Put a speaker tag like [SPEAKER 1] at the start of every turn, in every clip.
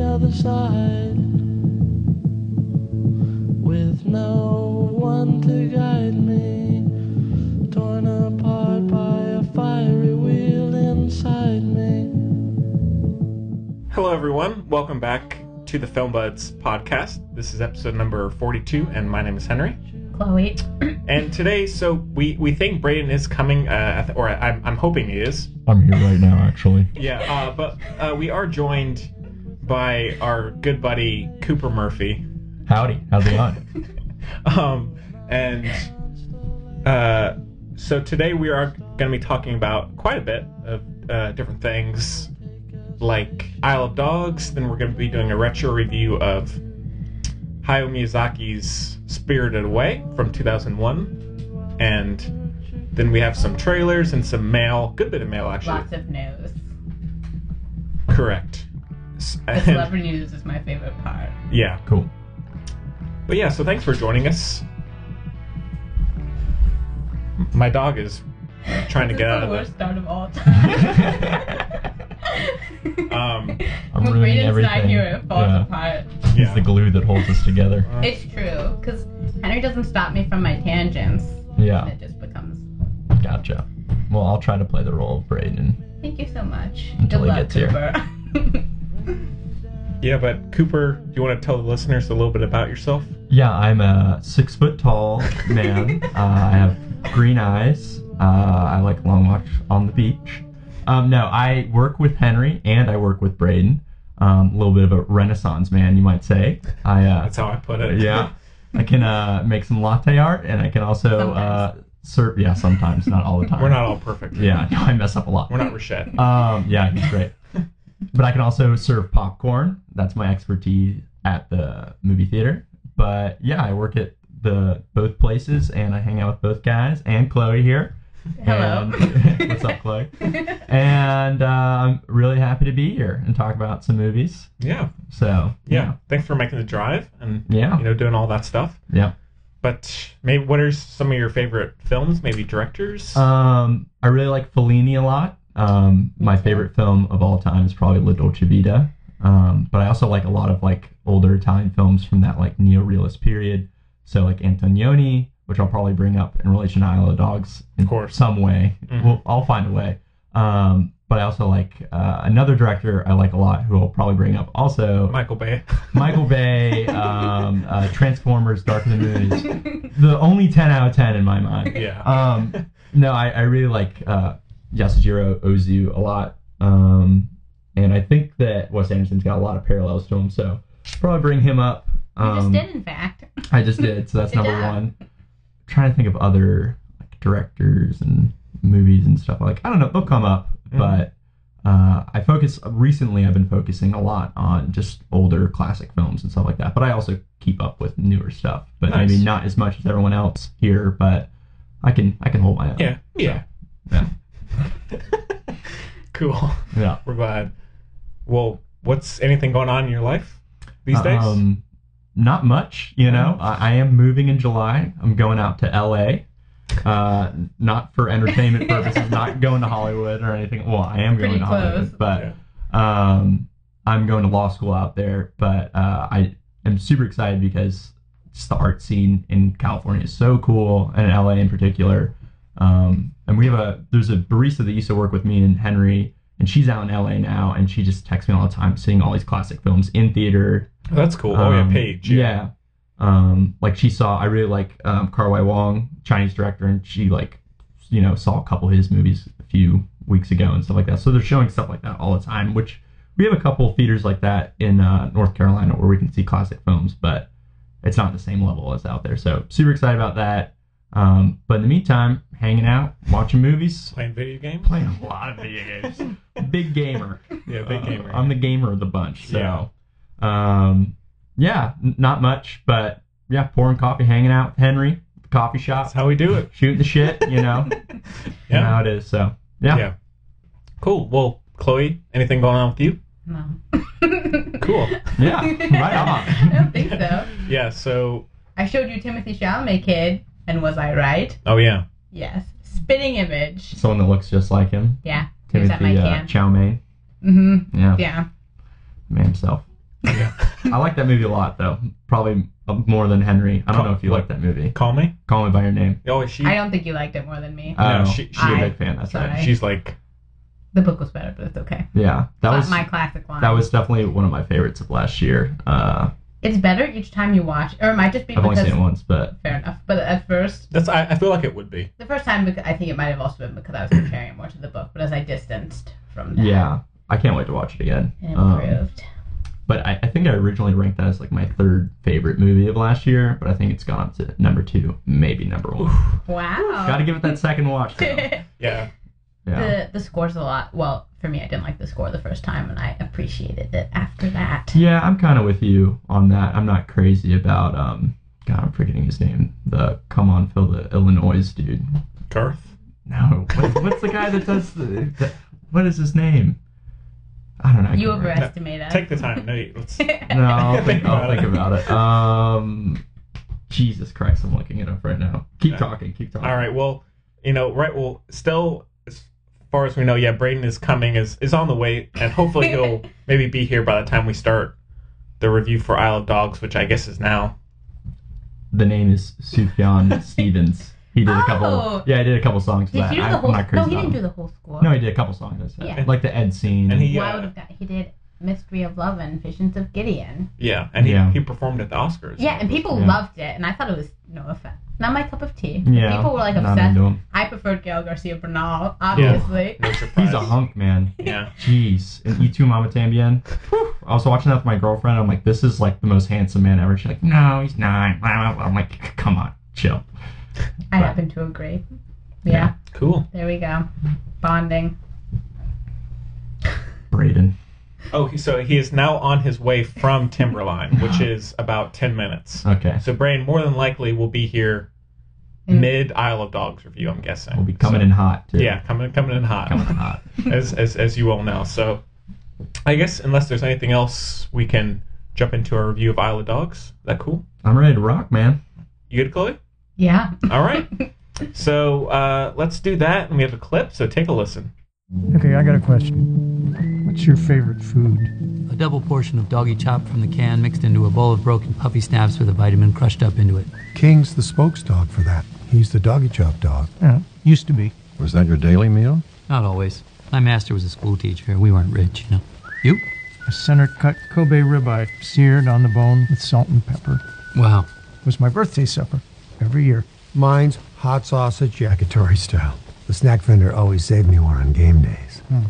[SPEAKER 1] other side with no one to guide me, torn apart by a fiery wheel inside me.
[SPEAKER 2] Hello, everyone. Welcome back to the Film Buds podcast. This is episode number 42, and my name is Henry.
[SPEAKER 3] Chloe.
[SPEAKER 2] And today, so we, we think Braden is coming, uh, I th- or I'm, I'm hoping he is.
[SPEAKER 4] I'm here right now, actually.
[SPEAKER 2] Yeah, uh, but uh, we are joined by our good buddy Cooper Murphy.
[SPEAKER 4] Howdy, how's it going?
[SPEAKER 2] Um, and uh, so today we are going to be talking about quite a bit of uh, different things like Isle of Dogs. Then we're going to be doing a retro review of Hayao Miyazaki's Spirited Away from 2001. And then we have some trailers and some mail, good bit of mail actually.
[SPEAKER 3] Lots of news.
[SPEAKER 2] Correct. S-
[SPEAKER 3] The
[SPEAKER 2] and-
[SPEAKER 3] celebrity news is my favorite part.
[SPEAKER 2] yeah.
[SPEAKER 4] Cool.
[SPEAKER 2] But yeah, so thanks for joining us. My dog is trying to
[SPEAKER 3] This
[SPEAKER 2] get
[SPEAKER 3] is
[SPEAKER 2] out
[SPEAKER 3] the
[SPEAKER 2] of
[SPEAKER 3] worst
[SPEAKER 2] the.
[SPEAKER 3] start of all time.
[SPEAKER 2] Um,
[SPEAKER 4] I'm
[SPEAKER 3] when
[SPEAKER 4] ruining
[SPEAKER 3] Braden's not
[SPEAKER 4] everything.
[SPEAKER 3] here, it falls
[SPEAKER 4] Yeah.
[SPEAKER 3] apart.
[SPEAKER 4] He's
[SPEAKER 2] Yeah.
[SPEAKER 4] the glue that holds us together.
[SPEAKER 2] Uh,
[SPEAKER 3] It's true, because Henry doesn't stop me from my tangents.
[SPEAKER 4] Yeah,
[SPEAKER 3] It just becomes.
[SPEAKER 4] gotcha. Well, I'll try to play the role of Braden.
[SPEAKER 3] Thank you so much.
[SPEAKER 4] Until
[SPEAKER 3] Good
[SPEAKER 4] he
[SPEAKER 3] luck,
[SPEAKER 4] gets here.
[SPEAKER 3] Cooper.
[SPEAKER 2] yeah, but Cooper, do you want to tell the listeners a little bit about yourself?
[SPEAKER 4] Yeah, I'm a six foot tall man. uh, I have green eyes. Uh, I like long watch on the beach. Um, no, I work with Henry and I work with Braden. Um, a little bit of a renaissance man, you might say. I uh,
[SPEAKER 2] That's how I put it.
[SPEAKER 4] yeah. I can uh, make some latte art, and I can also uh, serve. Yeah, sometimes, not all the time.
[SPEAKER 2] We're not all perfect.
[SPEAKER 4] Yeah, no, I mess up a lot.
[SPEAKER 2] We're not Rochette.
[SPEAKER 4] Um, yeah, he's great. But I can also serve popcorn. That's my expertise at the movie theater. But yeah, I work at the both places, and I hang out with both guys and Chloe here.
[SPEAKER 3] Hello.
[SPEAKER 4] And, what's up, Chloe? And uh, I'm really happy to be here and talk about some movies.
[SPEAKER 2] Yeah.
[SPEAKER 4] So
[SPEAKER 2] Yeah. Thanks for making the drive and,
[SPEAKER 4] yeah,
[SPEAKER 2] you know, doing all that stuff.
[SPEAKER 4] yeah.
[SPEAKER 2] But maybe what are some of your favorite films? Maybe directors?
[SPEAKER 4] Um, I really like Fellini a lot. Um, my favorite film of all time is probably La Dolce Vita. Um, but I also like a lot of like older Italian films from that like neorealist period. So like Antonioni, which I'll probably bring up in relation to Isle of Dogs in
[SPEAKER 2] Of course.
[SPEAKER 4] some way.
[SPEAKER 2] Mhm.
[SPEAKER 4] We'll, I'll find a way. Um, but I also like uh, another director I like a lot who I'll probably bring up also
[SPEAKER 2] Michael Bay.
[SPEAKER 4] Michael Bay, um, uh, Transformers, Dark of the Moon. is the only 10 out of 10 in my mind.
[SPEAKER 2] Yeah.
[SPEAKER 4] Um, no, I, I really like uh, Yasujiro Ozu a lot. Um, and I think that Wes Anderson's got a lot of parallels to him, so probably bring him up.
[SPEAKER 3] you just
[SPEAKER 4] Um,
[SPEAKER 3] did, in fact.
[SPEAKER 4] I just did, so that's
[SPEAKER 3] Good
[SPEAKER 4] number
[SPEAKER 3] job.
[SPEAKER 4] one. trying to think of other like, directors and movies and stuff like I don't know, they'll come up,
[SPEAKER 2] Mhm.
[SPEAKER 4] but uh, I focus recently. I've been focusing a lot on just older classic films and stuff like that, but I also keep up with newer stuff. But
[SPEAKER 2] Nice.
[SPEAKER 4] maybe not as much as everyone else here, but I can I can hold my own.
[SPEAKER 2] Yeah. Yeah.
[SPEAKER 4] Yeah.
[SPEAKER 2] Cool.
[SPEAKER 4] yeah.
[SPEAKER 2] We're glad. Well, what's anything going on in your life these days?
[SPEAKER 4] Um, not much, you know. I, I am moving in July. I'm going out to LA. Uh, not for entertainment purposes. not going to Hollywood or anything. Well, I am
[SPEAKER 3] Pretty
[SPEAKER 4] going to Hollywood,
[SPEAKER 3] close.
[SPEAKER 4] but um, I'm going to law school out there. But uh, I am super excited because just the art scene in California is so cool, and in LA in particular. Um, and we have a there's a barista that used to work with me and Henry, and she's out in LA now, and she just texts me all the time, seeing all these classic films in theater,
[SPEAKER 2] Oh, that's cool. oh yeah,
[SPEAKER 4] um,
[SPEAKER 2] Paige.
[SPEAKER 4] Yeah. Um, like she saw, I really like um, Kar Wai Wong, Chinese director, and she like, you know, saw a couple of his movies a few weeks ago and stuff like that. So they're showing stuff like that all the time, which we have a couple of theaters like that in uh, North Carolina where we can see classic films, but it's not the same level as out there. So super excited about that. Um, but in the meantime, hanging out, watching movies,
[SPEAKER 2] Playing video games.
[SPEAKER 4] playing a lot of video games. Big gamer.
[SPEAKER 2] Yeah, big
[SPEAKER 4] Uh,
[SPEAKER 2] gamer.
[SPEAKER 4] I'm the gamer of the bunch. So, um, yeah, n- not much, but yeah, pouring coffee, hanging out with Henry, the coffee shop,
[SPEAKER 2] That's how we do it.
[SPEAKER 4] shooting the shit, you know, you know
[SPEAKER 2] Yeah.
[SPEAKER 4] how it is. So, yeah.
[SPEAKER 2] Cool. Well, Chloe, anything going on with you?
[SPEAKER 3] No.
[SPEAKER 2] Cool.
[SPEAKER 4] Yeah. Right
[SPEAKER 3] I
[SPEAKER 4] on.
[SPEAKER 3] don't think so.
[SPEAKER 2] yeah. So.
[SPEAKER 3] I showed you Timothy Chalamet kid, and was I right?
[SPEAKER 2] Oh yeah.
[SPEAKER 3] Yes. Spitting image.
[SPEAKER 4] Someone that looks just like him.
[SPEAKER 3] Yeah. He was at my
[SPEAKER 4] Timothy uh,
[SPEAKER 3] camp.
[SPEAKER 4] Chow Mein.
[SPEAKER 3] Mm-hmm.
[SPEAKER 4] Yeah.
[SPEAKER 3] Yeah.
[SPEAKER 4] Man himself. I like that movie a lot, though. Probably uh, more than Henry. I don't know if you like that movie.
[SPEAKER 2] Call me.
[SPEAKER 4] Call Me by Your Name.
[SPEAKER 2] Oh, she.
[SPEAKER 3] I don't think you liked it more than me.
[SPEAKER 2] Uh, No,
[SPEAKER 4] Oh,
[SPEAKER 2] she-
[SPEAKER 4] she's a
[SPEAKER 3] I-
[SPEAKER 4] big fan. That's right.
[SPEAKER 3] sorry.
[SPEAKER 2] She's like
[SPEAKER 3] the book was better, but it's okay.
[SPEAKER 4] Yeah, that
[SPEAKER 3] Not
[SPEAKER 4] was
[SPEAKER 3] my classic line.
[SPEAKER 4] that was definitely one of my favorites of last year. Uh,
[SPEAKER 3] It's better each time you watch, or it might just be
[SPEAKER 4] I've only
[SPEAKER 3] because.
[SPEAKER 4] seen it once, but
[SPEAKER 3] Fair enough. But at first,
[SPEAKER 2] that's. I, I feel like it would be.
[SPEAKER 3] the first time, because I think it might have also been because I was comparing it more to the book. But as I distanced from that,
[SPEAKER 4] yeah, I can't wait to watch it again.
[SPEAKER 3] it
[SPEAKER 4] Um,
[SPEAKER 3] improved.
[SPEAKER 4] but I, I think I originally ranked that as like my third favorite movie of last year, but I think it's gone up to number two, maybe number one.
[SPEAKER 3] wow.
[SPEAKER 4] Got to give it that second watch. Though.
[SPEAKER 2] Yeah.
[SPEAKER 4] Yeah.
[SPEAKER 3] the the score's a lot. Well, for me, I didn't like the score the first time, and I appreciated it after that.
[SPEAKER 4] Yeah, I'm kind of with you on that. I'm not crazy about um. God, I'm forgetting his name. The come on, Phil, the Illinois dude.
[SPEAKER 2] Garth.
[SPEAKER 4] No, what, what's the guy that does the, the- What is his name? I don't know. I
[SPEAKER 3] You
[SPEAKER 4] can't remember.
[SPEAKER 3] overestimate us.
[SPEAKER 2] Take the time. No, you- let's.
[SPEAKER 4] No, I'll
[SPEAKER 2] Think
[SPEAKER 4] think, I'll
[SPEAKER 2] about
[SPEAKER 4] think
[SPEAKER 2] it.
[SPEAKER 4] about it. Um, Jesus Christ, I'm looking it up right now. Keep
[SPEAKER 2] Yeah.
[SPEAKER 4] talking. Keep talking.
[SPEAKER 2] All right. Well, you know, right. Well, still, as far as we know, yeah, Braden is coming, is is on the way, and hopefully he'll maybe be here by the time we start the review for Isle of Dogs, which I guess is now.
[SPEAKER 4] The name is Sufjan Stevens. He did a couple.
[SPEAKER 3] Oh.
[SPEAKER 4] Yeah, he did a couple songs. for
[SPEAKER 3] Did
[SPEAKER 4] that.
[SPEAKER 3] you do
[SPEAKER 4] I,
[SPEAKER 3] the whole?
[SPEAKER 4] I'm not crazy
[SPEAKER 3] No, he
[SPEAKER 4] about
[SPEAKER 3] didn't do
[SPEAKER 4] him.
[SPEAKER 3] the whole score.
[SPEAKER 4] No, he did a couple songs. I said.
[SPEAKER 3] Yeah.
[SPEAKER 4] Like the Ed scene.
[SPEAKER 2] And he- uh,
[SPEAKER 3] Why
[SPEAKER 2] Yeah.
[SPEAKER 3] would have that? He did Mystery of Love and Visions of Gideon.
[SPEAKER 2] Yeah, and he,
[SPEAKER 4] Yeah.
[SPEAKER 2] he performed at the Oscars.
[SPEAKER 3] Yeah, and people
[SPEAKER 4] Yeah.
[SPEAKER 3] loved it, and I thought it was no offense, not my cup of tea.
[SPEAKER 4] yeah.
[SPEAKER 3] people were like
[SPEAKER 4] not
[SPEAKER 3] obsessed.
[SPEAKER 4] into him.
[SPEAKER 3] I preferred Gail Garcia Bernal, obviously.
[SPEAKER 2] No surprise.
[SPEAKER 4] He's a hunk, man.
[SPEAKER 2] Yeah.
[SPEAKER 4] Jeez. And E2 Mama Tambien. Whew. I was watching that with my girlfriend. I'm like, this is like the most handsome man ever. She's like, no, he's not. I'm like, come on, chill.
[SPEAKER 3] I happen to agree. Yeah,
[SPEAKER 4] Yeah.
[SPEAKER 2] Cool.
[SPEAKER 3] there we go, bonding.
[SPEAKER 4] Braden.
[SPEAKER 2] Oh, he- so he is now on his way from Timberline, which is about ten minutes.
[SPEAKER 4] Okay.
[SPEAKER 2] So Brain more than likely will be here
[SPEAKER 3] Mm.
[SPEAKER 2] mid Isle of Dogs review. I'm guessing.
[SPEAKER 4] We'll be coming
[SPEAKER 2] So-
[SPEAKER 4] in hot, too.
[SPEAKER 2] Yeah, coming coming in hot.
[SPEAKER 4] Coming in hot.
[SPEAKER 2] as, as as you all know. So, I guess unless there's anything else, we can jump into a review of Isle of Dogs. Is that cool?
[SPEAKER 4] I'm ready to rock, man.
[SPEAKER 2] You good, Chloe?
[SPEAKER 3] Yeah.
[SPEAKER 2] All right. so uh, let's do that, and we have a clip. So take a listen.
[SPEAKER 5] Okay, I got a question. What's your favorite food?
[SPEAKER 6] A double portion of doggy chop from the can mixed into a bowl of broken puppy snaps with a vitamin crushed up into it.
[SPEAKER 7] King's the spokes dog for that. He's the doggy chop dog.
[SPEAKER 5] Yeah, Uh, used to be.
[SPEAKER 7] Was that your daily meal?
[SPEAKER 6] Not always. My master was a school teacher. We weren't rich, you know. You?
[SPEAKER 5] A center cut Kobe ribeye, seared on the bone with salt and pepper.
[SPEAKER 6] Wow.
[SPEAKER 5] It was my birthday supper every year.
[SPEAKER 7] Mine's hot sausage yakitori style. The snack vendor always saved me one on game days.
[SPEAKER 8] Hmm.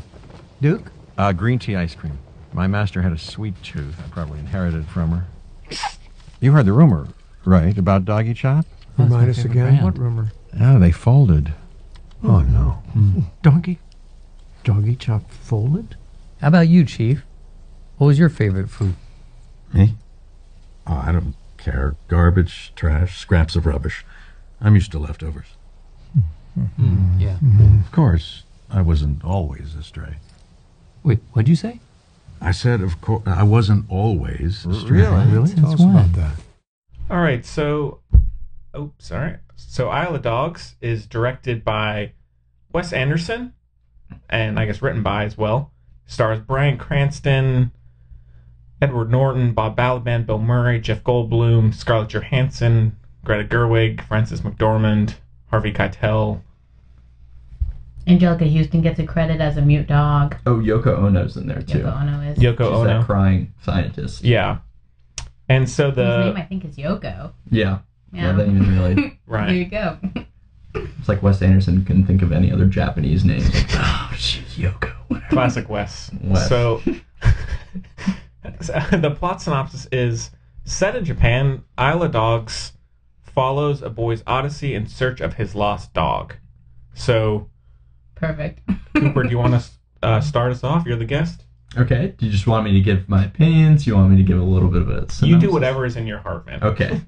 [SPEAKER 5] Duke?
[SPEAKER 9] Uh, green tea ice cream. My master had a sweet tooth. I probably inherited it from her. You heard the rumor, right, about Doggy Chop?
[SPEAKER 6] That's my
[SPEAKER 7] Remind us
[SPEAKER 6] favorite
[SPEAKER 7] again.
[SPEAKER 6] brand.
[SPEAKER 5] What rumor?
[SPEAKER 9] Yeah, they folded.
[SPEAKER 7] Oh, no.
[SPEAKER 5] Donkey? Doggy chop folded?
[SPEAKER 6] How about you, Chief? What was your favorite food?
[SPEAKER 8] Me? Oh, I don't care. Garbage, trash, scraps of rubbish. I'm used to leftovers.
[SPEAKER 6] Yeah.
[SPEAKER 8] Of course, I wasn't always astray.
[SPEAKER 6] Wait, what'd you say?
[SPEAKER 8] I said, of course, I wasn't always astray.
[SPEAKER 7] Really? Tell us about that.
[SPEAKER 2] All right. So, oh, sorry. So Isle of Dogs is directed by Wes Anderson, and I guess written by as well. Stars Brian Cranston, Edward Norton, Bob Balaban, Bill Murray, Jeff Goldblum, Scarlett Johansson, Greta Gerwig, Frances McDormand, Harvey Keitel.
[SPEAKER 3] Angelica Houston gets a credit as a mute dog.
[SPEAKER 4] Oh, Yoko Ono's in there, too.
[SPEAKER 3] Yoko Ono is.
[SPEAKER 2] Yoko
[SPEAKER 4] She's
[SPEAKER 2] Ono.
[SPEAKER 4] that crying scientist.
[SPEAKER 2] Yeah. And so
[SPEAKER 3] His name,
[SPEAKER 2] the
[SPEAKER 3] I think, is Yoko.
[SPEAKER 4] Yeah.
[SPEAKER 3] Yeah.
[SPEAKER 4] I didn't even really.
[SPEAKER 3] There
[SPEAKER 2] right.
[SPEAKER 3] you go.
[SPEAKER 4] It's like Wes Anderson couldn't think of any other Japanese name. oh, she's Yoko. Whatever.
[SPEAKER 2] Classic Wes.
[SPEAKER 4] Wes.
[SPEAKER 2] So, so the plot synopsis is set in Japan, Isle of Dogs follows a boy's odyssey in search of his lost dog. So,
[SPEAKER 3] Perfect.
[SPEAKER 2] Cooper, do you want to uh, start us off? You're the guest.
[SPEAKER 4] Okay. Do you just want me to give my opinions? You want me to give a little bit of a synopsis?
[SPEAKER 2] You do whatever is in your heart, man.
[SPEAKER 4] Okay.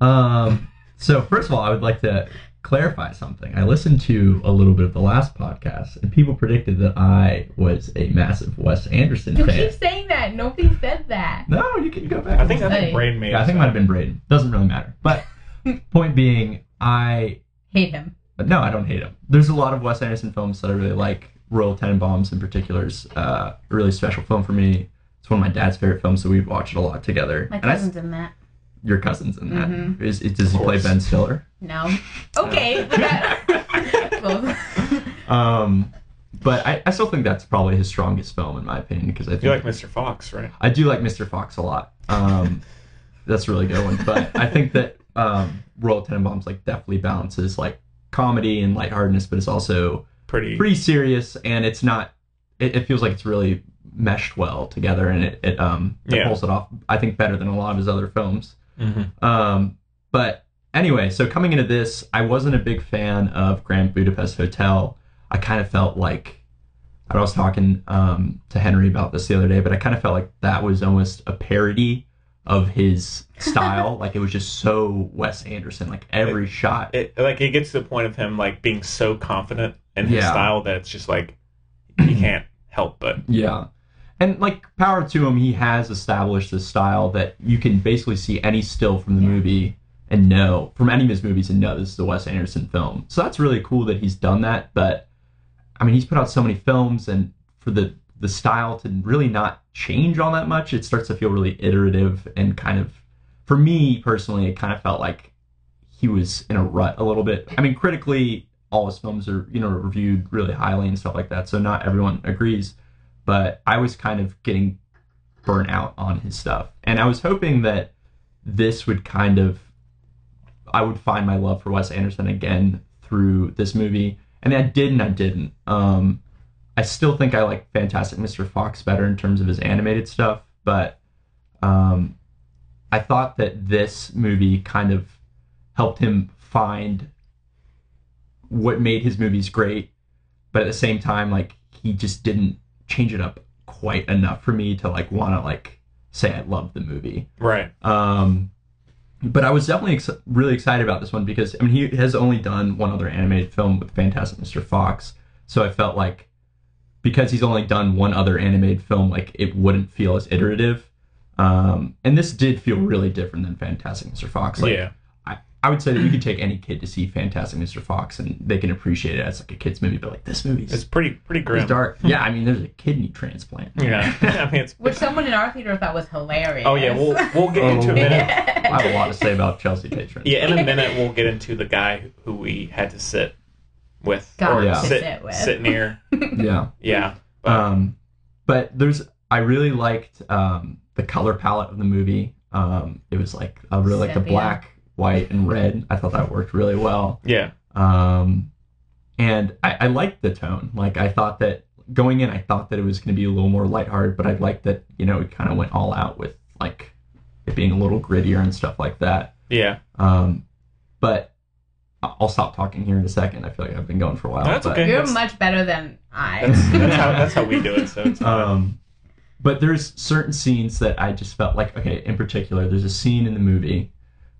[SPEAKER 4] Um, so first of all, I would like to clarify something. I listened to a little bit of the last podcast, and people predicted that I was a massive Wes Anderson
[SPEAKER 3] you
[SPEAKER 4] fan.
[SPEAKER 3] keep saying that. Nobody said that.
[SPEAKER 4] No, you can go back.
[SPEAKER 2] I
[SPEAKER 4] and
[SPEAKER 2] think I think
[SPEAKER 3] Hey.
[SPEAKER 2] Brain made.
[SPEAKER 4] Yeah, I think it might have been Braden. Doesn't really matter. But point being, I
[SPEAKER 3] Hate him.
[SPEAKER 4] no, I don't hate him. There's a lot of Wes Anderson films that I really like. Royal Tenenbaums in particular is uh, a really special film for me. It's one of my dad's favorite films, so we watch it a lot together.
[SPEAKER 3] My
[SPEAKER 4] and I,
[SPEAKER 3] cousin's in that.
[SPEAKER 4] your cousins in that.
[SPEAKER 3] Mhm.
[SPEAKER 4] Is, is- does he play Ben Stiller?
[SPEAKER 3] No. Okay. well,
[SPEAKER 4] Um, but I, I still think that's probably his strongest film in my opinion because I think
[SPEAKER 2] You like Mr. Fox, right?
[SPEAKER 4] I do like Mr. Fox a lot. Um, that's a really good one. But I think that um, Royal Tenenbaums like definitely balances like comedy and lightheartedness, but it's also
[SPEAKER 2] Pretty.
[SPEAKER 4] pretty serious and it's not. It, it feels like it's really meshed well together and it, it um it
[SPEAKER 2] Yeah.
[SPEAKER 4] pulls it off. I think better than a lot of his other films.
[SPEAKER 2] Mhm.
[SPEAKER 4] Um, but anyway, so coming into this, I wasn't a big fan of Grand Budapest Hotel. I kind of felt like I was talking um, to Henry about this the other day, but I kind of felt like that was almost a parody of his style. like it was just so Wes Anderson. Like every shot,
[SPEAKER 2] It like it gets to the point of him like being so confident in his
[SPEAKER 4] Yeah.
[SPEAKER 2] style that it's just like he can't help but
[SPEAKER 4] yeah. And like power to him, he has established this style that you can basically see any still from the movie and know from any of his movies and know this is a Wes Anderson film. So that's really cool that he's done that. But I mean, he's put out so many films, and for the the style to really not change all that much, it starts to feel really iterative and kind of, for me personally, it kind of felt like he was in a rut a little bit. I mean, critically, all his films are you know reviewed really highly and stuff like that, so not everyone agrees. But I was kind of getting burnt out on his stuff, and I was hoping that this would kind of I would find my love for Wes Anderson again through this movie, and I did and I didn't. Um, I still think I like Fantastic Mr. Fox better in terms of his animated stuff, but um, I thought that this movie kind of helped him find what made his movies great, but at the same time, like he just didn't change it up quite enough for me to like want to like say I love the movie.
[SPEAKER 2] right.
[SPEAKER 4] Um, but I was definitely ex- really excited about this one because I mean he has only done one other animated film with Fantastic Mr. Fox, so I felt like because he's only done one other animated film, like it wouldn't feel as iterative. Um, and this did feel really different than Fantastic Mr. Fox. Like,
[SPEAKER 2] yeah.
[SPEAKER 4] I, I would say that you could take any kid to see Fantastic Mr. Fox and they can appreciate it as like a kid's movie, but like this movie
[SPEAKER 2] It's
[SPEAKER 4] is
[SPEAKER 2] pretty pretty grim.
[SPEAKER 4] it's dark. Yeah, I mean, there's a kidney transplant.
[SPEAKER 2] Yeah. I mean it's
[SPEAKER 3] which someone in our theater thought was hilarious.
[SPEAKER 2] Oh yeah, we'll we'll get into a
[SPEAKER 4] Oh.
[SPEAKER 2] minute.
[SPEAKER 4] I have a lot to say about Chelsea Patron.
[SPEAKER 2] Yeah, in a minute we'll get into the guy who we had to sit with
[SPEAKER 3] Got
[SPEAKER 2] or
[SPEAKER 4] to
[SPEAKER 2] sit
[SPEAKER 3] sit with.
[SPEAKER 2] sit near.
[SPEAKER 4] yeah.
[SPEAKER 2] Yeah.
[SPEAKER 4] Um, but there's, I really liked um, the color palette of the movie. Um, it was like I really like the
[SPEAKER 3] Sepia.
[SPEAKER 4] black, white, and red. I thought that worked really well.
[SPEAKER 2] Yeah.
[SPEAKER 4] Um, and I, I liked the tone. Like I thought that going in, I thought that it was going to be a little more lighthearted, but I liked that you know it kind of went all out with like it being a little grittier and stuff like that.
[SPEAKER 2] Yeah.
[SPEAKER 4] Um, but I- I'll stop talking here in a second. I feel like I've been going for a while.
[SPEAKER 2] No, that's
[SPEAKER 4] but-
[SPEAKER 2] okay.
[SPEAKER 3] You're
[SPEAKER 2] That's-
[SPEAKER 3] much better than I.
[SPEAKER 2] That's, that's how that's how we do it. So it's
[SPEAKER 4] Um, but there's certain scenes that I just felt like, okay, in particular, there's a scene in the movie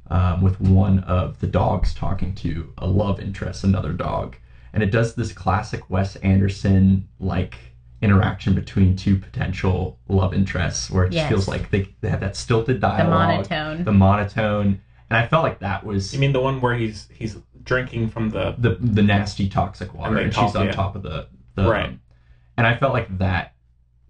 [SPEAKER 4] um, with one of the dogs talking to a love interest, another dog. And it does this classic Wes Anderson like interaction between two potential love interests where it just
[SPEAKER 3] Yes.
[SPEAKER 4] feels like they, they have that stilted
[SPEAKER 3] the
[SPEAKER 4] dialogue,
[SPEAKER 3] monotone.
[SPEAKER 4] the monotone. And I felt like that was
[SPEAKER 2] you mean the one where he's he's drinking from the
[SPEAKER 4] the the nasty toxic water,
[SPEAKER 2] And they
[SPEAKER 4] and
[SPEAKER 2] talk,
[SPEAKER 4] she's on
[SPEAKER 2] yeah.
[SPEAKER 4] top of the, the
[SPEAKER 2] Right.
[SPEAKER 4] and I felt like that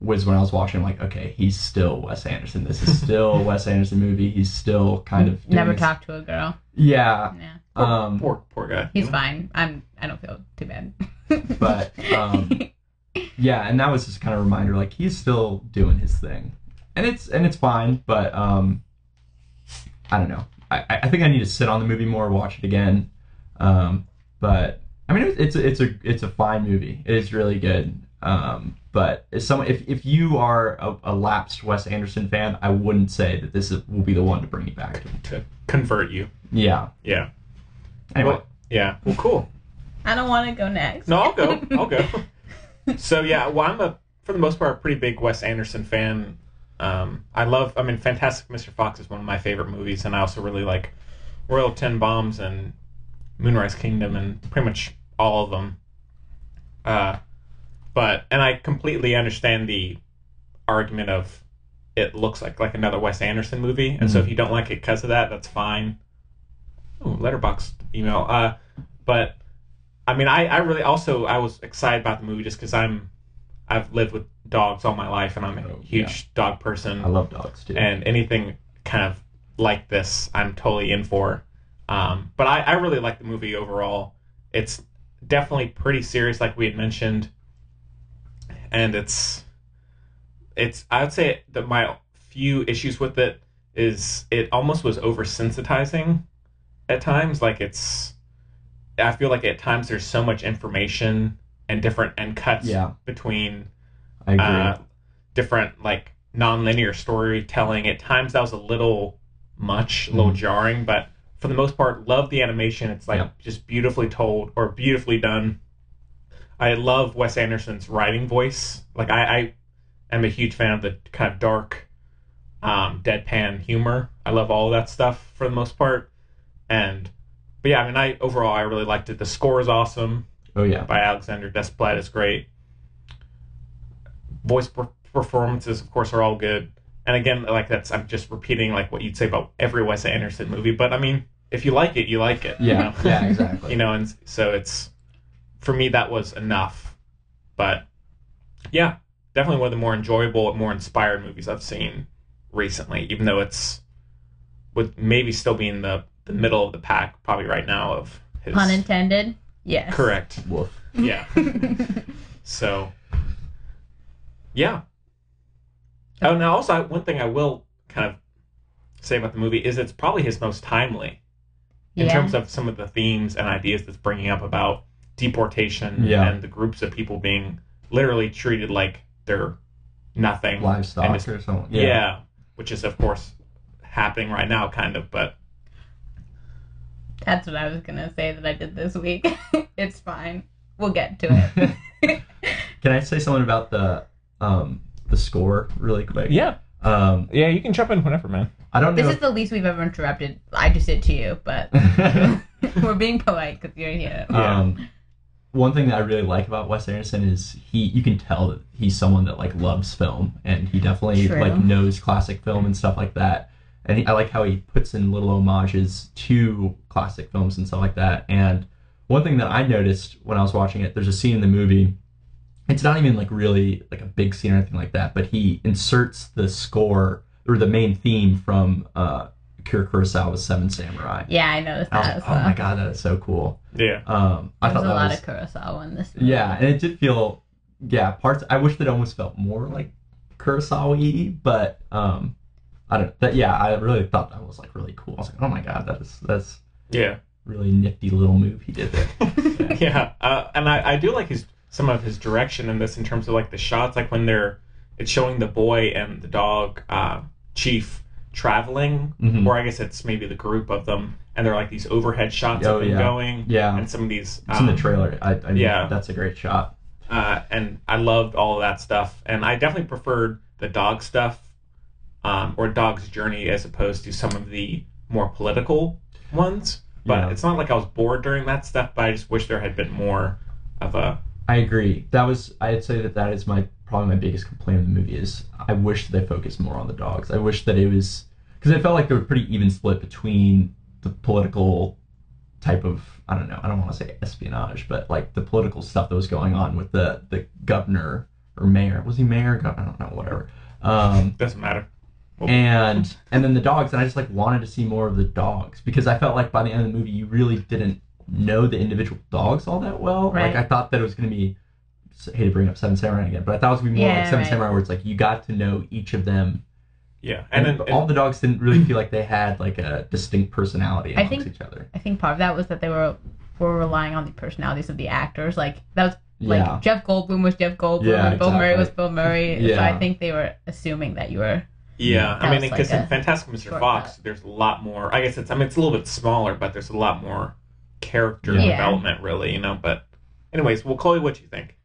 [SPEAKER 4] was when I was watching. like, okay, he's still Wes Anderson. This is still a Wes Anderson movie. He's still kind of doing
[SPEAKER 3] Never
[SPEAKER 4] his-
[SPEAKER 3] talk to a girl.
[SPEAKER 4] Yeah,
[SPEAKER 3] Yeah.
[SPEAKER 4] um,
[SPEAKER 2] poor poor guy.
[SPEAKER 3] He's fine. I'm. I don't feel too bad.
[SPEAKER 4] but um, yeah, and that was just kind of a reminder. Like he's still doing his thing, and it's and it's fine. But um, I don't know. I, I I think I need to sit on the movie more, watch it again. Um, but I mean, it's it's a, it's a it's a fine movie. It is really good. Um, but if some if, if you are a, a lapsed Wes Anderson fan, I wouldn't say that this is, will be the one to bring you back.
[SPEAKER 2] to convert you.
[SPEAKER 4] Yeah.
[SPEAKER 2] Yeah.
[SPEAKER 4] Anyway,
[SPEAKER 2] Well, yeah. Well, cool.
[SPEAKER 3] I don't want to go next.
[SPEAKER 2] No, I'll go. I'll go. so yeah, well, I'm a for the most part a pretty big Wes Anderson fan. Um, I love. I mean, Fantastic Mr. Fox is one of my favorite movies, and I also really like Royal Ten Bombs and Moonrise Kingdom and pretty much all of them. Uh, but and I completely understand the argument of it looks like like another Wes Anderson movie, and
[SPEAKER 4] Mm-hmm.
[SPEAKER 2] so if you don't like it because of that, that's fine. Ooh, letterbox email. Uh, but I mean, I, I really also I was excited about the movie just because I'm I've lived with dogs all my life, and I'm a huge dog person.
[SPEAKER 4] Oh, I love dogs too.
[SPEAKER 2] and anything kind of like this, I'm totally in for. Um, but I, I really like the movie overall. It's definitely pretty serious, like we had mentioned, and it's it's. I would say that my few issues with it is it almost was oversensitizing at times. Like it's, I feel like at times there's so much information and different and cuts
[SPEAKER 4] Yeah.
[SPEAKER 2] between
[SPEAKER 4] I agree.
[SPEAKER 2] uh, different like non-linear storytelling at times that was a little much a little
[SPEAKER 4] Mm.
[SPEAKER 2] jarring but for the most part love the animation it's like
[SPEAKER 4] Yeah.
[SPEAKER 2] just beautifully told or beautifully done i love wes anderson's writing voice like i, I am a huge fan of the kind of dark um, deadpan humor i love all that stuff for the most part and but yeah i mean i overall i really liked it the score is awesome
[SPEAKER 4] oh yeah.
[SPEAKER 2] by Alexander Desplat is great. Voice per- performances, of course, are all good. And again, like that's I'm just repeating like what you'd say about every Wes Anderson movie. But I mean, if you like it, you like it. you
[SPEAKER 4] Yeah.
[SPEAKER 2] know?
[SPEAKER 4] Yeah. Exactly.
[SPEAKER 2] you know, and s- so it's for me that was enough. But yeah, definitely one of the more enjoyable, more inspired movies I've seen recently. Even though it's would maybe still be in the the middle of the pack probably right now of his
[SPEAKER 3] Pun intended. Yes.
[SPEAKER 2] correct
[SPEAKER 4] Woof.
[SPEAKER 2] yeah. so, yeah. Oh, now also I- one thing I will kind of say about the movie is it's probably his most timely in
[SPEAKER 3] Yeah.
[SPEAKER 2] terms of some of the themes and ideas that's bringing up about deportation
[SPEAKER 4] Yeah.
[SPEAKER 2] and the groups of people being literally treated like they're nothing
[SPEAKER 4] Livestock
[SPEAKER 2] And it's-
[SPEAKER 4] or something.
[SPEAKER 2] yeah. which is of course happening right now, kind of. But
[SPEAKER 3] That's what I was gonna say that I did this week. it's fine. We'll get to it.
[SPEAKER 4] Can I say something about the um the score really quick?
[SPEAKER 2] yeah,
[SPEAKER 4] Um,
[SPEAKER 2] yeah, you can jump in whenever, man.
[SPEAKER 4] I don't
[SPEAKER 3] this
[SPEAKER 4] know.
[SPEAKER 3] is the least we've ever interrupted. I just did to you, but
[SPEAKER 4] if-
[SPEAKER 3] we're being polite because you're here.
[SPEAKER 2] Yeah.
[SPEAKER 4] Um, one thing that I really like about Wes Anderson is he you can tell that he's someone that like loves film and he definitely
[SPEAKER 3] True.
[SPEAKER 4] like knows classic film and stuff like that. And he, I like how he puts in little homages to classic films and stuff like that. And one thing that I noticed when I was watching it, there's a scene in the movie. It's not even like really like a big scene or anything like that, but he inserts the score or the main theme from uh, Kira Kurosawa's Seven Samurai.
[SPEAKER 3] Yeah, I noticed
[SPEAKER 4] I was
[SPEAKER 3] that as
[SPEAKER 4] like,
[SPEAKER 3] well.
[SPEAKER 4] oh my god, that is so cool.
[SPEAKER 2] Yeah,
[SPEAKER 4] Um, I
[SPEAKER 3] There's
[SPEAKER 4] thought
[SPEAKER 3] a
[SPEAKER 4] that
[SPEAKER 3] lot
[SPEAKER 4] was
[SPEAKER 3] of Kurosawa in this. movie.
[SPEAKER 4] yeah, and it did feel yeah, parts I wish that it almost felt more like Kurosawa, but um I don't that yeah, I really thought that was like really cool. I was like, "Oh my god, that is that's
[SPEAKER 2] yeah.
[SPEAKER 4] really nifty little move he did there."
[SPEAKER 2] yeah uh, and I, I do like his some of his direction in this in terms of like the shots like when they're it's showing the boy and the dog uh, chief traveling
[SPEAKER 4] Mhm.
[SPEAKER 2] or i guess it's maybe the group of them and they're like these overhead shots
[SPEAKER 4] Oh,
[SPEAKER 2] of them
[SPEAKER 4] yeah.
[SPEAKER 2] going
[SPEAKER 4] Yeah.
[SPEAKER 2] and some of these
[SPEAKER 4] It's in the
[SPEAKER 2] um,
[SPEAKER 4] trailer. I, I
[SPEAKER 2] yeah.
[SPEAKER 4] that's a great shot.
[SPEAKER 2] uh, and I loved all of that stuff. And I definitely preferred the dog stuff um, or dog's journey as opposed to some of the more political ones. But
[SPEAKER 4] Yeah.
[SPEAKER 2] it's not like I was bored during that stuff. But I just wish there had been more of a
[SPEAKER 4] I agree. That was I'd say that that is my probably my biggest complaint of the movie is I wish that they focused more on the dogs. I wish that it was because it felt like they were pretty even split between the political type of I don't know I don't want to say espionage but like the political stuff that was going on with the the governor or mayor was he mayor Gov- I don't know whatever um,
[SPEAKER 2] doesn't matter.
[SPEAKER 4] and and then the dogs and I just like wanted to see more of the dogs because I felt like by the end of the movie you really didn't know the individual dogs all that well
[SPEAKER 3] Right.
[SPEAKER 4] like I thought that it was gonna be s- hate to bring up Seven Samurai again but I thought it was gonna be more
[SPEAKER 3] Yeah,
[SPEAKER 4] like Seven
[SPEAKER 3] right.
[SPEAKER 4] Samurai where it's like you got to know each of them
[SPEAKER 2] Yeah, and,
[SPEAKER 4] and,
[SPEAKER 2] then
[SPEAKER 4] but all the dogs didn't really feel like they had like a distinct personality
[SPEAKER 3] I
[SPEAKER 4] amongst
[SPEAKER 3] think-
[SPEAKER 4] each other.
[SPEAKER 3] I think part of that was that they were were relying on the personalities of the actors. Like that was like
[SPEAKER 4] Yeah.
[SPEAKER 3] Jeff Goldblum was Jeff Goldblum
[SPEAKER 4] Yeah,
[SPEAKER 3] and Bill Murray
[SPEAKER 4] exactly.
[SPEAKER 3] was Bill Murray. So
[SPEAKER 4] Yeah.
[SPEAKER 3] I think they were assuming that you were
[SPEAKER 2] yeah, I
[SPEAKER 3] That
[SPEAKER 2] mean,
[SPEAKER 3] was
[SPEAKER 2] because
[SPEAKER 3] like
[SPEAKER 2] in
[SPEAKER 3] a
[SPEAKER 2] Fantastic Mr.
[SPEAKER 3] shortcut.
[SPEAKER 2] Fox, there's a lot more. I guess it's I mean it's a little bit smaller, but there's a lot more character
[SPEAKER 3] Yeah.
[SPEAKER 2] development, really. You know, but anyways, well, Chloe, what do you think?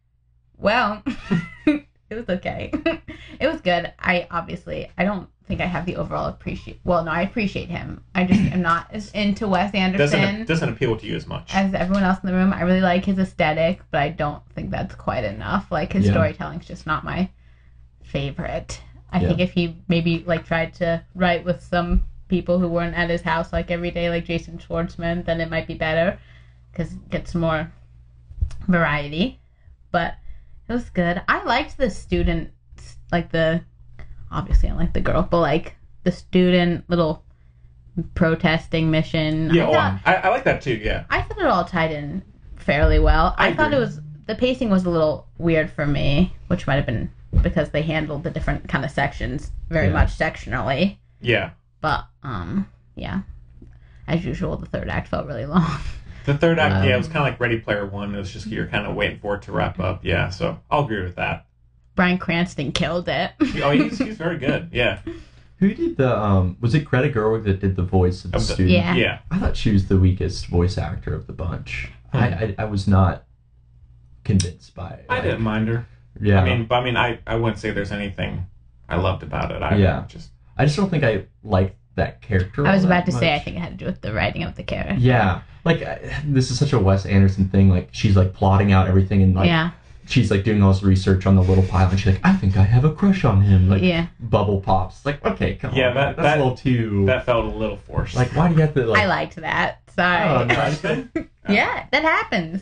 [SPEAKER 3] Well, it was okay. it was good. I obviously I don't think I have the overall appreciate. Well, no, I appreciate him. I just am not as into Wes
[SPEAKER 2] Doesn't
[SPEAKER 3] Anderson
[SPEAKER 2] doesn't appeal to you as much?
[SPEAKER 3] as everyone else in the room. I really like his aesthetic, but I don't think that's quite enough. Like his
[SPEAKER 4] Yeah.
[SPEAKER 3] storytelling's just not my favorite. I
[SPEAKER 4] Yeah.
[SPEAKER 3] think if he maybe like tried to write with some people who weren't at his house like every day, like Jason Schwartzman, then it might be better because it gets more variety. But It was good. I liked the student, like the, obviously I like the girl, but like the student little protesting mission.
[SPEAKER 2] Yeah,
[SPEAKER 3] I
[SPEAKER 2] oh,
[SPEAKER 3] thought,
[SPEAKER 2] I, I like that too. Yeah,
[SPEAKER 3] I thought it all tied in fairly well. I,
[SPEAKER 2] I
[SPEAKER 3] thought it
[SPEAKER 2] agree.
[SPEAKER 3] was the pacing was a little weird for me, which might have been because they handled the different kind of sections very
[SPEAKER 4] Yeah.
[SPEAKER 3] much sectionally.
[SPEAKER 2] yeah.
[SPEAKER 3] But um, yeah, as usual, the third act felt really long.
[SPEAKER 2] The third act,
[SPEAKER 3] Um,
[SPEAKER 2] yeah, it was kind of like Ready Player One. It was just you're kind of waiting for it to wrap up. Yeah, so I'll agree with that.
[SPEAKER 3] Brian Cranston killed it.
[SPEAKER 2] Oh, he's, he's very good. Yeah,
[SPEAKER 4] Who did the um? Was it Greta Gerwig that did the voice of the
[SPEAKER 2] Of the-
[SPEAKER 4] student?
[SPEAKER 3] Yeah.
[SPEAKER 2] yeah.
[SPEAKER 4] I thought she was the weakest voice actor of the bunch.
[SPEAKER 2] Hmm.
[SPEAKER 4] I, I I was not convinced by it.
[SPEAKER 2] I didn't mind her.
[SPEAKER 4] Yeah.
[SPEAKER 2] I mean, but I mean, I, I wouldn't say there's anything I loved about it. I
[SPEAKER 4] Yeah.
[SPEAKER 2] just
[SPEAKER 4] I just don't think I liked that character.
[SPEAKER 3] I was
[SPEAKER 4] all
[SPEAKER 3] about to
[SPEAKER 4] that
[SPEAKER 3] say I
[SPEAKER 4] much.
[SPEAKER 3] think it had to do with the writing of the character.
[SPEAKER 4] Yeah, like I, this is such a Wes Anderson thing. Like she's like plotting out everything and like
[SPEAKER 3] yeah,
[SPEAKER 4] she's like doing all this research on the little pile and she's like, I think I have a crush on him. Like
[SPEAKER 3] Yeah.
[SPEAKER 4] bubble pops. Like okay, come
[SPEAKER 2] Yeah,
[SPEAKER 4] on,
[SPEAKER 2] that-
[SPEAKER 4] that's
[SPEAKER 2] that-
[SPEAKER 4] a little too.
[SPEAKER 2] that felt a little forced.
[SPEAKER 4] like why do you have to like?
[SPEAKER 3] I liked that. Sorry.
[SPEAKER 4] Oh, no, I think-
[SPEAKER 3] yeah, that happens.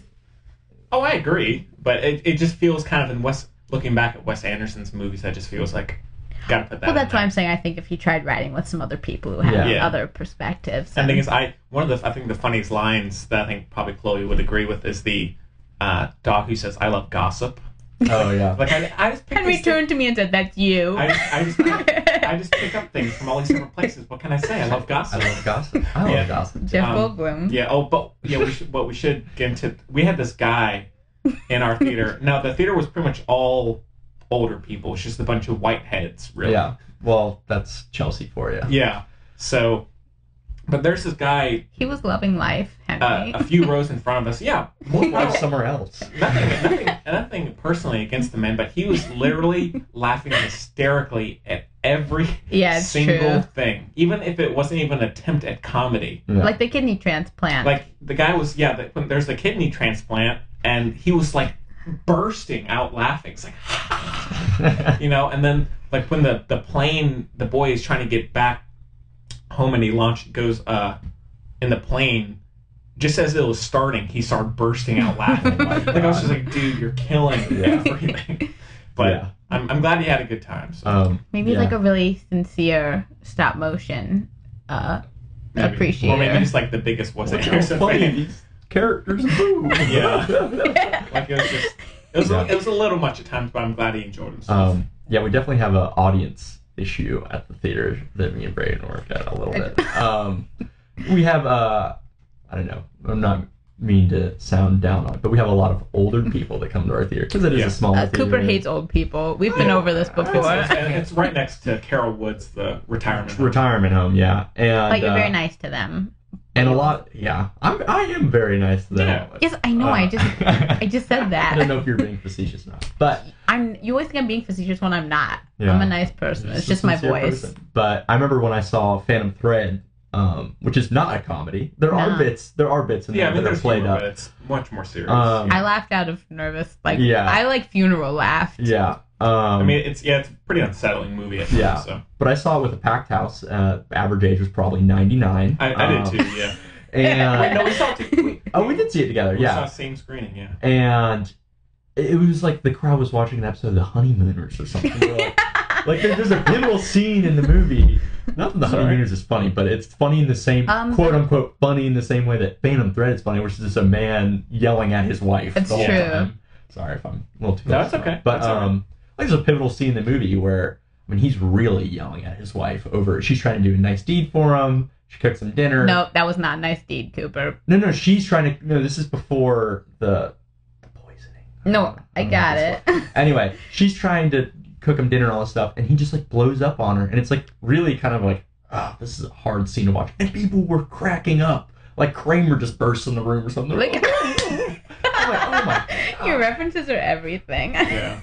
[SPEAKER 2] Oh, I agree, but it, it just feels kind of in Wes looking back at Wes Anderson's movies, that just feels like gotta put that.
[SPEAKER 3] Well,
[SPEAKER 2] in
[SPEAKER 3] that's why
[SPEAKER 2] there.
[SPEAKER 3] I'm saying I think if you tried writing with some other people who had
[SPEAKER 4] Yeah.
[SPEAKER 2] Yeah.
[SPEAKER 3] other perspectives,
[SPEAKER 2] And the thing
[SPEAKER 3] then-
[SPEAKER 2] is, I one of the I think the funniest lines that I think probably Chloe would agree with is the uh, dog who says "I love gossip."
[SPEAKER 4] oh yeah.
[SPEAKER 2] Like I, I just pick
[SPEAKER 3] Henry
[SPEAKER 2] these things-
[SPEAKER 3] turned to me and said, "That's you."
[SPEAKER 2] I just, I, just, I just pick up things from all these different places. What can I say? I love
[SPEAKER 4] I
[SPEAKER 2] gossip.
[SPEAKER 4] love gossip. I love
[SPEAKER 2] Yeah.
[SPEAKER 4] gossip. too.
[SPEAKER 3] Jeff
[SPEAKER 2] um,
[SPEAKER 3] Goldblum.
[SPEAKER 2] Yeah. Oh, but yeah, we should, but we should get into. We had this guy in our theater. Now the theater was pretty much all older people. It's just a bunch of white heads, really.
[SPEAKER 4] Yeah. Well, that's Chelsea for you.
[SPEAKER 2] Yeah. So, but there's this guy
[SPEAKER 3] He was loving life,
[SPEAKER 2] uh,
[SPEAKER 3] Henry.
[SPEAKER 2] a few rows in front of us. Yeah.
[SPEAKER 4] We'll go somewhere else.
[SPEAKER 2] Nothing, nothing, nothing personally against the man, but he was literally laughing hysterically at every
[SPEAKER 3] yeah, it's
[SPEAKER 2] single
[SPEAKER 3] true.
[SPEAKER 2] thing, even if it wasn't even an attempt at comedy.
[SPEAKER 4] Yeah.
[SPEAKER 3] Like the kidney transplant.
[SPEAKER 2] like the guy was yeah the, when there's the kidney transplant and he was like bursting out laughing it's like you know and then like when the the plane the boy is trying to get back home and he launched goes uh in the plane just as it was starting he started bursting out laughing like, i was just like dude you're killing everything but
[SPEAKER 4] Yeah.
[SPEAKER 2] I'm, I'm glad he had a good time so
[SPEAKER 4] Um,
[SPEAKER 3] maybe
[SPEAKER 4] yeah.
[SPEAKER 3] like a really sincere stop motion. Uh,
[SPEAKER 2] maybe-
[SPEAKER 3] appreciate
[SPEAKER 2] or maybe
[SPEAKER 3] it.
[SPEAKER 2] he's like the biggest Wes
[SPEAKER 4] Look how
[SPEAKER 2] Anderson
[SPEAKER 4] funny
[SPEAKER 2] fan.
[SPEAKER 4] these characters move.
[SPEAKER 2] Yeah. like it was just it was,
[SPEAKER 4] Yeah.
[SPEAKER 2] it was a little much at times but i'm glad he enjoyed himself
[SPEAKER 4] Um, yeah, we definitely have an audience issue at the theater that me and Brayden worked at a little bit. Um, we have, uh, I don't know, I'm not mean to sound down on it, but we have a lot of older people that come to our theater because it is
[SPEAKER 2] Yeah.
[SPEAKER 4] a smaller
[SPEAKER 3] uh,
[SPEAKER 4] theater.
[SPEAKER 3] Cooper hates old people. We've been over this before.
[SPEAKER 2] It's, it's- it's right next to Carol Woods, the retirement. home.
[SPEAKER 4] retirement home, yeah, and
[SPEAKER 3] But you're
[SPEAKER 4] uh,
[SPEAKER 3] very nice to them.
[SPEAKER 4] and a lot, yeah. I'm I am very nice to them.
[SPEAKER 2] Yeah.
[SPEAKER 3] Yes, I know.
[SPEAKER 2] Uh.
[SPEAKER 3] I just, I just said
[SPEAKER 4] I don't
[SPEAKER 3] that.
[SPEAKER 4] know if you're being facetious or not, but
[SPEAKER 3] I'm. You always think I'm being facetious when I'm not.
[SPEAKER 4] Yeah.
[SPEAKER 3] I'm a nice person. It's
[SPEAKER 4] a
[SPEAKER 3] just my
[SPEAKER 4] sincere
[SPEAKER 3] voice.
[SPEAKER 4] person. But I remember when I saw Phantom Thread, um, which is not a comedy. There
[SPEAKER 3] No.
[SPEAKER 4] are bits. There are bits in
[SPEAKER 2] Yeah, I
[SPEAKER 4] there
[SPEAKER 2] mean,
[SPEAKER 4] that
[SPEAKER 2] there's
[SPEAKER 4] are played
[SPEAKER 2] humor,
[SPEAKER 4] up.
[SPEAKER 2] but it's much more serious.
[SPEAKER 4] Um,
[SPEAKER 3] I laughed out of nervous. Like
[SPEAKER 4] Yeah.
[SPEAKER 3] I like funeral laughed.
[SPEAKER 4] Yeah. Um,
[SPEAKER 2] I mean, it's yeah, it's a pretty unsettling movie. At times,
[SPEAKER 4] Yeah.
[SPEAKER 2] so
[SPEAKER 4] but I saw it with a packed house. Uh, average age was probably ninety nine.
[SPEAKER 2] I, I did too. Yeah. Wait, no,
[SPEAKER 4] And
[SPEAKER 2] we saw it. too- We,
[SPEAKER 4] Uh, oh, we did see it together.
[SPEAKER 2] we saw
[SPEAKER 4] Yeah.
[SPEAKER 2] same screening. Yeah.
[SPEAKER 4] And it was like the crowd was watching an episode of The Honeymooners or something. They're like, like there- there's a pivotal scene in the movie. Not that The Honeymooners is funny, but it's funny in the same
[SPEAKER 3] Um,
[SPEAKER 4] quote unquote funny in the same way that Phantom Thread is funny, which is just a man yelling at his wife.
[SPEAKER 3] It's
[SPEAKER 4] the whole
[SPEAKER 3] true.
[SPEAKER 4] time. Sorry if I'm a little too.
[SPEAKER 2] No,
[SPEAKER 4] much.
[SPEAKER 2] it's okay.
[SPEAKER 4] But
[SPEAKER 2] It's all right.
[SPEAKER 4] um, like there's a pivotal scene in the movie where I mean he's really yelling at his wife over. She's trying to do a nice deed for him. She cooks him dinner.
[SPEAKER 3] No, that was not a nice deed, Cooper.
[SPEAKER 4] no, no. She's trying to. No, this is before the the poisoning.
[SPEAKER 3] No, I
[SPEAKER 4] don't know
[SPEAKER 3] got
[SPEAKER 4] if it's
[SPEAKER 3] it.
[SPEAKER 4] Anyway, she's trying to cook him dinner and all this stuff, and he just like blows up on her, and it's like really kind of like, ah, this is a hard scene to watch, and people were cracking up, like Kramer just bursts in the room or something.
[SPEAKER 3] Like-
[SPEAKER 4] I'm like, oh my.
[SPEAKER 3] Your references are everything.
[SPEAKER 2] Yeah.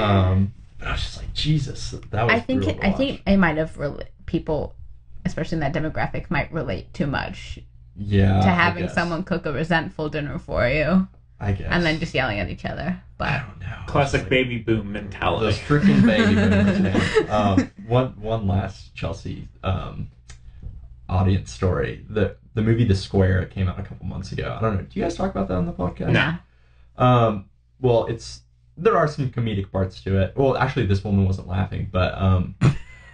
[SPEAKER 4] Um, I was just like, Jesus, that was.
[SPEAKER 3] I think
[SPEAKER 4] brutal
[SPEAKER 3] it,
[SPEAKER 4] to
[SPEAKER 3] I
[SPEAKER 4] watch.
[SPEAKER 3] think it might have rel people, especially in that demographic, might relate too much
[SPEAKER 4] yeah
[SPEAKER 3] to
[SPEAKER 4] Uh, I
[SPEAKER 3] having
[SPEAKER 4] guess.
[SPEAKER 3] someone cook a resentful dinner for you
[SPEAKER 4] I guess
[SPEAKER 3] and then just yelling at each other.
[SPEAKER 4] I
[SPEAKER 3] But
[SPEAKER 4] don't know
[SPEAKER 2] Classic
[SPEAKER 4] It's like
[SPEAKER 2] baby boom mentality.
[SPEAKER 4] Those freaking baby boomers. man. um, one one last Chelsea um, audience story. The the movie The Square it came out a couple months ago. I don't know. Do you guys talk about that on the podcast?
[SPEAKER 3] no.
[SPEAKER 4] Um, well, it's there are some comedic parts to it. Well, actually, this woman wasn't laughing, but um,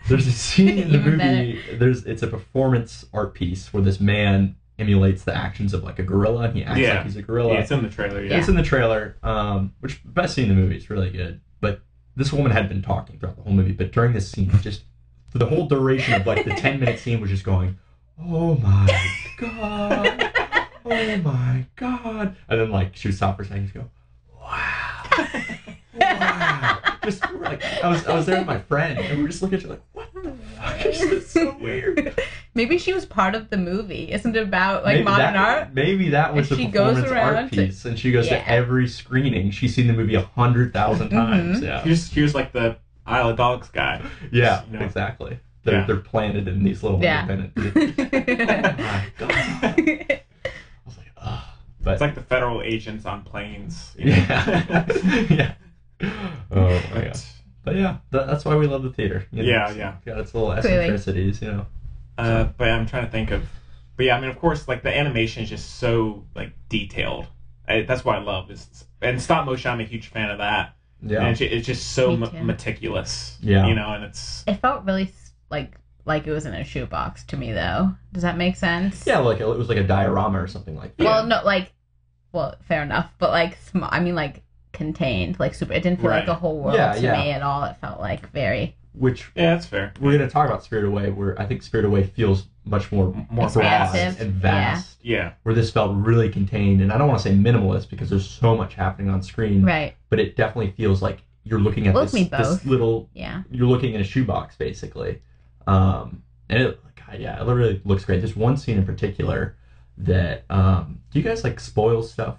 [SPEAKER 4] there's a scene in the
[SPEAKER 3] Even
[SPEAKER 4] movie. There's it's a performance art piece where this man emulates the actions of like a gorilla. and He acts
[SPEAKER 2] Yeah.
[SPEAKER 4] like he's a gorilla.
[SPEAKER 2] Yeah, it's in the trailer. Yeah.
[SPEAKER 4] It's in the trailer, um, which best scene in the movie. It's really good. But this woman had been talking throughout the whole movie, but during this scene, just for the whole duration of like the ten minute scene was just going, "Oh my god, oh my god," and then like she would stop for a second and go, "Wow, wow." Just we were like I was, I was there with my friend, and we were just looking at you like, "What the fuck is this? So weird."
[SPEAKER 3] Maybe she was part of the movie. Isn't it about like
[SPEAKER 4] maybe
[SPEAKER 3] modern
[SPEAKER 4] that,
[SPEAKER 3] art?
[SPEAKER 4] Maybe that was
[SPEAKER 3] And
[SPEAKER 4] the
[SPEAKER 3] she goes
[SPEAKER 4] performance
[SPEAKER 3] around
[SPEAKER 4] art
[SPEAKER 3] to-
[SPEAKER 4] piece, and she goes
[SPEAKER 3] Yeah. Mm-hmm.
[SPEAKER 4] to every screening. She's seen the movie a hundred thousand times. Yeah,
[SPEAKER 2] Here's here's like the Isle of Dogs guy.
[SPEAKER 4] yeah,
[SPEAKER 2] You know.
[SPEAKER 4] exactly. They're
[SPEAKER 2] Yeah.
[SPEAKER 4] they're planted in these little
[SPEAKER 3] Yeah.
[SPEAKER 4] independent. theaters. Oh my God. I was like, ugh. But
[SPEAKER 2] It's like the federal agents on planes. you know?
[SPEAKER 4] yeah, yeah. Oh my
[SPEAKER 2] But-
[SPEAKER 4] God. But yeah, tha- that's why we love the theater. you know,
[SPEAKER 2] Yeah,
[SPEAKER 4] it's
[SPEAKER 2] yeah.
[SPEAKER 4] Got its little
[SPEAKER 3] Clearly.
[SPEAKER 4] eccentricities, you know.
[SPEAKER 2] Uh, but I'm trying to think of. But yeah, I mean, of course, like the animation is just so like detailed. I, that's what I love is and stop motion. I'm a huge fan of that.
[SPEAKER 4] Yeah.
[SPEAKER 2] And it's, ju- it's just so
[SPEAKER 3] Me
[SPEAKER 2] m-
[SPEAKER 3] too.
[SPEAKER 2] meticulous.
[SPEAKER 4] Yeah.
[SPEAKER 2] You know, and it's
[SPEAKER 3] It felt really s- like like it was in a shoebox to me though. Does that make sense?
[SPEAKER 4] yeah, like it was like a diorama or something like that.
[SPEAKER 3] Well, no, like, well, fair enough, but like, sm- I mean, like contained, like super. It didn't feel like
[SPEAKER 2] Right.
[SPEAKER 3] a whole world
[SPEAKER 4] Yeah,
[SPEAKER 3] to
[SPEAKER 4] yeah.
[SPEAKER 3] me at all. It felt like very
[SPEAKER 4] Which
[SPEAKER 2] yeah, that's fair.
[SPEAKER 4] we're going to talk about Spirit Away, where I think Spirit Away feels much more
[SPEAKER 2] More
[SPEAKER 4] broad
[SPEAKER 3] Expansive,
[SPEAKER 4] and vast.
[SPEAKER 2] Yeah.
[SPEAKER 4] Where this felt really contained, and I don't want to say minimalist because there's so much happening on screen,
[SPEAKER 3] right.
[SPEAKER 4] but it definitely feels like you're looking at
[SPEAKER 3] Well,
[SPEAKER 4] this,
[SPEAKER 3] it means
[SPEAKER 4] this
[SPEAKER 3] both.
[SPEAKER 4] little.
[SPEAKER 3] Yeah,
[SPEAKER 4] You're looking in a shoebox, basically, um, and it, God, yeah, it really looks great. There's one scene in particular that um, do you guys like spoil stuff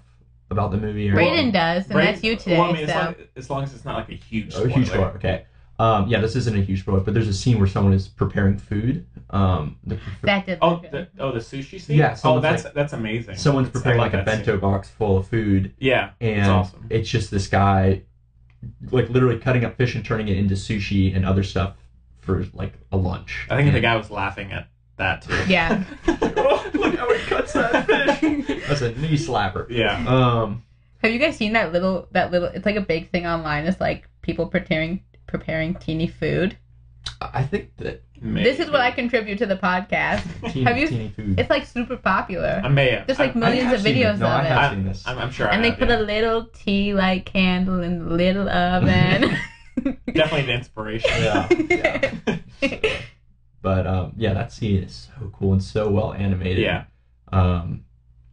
[SPEAKER 4] about the movie? Or
[SPEAKER 3] Brayden does, and
[SPEAKER 2] Right?
[SPEAKER 3] that's you today.
[SPEAKER 2] Well, I mean,
[SPEAKER 3] so
[SPEAKER 2] as, long, as long as it's not like a huge
[SPEAKER 4] Oh, a huge
[SPEAKER 2] spoiler.
[SPEAKER 4] spoiler. Okay. Um, yeah, this isn't a huge spoiler, but there's a scene where someone is preparing food. Um, the,
[SPEAKER 3] that did.
[SPEAKER 2] Oh,
[SPEAKER 3] look good.
[SPEAKER 2] the, oh, the sushi scene.
[SPEAKER 4] Yeah,
[SPEAKER 2] Oh,
[SPEAKER 4] someone's
[SPEAKER 2] that's that's amazing.
[SPEAKER 4] someone's
[SPEAKER 2] It's- I
[SPEAKER 4] preparing
[SPEAKER 2] love
[SPEAKER 4] like a
[SPEAKER 2] that
[SPEAKER 4] bento
[SPEAKER 2] scene.
[SPEAKER 4] box full of food,
[SPEAKER 2] Yeah.
[SPEAKER 4] and
[SPEAKER 2] it's awesome.
[SPEAKER 4] it's just this guy, like literally cutting up fish and turning it into sushi and other stuff for like a lunch.
[SPEAKER 2] I think
[SPEAKER 4] and
[SPEAKER 2] the guy was laughing at that too.
[SPEAKER 3] yeah,
[SPEAKER 4] oh, look how he cuts that fish. That's a knee slapper.
[SPEAKER 2] Yeah.
[SPEAKER 4] Um,
[SPEAKER 3] Have you guys seen that little that little it's like a big thing online, it's like people preparing preparing teeny food.
[SPEAKER 4] I think that
[SPEAKER 3] This is what I contribute to the podcast.
[SPEAKER 4] teeny,
[SPEAKER 3] Have you-
[SPEAKER 4] teeny food.
[SPEAKER 3] It's like super popular.
[SPEAKER 2] I may have.
[SPEAKER 3] There's like
[SPEAKER 2] I-
[SPEAKER 3] millions
[SPEAKER 4] have
[SPEAKER 3] of
[SPEAKER 4] seen it.
[SPEAKER 3] videos
[SPEAKER 4] No, I
[SPEAKER 3] of it.
[SPEAKER 4] have.
[SPEAKER 2] I,
[SPEAKER 4] seen this.
[SPEAKER 2] I'm, I'm sure. I
[SPEAKER 3] and they
[SPEAKER 2] have,
[SPEAKER 3] put
[SPEAKER 2] yeah.
[SPEAKER 3] a little tea light candle in the little oven.
[SPEAKER 2] definitely an inspiration.
[SPEAKER 4] yeah. yeah. But um, yeah, that scene is so cool and so well animated.
[SPEAKER 2] Yeah.
[SPEAKER 4] Um,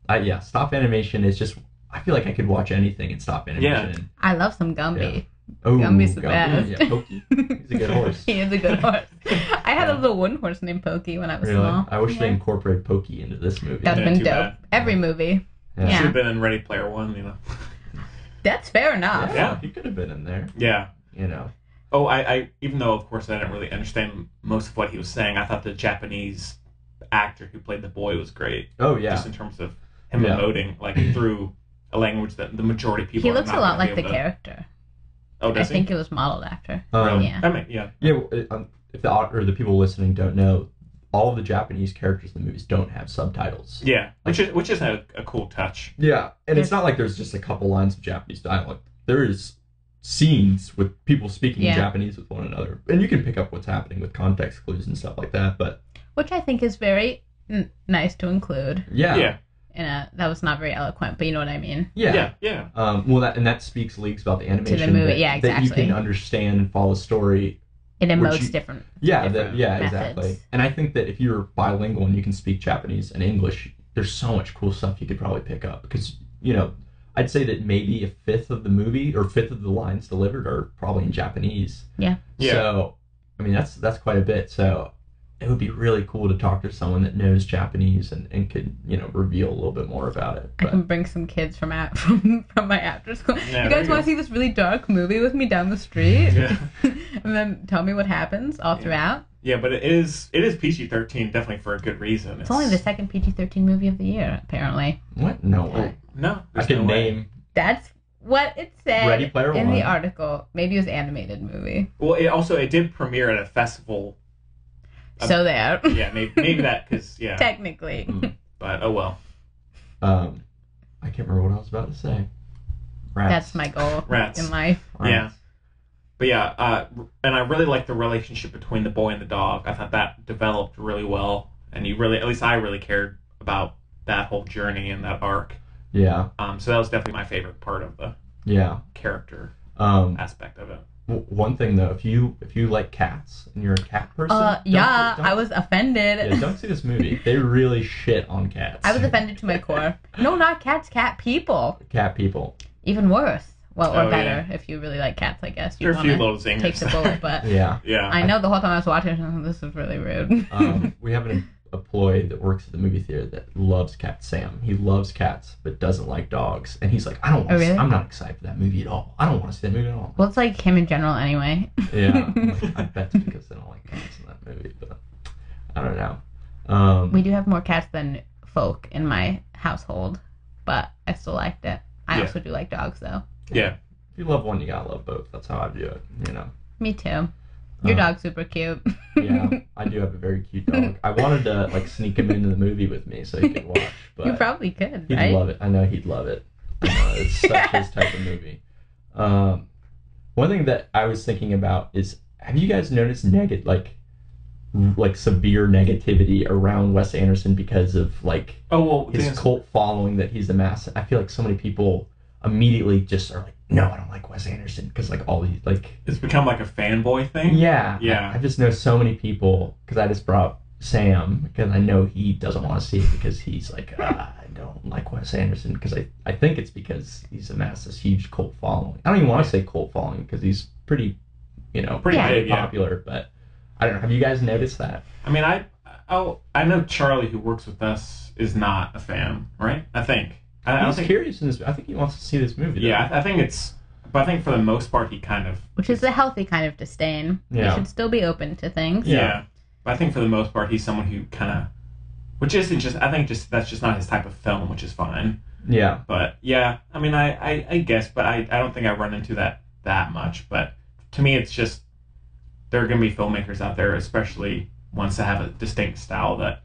[SPEAKER 4] I, yeah, stop animation is just. I feel like I could watch anything in stop animation.
[SPEAKER 3] I love some Gumby.
[SPEAKER 4] Oh,
[SPEAKER 3] Gumby's the
[SPEAKER 4] God.
[SPEAKER 3] best.
[SPEAKER 4] Yeah, Pokey. He's a good horse.
[SPEAKER 3] He is a good horse. I had a
[SPEAKER 4] Yeah.
[SPEAKER 3] little wooden horse named Pokey when I was
[SPEAKER 4] Really,
[SPEAKER 3] small.
[SPEAKER 4] I wish they
[SPEAKER 3] Yeah.
[SPEAKER 4] incorporate Pokey into this movie.
[SPEAKER 3] That'd have been
[SPEAKER 2] too
[SPEAKER 3] dope.
[SPEAKER 2] bad.
[SPEAKER 3] Every movie. Yeah.
[SPEAKER 2] Should have been in Ready Player One, you know.
[SPEAKER 3] That's fair enough.
[SPEAKER 4] yeah, he could have been in there.
[SPEAKER 2] Yeah.
[SPEAKER 4] You know,
[SPEAKER 2] Oh, I, I even though of course I didn't really understand most of what he was saying, I thought the Japanese actor who played the boy was great,
[SPEAKER 4] oh yeah,
[SPEAKER 2] just in terms of him
[SPEAKER 4] Yeah.
[SPEAKER 2] emoting like through a language that the majority of people.
[SPEAKER 3] He
[SPEAKER 2] are
[SPEAKER 3] looks a
[SPEAKER 2] not
[SPEAKER 3] lot
[SPEAKER 2] gonna be
[SPEAKER 3] like the
[SPEAKER 2] able to-
[SPEAKER 3] character.
[SPEAKER 2] Oh,
[SPEAKER 3] I
[SPEAKER 2] does he? Oh.
[SPEAKER 3] think it was modeled after.
[SPEAKER 4] um,
[SPEAKER 3] Yeah.
[SPEAKER 2] I mean, yeah.
[SPEAKER 4] yeah. well, um, if the au- or the people listening don't know, all of the Japanese characters in the movies don't have subtitles.
[SPEAKER 2] Yeah, which is which is a, a cool touch.
[SPEAKER 4] Yeah, and it's
[SPEAKER 3] There's-
[SPEAKER 4] not like there's just a couple lines of Japanese dialogue. There is scenes with people speaking
[SPEAKER 3] Yeah.
[SPEAKER 4] Japanese with one another, and you can pick up what's happening with context clues and stuff like that. But
[SPEAKER 3] which I think is very n- nice to include.
[SPEAKER 4] yeah,
[SPEAKER 2] Yeah.
[SPEAKER 3] In a that was not very eloquent, but you know what I mean.
[SPEAKER 4] yeah.
[SPEAKER 2] Yeah, yeah.
[SPEAKER 4] Um, well, that and that speaks leagues about the animation
[SPEAKER 3] movie,
[SPEAKER 4] that,
[SPEAKER 3] yeah,
[SPEAKER 4] that you
[SPEAKER 3] exactly.
[SPEAKER 4] can understand and follow the story.
[SPEAKER 3] It emotes
[SPEAKER 4] you-
[SPEAKER 3] different.
[SPEAKER 4] Yeah,
[SPEAKER 2] Different
[SPEAKER 4] that, yeah,
[SPEAKER 3] methods.
[SPEAKER 4] exactly. And I think that if you're bilingual and you can speak Japanese and English, there's so much cool stuff you could probably pick up because you know. I'd say that maybe a fifth of the movie or fifth of the lines delivered are probably in Japanese.
[SPEAKER 3] Yeah.
[SPEAKER 2] Yeah.
[SPEAKER 4] So, I mean, that's that's quite a bit. So, it would be really cool to talk to someone that knows Japanese and, and could you know reveal a little bit more about it.
[SPEAKER 3] I can
[SPEAKER 4] But
[SPEAKER 3] bring some kids from out from, from my after school.
[SPEAKER 2] Yeah,
[SPEAKER 3] you
[SPEAKER 2] there
[SPEAKER 3] guys
[SPEAKER 2] you go.
[SPEAKER 3] want to see this really dark movie with me down the street,
[SPEAKER 2] Yeah.
[SPEAKER 3] and then tell me what happens all
[SPEAKER 2] Yeah.
[SPEAKER 3] throughout.
[SPEAKER 2] Yeah, but it is it is PG thirteen definitely for a good reason.
[SPEAKER 3] It's only the second PG thirteen movie of the year, apparently.
[SPEAKER 4] what? No way.
[SPEAKER 2] No,
[SPEAKER 4] I
[SPEAKER 2] there's
[SPEAKER 4] can
[SPEAKER 2] no way.
[SPEAKER 4] name.
[SPEAKER 3] That's what it said
[SPEAKER 4] Ready Player
[SPEAKER 3] in
[SPEAKER 4] One.
[SPEAKER 3] the article. Maybe it was animated movie.
[SPEAKER 2] Well, it also it did premiere at a festival. Um,
[SPEAKER 3] so there,
[SPEAKER 2] Yeah, maybe maybe that because yeah,
[SPEAKER 3] technically,
[SPEAKER 4] Mm.
[SPEAKER 2] but oh well.
[SPEAKER 4] Um, I can't remember what I was about to say. Rats.
[SPEAKER 3] That's my goal
[SPEAKER 2] Rats.
[SPEAKER 3] in life.
[SPEAKER 2] Yeah. But yeah, uh, and I really liked the relationship between the boy and the dog. I thought that developed really well, and you really, at least I really cared about that whole journey and that arc.
[SPEAKER 4] Yeah.
[SPEAKER 2] Um, so that was definitely my favorite part of the
[SPEAKER 4] Yeah.
[SPEAKER 2] character
[SPEAKER 4] Um,
[SPEAKER 2] aspect of it.
[SPEAKER 4] w- one thing though, if you if you like cats and you're a cat person,
[SPEAKER 3] Uh,
[SPEAKER 4] don't-
[SPEAKER 3] yeah,
[SPEAKER 4] don't-
[SPEAKER 3] I was offended.
[SPEAKER 4] Yeah, don't see this movie. They really shit on cats.
[SPEAKER 3] I was offended to my core. No, not cats, cat people.
[SPEAKER 4] cat people.
[SPEAKER 3] Even worse. Well, or
[SPEAKER 2] Oh,
[SPEAKER 3] better if you really like cats, I guess.
[SPEAKER 2] There
[SPEAKER 3] You
[SPEAKER 2] are a few
[SPEAKER 3] want
[SPEAKER 2] little
[SPEAKER 3] to take
[SPEAKER 2] zingers.
[SPEAKER 3] the bullet, but
[SPEAKER 4] Yeah.
[SPEAKER 2] yeah.
[SPEAKER 3] I know the whole time I was watching, I was like, this is really rude.
[SPEAKER 4] Um, we have an employee that works at the movie theater that loves cats. Sam. He loves cats but doesn't like dogs. And he's like, I don't. Want
[SPEAKER 3] Oh, really?
[SPEAKER 4] I'm not excited for that movie at all. I don't want to see that movie at all.
[SPEAKER 3] well, it's like him in general, anyway.
[SPEAKER 4] Yeah. I'm like, I bet it's because they don't like cats in that movie, but I don't know. Um,
[SPEAKER 3] We do have more cats than folk in my household, but I still liked it. I
[SPEAKER 2] Yeah.
[SPEAKER 3] also do like dogs, though.
[SPEAKER 2] Yeah.
[SPEAKER 4] if you love one, you gotta love both. That's how I view it. You know.
[SPEAKER 3] Me too. Your
[SPEAKER 4] Uh,
[SPEAKER 3] dog's super cute.
[SPEAKER 4] Yeah, I do have a very cute dog. I wanted to like sneak him into the movie with me so he could watch, but
[SPEAKER 3] you probably could,
[SPEAKER 4] He'd
[SPEAKER 3] right?
[SPEAKER 4] love it. I know he'd love it. I know, it's such his type of movie. Um, one thing that I was thinking about is: Have you guys noticed negative, like, like severe negativity around Wes Anderson because of like
[SPEAKER 2] Oh well,
[SPEAKER 4] his
[SPEAKER 2] Dan-
[SPEAKER 4] cult following that he's amassed? I feel like so many people immediately just are like, "No, I don't like Wes Anderson," because like all these like
[SPEAKER 2] it's become like a fanboy thing.
[SPEAKER 4] yeah.
[SPEAKER 2] Yeah.
[SPEAKER 4] I, I just know so many people because I just brought Sam because I know he doesn't want to see it because he's like, ah, I don't like Wes Anderson because I, I think it's because he's amassed this huge cult following. I don't even want to say cult following because he's pretty, you know,
[SPEAKER 2] Pretty
[SPEAKER 4] pretty
[SPEAKER 2] big, yeah.
[SPEAKER 4] popular, but I don't know. Have you guys noticed that?
[SPEAKER 2] I mean, I oh, I know Charlie who works with us is not a fan, right? I think. I, I
[SPEAKER 4] I
[SPEAKER 2] don't
[SPEAKER 4] was
[SPEAKER 2] think.
[SPEAKER 4] curious in this. I think he wants to see this movie. though.
[SPEAKER 2] Yeah, I, I think it's. But I think for the most part, he kind of.
[SPEAKER 3] Which is a healthy kind of disdain.
[SPEAKER 4] Yeah.
[SPEAKER 3] You should still be open to things.
[SPEAKER 4] Yeah.
[SPEAKER 2] Yeah. But I think for the most part, he's someone who kind of. Which isn't just. I think just that's just not his type of film, which is fine.
[SPEAKER 4] Yeah.
[SPEAKER 2] But yeah, I mean, I I, I guess, but I I don't think I run into that that much. But to me, it's just there are going to be filmmakers out there, especially ones that have a distinct style that,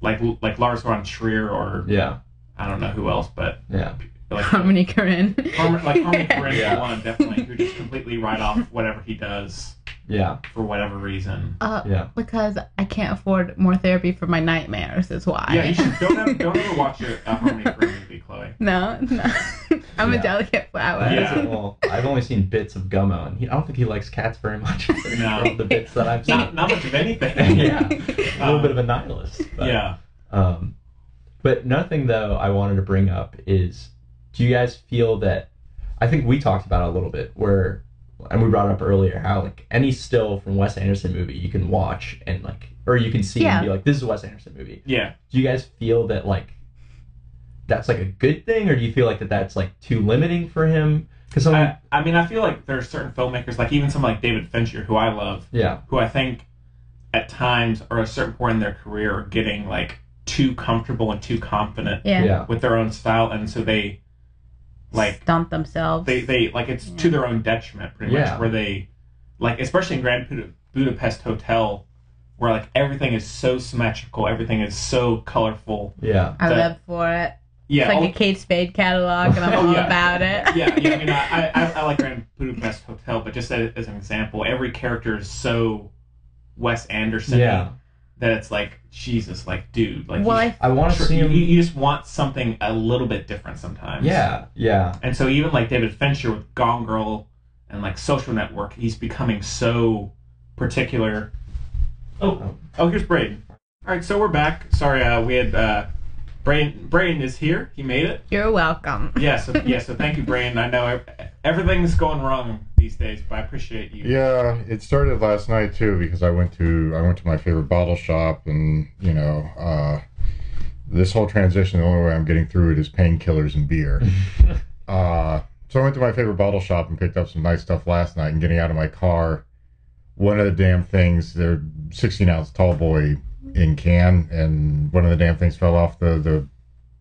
[SPEAKER 2] like like Lars von Trier or
[SPEAKER 4] Yeah.
[SPEAKER 2] I don't know who else, but
[SPEAKER 4] Yeah.
[SPEAKER 2] like
[SPEAKER 3] Harmony Corinne.
[SPEAKER 2] Harmon, like Harmon Korine
[SPEAKER 4] Yeah.
[SPEAKER 2] for one definitely who just completely write off whatever he does
[SPEAKER 4] Yeah.
[SPEAKER 2] for whatever reason.
[SPEAKER 3] Uh,
[SPEAKER 4] Yeah.
[SPEAKER 3] Because I can't afford more therapy for my nightmares, is why.
[SPEAKER 2] Yeah, you should don't ever, don't ever watch a, a Harmony Korine movie, Chloe.
[SPEAKER 3] no, no. I'm
[SPEAKER 4] Yeah.
[SPEAKER 3] a delicate flower.
[SPEAKER 2] Yeah.
[SPEAKER 4] Well, I've only seen bits of Gummo, and he, I don't think he likes cats very much.
[SPEAKER 2] No.
[SPEAKER 4] From the bits that I've seen.
[SPEAKER 2] Not not much of anything.
[SPEAKER 4] yeah. A little
[SPEAKER 2] Um,
[SPEAKER 4] bit of a nihilist. But,
[SPEAKER 2] Yeah.
[SPEAKER 4] Um, but nothing though I wanted to bring up is, do you guys feel that? I think we talked about it a little bit where, and we brought up earlier how like any still from Wes Anderson movie you can watch and like, or you can see
[SPEAKER 3] Yeah.
[SPEAKER 4] and be like, this is a Wes Anderson movie.
[SPEAKER 2] Yeah.
[SPEAKER 4] Do you guys feel that like, that's like a good thing, or do you feel like that that's like too limiting for him? Because
[SPEAKER 2] I, I mean, I feel like there are certain filmmakers, like even someone like David Fincher, who I love,
[SPEAKER 4] yeah,
[SPEAKER 2] who I think at times or at a certain point in their career are getting like too comfortable and too confident
[SPEAKER 3] Yeah.
[SPEAKER 4] yeah,
[SPEAKER 2] with their own style, and so they like
[SPEAKER 3] Stomp themselves.
[SPEAKER 2] they they like it's to their own detriment pretty
[SPEAKER 4] Yeah.
[SPEAKER 2] much where they like especially in grand Bud- budapest hotel where like everything is so symmetrical everything is so colorful
[SPEAKER 4] yeah,
[SPEAKER 3] I
[SPEAKER 2] that-
[SPEAKER 3] live for it.
[SPEAKER 2] yeah
[SPEAKER 3] it's like
[SPEAKER 2] all-
[SPEAKER 3] a Kate Spade catalog, and I'm
[SPEAKER 2] Oh,
[SPEAKER 3] all
[SPEAKER 2] yeah.
[SPEAKER 3] about it.
[SPEAKER 2] yeah, yeah, I mean, I, I, I like Grand Budapest Hotel, but just as, as an example, every character is so Wes Anderson
[SPEAKER 4] yeah.
[SPEAKER 2] that it's like Jesus, like dude, like
[SPEAKER 3] well,
[SPEAKER 2] you,
[SPEAKER 3] I,
[SPEAKER 4] I want to see
[SPEAKER 2] you,
[SPEAKER 4] him.
[SPEAKER 2] you just want something a little bit different sometimes.
[SPEAKER 4] Yeah, yeah,
[SPEAKER 2] And so even like David Fincher with Gone Girl and like Social Network, he's becoming so particular. Oh, oh, here's Braden. All right, so we're back. Sorry, uh, we had uh, Braden. Braden is here. He made it.
[SPEAKER 3] you're welcome.
[SPEAKER 2] Yeah. So yeah. So thank you, Braden. I know ev- everything's going wrong these days, but I appreciate you.
[SPEAKER 10] Yeah, it started last night too because I went to I went to my favorite bottle shop and you know uh, this whole transition the only way I'm getting through it is painkillers and beer. uh, so I went to my favorite bottle shop and picked up some nice stuff last night. And getting out of my car, one of the damn things they're 16 ounce tall boy in can, and one of the damn things fell off the the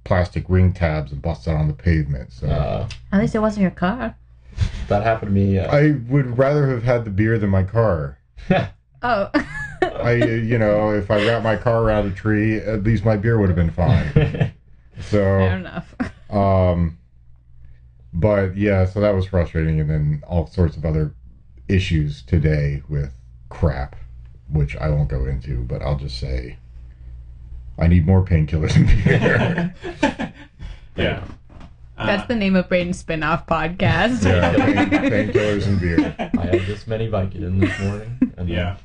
[SPEAKER 10] plastic ring tabs and busted on the pavement. So.
[SPEAKER 4] Uh,
[SPEAKER 3] At least it wasn't your car.
[SPEAKER 4] that happened to me. Uh,
[SPEAKER 10] I would rather have had the beer than my car.
[SPEAKER 3] Oh,
[SPEAKER 10] I, you know, if I wrapped my car around a tree, at
[SPEAKER 2] Oh.
[SPEAKER 10] least my beer would have been fine.
[SPEAKER 2] Uh,
[SPEAKER 4] yeah,
[SPEAKER 3] fair
[SPEAKER 10] So,
[SPEAKER 3] enough.
[SPEAKER 10] um, But yeah, so that was frustrating, and then all sorts of other issues today with crap, which I won't go into, but I'll just say I need more painkillers in beer.
[SPEAKER 2] yeah. Uh,
[SPEAKER 3] That's the name of Braden's spinoff podcast.
[SPEAKER 10] Yeah, pain- painkillers and beer.
[SPEAKER 4] I had this many Vicodin this morning. And yeah.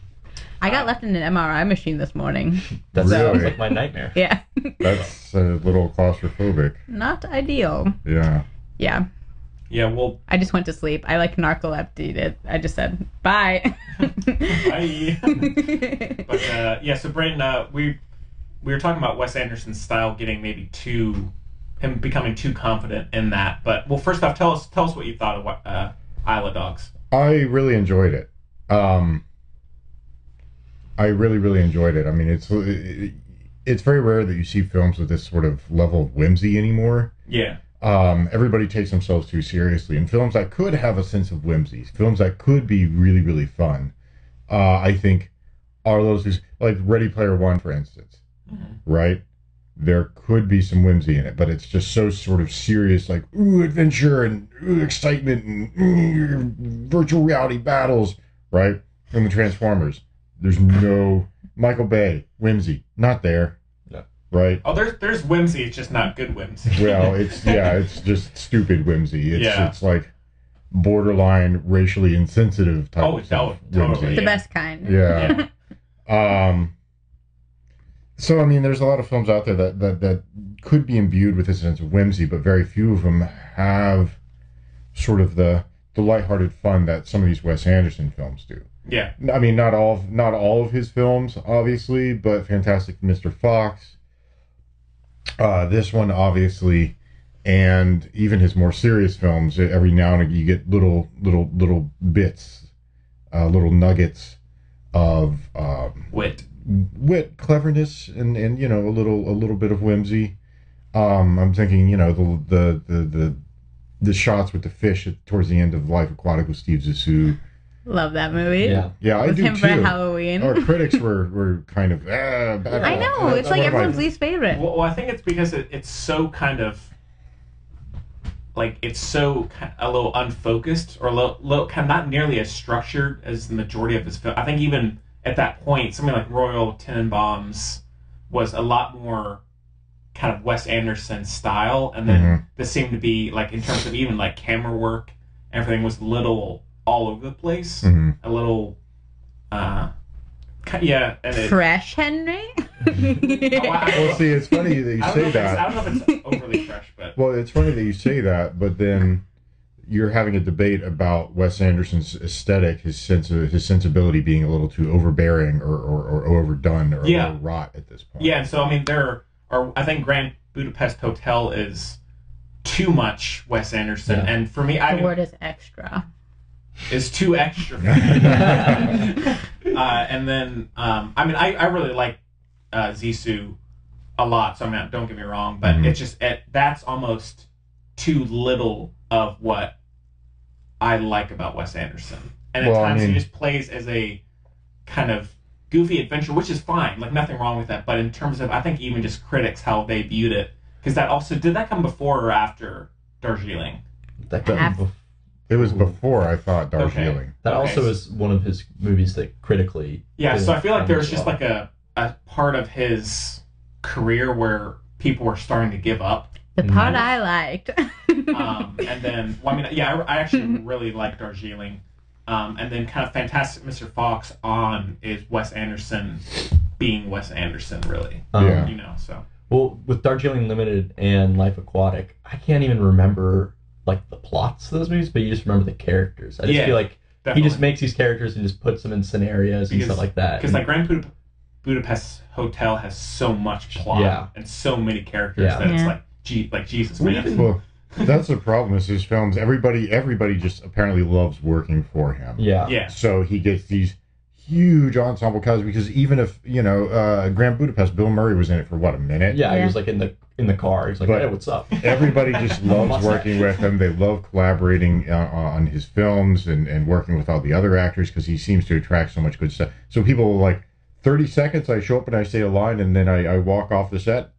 [SPEAKER 3] I got left in an MRI machine this morning.
[SPEAKER 4] That sounds
[SPEAKER 10] Really?
[SPEAKER 4] like my nightmare.
[SPEAKER 3] Yeah,
[SPEAKER 10] That's a little claustrophobic.
[SPEAKER 3] not ideal.
[SPEAKER 10] Yeah.
[SPEAKER 3] Yeah,
[SPEAKER 2] Yeah, well,
[SPEAKER 3] I just went to sleep. I like narcoleptied it. I just said bye.
[SPEAKER 2] I. but uh, yeah, so Brayden, uh, we we were talking about Wes Anderson's style getting maybe too him becoming too confident in that. But well, first off, tell us tell us what you thought of what, uh, Isle of Dogs.
[SPEAKER 10] I really enjoyed it. Um, I really, really enjoyed it. I mean, it's it's very rare that you see films with this sort of level of whimsy anymore.
[SPEAKER 2] Yeah,
[SPEAKER 10] um, everybody takes themselves too seriously. And films that could have a sense of whimsy, films that could be really, really fun, uh, I think are those who's like Ready Player One, for instance, right? There could be some whimsy in it, but it's just so sort of serious, like ooh adventure and ooh excitement and ooh, virtual reality battles, right? And the Transformers, there's no Michael Bay whimsy, not there,
[SPEAKER 4] No.
[SPEAKER 10] right?
[SPEAKER 2] Oh, there's there's whimsy. It's just not good whimsy.
[SPEAKER 10] Well, it's yeah, it's just stupid whimsy. It's
[SPEAKER 2] Yeah.
[SPEAKER 10] it's like borderline racially insensitive type
[SPEAKER 2] Oh,
[SPEAKER 10] of stuff,
[SPEAKER 2] no, totally.
[SPEAKER 10] whimsy.
[SPEAKER 3] the
[SPEAKER 2] Yeah.
[SPEAKER 3] best kind.
[SPEAKER 10] Yeah. um so I mean there's a lot of films out there that, that that could be imbued with a sense of whimsy, but very few of them have sort of the the lighthearted fun that some of these Wes Anderson films do.
[SPEAKER 2] yeah,
[SPEAKER 10] I mean, not all of, not all of his films, obviously, but Fantastic Mr. Fox, uh, this one obviously, and even his more serious films. e, Every now and again, you get little little little bits, uh, little nuggets of um,
[SPEAKER 2] wit.
[SPEAKER 10] wit, cleverness, and and you know a little a little bit of whimsy. Um, I'm thinking, you know, the the the the, the shots with the fish at, towards the end of Life Aquatic with Steve Zissou.
[SPEAKER 3] Love that movie.
[SPEAKER 4] Yeah.
[SPEAKER 10] Yeah, I
[SPEAKER 3] With
[SPEAKER 10] do
[SPEAKER 3] him
[SPEAKER 10] too.
[SPEAKER 3] for Halloween.
[SPEAKER 10] Our critics were, were kind of. "Ah, bad
[SPEAKER 3] I
[SPEAKER 10] luck."
[SPEAKER 3] know. It's like
[SPEAKER 10] What am I-
[SPEAKER 3] everyone's least favorite.
[SPEAKER 2] Well, well, I think it's because it, it's so kind of like it's so ki- a little unfocused or low, low, kind of not nearly as structured as the majority of his film. I think even at that point, something like Royal Tenenbaums was a lot more kind of Wes Anderson style, and then
[SPEAKER 10] Mm-hmm.
[SPEAKER 2] this seemed to be like in terms of even like camera work, everything was a little all over the place,
[SPEAKER 10] Mhm.
[SPEAKER 2] a little. uh ki- yeah, and it,
[SPEAKER 3] Fresh Henry.
[SPEAKER 2] Oh, I- I-
[SPEAKER 10] Mm-hmm. Well, see, it's funny that you
[SPEAKER 2] I don't know
[SPEAKER 10] say
[SPEAKER 2] if it's-
[SPEAKER 10] that.
[SPEAKER 2] I don't know if it's overly fresh, but
[SPEAKER 10] Well, it's funny that you say that, but then you're having a debate about Wes Anderson's aesthetic, his sense of his sensibility being a little too overbearing or, or, or overdone or
[SPEAKER 2] Yeah.
[SPEAKER 10] overwrought at this point.
[SPEAKER 2] yeah. And so I mean, there are. I think Grand Budapest Hotel is too much Wes Anderson,
[SPEAKER 4] Yeah.
[SPEAKER 2] and for me,
[SPEAKER 3] the
[SPEAKER 2] I
[SPEAKER 3] word is extra.
[SPEAKER 2] is too extra. For me. uh, and then um, I mean, I, I really like uh, Zissou a lot. So I mean, don't get me wrong, but
[SPEAKER 10] Mhm.
[SPEAKER 2] it's just it, that's almost too little of what I like about Wes Anderson. And at
[SPEAKER 10] Well, I
[SPEAKER 2] times
[SPEAKER 10] mean-
[SPEAKER 2] he just plays as a kind of goofy adventure, which is fine. Like nothing wrong with that. But in terms of, I think even just critics how they viewed it, because that also did that come before or after Darjeeling?
[SPEAKER 4] That,
[SPEAKER 3] Half-
[SPEAKER 4] that,
[SPEAKER 10] It was before I thought Darjeeling.
[SPEAKER 4] that
[SPEAKER 2] Okay.
[SPEAKER 4] also is one of his movies that critically.
[SPEAKER 2] Yeah,
[SPEAKER 4] did
[SPEAKER 2] so I feel like
[SPEAKER 4] fine
[SPEAKER 2] there's
[SPEAKER 4] as
[SPEAKER 2] just
[SPEAKER 4] well.
[SPEAKER 2] like a, a part of his career where people were starting to give up.
[SPEAKER 3] The part I liked.
[SPEAKER 2] Um, and then, well, I mean, yeah, I, I actually
[SPEAKER 3] Mm-hmm.
[SPEAKER 2] really like Darjeeling. Um, and then kind of Fantastic Mr. Fox on is Wes Anderson being Wes Anderson, really.
[SPEAKER 4] Um,
[SPEAKER 10] Yeah.
[SPEAKER 2] You know, so.
[SPEAKER 4] Well, with Darjeeling Limited and Life Aquatic, I can't even remember like the plots of those movies, but you just remember the characters. I just
[SPEAKER 2] Yeah,
[SPEAKER 4] feel like he just
[SPEAKER 2] definitely.
[SPEAKER 4] makes these characters and just puts them in scenarios and
[SPEAKER 2] Because-
[SPEAKER 4] stuff like that.
[SPEAKER 2] Because like Grand Budap- Budapest Hotel has so much plot
[SPEAKER 4] Yeah.
[SPEAKER 2] and so many characters
[SPEAKER 4] Yeah.
[SPEAKER 2] that it's
[SPEAKER 3] Yeah.
[SPEAKER 2] like, gee, like Jesus, man.
[SPEAKER 10] Well, that's the problem is his films. Everybody, everybody just apparently loves working for him.
[SPEAKER 4] yeah.
[SPEAKER 2] Yeah.
[SPEAKER 10] So he gets these huge ensemble casts because even if you know uh, Grand Budapest, Bill Murray was in it for what a minute.
[SPEAKER 4] Yeah, he
[SPEAKER 3] Yeah.
[SPEAKER 4] was like in the in the car. He's like,
[SPEAKER 10] But-
[SPEAKER 4] "Hey, what's up?"
[SPEAKER 10] Everybody just loves working with him. They love collaborating uh, on his films and, and working with all the other actors because he seems to attract so much good stuff. So people are like, 30 seconds, I show up and I say a line and then I, I walk off the set.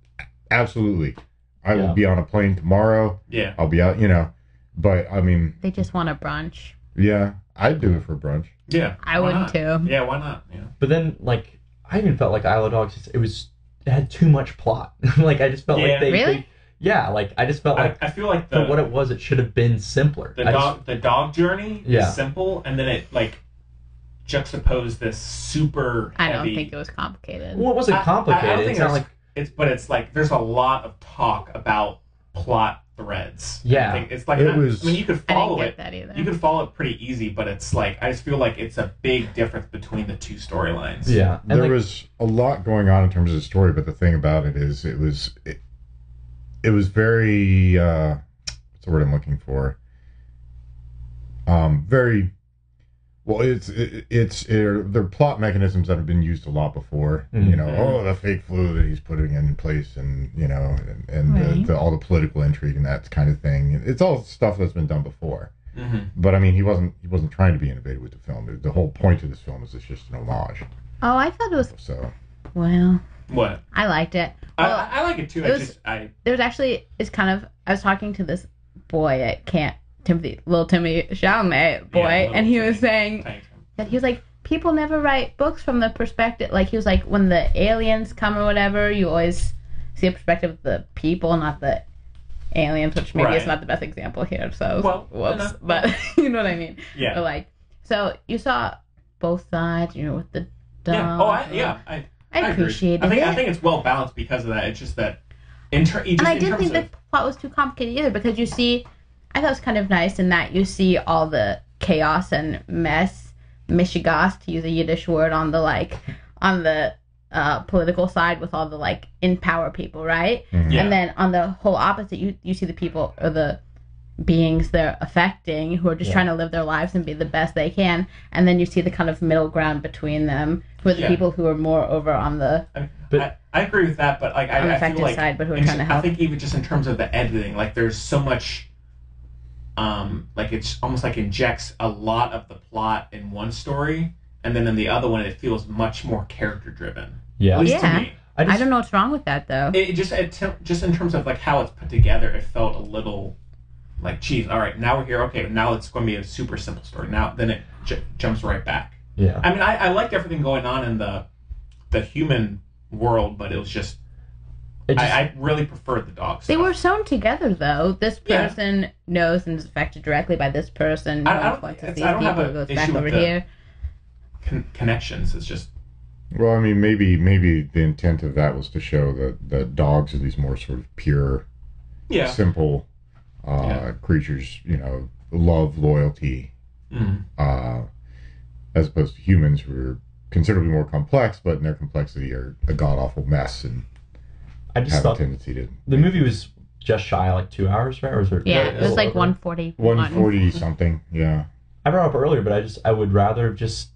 [SPEAKER 10] Absolutely. I
[SPEAKER 4] Yeah.
[SPEAKER 10] will be on a plane tomorrow.
[SPEAKER 2] Yeah.
[SPEAKER 10] I'll be out, you know. But I mean,
[SPEAKER 3] They just want a brunch.
[SPEAKER 10] yeah, I'd do it for brunch.
[SPEAKER 2] Yeah.
[SPEAKER 3] I
[SPEAKER 2] why
[SPEAKER 3] wouldn't
[SPEAKER 2] not? Ah.
[SPEAKER 3] too.
[SPEAKER 2] Yeah, why not? Yeah.
[SPEAKER 4] But then, like, I even felt like Isle of Dogs. just- It was it had too much plot. like, I just felt
[SPEAKER 2] Yeah.
[SPEAKER 4] like they,
[SPEAKER 3] Really?
[SPEAKER 4] they- yeah, like I just felt
[SPEAKER 2] I,
[SPEAKER 4] like
[SPEAKER 2] I feel like the
[SPEAKER 4] for what it was, it should have been simpler.
[SPEAKER 2] the
[SPEAKER 4] I just-
[SPEAKER 2] dog the dog journey
[SPEAKER 4] Yeah.
[SPEAKER 2] is simple, and then it like juxtaposed this super.
[SPEAKER 3] I don't
[SPEAKER 2] heavy-
[SPEAKER 3] think it was complicated.
[SPEAKER 4] well, it wasn't
[SPEAKER 2] I- I- I don't
[SPEAKER 4] complicated.
[SPEAKER 2] think
[SPEAKER 4] it's not
[SPEAKER 2] there's-
[SPEAKER 4] like
[SPEAKER 2] it's but it's like there's a lot of talk about plot threads. and
[SPEAKER 4] Yeah.
[SPEAKER 2] thing- it's like
[SPEAKER 10] It
[SPEAKER 2] not-
[SPEAKER 10] was-
[SPEAKER 2] I mean, you could
[SPEAKER 3] I didn't
[SPEAKER 2] follow
[SPEAKER 3] get
[SPEAKER 2] it.
[SPEAKER 3] that either.
[SPEAKER 2] You could follow it pretty easy, but it's like I just feel like it's a big difference between the two storylines.
[SPEAKER 4] yeah, and
[SPEAKER 10] there
[SPEAKER 4] like,
[SPEAKER 10] was a lot going on in terms of the story, but the thing about it is, it was it, it was very uh, what's the word I'm looking for? Um, very well. It's it, it's it, there are plot mechanisms that have been used a lot before. You know,
[SPEAKER 4] Mm-hmm.
[SPEAKER 2] Mhm.
[SPEAKER 10] oh, the fake flu that he's putting in place, and you know, and, and
[SPEAKER 3] Right.
[SPEAKER 10] the, the, all the political intrigue and that kind of thing. It's all stuff that's been done before.
[SPEAKER 2] hmm
[SPEAKER 10] But I mean, he wasn't he wasn't trying to be innovative with the film. The whole point of this film is it's just an homage.
[SPEAKER 3] oh, I thought it was
[SPEAKER 10] So.
[SPEAKER 3] well.
[SPEAKER 2] What?
[SPEAKER 3] I liked it.
[SPEAKER 2] I
[SPEAKER 3] Well,
[SPEAKER 2] I, I like it too.
[SPEAKER 3] it
[SPEAKER 2] I
[SPEAKER 3] was-
[SPEAKER 2] just I
[SPEAKER 3] there was actually it's kind of I was talking to this boy at camp Timothy little Timmy Chalamet boy
[SPEAKER 2] Yeah, little
[SPEAKER 3] and he
[SPEAKER 2] Timmy.
[SPEAKER 3] was saying
[SPEAKER 2] thank you.
[SPEAKER 3] that he was like people never write books from the perspective like he was like when the aliens come or whatever you always see a perspective of the people not the aliens which maybe
[SPEAKER 2] Right.
[SPEAKER 3] it's not the best example here so
[SPEAKER 2] Well,
[SPEAKER 3] whoops
[SPEAKER 2] enough.
[SPEAKER 3] but you know what Oh, I mean
[SPEAKER 2] Yeah.
[SPEAKER 3] But, like so you saw both sides you know with the dog
[SPEAKER 2] Yeah. Oh, I, yeah. I,
[SPEAKER 3] I
[SPEAKER 2] agree.
[SPEAKER 3] appreciated
[SPEAKER 2] I think
[SPEAKER 3] it
[SPEAKER 2] I think it's well balanced because of that. It's just that in ter- just
[SPEAKER 3] and I
[SPEAKER 2] in
[SPEAKER 3] didn't
[SPEAKER 2] terms
[SPEAKER 3] think
[SPEAKER 2] of,
[SPEAKER 3] the plot was too complicated either because you see, I thought it was kind of nice in that you see all the chaos and mess, mishigas to use a Yiddish word on the like, on the uh, political side with all the like in power people, right?
[SPEAKER 2] Yeah.
[SPEAKER 3] And then on the whole opposite, you you see the people or the beings they're affecting who are just trying to live their lives and be the best they can, and then you see the kind of middle ground between them, who are the
[SPEAKER 2] Yeah.
[SPEAKER 3] people who are more over on the
[SPEAKER 2] I, mean,
[SPEAKER 4] But-
[SPEAKER 2] I, I agree with that, but like
[SPEAKER 3] On the
[SPEAKER 2] I, I
[SPEAKER 3] effective
[SPEAKER 2] feel like
[SPEAKER 3] side, but who are
[SPEAKER 2] in-
[SPEAKER 3] trying to
[SPEAKER 2] I
[SPEAKER 3] help.
[SPEAKER 2] think even just in terms of the editing, like there's so much, um, like it's almost like injects a lot of the plot in one story, and then in the other one it feels much more character driven.
[SPEAKER 4] yeah.
[SPEAKER 2] At least
[SPEAKER 3] Yeah.
[SPEAKER 2] to me,
[SPEAKER 4] I, just,
[SPEAKER 3] I don't know what's wrong with that though.
[SPEAKER 2] it it just it t- just in terms of like how it's put together, it felt a little like, geez, all right, now we're here. Okay, now it's going to be a super simple story. Now then it j- jumps right back.
[SPEAKER 4] Yeah,
[SPEAKER 2] I mean, I, I liked everything going on in the the human world, but it was just
[SPEAKER 4] It just-
[SPEAKER 2] I, I really preferred the dog.
[SPEAKER 3] They
[SPEAKER 2] stuff.
[SPEAKER 3] were sewn together, though. This
[SPEAKER 2] Yeah.
[SPEAKER 3] person knows and is affected directly by this person.
[SPEAKER 2] I- I
[SPEAKER 3] No
[SPEAKER 2] don't-
[SPEAKER 3] influences
[SPEAKER 2] it's-
[SPEAKER 3] these
[SPEAKER 2] I don't have
[SPEAKER 3] people.
[SPEAKER 2] a
[SPEAKER 3] Goes
[SPEAKER 2] issue
[SPEAKER 3] back
[SPEAKER 2] with
[SPEAKER 3] over
[SPEAKER 2] the-
[SPEAKER 3] here.
[SPEAKER 2] Con- connections. It's just
[SPEAKER 10] Well, I mean, maybe maybe the intent of that was to show that that dogs are these more sort of pure,
[SPEAKER 2] yeah.
[SPEAKER 10] simple uh,
[SPEAKER 2] Yeah.
[SPEAKER 10] creatures. You know, love, loyalty,
[SPEAKER 2] Mm.
[SPEAKER 10] uh, as opposed to humans who are considerably more complex, but in their complexity are a god awful mess and
[SPEAKER 4] I just
[SPEAKER 10] have a
[SPEAKER 4] thought
[SPEAKER 10] tendency to
[SPEAKER 4] the movie was just shy like two hours, right? Or was it,
[SPEAKER 3] Yeah,
[SPEAKER 4] a
[SPEAKER 3] it was
[SPEAKER 4] little
[SPEAKER 3] like
[SPEAKER 4] over?
[SPEAKER 3] one forty.
[SPEAKER 10] one forty something. Yeah,
[SPEAKER 4] I brought up earlier, but I just I would rather just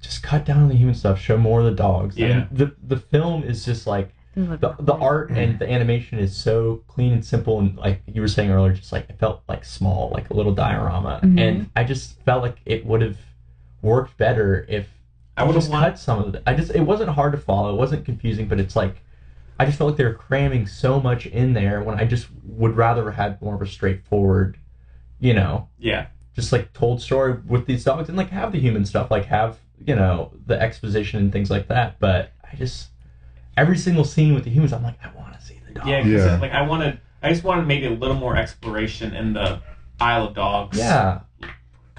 [SPEAKER 4] just cut down on the human stuff, show more of the dogs. I mean,
[SPEAKER 2] Yeah.
[SPEAKER 4] the the film is just like the, the art
[SPEAKER 2] Mm-hmm.
[SPEAKER 4] and the animation is so clean and simple and like you were saying earlier just like it felt like small like a little diorama
[SPEAKER 3] Mhm.
[SPEAKER 4] and i just felt like it would have worked better if
[SPEAKER 2] I would have
[SPEAKER 4] just
[SPEAKER 2] wanted.
[SPEAKER 4] cut some of it i just it wasn't hard to follow it wasn't confusing but it's like i just felt like they were cramming so much in there when i just would rather had more of a straightforward you know
[SPEAKER 2] Yeah,
[SPEAKER 4] just like told story with these dogs and like have the human stuff, like have you know the exposition and things like that. But I just every single scene with the humans, I'm like, I want to see the dogs.
[SPEAKER 2] yeah. 'cause
[SPEAKER 10] Yeah.
[SPEAKER 2] it- Like I wanted. I just wanted maybe a little more exploration in the Isle of Dogs.
[SPEAKER 4] Yeah.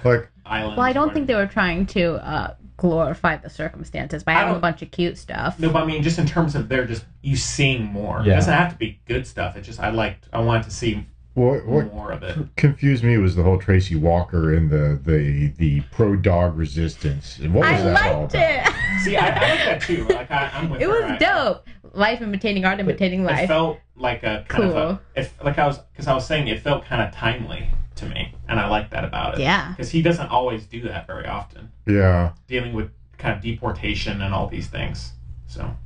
[SPEAKER 10] like
[SPEAKER 2] Island.
[SPEAKER 3] Well, I don't think they were trying to uh, glorify the circumstances by
[SPEAKER 2] I
[SPEAKER 3] having a
[SPEAKER 2] don't-
[SPEAKER 3] bunch of cute stuff.
[SPEAKER 2] No, but I mean, just in terms of they're just you seeing more. It
[SPEAKER 4] Yeah.
[SPEAKER 2] doesn't have to be good stuff. It just I liked. I wanted to see
[SPEAKER 10] what what
[SPEAKER 2] more of it.
[SPEAKER 10] confused me was the whole Tracy Walker and the the the pro dog resistance. What was
[SPEAKER 3] I
[SPEAKER 10] that all
[SPEAKER 3] liked
[SPEAKER 10] about?
[SPEAKER 3] it.
[SPEAKER 2] See, I, I like that too. Like I, I'm with
[SPEAKER 3] It
[SPEAKER 2] her.
[SPEAKER 3] was
[SPEAKER 2] I-
[SPEAKER 3] dope. Life imitating art, imitating
[SPEAKER 2] It
[SPEAKER 3] life.
[SPEAKER 2] felt like a kind of
[SPEAKER 3] Cool.
[SPEAKER 2] a, if like I was because I was saying it felt kind of timely to me, and I like that about it.
[SPEAKER 3] Yeah.
[SPEAKER 2] because he doesn't always do that very often,
[SPEAKER 10] Yeah.
[SPEAKER 2] dealing with kind of deportation and all these things. So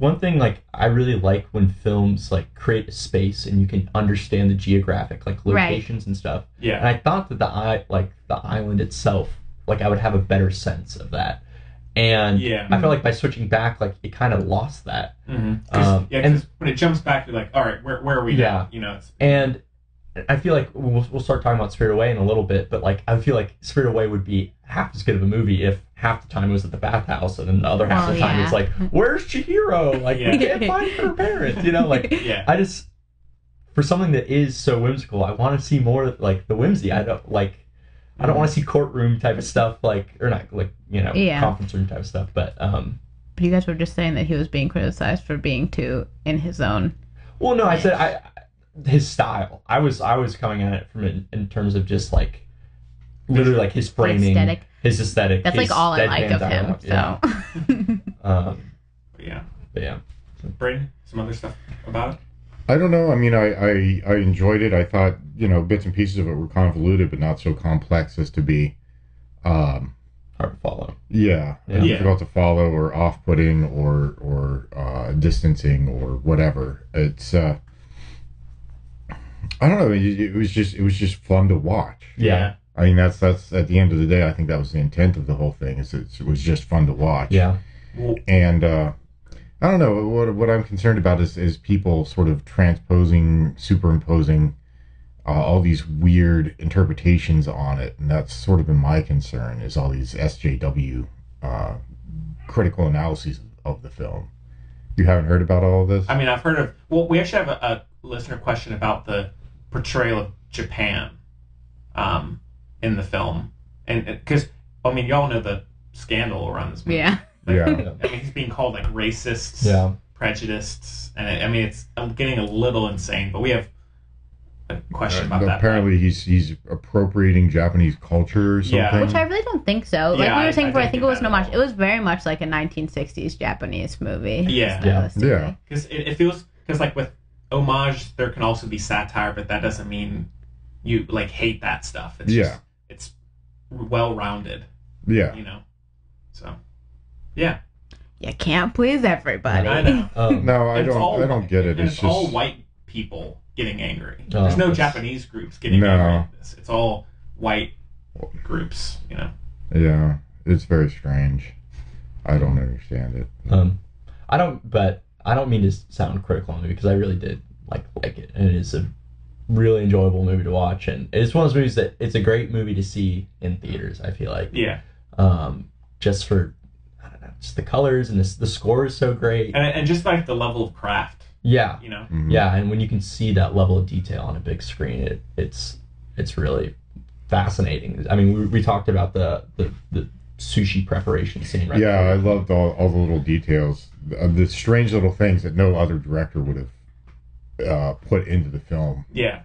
[SPEAKER 4] One thing like I really like when films like create a space and you can understand the geographic like
[SPEAKER 3] Right.
[SPEAKER 4] locations and stuff. And
[SPEAKER 2] yeah,
[SPEAKER 4] I thought that the i like the island itself, like I would have a better sense of that. And
[SPEAKER 2] Yeah.
[SPEAKER 4] I felt like by switching back, like it kind of lost that.
[SPEAKER 2] mm-hmm.
[SPEAKER 4] Um,
[SPEAKER 2] yeah,
[SPEAKER 4] and-
[SPEAKER 2] because when it jumps back, you're like, all right, where where are we?
[SPEAKER 4] Yeah.
[SPEAKER 2] now? you know, it's
[SPEAKER 4] And I feel like we'll, we'll start talking about Spirit Away in a little bit, but like I feel like Spirit Away would be half as good of a movie if half the time it was at the bathhouse and then the other half
[SPEAKER 11] Oh,
[SPEAKER 4] of the time
[SPEAKER 11] yeah.
[SPEAKER 4] it's like, where's Chihiro? Like
[SPEAKER 11] Yeah.
[SPEAKER 4] we can't find her parents, you know? Like
[SPEAKER 11] Yeah.
[SPEAKER 4] I just for something that is so whimsical, I want to see more like the whimsy. I don't like. I don't want to see courtroom type of stuff, like or not like you know
[SPEAKER 3] Yeah.
[SPEAKER 4] conference room type of stuff, but um.
[SPEAKER 3] But you guys were just saying that he was being criticized for being too in his own.
[SPEAKER 4] Well, no, I said I his style. I was I was coming at it from in, in terms of just like literally like his framing,
[SPEAKER 3] aesthetic.
[SPEAKER 4] his aesthetic.
[SPEAKER 3] That's, like,
[SPEAKER 4] his
[SPEAKER 3] all I
[SPEAKER 4] deadpan
[SPEAKER 3] like of him,
[SPEAKER 4] dialogue, yeah. um,
[SPEAKER 2] yeah,
[SPEAKER 4] but yeah.
[SPEAKER 2] Brayden, some other stuff about it.
[SPEAKER 10] I don't know. I mean, I, I I enjoyed it. I thought you know bits and pieces of it were convoluted, but not so complex as to be um,
[SPEAKER 4] hard to follow.
[SPEAKER 10] Yeah,
[SPEAKER 4] Yeah.
[SPEAKER 10] difficult to follow, or off-putting, or or uh, distancing, or whatever. It's uh, I don't know. It, it was just it was just fun to watch.
[SPEAKER 4] Yeah.
[SPEAKER 10] I mean that's that's at the end of the day. I think that was the intent of the whole thing. Is it's, it was just fun to watch.
[SPEAKER 4] Yeah.
[SPEAKER 10] And uh, I don't know what what I'm concerned about is is people sort of transposing, superimposing uh, all these weird interpretations on it, and that's sort of been my concern is all these SJW uh, critical analyses of the film. You haven't heard about all of this?
[SPEAKER 2] I mean, I've heard of. Well, we actually have a, a listener question about the portrayal of Japan um, in the film, and because I mean, y'all know the scandal around this movie.
[SPEAKER 3] Yeah.
[SPEAKER 10] Yeah.
[SPEAKER 2] I mean, he's being called like racists,
[SPEAKER 4] Yeah.
[SPEAKER 2] prejudiced, and I I mean, it's I'm getting a little insane. But we have a question
[SPEAKER 10] Uh,
[SPEAKER 2] about that.
[SPEAKER 10] Apparently, he's he's appropriating Japanese culture or something.
[SPEAKER 2] Yeah.
[SPEAKER 3] Which I really don't think so. Like
[SPEAKER 10] Yeah,
[SPEAKER 3] we
[SPEAKER 10] I-
[SPEAKER 3] were saying
[SPEAKER 10] I
[SPEAKER 3] before, I
[SPEAKER 10] didn't
[SPEAKER 3] think it
[SPEAKER 10] get
[SPEAKER 3] was
[SPEAKER 10] that
[SPEAKER 3] no much. It was very much like a 1960s Japanese movie.
[SPEAKER 2] Yeah.
[SPEAKER 3] stylistically.
[SPEAKER 2] Because it, it feels because like with homage, there can also be satire, but that doesn't mean you like hate that stuff. It's
[SPEAKER 10] Yeah.
[SPEAKER 2] just, it's well rounded.
[SPEAKER 10] Yeah.
[SPEAKER 2] you know. So, yeah,
[SPEAKER 3] You can't please everybody.
[SPEAKER 2] I know.
[SPEAKER 4] Um,
[SPEAKER 10] no, I
[SPEAKER 2] It's all
[SPEAKER 10] don't. I don't
[SPEAKER 2] white-
[SPEAKER 10] get it.
[SPEAKER 2] and
[SPEAKER 10] It's
[SPEAKER 2] It's, all
[SPEAKER 10] just
[SPEAKER 2] white people getting angry.
[SPEAKER 10] Oh,
[SPEAKER 2] There's no
[SPEAKER 10] that's-
[SPEAKER 2] Japanese groups getting
[SPEAKER 10] No.
[SPEAKER 2] angry. At this. It's all white groups. You know.
[SPEAKER 10] yeah. It's very strange. I don't understand it.
[SPEAKER 4] Um, I don't, but I don't mean to sound critical on the movie because I really did like like it, and it is a really enjoyable movie to watch, and it's one of those movies that it's a great movie to see in theaters. I feel like,
[SPEAKER 2] Yeah.
[SPEAKER 4] um, just for I don't know, just the colors and this, the score is so great.
[SPEAKER 2] And, and just like the level of craft.
[SPEAKER 4] Yeah.
[SPEAKER 2] You know?
[SPEAKER 10] Mm.
[SPEAKER 4] Yeah, and when you can see that level of detail on a big screen, it, it's it's really fascinating. I mean, we, we talked about the, the the sushi preparation scene, right?
[SPEAKER 10] Yeah, I loved all, all the little details, uh, the strange little things that no other director would have uh, put into the film.
[SPEAKER 2] Yeah.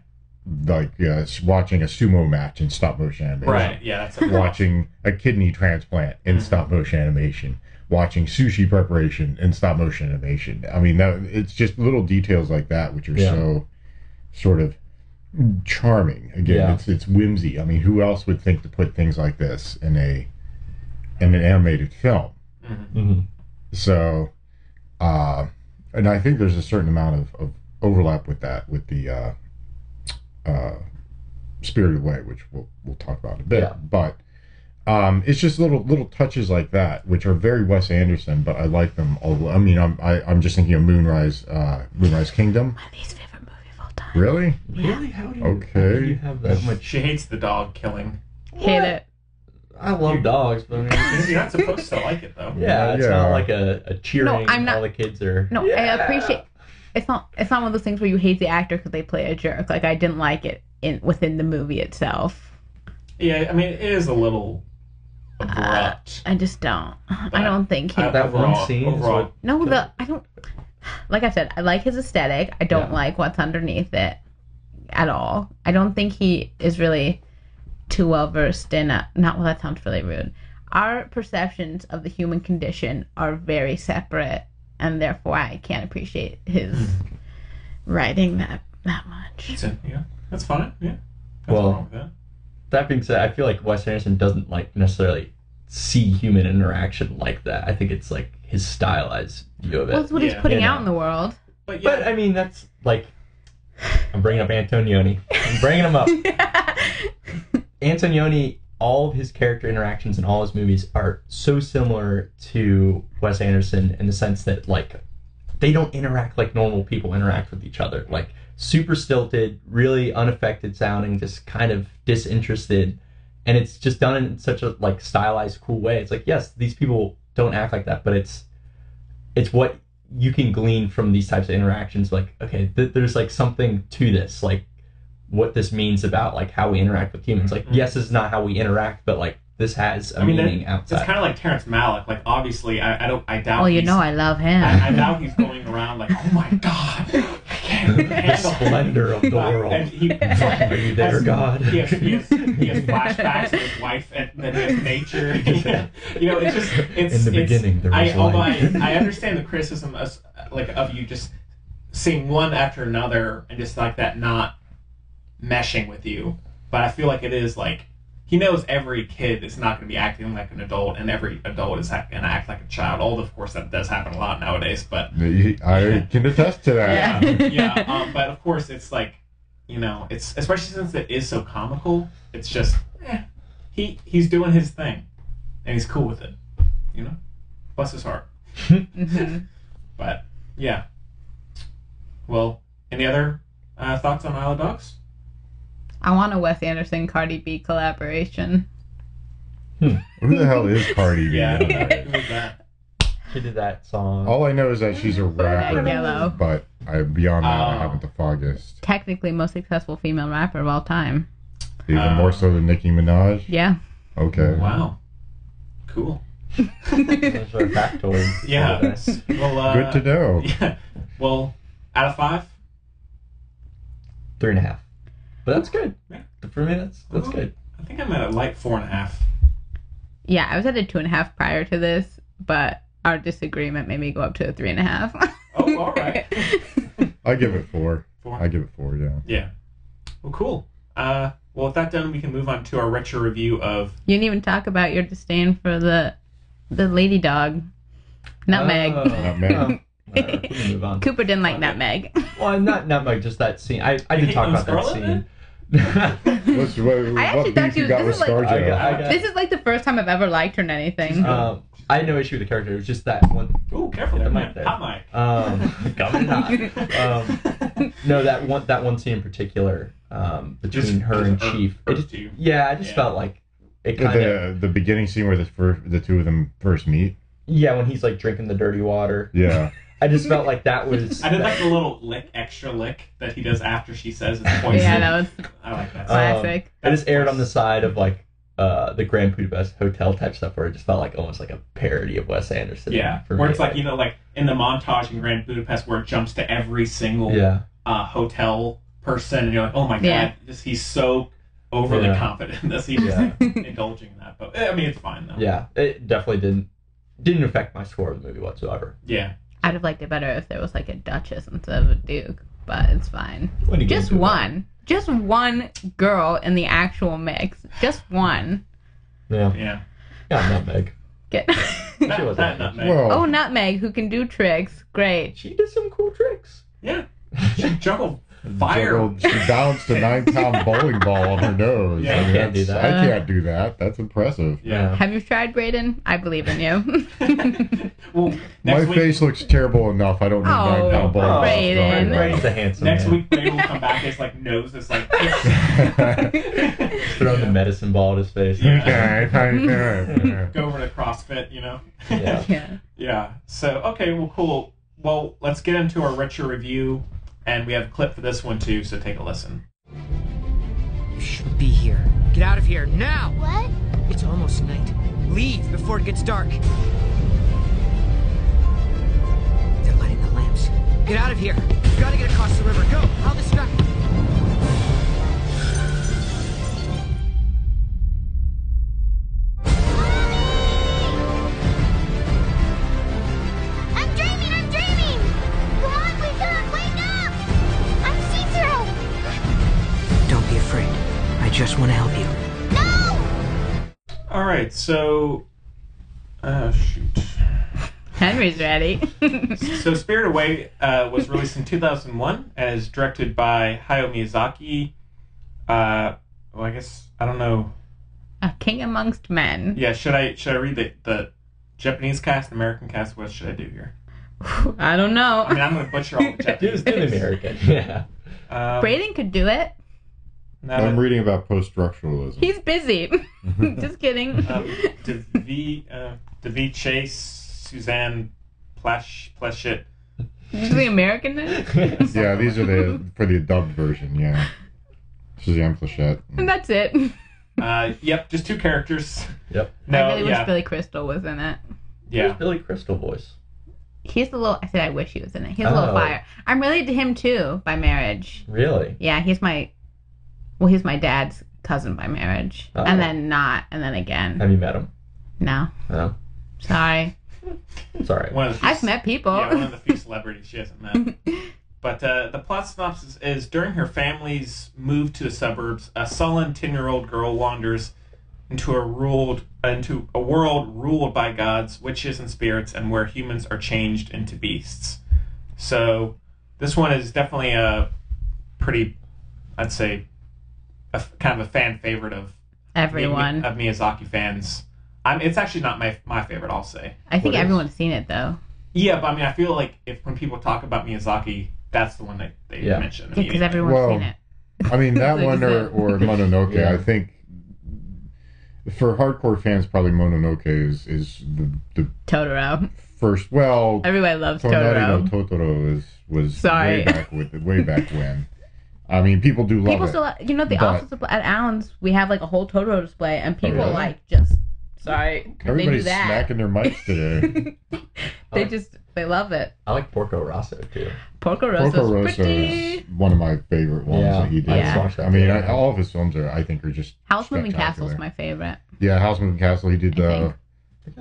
[SPEAKER 10] Like uh, s- watching a sumo match in stop motion animation.
[SPEAKER 2] Right, yeah, that's-
[SPEAKER 10] watching a kidney transplant in
[SPEAKER 4] Mm-hmm.
[SPEAKER 10] stop motion animation. Watching sushi preparation in stop motion animation. I mean, that, it's just little details like that which are
[SPEAKER 4] Yeah.
[SPEAKER 10] so sort of charming. Again,
[SPEAKER 4] Yeah.
[SPEAKER 10] it's it's whimsy. I mean, who else would think to put things like this in a in an animated film?
[SPEAKER 4] Mhm.
[SPEAKER 10] So, uh, and I think there's a certain amount of, of overlap with that, with the uh, uh, Spirited Away, which we'll, we'll talk about in a bit.
[SPEAKER 4] Yeah.
[SPEAKER 10] But um, it's just little little touches like that, which are very Wes Anderson, but I like them all. I mean, I'm, I, I'm just thinking of Moonrise, uh, Moonrise Kingdom. My least favorite movie of all time. Really?
[SPEAKER 4] Really? How do you,
[SPEAKER 10] Okay.
[SPEAKER 4] how do you have that much?
[SPEAKER 2] She hates the dog killing.
[SPEAKER 3] Hate it.
[SPEAKER 4] I love dogs, but I mean,
[SPEAKER 2] You're not supposed to like it though.
[SPEAKER 4] yeah, it's
[SPEAKER 2] Yeah.
[SPEAKER 4] not like a, a cheering.
[SPEAKER 3] No, I'm not-
[SPEAKER 4] All the kids are.
[SPEAKER 3] No, I appreciate. It's not. It's not one of those things where you hate the actor because they play a jerk. Like I didn't like it in within the movie itself.
[SPEAKER 2] Yeah, I mean, it is a little abrupt.
[SPEAKER 3] I just don't. I don't think he.
[SPEAKER 2] Uh, That one overall- scene is overall- what-
[SPEAKER 3] No, the I don't. Like I said, I like his aesthetic. I don't like what's underneath it at all. I don't think he is really too well versed in. uh not well. That sounds really rude. Our perceptions of the human condition are very separate, and therefore I can't appreciate his
[SPEAKER 2] Hmm.
[SPEAKER 3] writing that that much.
[SPEAKER 2] yeah, that's fine. Yeah.
[SPEAKER 4] Well,
[SPEAKER 2] that.
[SPEAKER 4] being said, I feel like Wes Anderson doesn't like necessarily see human interaction like that. I think it's like his stylized view of it.
[SPEAKER 3] Well, it's what he's putting out in the world.
[SPEAKER 2] But,
[SPEAKER 4] I mean, that's like I'm bringing up Antonioni. I'm bringing him up. Antonioni, all of his character interactions in all his movies are so similar to Wes Anderson in the sense that like they don't interact like normal people interact with each other. Like super stilted, really unaffected sounding, just kind of disinterested, and it's just done in such a like stylized, cool way. It's like yes, these people don't act like that, but it's it's what you can glean from these types of interactions. Like okay, th- there's like something to this, like what this means about like how we interact with humans. Like yes, it's not how we interact, but like this has a
[SPEAKER 2] Mm-hmm. I mean, that-
[SPEAKER 4] meaning
[SPEAKER 2] it's
[SPEAKER 4] outside.
[SPEAKER 2] kind of like Terrence Malick. Like, obviously, I, I don't, I doubt.
[SPEAKER 3] Well, you
[SPEAKER 2] he's-
[SPEAKER 3] know I love him.
[SPEAKER 2] I, I doubt he's going around like, oh my god, I can't handle
[SPEAKER 4] splendor of the world.
[SPEAKER 2] And he,
[SPEAKER 4] Are you there,
[SPEAKER 2] has-
[SPEAKER 4] God?
[SPEAKER 2] He has, he has, he has flashbacks of his wife and then he has nature. you know, it's just it's
[SPEAKER 4] In the
[SPEAKER 2] it's-
[SPEAKER 4] beginning, there was
[SPEAKER 2] I, although
[SPEAKER 4] light.
[SPEAKER 2] I, I understand the criticism of, like of you just seeing one after another and just like that not meshing with you. But I feel like it is like he knows every kid is not going to be acting like an adult, and every adult is going to act like a child. Although, of course, that does happen a lot nowadays. But
[SPEAKER 10] I can attest to that.
[SPEAKER 2] yeah, yeah. Um, but of course, it's like you know, it's especially since it is so comical. It's just eh, he he's doing his thing, and he's cool with it. You know, bless his heart. But yeah. Well, any other uh, thoughts on Isle of Dogs?
[SPEAKER 3] I want a Wes Anderson Cardi B collaboration.
[SPEAKER 10] Who the hell is Cardi B?
[SPEAKER 4] Yeah.
[SPEAKER 2] Who's that?
[SPEAKER 4] She did that song.
[SPEAKER 10] All I know is that she's a rapper,
[SPEAKER 3] Yellow.
[SPEAKER 10] but I, beyond that, I
[SPEAKER 3] Oh.
[SPEAKER 10] haven't the foggiest.
[SPEAKER 3] Technically, most successful female rapper of all time.
[SPEAKER 10] Even more so than Nicki Minaj.
[SPEAKER 3] Yeah.
[SPEAKER 10] Okay.
[SPEAKER 2] Wow. Cool.
[SPEAKER 4] factoid.
[SPEAKER 2] Yeah. Well, uh,
[SPEAKER 10] Good to know.
[SPEAKER 2] Yeah. Well, out of five.
[SPEAKER 4] Three and a half. But that's good. For me, that's
[SPEAKER 2] Oh.
[SPEAKER 4] that's good.
[SPEAKER 2] I think I'm at a light four and a half.
[SPEAKER 3] Yeah, I was at a two and a half prior to this, but our disagreement made me go up to a three and a half.
[SPEAKER 2] Oh, all right.
[SPEAKER 10] I give it four.
[SPEAKER 2] Four?
[SPEAKER 10] I give it four. Yeah.
[SPEAKER 2] Yeah. Well, cool. Uh, well, with that done, we can move on to our retro review of
[SPEAKER 3] you didn't even talk about your disdain for the the lady dog, Nutmeg.
[SPEAKER 4] Oh, Nutmeg. move on.
[SPEAKER 3] Cooper didn't like Nutmeg.
[SPEAKER 4] Well, not not like just that scene. I, I did
[SPEAKER 3] He-
[SPEAKER 2] oh,
[SPEAKER 4] talk
[SPEAKER 3] it was
[SPEAKER 4] about that
[SPEAKER 3] Scarlet
[SPEAKER 4] scene.
[SPEAKER 10] What's, what,
[SPEAKER 3] I actually thought she was. This is like
[SPEAKER 4] I got- I got-
[SPEAKER 3] this is like the first time I've ever liked her in anything.
[SPEAKER 2] Uh,
[SPEAKER 4] Um, I had no issue with the character. It was just that one.
[SPEAKER 2] Oh, careful
[SPEAKER 4] the mic there.
[SPEAKER 2] hot mic.
[SPEAKER 4] Um, coming in hot. Um, no, that one that one scene in particular um, between
[SPEAKER 10] Just-
[SPEAKER 4] her
[SPEAKER 10] just
[SPEAKER 4] and
[SPEAKER 10] irked-
[SPEAKER 4] Chief. It just, yeah, I just felt like it kind of.
[SPEAKER 10] the the beginning scene where the first, the two of them first meet.
[SPEAKER 4] Yeah, when he's like drinking the dirty water.
[SPEAKER 10] Yeah.
[SPEAKER 4] I just felt like that was.
[SPEAKER 2] I did like the little lick, extra lick that he does after she says it's poison.
[SPEAKER 4] Yeah,
[SPEAKER 3] that
[SPEAKER 2] was I like that.
[SPEAKER 4] Um, it just aired on the side of like uh, the Grand Budapest Hotel type stuff, where it just felt like almost like a parody of Wes Anderson.
[SPEAKER 2] Yeah,
[SPEAKER 4] for
[SPEAKER 2] where
[SPEAKER 4] me.
[SPEAKER 2] it's like you know, like in the montage in Grand Budapest, where it jumps to every single
[SPEAKER 4] Yeah.
[SPEAKER 2] uh, hotel person, and you're like, oh my god,
[SPEAKER 4] Yeah.
[SPEAKER 2] this, he's so overly
[SPEAKER 4] Yeah.
[SPEAKER 2] confident in this. He's just
[SPEAKER 4] Yeah.
[SPEAKER 2] like, indulging in that, but eh, I mean, it's fine though.
[SPEAKER 4] yeah, it definitely didn't didn't affect my score of the movie whatsoever.
[SPEAKER 2] Yeah.
[SPEAKER 3] I'd have liked it better if there was like a duchess instead of a duke, but it's fine.
[SPEAKER 4] What are you
[SPEAKER 3] Just
[SPEAKER 4] gonna do
[SPEAKER 3] one. Just one girl in the actual mix. Just one.
[SPEAKER 4] Yeah.
[SPEAKER 2] Yeah.
[SPEAKER 4] Yeah, nutmeg.
[SPEAKER 3] Get-
[SPEAKER 4] was
[SPEAKER 2] Not nutmeg.
[SPEAKER 3] oh, Nutmeg, who can do tricks. Great.
[SPEAKER 4] She did some cool tricks.
[SPEAKER 2] Yeah. She juggled fire.
[SPEAKER 10] Juggled- She balanced a nine pound bowling ball on her nose.
[SPEAKER 2] Yeah,
[SPEAKER 10] I, mean,
[SPEAKER 2] I can't
[SPEAKER 10] that's-
[SPEAKER 2] do that.
[SPEAKER 10] I can't do that. That's impressive.
[SPEAKER 2] Yeah.
[SPEAKER 3] Have you tried, Brayden? I believe in you.
[SPEAKER 10] My face looks terrible enough. I don't need
[SPEAKER 3] Oh,
[SPEAKER 10] nine pound bowling balls.
[SPEAKER 3] Brayden.
[SPEAKER 4] Brayden's a handsome
[SPEAKER 2] Next
[SPEAKER 4] man.
[SPEAKER 2] week, Brayden will come back. His like nose is like.
[SPEAKER 4] Throwing the medicine ball at his face.
[SPEAKER 2] Yeah.
[SPEAKER 10] Okay.
[SPEAKER 2] go over to CrossFit, you know?
[SPEAKER 4] Yeah.
[SPEAKER 3] yeah.
[SPEAKER 2] So, okay, well, cool. Well, let's get into our retro review, and we have a clip for this one too, so take a listen.
[SPEAKER 1] You shouldn't be here. Get out of here now! What? It's almost night. Leave before it gets dark. They're lighting the lamps. Get out of here! You gotta get across the river. Go! I'll distract you.
[SPEAKER 12] I'm dreaming, I'm dreaming! God, wake up, wake up! I'm see-through!
[SPEAKER 1] Don't be afraid. I just want to help you.
[SPEAKER 2] All right, so. Oh, shoot.
[SPEAKER 3] Henry's ready.
[SPEAKER 2] so, Spirit Away uh, was released in 2001 and is directed by Hayao Miyazaki. Uh, well, I guess, I don't know.
[SPEAKER 3] a king amongst men.
[SPEAKER 2] Yeah, should I should I read the, the Japanese cast, American cast? What should I do here?
[SPEAKER 3] I don't know.
[SPEAKER 2] I mean, I'm gonna butcher all the Japanese.
[SPEAKER 11] Dude, American. Yeah.
[SPEAKER 2] Um,
[SPEAKER 3] Braden could do it.
[SPEAKER 10] I'm reading about post structuralism.
[SPEAKER 3] He's busy. Just kidding.
[SPEAKER 2] um, Devi, uh, Devi Chase, Suzanne Plash, Pleshit.
[SPEAKER 3] Is the American name?
[SPEAKER 10] yeah, these are the for the dubbed version. Yeah, Suzanne Plachette.
[SPEAKER 3] And that's it.
[SPEAKER 2] Uh, yep, just two characters.
[SPEAKER 11] Yep.
[SPEAKER 2] No,
[SPEAKER 3] I really
[SPEAKER 2] yeah,
[SPEAKER 3] wish Billy Crystal was in it.
[SPEAKER 2] yeah.
[SPEAKER 11] Billy Crystal voice.
[SPEAKER 3] He's the little. I said I wish he was in it. He's a
[SPEAKER 11] Oh.
[SPEAKER 3] little fire. I'm related to him too by marriage.
[SPEAKER 11] Really?
[SPEAKER 3] Yeah, he's my. Well, he's my dad's cousin by marriage,
[SPEAKER 11] Oh.
[SPEAKER 3] and then not, and then again.
[SPEAKER 11] Have you met him?
[SPEAKER 3] No,
[SPEAKER 11] No.
[SPEAKER 3] sorry.
[SPEAKER 11] It's all right.
[SPEAKER 2] One of the few,
[SPEAKER 3] I've met people.
[SPEAKER 2] yeah, one of the few celebrities she hasn't met. But uh, the plot synopsis is: during her family's move to the suburbs, a sullen ten-year-old girl wanders into a ruled into a world ruled by gods, witches, and spirits, and where humans are changed into beasts. So this one is definitely a pretty, I'd say, a f kind of a fan favorite of
[SPEAKER 3] Everyone.
[SPEAKER 2] of Miyazaki fans. I'm, it's actually not my my favorite. I'll say.
[SPEAKER 3] I think
[SPEAKER 2] What is?
[SPEAKER 3] everyone's seen it though.
[SPEAKER 2] Yeah, but I mean, I feel like if when people talk about Miyazaki, that's the one that they
[SPEAKER 10] Yeah.
[SPEAKER 2] mention.
[SPEAKER 3] Yeah, because
[SPEAKER 2] immediately.
[SPEAKER 3] everyone's
[SPEAKER 10] Well,
[SPEAKER 3] seen it.
[SPEAKER 10] I mean that
[SPEAKER 3] Like
[SPEAKER 10] one or,
[SPEAKER 3] that.
[SPEAKER 10] or Mononoke.
[SPEAKER 11] Yeah.
[SPEAKER 10] I think for hardcore fans, probably Mononoke is is the, the
[SPEAKER 3] Totoro.
[SPEAKER 10] first. Well,
[SPEAKER 3] Everybody loves
[SPEAKER 10] Tornado
[SPEAKER 3] Totoro.
[SPEAKER 10] Totoro is was
[SPEAKER 3] Sorry.
[SPEAKER 10] way back with way back when. I mean, people do love
[SPEAKER 3] People
[SPEAKER 10] it.
[SPEAKER 3] still, lo- you know, the
[SPEAKER 10] but- Oh,
[SPEAKER 3] office of- at Allen's, we have like a whole Totoro display, and people
[SPEAKER 10] really?
[SPEAKER 3] like just sorry, they do
[SPEAKER 10] Everybody's
[SPEAKER 3] that.
[SPEAKER 10] smacking their mics today.
[SPEAKER 3] They just they love it.
[SPEAKER 11] I like Porco Rosso too.
[SPEAKER 3] Porco
[SPEAKER 10] Porco
[SPEAKER 3] Rosso
[SPEAKER 10] Rosso
[SPEAKER 3] pretty.
[SPEAKER 10] is one of my favorite ones
[SPEAKER 11] Yeah,
[SPEAKER 10] that he did.
[SPEAKER 11] I just watched that
[SPEAKER 10] I mean,
[SPEAKER 11] too.
[SPEAKER 10] I, all of his films are, I think, are just
[SPEAKER 3] House Moving Castle
[SPEAKER 10] spectacular.
[SPEAKER 3] is my favorite.
[SPEAKER 10] Yeah, House Moving Castle. He did uh,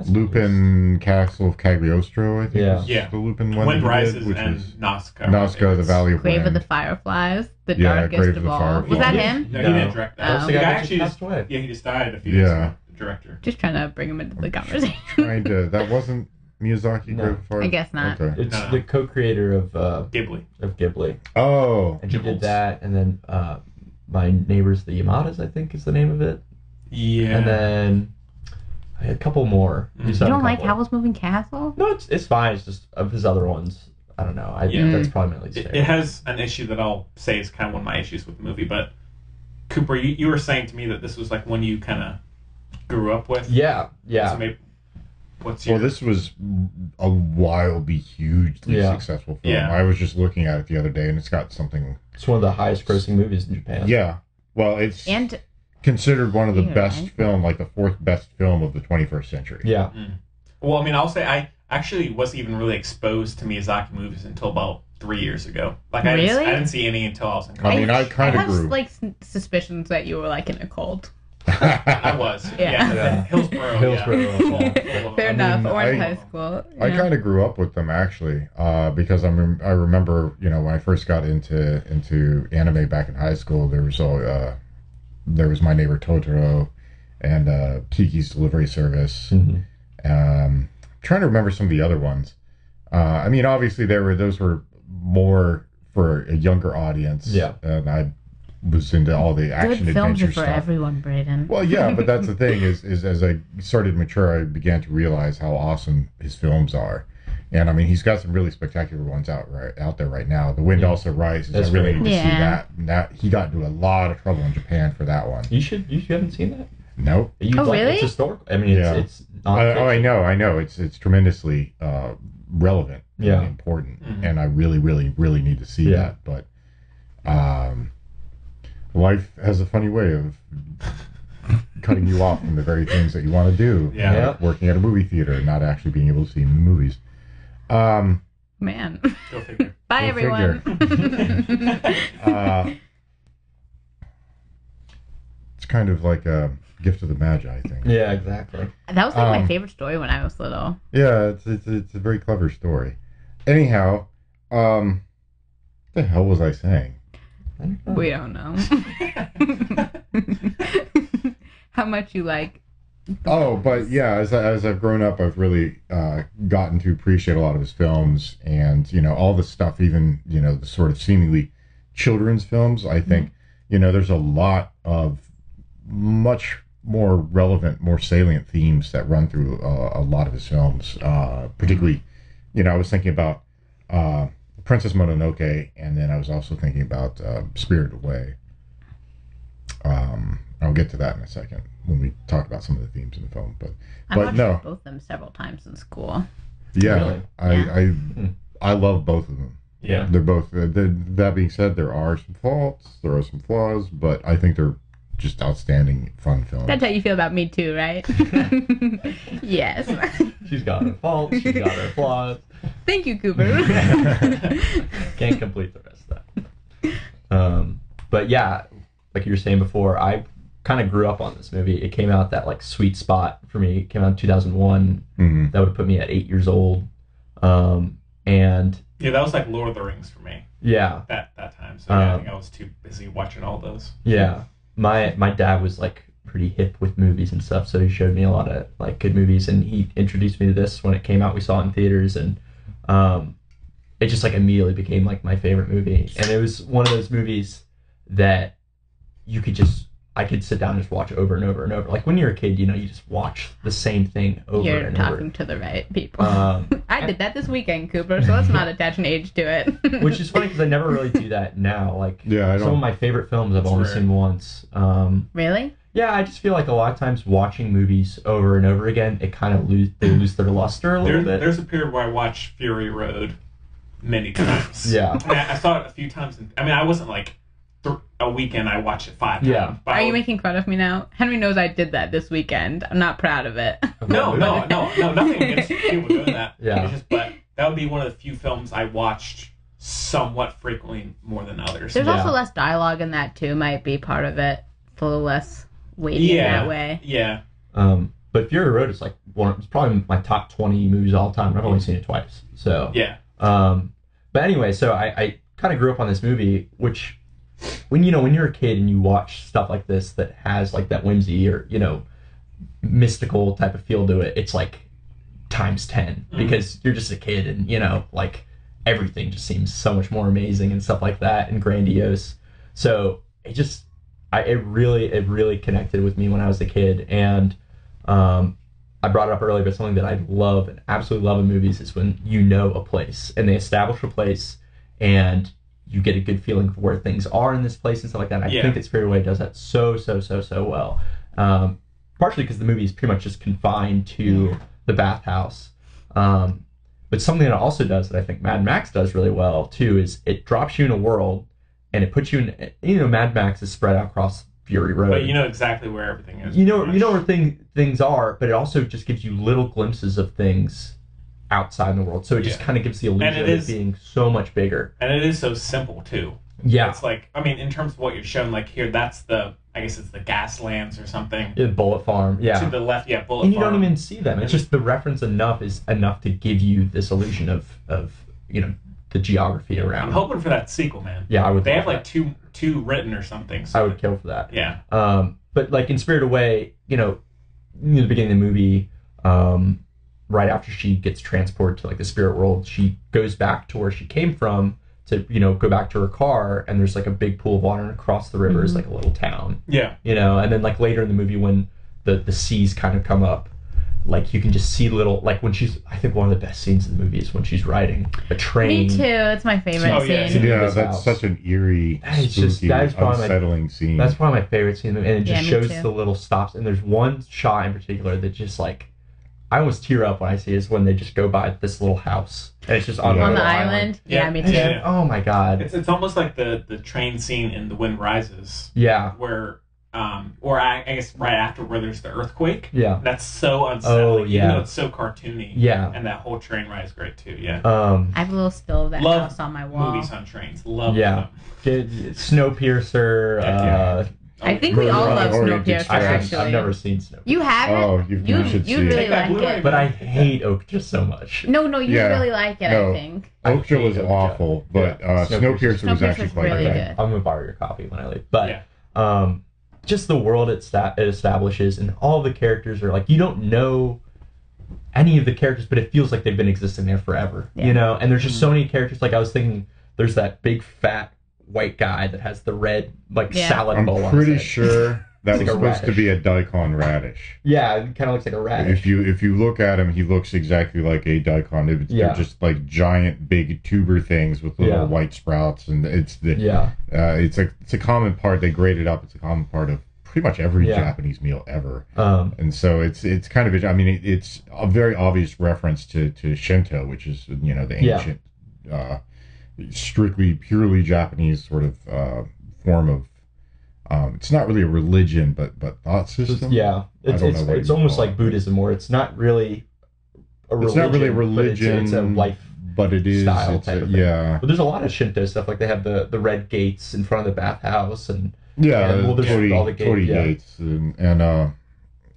[SPEAKER 10] Lupin Castle of Cagliostro. I think.
[SPEAKER 11] Yeah.
[SPEAKER 10] was
[SPEAKER 2] Yeah.
[SPEAKER 10] The Lupin one.
[SPEAKER 2] Wind
[SPEAKER 10] that he
[SPEAKER 2] Rises
[SPEAKER 10] did, which
[SPEAKER 2] and
[SPEAKER 10] was
[SPEAKER 2] Nausicaa. are my
[SPEAKER 10] Nazca, the
[SPEAKER 2] favorites.
[SPEAKER 10] Valley of
[SPEAKER 3] Grave of
[SPEAKER 10] Wind.
[SPEAKER 3] the Fireflies, the
[SPEAKER 10] Yeah,
[SPEAKER 3] darkest
[SPEAKER 10] Grave of
[SPEAKER 3] of,
[SPEAKER 10] the
[SPEAKER 3] all.
[SPEAKER 10] Fireflies.
[SPEAKER 3] Was that
[SPEAKER 10] Yeah.
[SPEAKER 3] him?
[SPEAKER 2] No,
[SPEAKER 11] No.
[SPEAKER 2] he didn't direct that.
[SPEAKER 3] Oh.
[SPEAKER 11] That's the
[SPEAKER 2] The
[SPEAKER 11] guy
[SPEAKER 2] guy
[SPEAKER 11] that
[SPEAKER 2] actually
[SPEAKER 11] just passed
[SPEAKER 2] just,
[SPEAKER 11] away.
[SPEAKER 2] yeah, he just died a few days
[SPEAKER 10] Yeah.
[SPEAKER 2] ago. The director.
[SPEAKER 3] Just trying to bring him into the conversation.
[SPEAKER 10] Trying to. That wasn't Miyazaki.
[SPEAKER 11] No.
[SPEAKER 10] Grave of the Fire-
[SPEAKER 3] I guess not.
[SPEAKER 10] Okay.
[SPEAKER 11] It's
[SPEAKER 2] No.
[SPEAKER 11] the co-creator of uh,
[SPEAKER 2] Ghibli.
[SPEAKER 11] of Ghibli,
[SPEAKER 10] Oh.
[SPEAKER 11] and he did
[SPEAKER 2] Gibbles.
[SPEAKER 11] that, and then uh, my neighbors the Yamadas, I think, is the name of it,
[SPEAKER 2] Yeah. Mm.
[SPEAKER 11] and then I had a couple more. Just
[SPEAKER 3] You
[SPEAKER 11] had a
[SPEAKER 3] don't like
[SPEAKER 11] couple.
[SPEAKER 3] Howl's Moving Castle?
[SPEAKER 11] No, it's it's fine. It's just of his other ones. I don't know. I
[SPEAKER 2] Yeah.
[SPEAKER 11] that's probably my least
[SPEAKER 2] it,
[SPEAKER 11] favorite.
[SPEAKER 2] it has an issue that I'll say is kind of one of my issues with the movie, but Cooper, you, you were saying to me that this was like one you kind of grew up with.
[SPEAKER 11] yeah,
[SPEAKER 2] So
[SPEAKER 11] yeah.
[SPEAKER 2] maybe, what's your.
[SPEAKER 10] Well, this was a wildly hugely
[SPEAKER 11] Yeah.
[SPEAKER 10] successful film.
[SPEAKER 2] Yeah.
[SPEAKER 10] I was just looking at it the other day, and it's got something.
[SPEAKER 11] It's one of the highest grossing movies in Japan.
[SPEAKER 10] Yeah. Well, it's
[SPEAKER 3] And
[SPEAKER 10] considered one of the
[SPEAKER 3] Yeah,
[SPEAKER 10] best
[SPEAKER 3] right.
[SPEAKER 10] film, like the fourth best film of the 21st century.
[SPEAKER 11] yeah.
[SPEAKER 2] Well, I mean, I'll say I actually wasn't even really exposed to Miyazaki movies until about three years ago. Like, I, didn't,
[SPEAKER 3] Really?
[SPEAKER 2] I didn't see any until I was in college.
[SPEAKER 10] I mean, I kind of
[SPEAKER 3] have
[SPEAKER 10] grew.
[SPEAKER 3] like s- suspicions that you were like in a cult.
[SPEAKER 2] I was.
[SPEAKER 3] Yeah.
[SPEAKER 2] Oh, Yeah.
[SPEAKER 11] Yeah.
[SPEAKER 2] Hillsborough.
[SPEAKER 11] Hillsborough,
[SPEAKER 2] Yeah.
[SPEAKER 11] yeah.
[SPEAKER 3] Fair
[SPEAKER 10] I
[SPEAKER 3] enough.
[SPEAKER 10] mean,
[SPEAKER 3] or in
[SPEAKER 10] I-
[SPEAKER 3] high school.
[SPEAKER 10] I
[SPEAKER 3] yeah.
[SPEAKER 10] kind of grew up with them actually, uh, because I rem- I remember you know when I first got into into anime back in high school, there was all uh, there was my neighbor Totoro, and uh, Kiki's Delivery Service.
[SPEAKER 11] Mhm.
[SPEAKER 10] Um, trying to remember some of the other ones. Uh, I mean, obviously there were those were more for a younger audience.
[SPEAKER 11] Yeah.
[SPEAKER 10] and I was into all the action
[SPEAKER 3] Good films
[SPEAKER 10] adventure
[SPEAKER 3] are for
[SPEAKER 10] stuff.
[SPEAKER 3] everyone, Braden.
[SPEAKER 10] Well, yeah, but that's the thing is, is as I started to mature, I began to realize how awesome his films are, and I mean, he's got some really spectacular ones out right out there right now. The Wind
[SPEAKER 11] Yeah.
[SPEAKER 10] Also Rises.
[SPEAKER 11] That's
[SPEAKER 10] I really
[SPEAKER 11] great.
[SPEAKER 10] need to see
[SPEAKER 3] Yeah.
[SPEAKER 10] that. That he got into a lot of trouble in Japan for that one.
[SPEAKER 11] You should. You, you haven't seen that.
[SPEAKER 10] Nope.
[SPEAKER 11] You
[SPEAKER 3] Oh, really?
[SPEAKER 11] It's historical. I mean, it's
[SPEAKER 10] Yeah.
[SPEAKER 11] it's not.
[SPEAKER 10] I, oh, I know, I know. It's it's tremendously uh, relevant, and
[SPEAKER 11] Yeah.
[SPEAKER 10] important,
[SPEAKER 2] Mhm.
[SPEAKER 10] and I really, really, really need to see
[SPEAKER 11] Yeah.
[SPEAKER 10] that. But um, life has a funny way of cutting you off from the very things that you want to do.
[SPEAKER 2] Yeah.
[SPEAKER 11] Yeah.
[SPEAKER 10] Like working at a movie theater and not actually being able to see movies. Um,
[SPEAKER 3] Man.
[SPEAKER 2] Go figure.
[SPEAKER 3] Bye,
[SPEAKER 10] Go figure.
[SPEAKER 3] everyone.
[SPEAKER 10] uh, it's kind of like a gift of the magi, I think.
[SPEAKER 11] Yeah, exactly.
[SPEAKER 3] That was like my
[SPEAKER 10] Um,
[SPEAKER 3] favorite story when I was little.
[SPEAKER 10] Yeah, it's it's, it's a very clever story. Anyhow, um, what the hell was I saying?
[SPEAKER 11] I don't know.
[SPEAKER 3] We don't know. How much you like.
[SPEAKER 10] Oh, but yeah, as I, as I've grown up, I've really uh, gotten to appreciate a lot of his films, and you know all the stuff, even you know the sort of seemingly children's films. I think you know there's a lot of much more relevant, more salient themes that run through uh, a lot of his films, uh, particularly you know, I was thinking about uh, Princess Mononoke, and then I was also thinking about uh, Spirited Away. Um, I'll get to that in a second when we talk about some of the themes in the film. But
[SPEAKER 3] I
[SPEAKER 10] but
[SPEAKER 3] watched
[SPEAKER 10] no,
[SPEAKER 3] both of them several times in school.
[SPEAKER 10] yeah,
[SPEAKER 3] Really?
[SPEAKER 10] I,
[SPEAKER 3] Yeah.
[SPEAKER 10] I I love both of them.
[SPEAKER 3] Yeah.
[SPEAKER 10] they're both. uh, they- that being said, there are some faults, there are some flaws, but I think they're just outstanding, fun films.
[SPEAKER 3] That's how you feel about me too, right? yes.
[SPEAKER 4] She's got her faults. She's got her flaws.
[SPEAKER 3] Thank you, Cooper.
[SPEAKER 4] Can't complete the rest of that. Um, but yeah, like you were saying before, I kind of grew up on this movie. It came out that like sweet spot for me. It came out in 2001.
[SPEAKER 10] Mhm.
[SPEAKER 4] That would put me at eight years old. Um, and
[SPEAKER 2] Yeah, that was like Lord of the Rings for me.
[SPEAKER 4] Yeah.
[SPEAKER 2] That that time. So yeah, I
[SPEAKER 4] Um,
[SPEAKER 2] think I was too busy watching all those.
[SPEAKER 4] Yeah. My my dad was like pretty hip with movies and stuff, so he showed me a lot of like good movies and he introduced me to this when it came out. We saw it in theaters and um it just like immediately became like my favorite movie. And it was one of those movies that you could just I could sit down and just watch over and over and over. Like when you're a kid, you know, you just watch the same thing over
[SPEAKER 3] You're
[SPEAKER 4] and
[SPEAKER 3] talking
[SPEAKER 4] over.
[SPEAKER 3] to the right people.
[SPEAKER 4] Um,
[SPEAKER 3] I did that this weekend, Cooper, so let's not attach an age to it.
[SPEAKER 4] which is funny because I never really do that now. Like
[SPEAKER 10] yeah, I
[SPEAKER 4] some of
[SPEAKER 10] don't-
[SPEAKER 4] my favorite films I've
[SPEAKER 10] It's
[SPEAKER 4] only
[SPEAKER 10] rare.
[SPEAKER 4] seen once. Um,
[SPEAKER 3] really?
[SPEAKER 4] Yeah, I just feel like a lot of times watching movies over and over again, it kind of lose they lose their luster
[SPEAKER 2] There,
[SPEAKER 4] a little bit.
[SPEAKER 2] there's a period where I watched Fury Road many times.
[SPEAKER 4] Yeah.
[SPEAKER 2] I, mean, I I saw it a few times. In, I mean, I wasn't like th- a weekend. I watched it five
[SPEAKER 4] Yeah.
[SPEAKER 2] times. but I
[SPEAKER 3] Are you
[SPEAKER 2] would-
[SPEAKER 3] making fun of me now? Henry knows I did that this weekend. I'm not proud of it.
[SPEAKER 2] No, no, no, no. Nothing against people doing that.
[SPEAKER 4] Yeah.
[SPEAKER 2] It's just, but that would be one of the few films I watched somewhat frequently more than others.
[SPEAKER 3] There's also less dialogue in that too. Might be part of it. It's a little less weighty in that way.
[SPEAKER 2] Yeah.
[SPEAKER 4] Um, but Fury Road is like one. It's probably my top twenty movies of all time. and I've only seen it twice. So
[SPEAKER 2] Yeah.
[SPEAKER 4] Um, but anyway, so I, I kind of grew up on this movie, which when you know when you're a kid and you watch stuff like this that has like that whimsy or you know mystical type of feel to it, it's like times 10 because you're just a kid and you know like everything just seems so much more amazing and stuff like that and grandiose. So it just I it really it really connected with me when I was a kid and um I brought it up earlier, but something that I love and absolutely love in movies is when you know a place and they establish a place and you get a good feeling for where things are in this place and stuff like that. And I
[SPEAKER 2] Yeah.
[SPEAKER 4] think that Spirit Away does that so, so, so, so well. Um, partially because the movie is pretty much just confined to the bathhouse. Um, but something that it also does that I think Mad Max does really well too is it drops you in a world and it puts you in, you know, Mad Max is spread out across Fury Road
[SPEAKER 2] But you know exactly where everything is.
[SPEAKER 4] you know you know where thing, things are, but it also just gives you little glimpses of things outside in the world. So it just
[SPEAKER 2] Yeah.
[SPEAKER 4] kind of gives the
[SPEAKER 2] And
[SPEAKER 4] illusion
[SPEAKER 2] it
[SPEAKER 4] of it
[SPEAKER 2] is-
[SPEAKER 4] being so much bigger.
[SPEAKER 2] and it is so simple too.
[SPEAKER 4] Yeah.
[SPEAKER 2] it's like I mean, in terms of what you're shown, like here, that's the I guess it's the Gaslands or something
[SPEAKER 4] Yeah, Bullet Farm, yeah.
[SPEAKER 2] to the left. Yeah, bullet.
[SPEAKER 4] and you
[SPEAKER 2] farm.
[SPEAKER 4] don't even see them. It's just the reference enough is enough to give you this illusion of of you know the geography
[SPEAKER 2] I'm
[SPEAKER 4] around.
[SPEAKER 2] hoping for that sequel, man.
[SPEAKER 4] Yeah, I would
[SPEAKER 2] They
[SPEAKER 4] love
[SPEAKER 2] have like two two written or something. So
[SPEAKER 4] I would kill for that.
[SPEAKER 2] Yeah.
[SPEAKER 4] Um, but like in Spirit Away, you know, near the beginning of the movie, um, right after she gets transported to like the spirit world, she goes back to where she came from to you know go back to her car, and there's like a big pool of water, and across the river is
[SPEAKER 3] Mm-hmm.
[SPEAKER 2] Mhm.
[SPEAKER 4] like a little town.
[SPEAKER 2] Yeah.
[SPEAKER 4] You know, and then like later in the movie when the the seas kind of come up. Like you can just see little like when she's I think one of the best scenes in the movie is when she's riding a
[SPEAKER 3] Me
[SPEAKER 4] train.
[SPEAKER 3] too. It's my favorite
[SPEAKER 4] Oh, yeah.
[SPEAKER 3] scene.
[SPEAKER 4] Yeah.
[SPEAKER 10] yeah,
[SPEAKER 4] This house.
[SPEAKER 10] that's such an eerie,
[SPEAKER 4] That is
[SPEAKER 10] spooky,
[SPEAKER 4] just- that is probably my-
[SPEAKER 10] unsettling scene.
[SPEAKER 4] That's probably my favorite scene, in the movie, and it just
[SPEAKER 3] Yeah, me
[SPEAKER 4] shows
[SPEAKER 3] too.
[SPEAKER 4] the little stops. And there's one shot in particular that just like I almost tear up when I see it, is when they just go by this little house, and it's just on, a
[SPEAKER 3] On the
[SPEAKER 4] little
[SPEAKER 3] island. Yeah, me too.
[SPEAKER 4] And, oh my god.
[SPEAKER 2] It's, it's almost like the, the train scene in The Wind Rises,
[SPEAKER 4] yeah.
[SPEAKER 2] where, um, or I, I guess right after where there's the earthquake.
[SPEAKER 4] Yeah.
[SPEAKER 2] That's so unsettling,
[SPEAKER 4] Oh, yeah.
[SPEAKER 2] even though it's so cartoony.
[SPEAKER 4] Yeah.
[SPEAKER 2] And that whole train ride is great too, yeah.
[SPEAKER 4] Um.
[SPEAKER 3] I have a little still of that
[SPEAKER 2] Love
[SPEAKER 3] house on my wall.
[SPEAKER 2] Movies on trains. Love
[SPEAKER 4] Yeah.
[SPEAKER 2] them.
[SPEAKER 4] Did- Snowpiercer. Uh,
[SPEAKER 3] I think we all love Snowpiercer.
[SPEAKER 4] I haven't-
[SPEAKER 3] Actually,
[SPEAKER 4] I've never seen Snowpiercer,
[SPEAKER 3] You haven't.
[SPEAKER 10] Oh, you-
[SPEAKER 3] you
[SPEAKER 10] you should
[SPEAKER 3] you
[SPEAKER 10] see it.
[SPEAKER 3] really
[SPEAKER 10] Take that
[SPEAKER 3] like
[SPEAKER 2] Blu-ray.
[SPEAKER 3] it.
[SPEAKER 4] but I hate Oak just so much.
[SPEAKER 3] No, no, you
[SPEAKER 10] Yeah.
[SPEAKER 3] really like it.
[SPEAKER 10] No.
[SPEAKER 3] I think.
[SPEAKER 10] Okja was awful, but uh,
[SPEAKER 4] Snowpiercer.
[SPEAKER 10] Snowpiercer was
[SPEAKER 3] Snowpiercer's
[SPEAKER 10] actually quite
[SPEAKER 3] really
[SPEAKER 10] good.
[SPEAKER 3] good.
[SPEAKER 4] I'm gonna borrow your copy when I leave. But um, just the world it, sta- it establishes, and all the characters are like you don't know any of the characters, but it feels like they've been existing there forever.
[SPEAKER 3] Yeah.
[SPEAKER 4] You know, and there's just
[SPEAKER 10] Mm-hmm.
[SPEAKER 4] so many characters. Like I was thinking, there's that big fat white guy that has the red like
[SPEAKER 3] Yeah.
[SPEAKER 4] salad bowl.
[SPEAKER 10] I'm
[SPEAKER 4] on his
[SPEAKER 10] pretty
[SPEAKER 4] head.
[SPEAKER 10] sure
[SPEAKER 4] It's
[SPEAKER 10] That was
[SPEAKER 4] like a
[SPEAKER 10] supposed to
[SPEAKER 4] radish.
[SPEAKER 10] be a daikon radish.
[SPEAKER 4] Yeah, it kind of looks like a radish.
[SPEAKER 10] If you if you look at him, he looks exactly like a daikon. It-
[SPEAKER 4] Yeah.
[SPEAKER 10] They're just like giant, big tuber things with little
[SPEAKER 4] Yeah.
[SPEAKER 10] white sprouts, and it's the
[SPEAKER 4] Yeah.
[SPEAKER 10] Uh, it's a it's a common part. They grate it up. It's a common part of pretty much every
[SPEAKER 4] Yeah.
[SPEAKER 10] Japanese meal ever.
[SPEAKER 4] Um,
[SPEAKER 10] and so it's it's kind of I mean it, it's a very obvious reference to to Shinto, which is you know the
[SPEAKER 4] Yeah.
[SPEAKER 10] ancient, uh, strictly purely Japanese sort of uh, form of. Um, it's not really a religion, but but thought system.
[SPEAKER 4] Yeah,
[SPEAKER 10] I
[SPEAKER 4] it's
[SPEAKER 10] don't
[SPEAKER 4] it's,
[SPEAKER 10] know what
[SPEAKER 4] it's
[SPEAKER 10] you
[SPEAKER 4] almost
[SPEAKER 10] call it.
[SPEAKER 4] like Buddhism, where it's not really a religion.
[SPEAKER 10] It's not really a
[SPEAKER 4] but it's- It's, a
[SPEAKER 10] religion,
[SPEAKER 4] life,
[SPEAKER 10] but it is-
[SPEAKER 4] style
[SPEAKER 10] it's
[SPEAKER 4] type
[SPEAKER 10] a-
[SPEAKER 4] of thing.
[SPEAKER 10] yeah.
[SPEAKER 4] But there's a lot of Shinto stuff, like they have the the red gates in front of the bathhouse, and
[SPEAKER 10] yeah,
[SPEAKER 4] and, well, there's
[SPEAKER 10] Cody,
[SPEAKER 4] all the gates.
[SPEAKER 10] Cody
[SPEAKER 4] yeah.
[SPEAKER 10] Gates, and, and uh,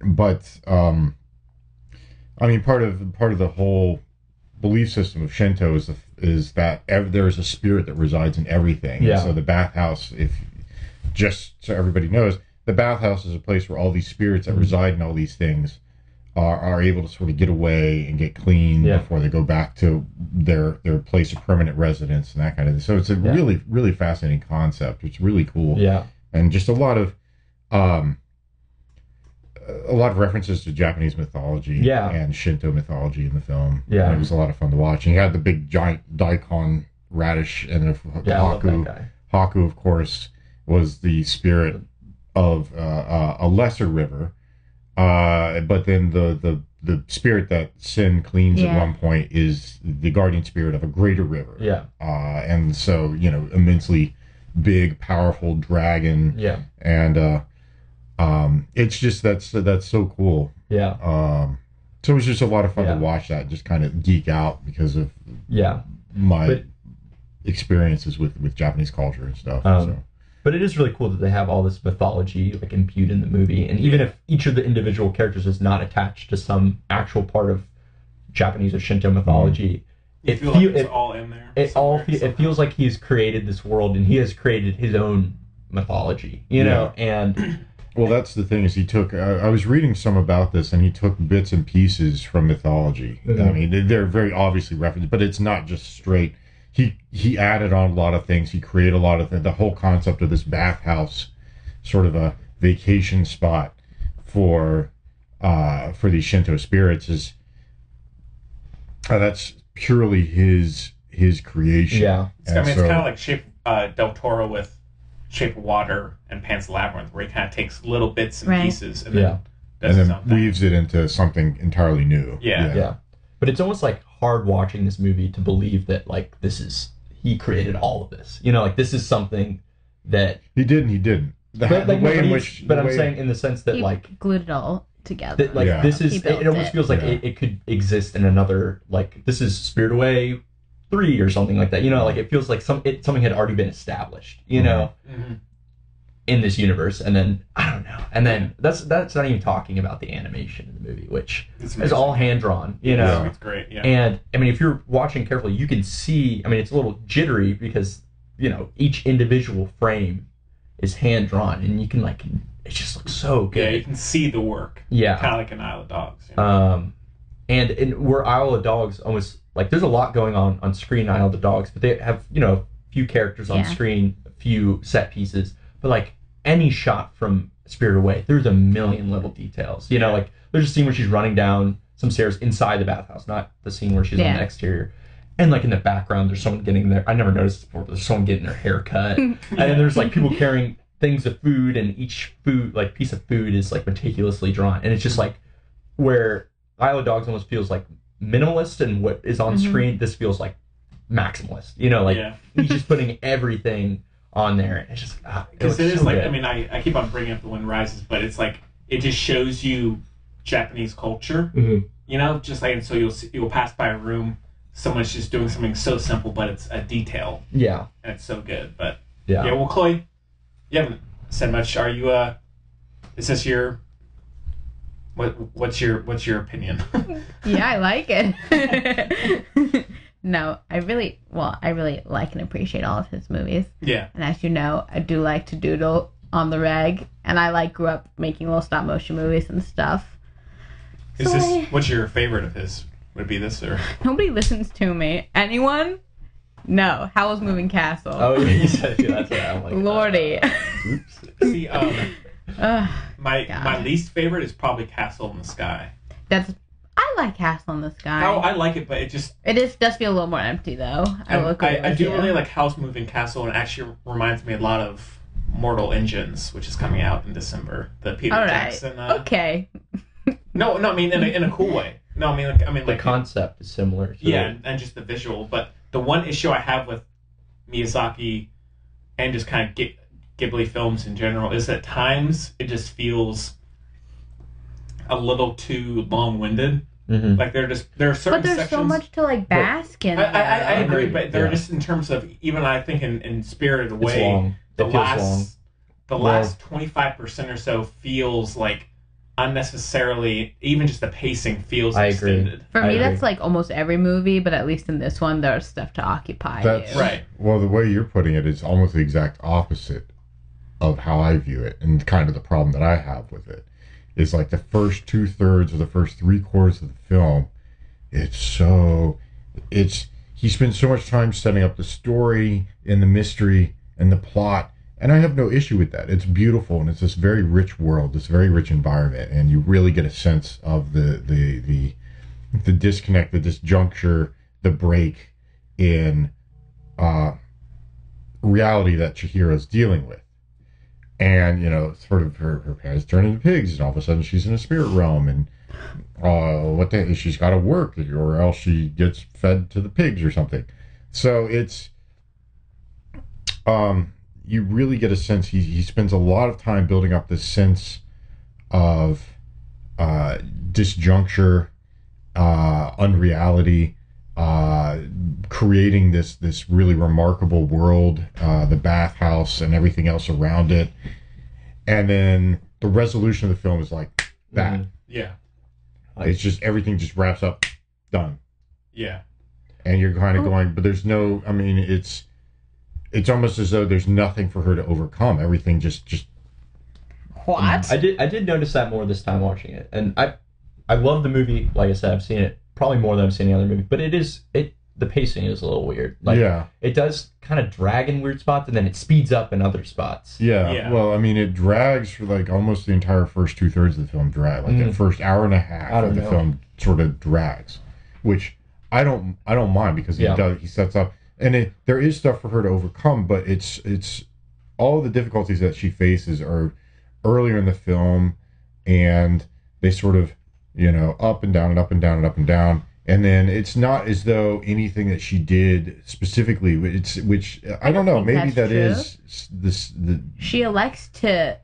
[SPEAKER 10] but um, I mean, part of part of the whole belief system of Shinto is the, is that ev- there is a spirit that resides in everything. And
[SPEAKER 4] Yeah.
[SPEAKER 10] so the bathhouse, if just so everybody knows, the bathhouse is a place where all these spirits that
[SPEAKER 4] Mm-hmm.
[SPEAKER 10] reside in all these things are, are able to sort of get away and get clean
[SPEAKER 4] Yeah.
[SPEAKER 10] before they go back to their their place of permanent residence and that kind of thing. So it's a
[SPEAKER 4] Yeah.
[SPEAKER 10] really really fascinating concept. It's really cool.
[SPEAKER 4] Yeah.
[SPEAKER 10] and just a lot of um a lot of references to Japanese mythology
[SPEAKER 4] Yeah.
[SPEAKER 10] and Shinto mythology in the film.
[SPEAKER 4] Yeah.
[SPEAKER 10] And it was a lot of fun to watch. And he had the big giant daikon radish and of
[SPEAKER 4] Yeah, I love that
[SPEAKER 10] Haku.
[SPEAKER 4] guy.
[SPEAKER 10] Haku, of course, was the spirit of uh, uh, a lesser river. Uh, but then the, the, the spirit that Sin cleans
[SPEAKER 4] Yeah.
[SPEAKER 10] at one point is the guardian spirit of a greater river.
[SPEAKER 4] Yeah.
[SPEAKER 10] Uh, and so, you know, immensely big, powerful dragon.
[SPEAKER 4] Yeah.
[SPEAKER 10] And uh, um, it's just that's that's so cool.
[SPEAKER 4] Yeah.
[SPEAKER 10] Um, so it was just a lot of fun to watch that, and just kind of geek out because of
[SPEAKER 4] Yeah.
[SPEAKER 10] my
[SPEAKER 4] But-
[SPEAKER 10] experiences with with Japanese culture and stuff.
[SPEAKER 4] Um,
[SPEAKER 10] so.
[SPEAKER 4] But it is really cool that they have all this mythology like imbued in the movie, and even if each of the individual characters is not attached to some actual part of Japanese or Shinto mythology,
[SPEAKER 2] You
[SPEAKER 4] it
[SPEAKER 2] feel
[SPEAKER 4] feel,
[SPEAKER 2] Mm. like it's
[SPEAKER 4] it,
[SPEAKER 2] all in there.
[SPEAKER 4] It all fe- it feels like he's created this world, and he has created his own mythology. You know, and
[SPEAKER 10] well, that's the thing is he took. I, I was reading some about this, and he took bits and pieces from mythology. I
[SPEAKER 4] Mhm.
[SPEAKER 10] mean, they- they're very obviously referenced, but it's not just straight. He he added on a lot of things. He created a lot of things. The whole concept of this bathhouse, sort of a vacation spot for uh, for these Shinto spirits, is uh, that's purely his his creation.
[SPEAKER 4] Yeah.
[SPEAKER 2] It's, I
[SPEAKER 10] And
[SPEAKER 2] mean, it's
[SPEAKER 10] so-
[SPEAKER 2] kind of like Shape uh, Del Toro with Shape of Water and Pan's Labyrinth, where he kind of takes little bits and
[SPEAKER 3] Right.
[SPEAKER 2] pieces and
[SPEAKER 4] Yeah.
[SPEAKER 2] then does
[SPEAKER 10] and
[SPEAKER 2] his
[SPEAKER 10] then
[SPEAKER 2] own thing.
[SPEAKER 10] weaves it into something entirely new.
[SPEAKER 2] Yeah.
[SPEAKER 4] yeah. But it's almost like hard watching this movie to believe that like this is he created all of this. You know, like this is something that
[SPEAKER 10] He did and he didn't. The,
[SPEAKER 4] But,
[SPEAKER 10] the
[SPEAKER 4] like,
[SPEAKER 10] way in
[SPEAKER 4] nobody's-
[SPEAKER 10] which.
[SPEAKER 4] but
[SPEAKER 10] the
[SPEAKER 4] I'm
[SPEAKER 10] way-
[SPEAKER 4] saying in the sense that
[SPEAKER 3] He
[SPEAKER 4] like
[SPEAKER 3] glued it all together.
[SPEAKER 4] that like this
[SPEAKER 3] He
[SPEAKER 4] is it,
[SPEAKER 3] built
[SPEAKER 4] it almost
[SPEAKER 3] it.
[SPEAKER 4] feels like it, it could exist in another like this is spirit away three or something like that you know like it feels like some it, something had already been established you know in this universe and then i don't know and then that's that's not even talking about the animation in the movie which
[SPEAKER 2] It's
[SPEAKER 4] is all
[SPEAKER 2] amazing.
[SPEAKER 4] hand drawn you
[SPEAKER 2] Yeah,
[SPEAKER 4] know
[SPEAKER 2] it's great, yeah.
[SPEAKER 4] and i mean if you're watching carefully you can see i mean it's a little jittery because you know each individual frame is hand drawn and you can like it just looks so good
[SPEAKER 2] Yeah, you can see the work.
[SPEAKER 4] Yeah.
[SPEAKER 2] Kind of like an Isle of Dogs. you know?
[SPEAKER 4] um, and and where Isle of Dogs almost like there's a lot going on on screen Isle of the Dogs, but they have you know few characters on
[SPEAKER 3] Yeah.
[SPEAKER 4] screen, a few set pieces, but like any shot from Spirit Away, there's a million little details. You know, like there's a scene where she's running down some stairs inside the bathhouse, not the scene where she's on
[SPEAKER 3] Yeah.
[SPEAKER 4] the exterior. And like in the background, there's someone getting their I never noticed this before. But there's someone getting their hair cut, and then there's like people carrying things of food, and each food like piece of food is like meticulously drawn, and it's just like where Isle of Dogs almost feels like minimalist, and what is on
[SPEAKER 2] Mhm.
[SPEAKER 4] screen, this feels like maximalist. You know, like
[SPEAKER 2] Yeah.
[SPEAKER 4] he's just putting everything on there. And it's just ah, it
[SPEAKER 2] because
[SPEAKER 4] looks
[SPEAKER 2] it is
[SPEAKER 4] so
[SPEAKER 2] like
[SPEAKER 4] good.
[SPEAKER 2] I mean I, I keep on bringing up the wind rises, but it's like it just shows you Japanese culture,
[SPEAKER 4] Mhm.
[SPEAKER 2] you know, just like and so you'll see, you'll pass by a room, someone's just doing something so simple, but it's a detail
[SPEAKER 4] yeah,
[SPEAKER 2] and it's so good. But
[SPEAKER 4] Yeah.
[SPEAKER 2] well, Chloe, you haven't said much. Are you uh, is this your what what's your what's your opinion?
[SPEAKER 3] yeah, I like it. no, I really well, I really like and appreciate all of his movies.
[SPEAKER 2] Yeah.
[SPEAKER 3] And as you know, I do like to doodle on the rag, and I like grew up making little stop motion movies and stuff.
[SPEAKER 2] Is
[SPEAKER 3] So
[SPEAKER 2] this
[SPEAKER 3] I-
[SPEAKER 2] what's your favorite of his? Would it be this or
[SPEAKER 3] Nobody listens to me. Anyone? No. Howl's Moving Castle.
[SPEAKER 4] uh, Oh yeah, you said yeah, that's what I like.
[SPEAKER 3] Lordy.
[SPEAKER 2] see um
[SPEAKER 3] Ugh,
[SPEAKER 2] My my least favorite is probably Castle in the Sky.
[SPEAKER 3] that's. I like Castle in the Sky.
[SPEAKER 2] How I like it, but it just
[SPEAKER 3] It is does feel a little more empty though.
[SPEAKER 2] I,
[SPEAKER 3] I, will agree
[SPEAKER 2] I, I
[SPEAKER 3] with
[SPEAKER 2] do
[SPEAKER 3] you.
[SPEAKER 2] really like House Moving Castle, and it actually reminds me a lot of Mortal Engines, which is coming out in December. The Peter
[SPEAKER 3] All right.
[SPEAKER 2] Jackson. Uh,
[SPEAKER 3] okay.
[SPEAKER 2] No, no, I mean in a, in a cool way. No, I mean like I mean
[SPEAKER 11] The
[SPEAKER 2] like
[SPEAKER 11] concept is similar. To
[SPEAKER 2] yeah, and, and just the visual. But the one issue I have with Miyazaki and just kind of Ghi- Ghibli films in general is at times it just feels a little too long-winded.
[SPEAKER 4] Mm-hmm.
[SPEAKER 11] Mhm.
[SPEAKER 2] Like there are just there are certain
[SPEAKER 3] But there's
[SPEAKER 2] sections.
[SPEAKER 3] so much to like bask in.
[SPEAKER 2] I, I, I I
[SPEAKER 3] though.
[SPEAKER 2] agree, but they're
[SPEAKER 11] Yeah.
[SPEAKER 2] just in terms of even I think in, in spirited
[SPEAKER 11] It's
[SPEAKER 2] way
[SPEAKER 11] long.
[SPEAKER 2] the
[SPEAKER 11] It feels
[SPEAKER 2] last
[SPEAKER 11] long.
[SPEAKER 2] the
[SPEAKER 11] Well-
[SPEAKER 2] last twenty five percent or so feels like unnecessarily even just the pacing feels
[SPEAKER 11] I agree.
[SPEAKER 2] extended.
[SPEAKER 3] For me, that's like almost every movie, but at least in this one, there's stuff to occupy
[SPEAKER 10] That's
[SPEAKER 3] you.
[SPEAKER 10] Well, the way you're putting it is almost the exact opposite of how I view it, and kind of the problem that I have with it is like the first two thirds or the first three quarters of the film. It's so, it's he spends so much time setting up the story and the mystery and the plot, and I have no issue with that. It's beautiful and it's this very rich world, this very rich environment, and you really get a sense of the the the the disconnect, the disjuncture, the break in uh, reality that Chihiro's dealing with. And, you know, sort of her, her parents turn into pigs, and all of a sudden she's in a spirit realm, and uh, what the she's got to work, or else she gets fed to the pigs or something. So it's, um, you really get a sense, he, he spends a lot of time building up this sense of uh, disjuncture, uh, unreality, uh, creating this this really remarkable world, uh, the bathhouse and everything else around it, and then the resolution of the film is like that.
[SPEAKER 2] Yeah.
[SPEAKER 10] It's just everything just wraps up, done,
[SPEAKER 2] Yeah.
[SPEAKER 10] and you're kind
[SPEAKER 11] Oh.
[SPEAKER 10] of going, but there's no. I mean, it's it's almost as though there's nothing for her to overcome. Everything just just
[SPEAKER 3] What?
[SPEAKER 11] I did I did notice that more this time watching it, and I I love the movie. Like I said, I've seen it probably more than I've seen any other movie, but it is it the pacing is a little weird. Like
[SPEAKER 10] Yeah.
[SPEAKER 11] it does kind of drag in weird spots, and then it speeds up in other spots.
[SPEAKER 10] Yeah,
[SPEAKER 11] Yeah.
[SPEAKER 10] Well, I mean, it drags for like almost the entire first two thirds of the film drag. Like the
[SPEAKER 11] Mm.
[SPEAKER 10] first hour and a half
[SPEAKER 11] I don't
[SPEAKER 10] of the
[SPEAKER 11] know.
[SPEAKER 10] film sort of drags, which I don't I don't mind because he
[SPEAKER 11] Yeah.
[SPEAKER 10] does he sets up and it, there is stuff for her to overcome, but it's it's all the difficulties that she faces are earlier in the film, and they sort of you know up and down and up and down and up and down. And then it's not as though anything that she did specifically, it's which I, don't know.
[SPEAKER 3] think
[SPEAKER 10] Maybe
[SPEAKER 3] that's
[SPEAKER 10] that
[SPEAKER 3] true.
[SPEAKER 10] is s- this the
[SPEAKER 3] She elects to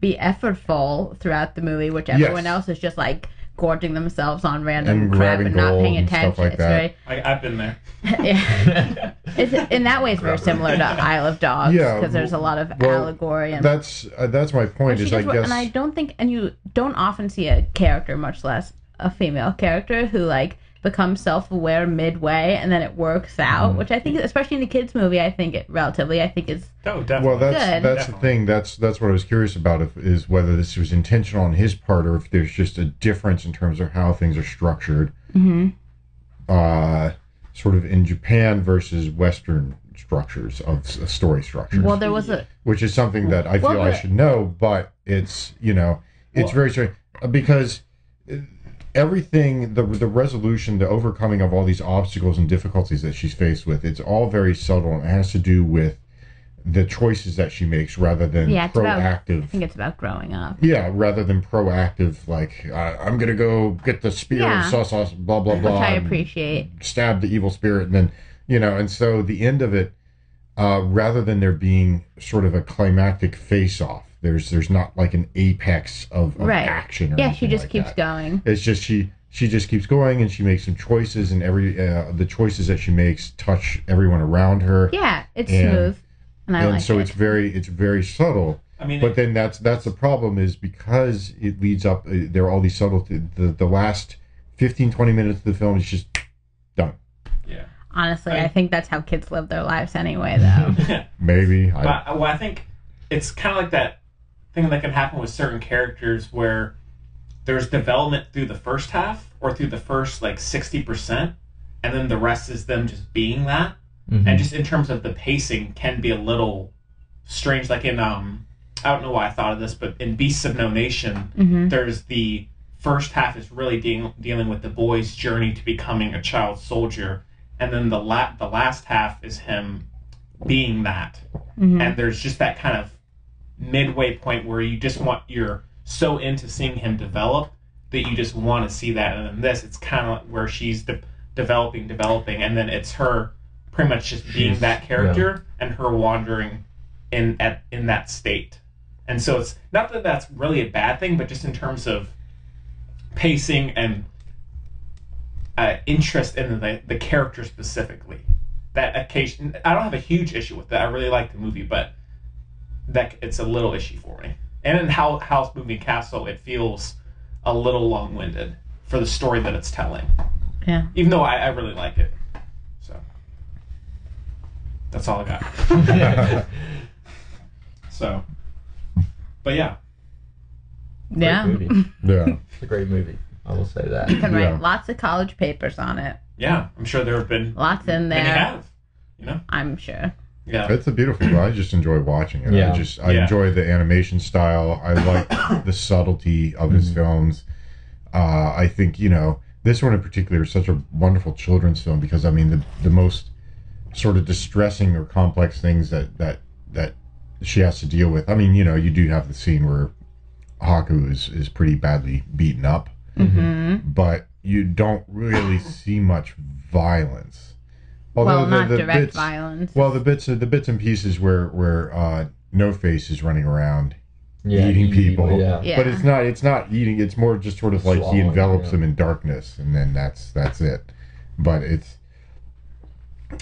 [SPEAKER 3] be effortful throughout the movie, which
[SPEAKER 10] Yes.
[SPEAKER 3] everyone else is just like gorging themselves on random
[SPEAKER 10] And
[SPEAKER 3] crap
[SPEAKER 10] grabbing
[SPEAKER 3] and not
[SPEAKER 10] gold
[SPEAKER 3] paying
[SPEAKER 10] and
[SPEAKER 3] attention.
[SPEAKER 10] stuff like
[SPEAKER 3] it's
[SPEAKER 10] that.
[SPEAKER 3] very
[SPEAKER 2] I, I've been there.
[SPEAKER 3] Yeah. it's, in that way, it's very similar to Isle of Dogs because
[SPEAKER 10] Yeah,
[SPEAKER 3] there's a lot of
[SPEAKER 10] well,
[SPEAKER 3] allegory and
[SPEAKER 10] That's uh, that's my
[SPEAKER 3] But
[SPEAKER 10] point.
[SPEAKER 3] she
[SPEAKER 10] Is I
[SPEAKER 3] just wa-
[SPEAKER 10] guess
[SPEAKER 3] and I don't think, and you don't often see a character, much less a female character, who like becomes self-aware midway and then it works
[SPEAKER 10] Mm.
[SPEAKER 3] out, which I think, especially in the kids' movie, I think it relatively, I think it's
[SPEAKER 2] oh, definitely.
[SPEAKER 10] well, that's
[SPEAKER 3] Good.
[SPEAKER 10] that's the thing. That's that's what I was curious about. If, is whether this was intentional on his part or if there's just a difference in terms of how things are structured,
[SPEAKER 3] Mhm.
[SPEAKER 10] uh, sort of in Japan versus Western structures of s- story structures.
[SPEAKER 3] well, there was a
[SPEAKER 10] which is something that I feel
[SPEAKER 3] Well,
[SPEAKER 10] I
[SPEAKER 3] the-
[SPEAKER 10] should know, but it's you know it's very strange because uh, everything the the resolution, the overcoming of all these obstacles and difficulties that she's faced with, it's all very subtle and it has to do with the choices that she makes rather than
[SPEAKER 3] yeah, it's about.
[SPEAKER 10] proactive.
[SPEAKER 3] I think it's about growing up.
[SPEAKER 10] yeah, rather than proactive, like uh, I'm gonna go get the spear
[SPEAKER 3] Yeah.
[SPEAKER 10] and sauce, sauce, blah blah blah.
[SPEAKER 3] Which I
[SPEAKER 10] and-
[SPEAKER 3] appreciate.
[SPEAKER 10] stab the evil spirit and then you know and so the end of it uh, rather than there being sort of a climactic face off there's there's not like an apex of, of
[SPEAKER 3] Right.
[SPEAKER 10] action or
[SPEAKER 3] Yeah, she
[SPEAKER 10] anything
[SPEAKER 3] just
[SPEAKER 10] like
[SPEAKER 3] keeps
[SPEAKER 10] that.
[SPEAKER 3] going.
[SPEAKER 10] it's just she she just keeps going and she makes some choices and every uh, the choices that she makes touch everyone around her
[SPEAKER 3] Yeah, it's
[SPEAKER 10] And-
[SPEAKER 3] smooth, and I
[SPEAKER 10] and
[SPEAKER 3] like
[SPEAKER 10] so
[SPEAKER 3] it.
[SPEAKER 10] it's very it's very subtle
[SPEAKER 2] I mean,
[SPEAKER 10] but then that's that's the problem is because it leads up uh, there are all these subtle the, the last 15 20 minutes of the film is just done
[SPEAKER 3] Honestly, I think that's how kids live their lives anyway, though.
[SPEAKER 10] maybe I,
[SPEAKER 2] But uh, well, I think it's kind of like that thing that can happen with certain characters where there's development through the first half or through the first like 60%, and then the rest is them just being that.
[SPEAKER 11] Mhm.
[SPEAKER 2] And just in terms of the pacing, can be a little strange. Like in um, I don't know why I thought of this, but in Beasts of No Nation,
[SPEAKER 3] Mhm.
[SPEAKER 2] there's the first half is really de- dealing with the boy's journey to becoming a child soldier, and then the la- the last half is him being that.
[SPEAKER 13] Mhm.
[SPEAKER 2] And there's just that kind of midway point where you just want you're so into seeing him develop that you just want to see that. And then this, it's kind of where she's de- developing, developing, and then it's her pretty much just being
[SPEAKER 13] She's-
[SPEAKER 2] that character and her wandering in at in that state. And so it's not that that's really a bad thing, but just in terms of pacing and uh, interest in the, the character specifically. That occasion, I don't have a huge issue with that. I really like the movie, but that it's a little issue for me. And in How, House Moving Castle, it feels a little long winded for the story that it's telling.
[SPEAKER 3] Yeah.
[SPEAKER 2] Even though I, I really like it. So that's all I got. so, but yeah.
[SPEAKER 3] Yeah.
[SPEAKER 10] Yeah.
[SPEAKER 4] It's a great movie. I will say that.
[SPEAKER 3] You can write lots of college papers on it.
[SPEAKER 2] Yeah, I'm sure there have been
[SPEAKER 3] Lots in there.
[SPEAKER 2] Many have, you know?
[SPEAKER 3] I'm sure.
[SPEAKER 2] Yeah.
[SPEAKER 10] It's a beautiful film. I just enjoy watching it.
[SPEAKER 4] Yeah.
[SPEAKER 10] I just I
[SPEAKER 4] Yeah.
[SPEAKER 10] enjoy the animation style. I like the subtlety of his films. Uh, I think you know this one in particular is such a wonderful children's film because I mean the the most sort of distressing or complex things that that that she has to deal with. I mean you know you do have the scene where Haku is is pretty badly beaten up,
[SPEAKER 3] Mm-hmm.
[SPEAKER 10] but you don't really see much violence.
[SPEAKER 3] well, not direct
[SPEAKER 10] bits-
[SPEAKER 3] violence.
[SPEAKER 10] well, the bits the bits and pieces where where uh, No Face is running around
[SPEAKER 4] Yeah,
[SPEAKER 10] eating
[SPEAKER 4] eating
[SPEAKER 10] people,
[SPEAKER 4] people, yeah.
[SPEAKER 10] but
[SPEAKER 3] Yeah.
[SPEAKER 10] it's not it's not eating. It's more just sort of like
[SPEAKER 4] Swallowing,
[SPEAKER 10] he envelops
[SPEAKER 4] yeah.
[SPEAKER 10] them in darkness, and then that's that's it. But it's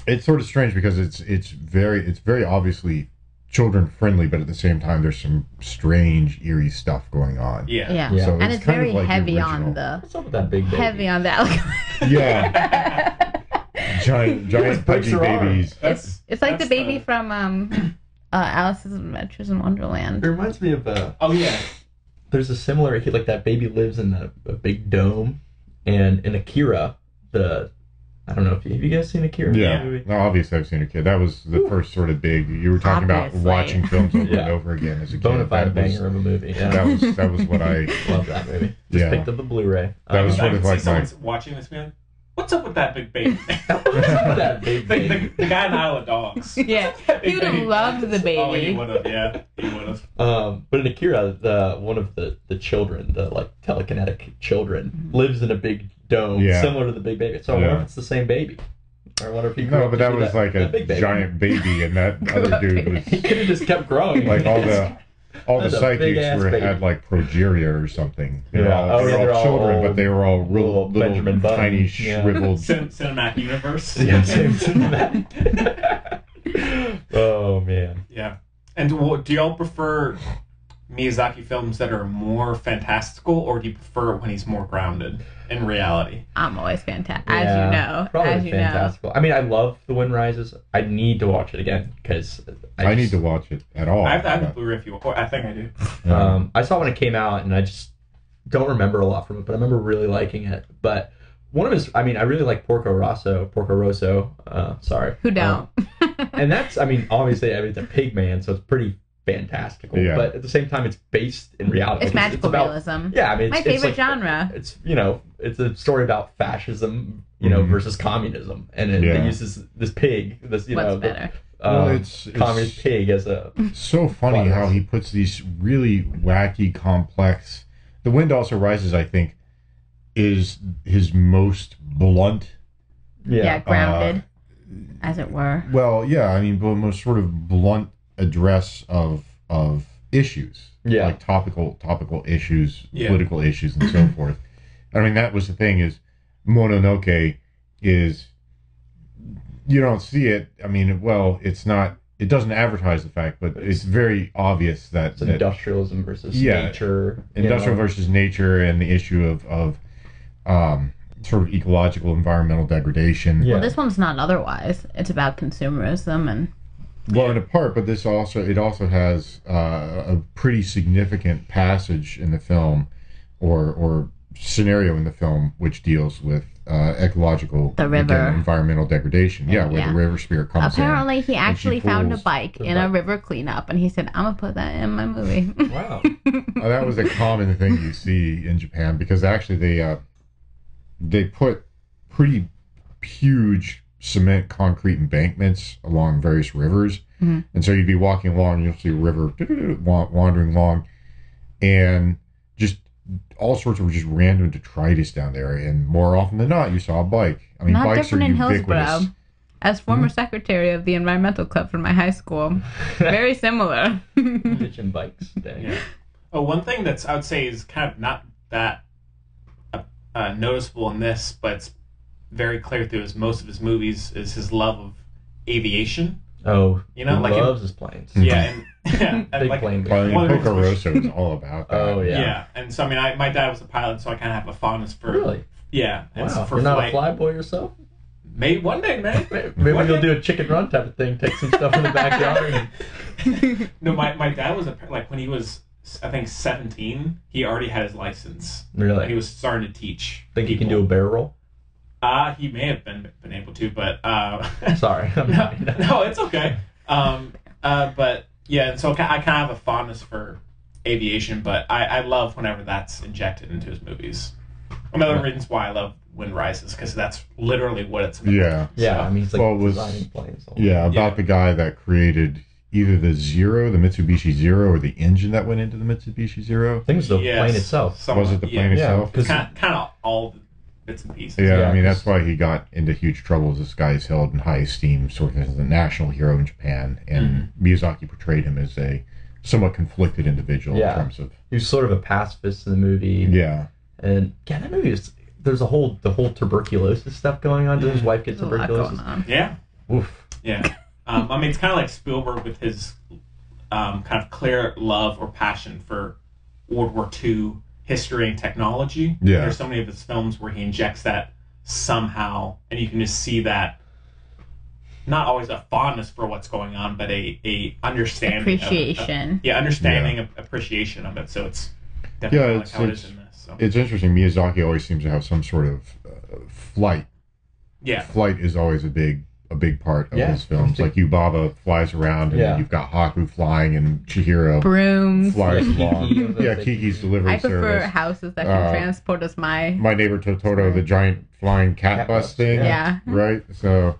[SPEAKER 10] it's sort of strange because it's it's very it's very obviously children friendly, but at the same time there's some strange eerie stuff going on.
[SPEAKER 3] Yeah. and it's,
[SPEAKER 10] kind of
[SPEAKER 3] very
[SPEAKER 10] like the
[SPEAKER 3] heavy
[SPEAKER 10] original-
[SPEAKER 3] on the.
[SPEAKER 4] What's up with that big baby?
[SPEAKER 3] Heavy on the.
[SPEAKER 10] yeah giant giant pudgy babies.
[SPEAKER 3] it's, it's like the baby from um, uh, Alice's Adventures in Wonderland.
[SPEAKER 4] It reminds me of uh,
[SPEAKER 2] oh yeah.
[SPEAKER 4] There's a similar like that baby lives in a, a big dome, and in Akira, the I don't know if you, have you guys seen Akira?
[SPEAKER 10] Yeah.
[SPEAKER 4] That movie?
[SPEAKER 10] No, obviously I've seen a kid. That was the first sort of big. You were talking
[SPEAKER 4] Obviously.
[SPEAKER 10] about watching films over
[SPEAKER 4] Yeah.
[SPEAKER 10] and over again as a kid.
[SPEAKER 4] Bona fide
[SPEAKER 10] That was-
[SPEAKER 4] banger of a movie. Yeah.
[SPEAKER 10] That was that was what I
[SPEAKER 4] love that movie. Just
[SPEAKER 10] Yeah.
[SPEAKER 4] picked up the Blu-ray.
[SPEAKER 10] That was
[SPEAKER 4] Um,
[SPEAKER 10] sort of
[SPEAKER 2] See
[SPEAKER 10] like my
[SPEAKER 2] someone's watching this man. What's up with that big baby? thing?
[SPEAKER 4] that big
[SPEAKER 2] the, the, the guy in Isle of Dogs.
[SPEAKER 3] yeah, he would have loved the
[SPEAKER 2] Oh, he
[SPEAKER 3] baby.
[SPEAKER 2] would have. Yeah, he would have.
[SPEAKER 4] Um, but in Akira, the one of the the children, the like telekinetic
[SPEAKER 3] Mm-hmm.
[SPEAKER 4] children, lives in a big dome
[SPEAKER 10] Yeah.
[SPEAKER 4] similar to the big baby. So I wonder
[SPEAKER 10] Yeah.
[SPEAKER 4] if it's the same baby. I wonder if he grew
[SPEAKER 10] no,
[SPEAKER 4] up
[SPEAKER 10] but
[SPEAKER 4] to
[SPEAKER 10] that
[SPEAKER 4] be
[SPEAKER 10] was like
[SPEAKER 4] that
[SPEAKER 10] a
[SPEAKER 4] big baby.
[SPEAKER 10] giant baby, and that other dude was
[SPEAKER 4] He could have just kept growing.
[SPEAKER 10] like all the all the
[SPEAKER 4] That's a big
[SPEAKER 10] psychics
[SPEAKER 4] ass
[SPEAKER 10] were
[SPEAKER 4] baby.
[SPEAKER 10] had like progeria or something. They were
[SPEAKER 4] Yeah.
[SPEAKER 10] all,
[SPEAKER 4] Oh,
[SPEAKER 10] they
[SPEAKER 4] yeah,
[SPEAKER 10] were
[SPEAKER 4] they're all
[SPEAKER 10] all children,
[SPEAKER 4] old
[SPEAKER 10] but they were all real
[SPEAKER 4] little
[SPEAKER 10] little,
[SPEAKER 4] Benjamin Button.
[SPEAKER 10] tiny
[SPEAKER 4] Yeah.
[SPEAKER 10] shriveled.
[SPEAKER 2] Cin- cinematic universe.
[SPEAKER 4] Yeah, same cinematic. oh man.
[SPEAKER 2] Yeah. And wh- do y'all prefer Miyazaki films that are more fantastical, or do you prefer it when he's more grounded in reality?
[SPEAKER 3] I'm always fantastic,
[SPEAKER 4] Yeah,
[SPEAKER 3] as you know.
[SPEAKER 4] probably
[SPEAKER 3] As you know.
[SPEAKER 4] fantastical. I mean, I love The Wind Rises. I need to watch it again because
[SPEAKER 10] I need to watch it at
[SPEAKER 4] Oh,
[SPEAKER 10] all.
[SPEAKER 2] I have, I have a Blu-ray if you want. I think I do.
[SPEAKER 4] Um, I saw it when it came out, and I just don't remember a lot from it, but I remember really liking it. But one of his, I mean, I really like Porco Rosso, Porco Rosso. Uh, sorry,
[SPEAKER 3] Who don't?
[SPEAKER 4] Um, and that's, I mean, obviously, I mean, it's a pig man, so it's pretty fantastical.
[SPEAKER 10] Yeah.
[SPEAKER 4] But at the same time, it's based in reality.
[SPEAKER 3] it's
[SPEAKER 4] Like,
[SPEAKER 3] magical
[SPEAKER 4] about-
[SPEAKER 3] realism.
[SPEAKER 4] Yeah, I mean, it's,
[SPEAKER 3] my
[SPEAKER 4] it's
[SPEAKER 3] favorite
[SPEAKER 4] like-
[SPEAKER 3] genre.
[SPEAKER 4] It's you know, it's a story about fascism, you know,
[SPEAKER 10] Mhm.
[SPEAKER 4] versus communism, and it,
[SPEAKER 10] Yeah.
[SPEAKER 4] it uses this pig, this you
[SPEAKER 3] What's
[SPEAKER 4] know, the,
[SPEAKER 3] better?
[SPEAKER 4] um,
[SPEAKER 10] Well, it's- it's-
[SPEAKER 4] communist pig as a
[SPEAKER 10] so funny
[SPEAKER 4] Progress.
[SPEAKER 10] how he puts these really wacky, complex. The Wind Also Rises, I think, is his most blunt.
[SPEAKER 3] Yeah,
[SPEAKER 4] yeah.
[SPEAKER 3] grounded, as it were.
[SPEAKER 10] Well, yeah, I mean, but most sort of blunt address of of issues,
[SPEAKER 4] Yeah.
[SPEAKER 10] like topical topical issues,
[SPEAKER 2] Yeah.
[SPEAKER 10] political issues, and so forth. I mean, that was the thing is Mononoke is you don't see it. I mean, well, it's not. It doesn't advertise the fact, but it's very obvious that,
[SPEAKER 4] It's
[SPEAKER 10] that
[SPEAKER 4] industrialism versus
[SPEAKER 10] Yeah.
[SPEAKER 4] nature. you
[SPEAKER 10] industrial
[SPEAKER 4] know.
[SPEAKER 10] versus nature and the issue of of um, sort of ecological environmental degradation.
[SPEAKER 4] Yeah.
[SPEAKER 3] Well, this one's not otherwise. It's about consumerism and
[SPEAKER 10] Well, in a part, but this also it also has uh, a pretty significant passage in the film, or or scenario in the film which deals with uh, ecological,
[SPEAKER 3] The river.
[SPEAKER 10] environmental degradation. Yeah, where
[SPEAKER 3] Yeah.
[SPEAKER 10] the river spirit comes in.
[SPEAKER 3] Apparently, he
[SPEAKER 10] and she
[SPEAKER 3] actually found a
[SPEAKER 10] pulls
[SPEAKER 3] bike
[SPEAKER 10] the
[SPEAKER 3] in a river cleanup, and he said, "I'm gonna put that in my movie."
[SPEAKER 4] Wow.
[SPEAKER 10] Uh, that was a common thing you see in Japan because actually they uh, they put pretty huge cement concrete embankments along various rivers,
[SPEAKER 3] Mm-hmm.
[SPEAKER 14] Mhm.
[SPEAKER 10] and so you'd be walking along, you'll see a river wa- wandering along, and just all sorts of just random detritus down there. And more often than not, you saw a bike. I mean,
[SPEAKER 3] Not
[SPEAKER 10] bikes are
[SPEAKER 3] different in Hillsborough.
[SPEAKER 10] ubiquitous. Hmm?
[SPEAKER 3] As former secretary of the environmental club for my high school, very similar.
[SPEAKER 4] Kitchen bikes.
[SPEAKER 2] Yeah. Oh, one thing that's I would say is kind of not that uh, uh, noticeable in this, but it's very clear through his most of his movies is his love of aviation.
[SPEAKER 4] Oh,
[SPEAKER 2] You know,
[SPEAKER 4] he
[SPEAKER 2] like in-
[SPEAKER 4] loves his planes.
[SPEAKER 2] Yeah, and, yeah, and
[SPEAKER 4] Big
[SPEAKER 2] like,
[SPEAKER 4] plane
[SPEAKER 10] Well, I
[SPEAKER 2] one of
[SPEAKER 10] mean,
[SPEAKER 2] his-
[SPEAKER 10] Pocoroso is all about that.
[SPEAKER 4] Oh,
[SPEAKER 2] yeah.
[SPEAKER 4] yeah.
[SPEAKER 2] and so I mean, I, my dad was a pilot, so I kind of have a fondness for
[SPEAKER 4] Really?
[SPEAKER 2] yeah, and
[SPEAKER 4] Wow.
[SPEAKER 2] for
[SPEAKER 4] You're not a
[SPEAKER 2] flight.
[SPEAKER 4] flyboy yourself?
[SPEAKER 2] Maybe one day, man.
[SPEAKER 4] Maybe you'll do a chicken run type of thing. Take some stuff in the backyard. And,
[SPEAKER 2] No, my, my dad was a, like when he was I think seventeen, he already had his license.
[SPEAKER 4] Really?
[SPEAKER 2] And he was starting to teach.
[SPEAKER 4] think you can do a bear roll?
[SPEAKER 2] Uh, he may have been been able to, but uh,
[SPEAKER 4] Sorry. I'm
[SPEAKER 2] no,
[SPEAKER 4] not-
[SPEAKER 2] no, it's okay. Um, uh, but yeah, and so ki- I kind of have a fondness for aviation, but I, I love whenever that's injected into his movies. Another
[SPEAKER 4] Yeah.
[SPEAKER 2] reasons why I love Wind Rises because that's literally what it's about.
[SPEAKER 10] Yeah.
[SPEAKER 4] Yeah, I mean, he's like
[SPEAKER 10] Well, it was-
[SPEAKER 4] designing planes. all-
[SPEAKER 10] Yeah, about the guy that created either the Zero, the Mitsubishi Zero, or the engine that went into the Mitsubishi Zero.
[SPEAKER 4] I think it was the
[SPEAKER 2] Yes,
[SPEAKER 4] plane itself.
[SPEAKER 2] somewhat,
[SPEAKER 10] Was it the
[SPEAKER 2] yeah.
[SPEAKER 10] plane itself?
[SPEAKER 4] Yeah, 'cause-
[SPEAKER 2] Kind, kind of all the bits and pieces.
[SPEAKER 10] Yeah, I mean
[SPEAKER 4] Yeah,
[SPEAKER 10] that's why he got into huge trouble. This guy is held in high esteem, sort of as a national hero in Japan, and
[SPEAKER 4] Mm-hmm.
[SPEAKER 10] Miyazaki portrayed him as a somewhat conflicted individual
[SPEAKER 4] Yeah.
[SPEAKER 10] in terms of
[SPEAKER 4] He was sort of a pacifist in the movie.
[SPEAKER 10] yeah.
[SPEAKER 4] And yeah, that movie is. There's a whole the whole tuberculosis stuff going on. Does his wife get
[SPEAKER 3] There's a lot
[SPEAKER 4] tuberculosis?
[SPEAKER 3] going on.
[SPEAKER 2] Yeah.
[SPEAKER 4] Oof.
[SPEAKER 2] Yeah. Um, I mean, it's kind of like Spielberg with his um, kind of clear love or passion for World War II history and technology.
[SPEAKER 10] Yeah.
[SPEAKER 2] There's so many of his films where he injects that somehow, and you can just see that not always a fondness for what's going on, but a, a understanding. of-
[SPEAKER 3] Appreciation.
[SPEAKER 2] yeah, understanding, ap- appreciation of it. So it's
[SPEAKER 10] yeah,
[SPEAKER 2] definitely
[SPEAKER 10] it's,
[SPEAKER 2] like how it
[SPEAKER 10] it's,
[SPEAKER 2] is in this. So.
[SPEAKER 10] it's interesting. Miyazaki always seems to have some sort of uh, flight.
[SPEAKER 2] Yeah.
[SPEAKER 10] flight is always a big a big part of
[SPEAKER 4] Yeah.
[SPEAKER 10] his films. Like Yubaba flies around, and
[SPEAKER 4] Yeah.
[SPEAKER 10] you've got Haku flying, and Chihiro
[SPEAKER 3] Brooms.
[SPEAKER 10] flies
[SPEAKER 4] Yeah, Kiki,
[SPEAKER 10] along.
[SPEAKER 4] those are
[SPEAKER 10] yeah,
[SPEAKER 4] the-
[SPEAKER 10] Kiki's delivery
[SPEAKER 3] I prefer
[SPEAKER 10] service.
[SPEAKER 3] houses that can
[SPEAKER 10] Uh,
[SPEAKER 3] transport us. My
[SPEAKER 10] My neighbor Totoro, the giant flying cat,
[SPEAKER 4] Cat
[SPEAKER 10] bus,
[SPEAKER 4] bus,
[SPEAKER 10] thing.
[SPEAKER 3] yeah.
[SPEAKER 10] Right. So,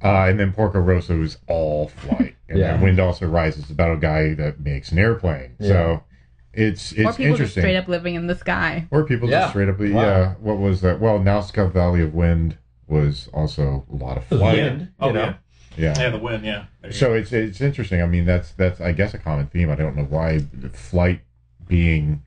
[SPEAKER 10] uh, and then Porco Rosso is all flight, and
[SPEAKER 4] Yeah.
[SPEAKER 10] then Wind also rises about a guy that makes an airplane. So, it's
[SPEAKER 3] more people
[SPEAKER 10] it's
[SPEAKER 3] just
[SPEAKER 10] interesting.
[SPEAKER 3] straight up living in the sky.
[SPEAKER 10] Or people
[SPEAKER 4] Yeah.
[SPEAKER 10] just straight up,
[SPEAKER 4] Wow.
[SPEAKER 10] yeah. What was that? Well, Nausicaa Valley of Wind was also a lot of
[SPEAKER 4] The
[SPEAKER 10] flight.
[SPEAKER 4] wind, you
[SPEAKER 2] Oh,
[SPEAKER 4] know?
[SPEAKER 2] yeah.
[SPEAKER 10] Yeah.
[SPEAKER 2] Yeah, the win, yeah. There you
[SPEAKER 10] So it's it's interesting. I mean, that's that's I guess a common theme. I don't know why flight being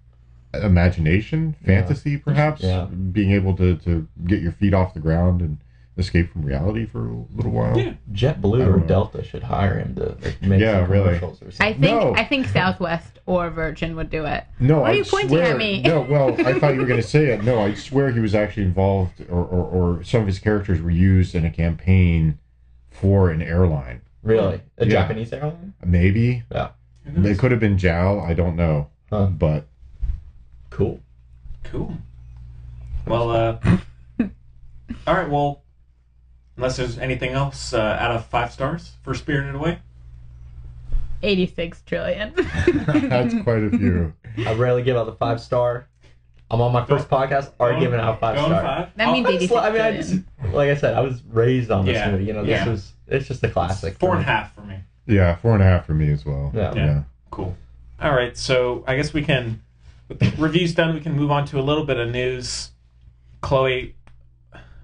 [SPEAKER 10] imagination, fantasy, perhaps
[SPEAKER 4] Yeah.
[SPEAKER 10] being able to to get your feet off the ground and escape from reality for a little while.
[SPEAKER 2] Yeah.
[SPEAKER 10] I
[SPEAKER 4] JetBlue
[SPEAKER 10] don't
[SPEAKER 4] or
[SPEAKER 10] know.
[SPEAKER 4] Delta should hire him to like, make
[SPEAKER 10] Yeah,
[SPEAKER 4] some
[SPEAKER 10] really.
[SPEAKER 4] commercials or
[SPEAKER 3] I
[SPEAKER 4] something.
[SPEAKER 3] think
[SPEAKER 10] No.
[SPEAKER 3] I think Southwest or Virgin would do it.
[SPEAKER 10] No,
[SPEAKER 3] Why are
[SPEAKER 10] I
[SPEAKER 3] you pointing
[SPEAKER 10] swear,
[SPEAKER 3] at me?
[SPEAKER 10] no, well, I thought you were going to say it. No, I swear he was actually involved, or, or, or some of his characters were used in a campaign for an airline.
[SPEAKER 4] Really, a
[SPEAKER 10] Yeah.
[SPEAKER 4] Japanese airline?
[SPEAKER 10] Maybe
[SPEAKER 4] Yeah,
[SPEAKER 2] go.
[SPEAKER 10] they could have been Zhao. I don't know,
[SPEAKER 4] Huh.
[SPEAKER 10] but
[SPEAKER 4] cool.
[SPEAKER 2] Cool. Well, uh, all right. Well, unless there's anything else uh, out of five stars for Spirited Away,
[SPEAKER 3] Eighty six trillion.
[SPEAKER 10] that's quite a few.
[SPEAKER 4] I rarely give out the five star. I'm on my first podcast, already
[SPEAKER 2] Going-
[SPEAKER 4] giving out five
[SPEAKER 2] going
[SPEAKER 4] star.
[SPEAKER 2] five.
[SPEAKER 3] That means
[SPEAKER 4] I, just,
[SPEAKER 3] 86
[SPEAKER 4] I mean, I
[SPEAKER 3] trillion.
[SPEAKER 4] just, like I said, I was raised on this
[SPEAKER 2] Yeah.
[SPEAKER 4] movie. You know,
[SPEAKER 2] Yeah.
[SPEAKER 4] this was it's just a classic.
[SPEAKER 2] four and a half for me.
[SPEAKER 10] Yeah, four and a half for me as well.
[SPEAKER 4] Yeah.
[SPEAKER 10] yeah.
[SPEAKER 2] Cool. All right. So I guess we can, with the reviews done, we can move on to a little bit of news. Chloe,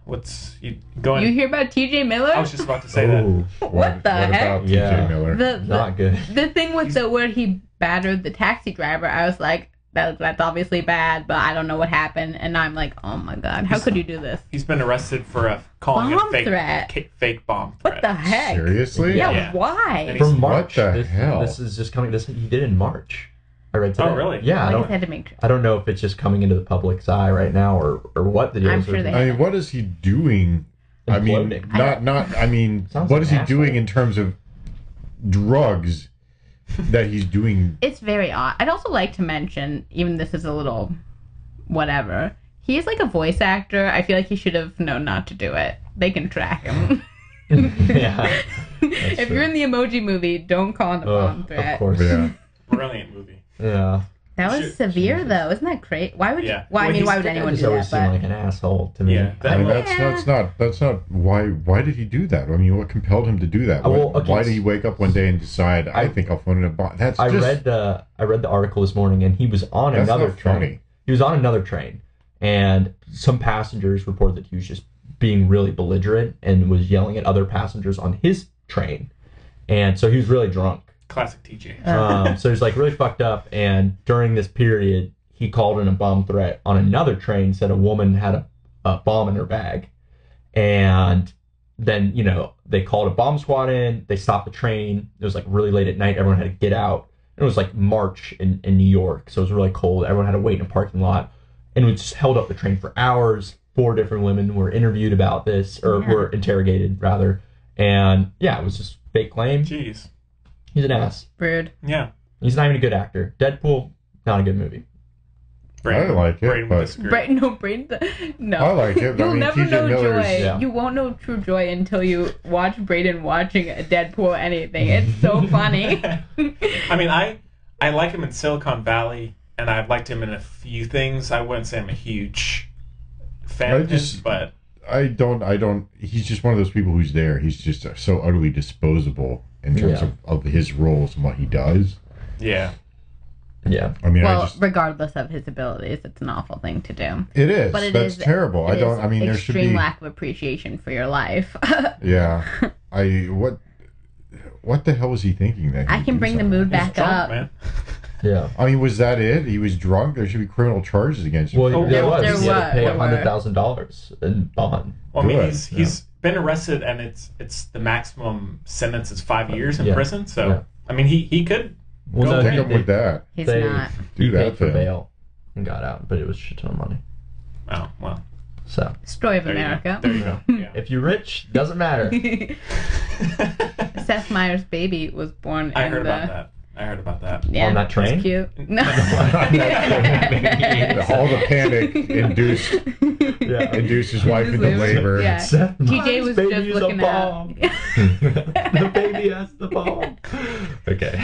[SPEAKER 2] what's you going?
[SPEAKER 3] You hear about TJ Miller?
[SPEAKER 2] I was just about to say that.
[SPEAKER 4] Ooh,
[SPEAKER 3] What the
[SPEAKER 10] what
[SPEAKER 3] heck?
[SPEAKER 10] about TJ
[SPEAKER 4] Yeah.
[SPEAKER 10] Miller?
[SPEAKER 3] The, the,
[SPEAKER 4] not good.
[SPEAKER 3] the thing with the where he battered the taxi driver, I was like, that, that's obviously bad, but I don't know what happened. And I'm like, oh my god, how could you do this?
[SPEAKER 2] He's been arrested for a calling
[SPEAKER 3] Bomb
[SPEAKER 2] a fake
[SPEAKER 3] threat.
[SPEAKER 2] ca- fake bomb threat.
[SPEAKER 3] What the heck?
[SPEAKER 10] Seriously?
[SPEAKER 3] Yeah,
[SPEAKER 2] Yeah.
[SPEAKER 3] why?
[SPEAKER 2] And
[SPEAKER 4] From
[SPEAKER 10] What
[SPEAKER 4] March.
[SPEAKER 10] the
[SPEAKER 4] this,
[SPEAKER 10] hell?
[SPEAKER 4] This is just coming. This he did in March. I read today.
[SPEAKER 2] Oh, really?
[SPEAKER 4] Yeah. I
[SPEAKER 3] I
[SPEAKER 4] don't.
[SPEAKER 3] just had to make sure.
[SPEAKER 4] I don't know if it's just coming into the public's eye right now or or what the deal
[SPEAKER 3] I'm
[SPEAKER 4] is.
[SPEAKER 3] sure they-
[SPEAKER 10] I mean, what is he doing? I mean,
[SPEAKER 4] Imploding.
[SPEAKER 10] not not. I mean,
[SPEAKER 4] Sounds
[SPEAKER 10] what
[SPEAKER 4] like
[SPEAKER 10] is
[SPEAKER 4] an
[SPEAKER 10] he doing
[SPEAKER 4] asshole.
[SPEAKER 10] in terms of drugs that he's doing?
[SPEAKER 3] It's very odd. I'd also like to mention, even this is a little whatever, He's like a voice actor. I feel like he should have known not to do it. They can track him.
[SPEAKER 4] yeah.
[SPEAKER 3] if you're in the emoji movie, don't call an bomb threat.
[SPEAKER 2] Brilliant movie.
[SPEAKER 4] Yeah.
[SPEAKER 3] That was severe though. Isn't that crazy? Why would
[SPEAKER 2] Yeah.
[SPEAKER 3] you? Why I
[SPEAKER 2] Well,
[SPEAKER 3] mean,
[SPEAKER 2] he's-
[SPEAKER 3] why would
[SPEAKER 2] that
[SPEAKER 3] anyone
[SPEAKER 4] just
[SPEAKER 3] do
[SPEAKER 4] always
[SPEAKER 3] that?
[SPEAKER 4] seemed
[SPEAKER 3] But
[SPEAKER 4] like an asshole to me.
[SPEAKER 2] Yeah,
[SPEAKER 10] I mean, that's that's not that's not why why did he do that? I mean, what compelled him to do that?
[SPEAKER 4] Uh,
[SPEAKER 10] What,
[SPEAKER 4] well, okay,
[SPEAKER 10] why
[SPEAKER 4] s-
[SPEAKER 10] did he wake up one day and decide I, think I'll phone in a bomb? That's
[SPEAKER 4] I
[SPEAKER 10] just
[SPEAKER 4] read the I read the article this morning, and he was on
[SPEAKER 10] That's
[SPEAKER 4] another
[SPEAKER 10] not
[SPEAKER 4] train.
[SPEAKER 10] funny.
[SPEAKER 4] He was on another train, and some passengers reported that he was just being really belligerent and was yelling at other passengers on his train, and so he was really drunk.
[SPEAKER 2] Classic TJ.
[SPEAKER 3] Uh.
[SPEAKER 4] Um, so he's like really fucked up. And during this period, he called in a bomb threat on another train. Said a woman had a, a bomb in her bag, and then you know they called a bomb squad in. They stopped the train. It was like really late at night. Everyone had to get out. It was like March in, in New York, so it was really cold. Everyone had to wait in a parking lot, and we just held up the train for hours. Four different women were interviewed about this, or
[SPEAKER 2] Yeah.
[SPEAKER 4] were interrogated rather, and yeah, it was just fake claim.
[SPEAKER 2] Jeez,
[SPEAKER 4] he's an ass.
[SPEAKER 3] rude.
[SPEAKER 2] Yeah.
[SPEAKER 4] He's not even a good actor. Deadpool, not a good movie.
[SPEAKER 10] I like it. but-
[SPEAKER 3] Right? No brain. No.
[SPEAKER 10] I like it, but I
[SPEAKER 3] You'll
[SPEAKER 10] mean,
[SPEAKER 3] never
[SPEAKER 10] T.J.
[SPEAKER 3] know
[SPEAKER 10] Miller's-
[SPEAKER 3] joy.
[SPEAKER 10] Yeah.
[SPEAKER 3] You won't know true joy until you watch Braden watching a Deadpool or anything. It's so funny.
[SPEAKER 2] I mean, I I like him in Silicon Valley, and I've liked him in a few things. I wouldn't say I'm a huge fan
[SPEAKER 10] I
[SPEAKER 2] of his,
[SPEAKER 10] just-
[SPEAKER 2] but
[SPEAKER 10] I don't. I don't. He's just one of those people who's there. He's just so utterly disposable in terms
[SPEAKER 2] Yeah.
[SPEAKER 10] of, of his roles and what he does.
[SPEAKER 2] yeah,
[SPEAKER 4] yeah.
[SPEAKER 10] I mean,
[SPEAKER 3] well,
[SPEAKER 10] I just
[SPEAKER 3] regardless of his abilities, it's an awful thing to do.
[SPEAKER 10] It is. That's terrible. I
[SPEAKER 3] it is
[SPEAKER 10] don't- I mean, there should
[SPEAKER 3] extreme
[SPEAKER 10] be-
[SPEAKER 3] lack of appreciation for your life.
[SPEAKER 10] yeah. I what what the hell was he thinking that?
[SPEAKER 3] I
[SPEAKER 10] he
[SPEAKER 3] can
[SPEAKER 10] did
[SPEAKER 3] bring the
[SPEAKER 10] something
[SPEAKER 3] mood
[SPEAKER 10] like that?
[SPEAKER 3] back up.
[SPEAKER 4] Yeah.
[SPEAKER 10] I mean, was that it? He was drunk. There should be criminal charges against him.
[SPEAKER 3] Oh,
[SPEAKER 4] Well,
[SPEAKER 10] for
[SPEAKER 4] there
[SPEAKER 10] that.
[SPEAKER 4] was. he had to pay
[SPEAKER 3] were-
[SPEAKER 4] a hundred thousand dollars in bond.
[SPEAKER 2] Well, I mean, he's he's been arrested, and it's it's the maximum sentence is five years in
[SPEAKER 4] Yeah.
[SPEAKER 2] prison. So
[SPEAKER 4] Yeah.
[SPEAKER 2] I mean, he he could
[SPEAKER 4] Well, no,
[SPEAKER 2] go
[SPEAKER 4] he-
[SPEAKER 2] away.
[SPEAKER 4] they-
[SPEAKER 3] He's
[SPEAKER 4] they-
[SPEAKER 3] not.
[SPEAKER 10] Do
[SPEAKER 4] he
[SPEAKER 10] that
[SPEAKER 4] paid for
[SPEAKER 10] then.
[SPEAKER 4] bail and got out, but it was a shit ton of money.
[SPEAKER 2] Oh well.
[SPEAKER 4] So
[SPEAKER 3] Story of
[SPEAKER 4] There you go.
[SPEAKER 3] America.
[SPEAKER 4] There you go.
[SPEAKER 3] Hmm.
[SPEAKER 4] if you're rich, doesn't matter.
[SPEAKER 3] Seth Meyers' baby was born
[SPEAKER 2] I
[SPEAKER 3] in
[SPEAKER 2] heard
[SPEAKER 3] the.
[SPEAKER 2] about that. I heard about that.
[SPEAKER 3] Yeah,
[SPEAKER 4] On that train?
[SPEAKER 3] It's cute. No.
[SPEAKER 10] All the panic induced induced his wife into labor.
[SPEAKER 3] Yeah.
[SPEAKER 4] Seth
[SPEAKER 3] TJ was just
[SPEAKER 4] Meyers' baby is a
[SPEAKER 3] looking up.
[SPEAKER 4] bomb. the baby has the bomb. Okay.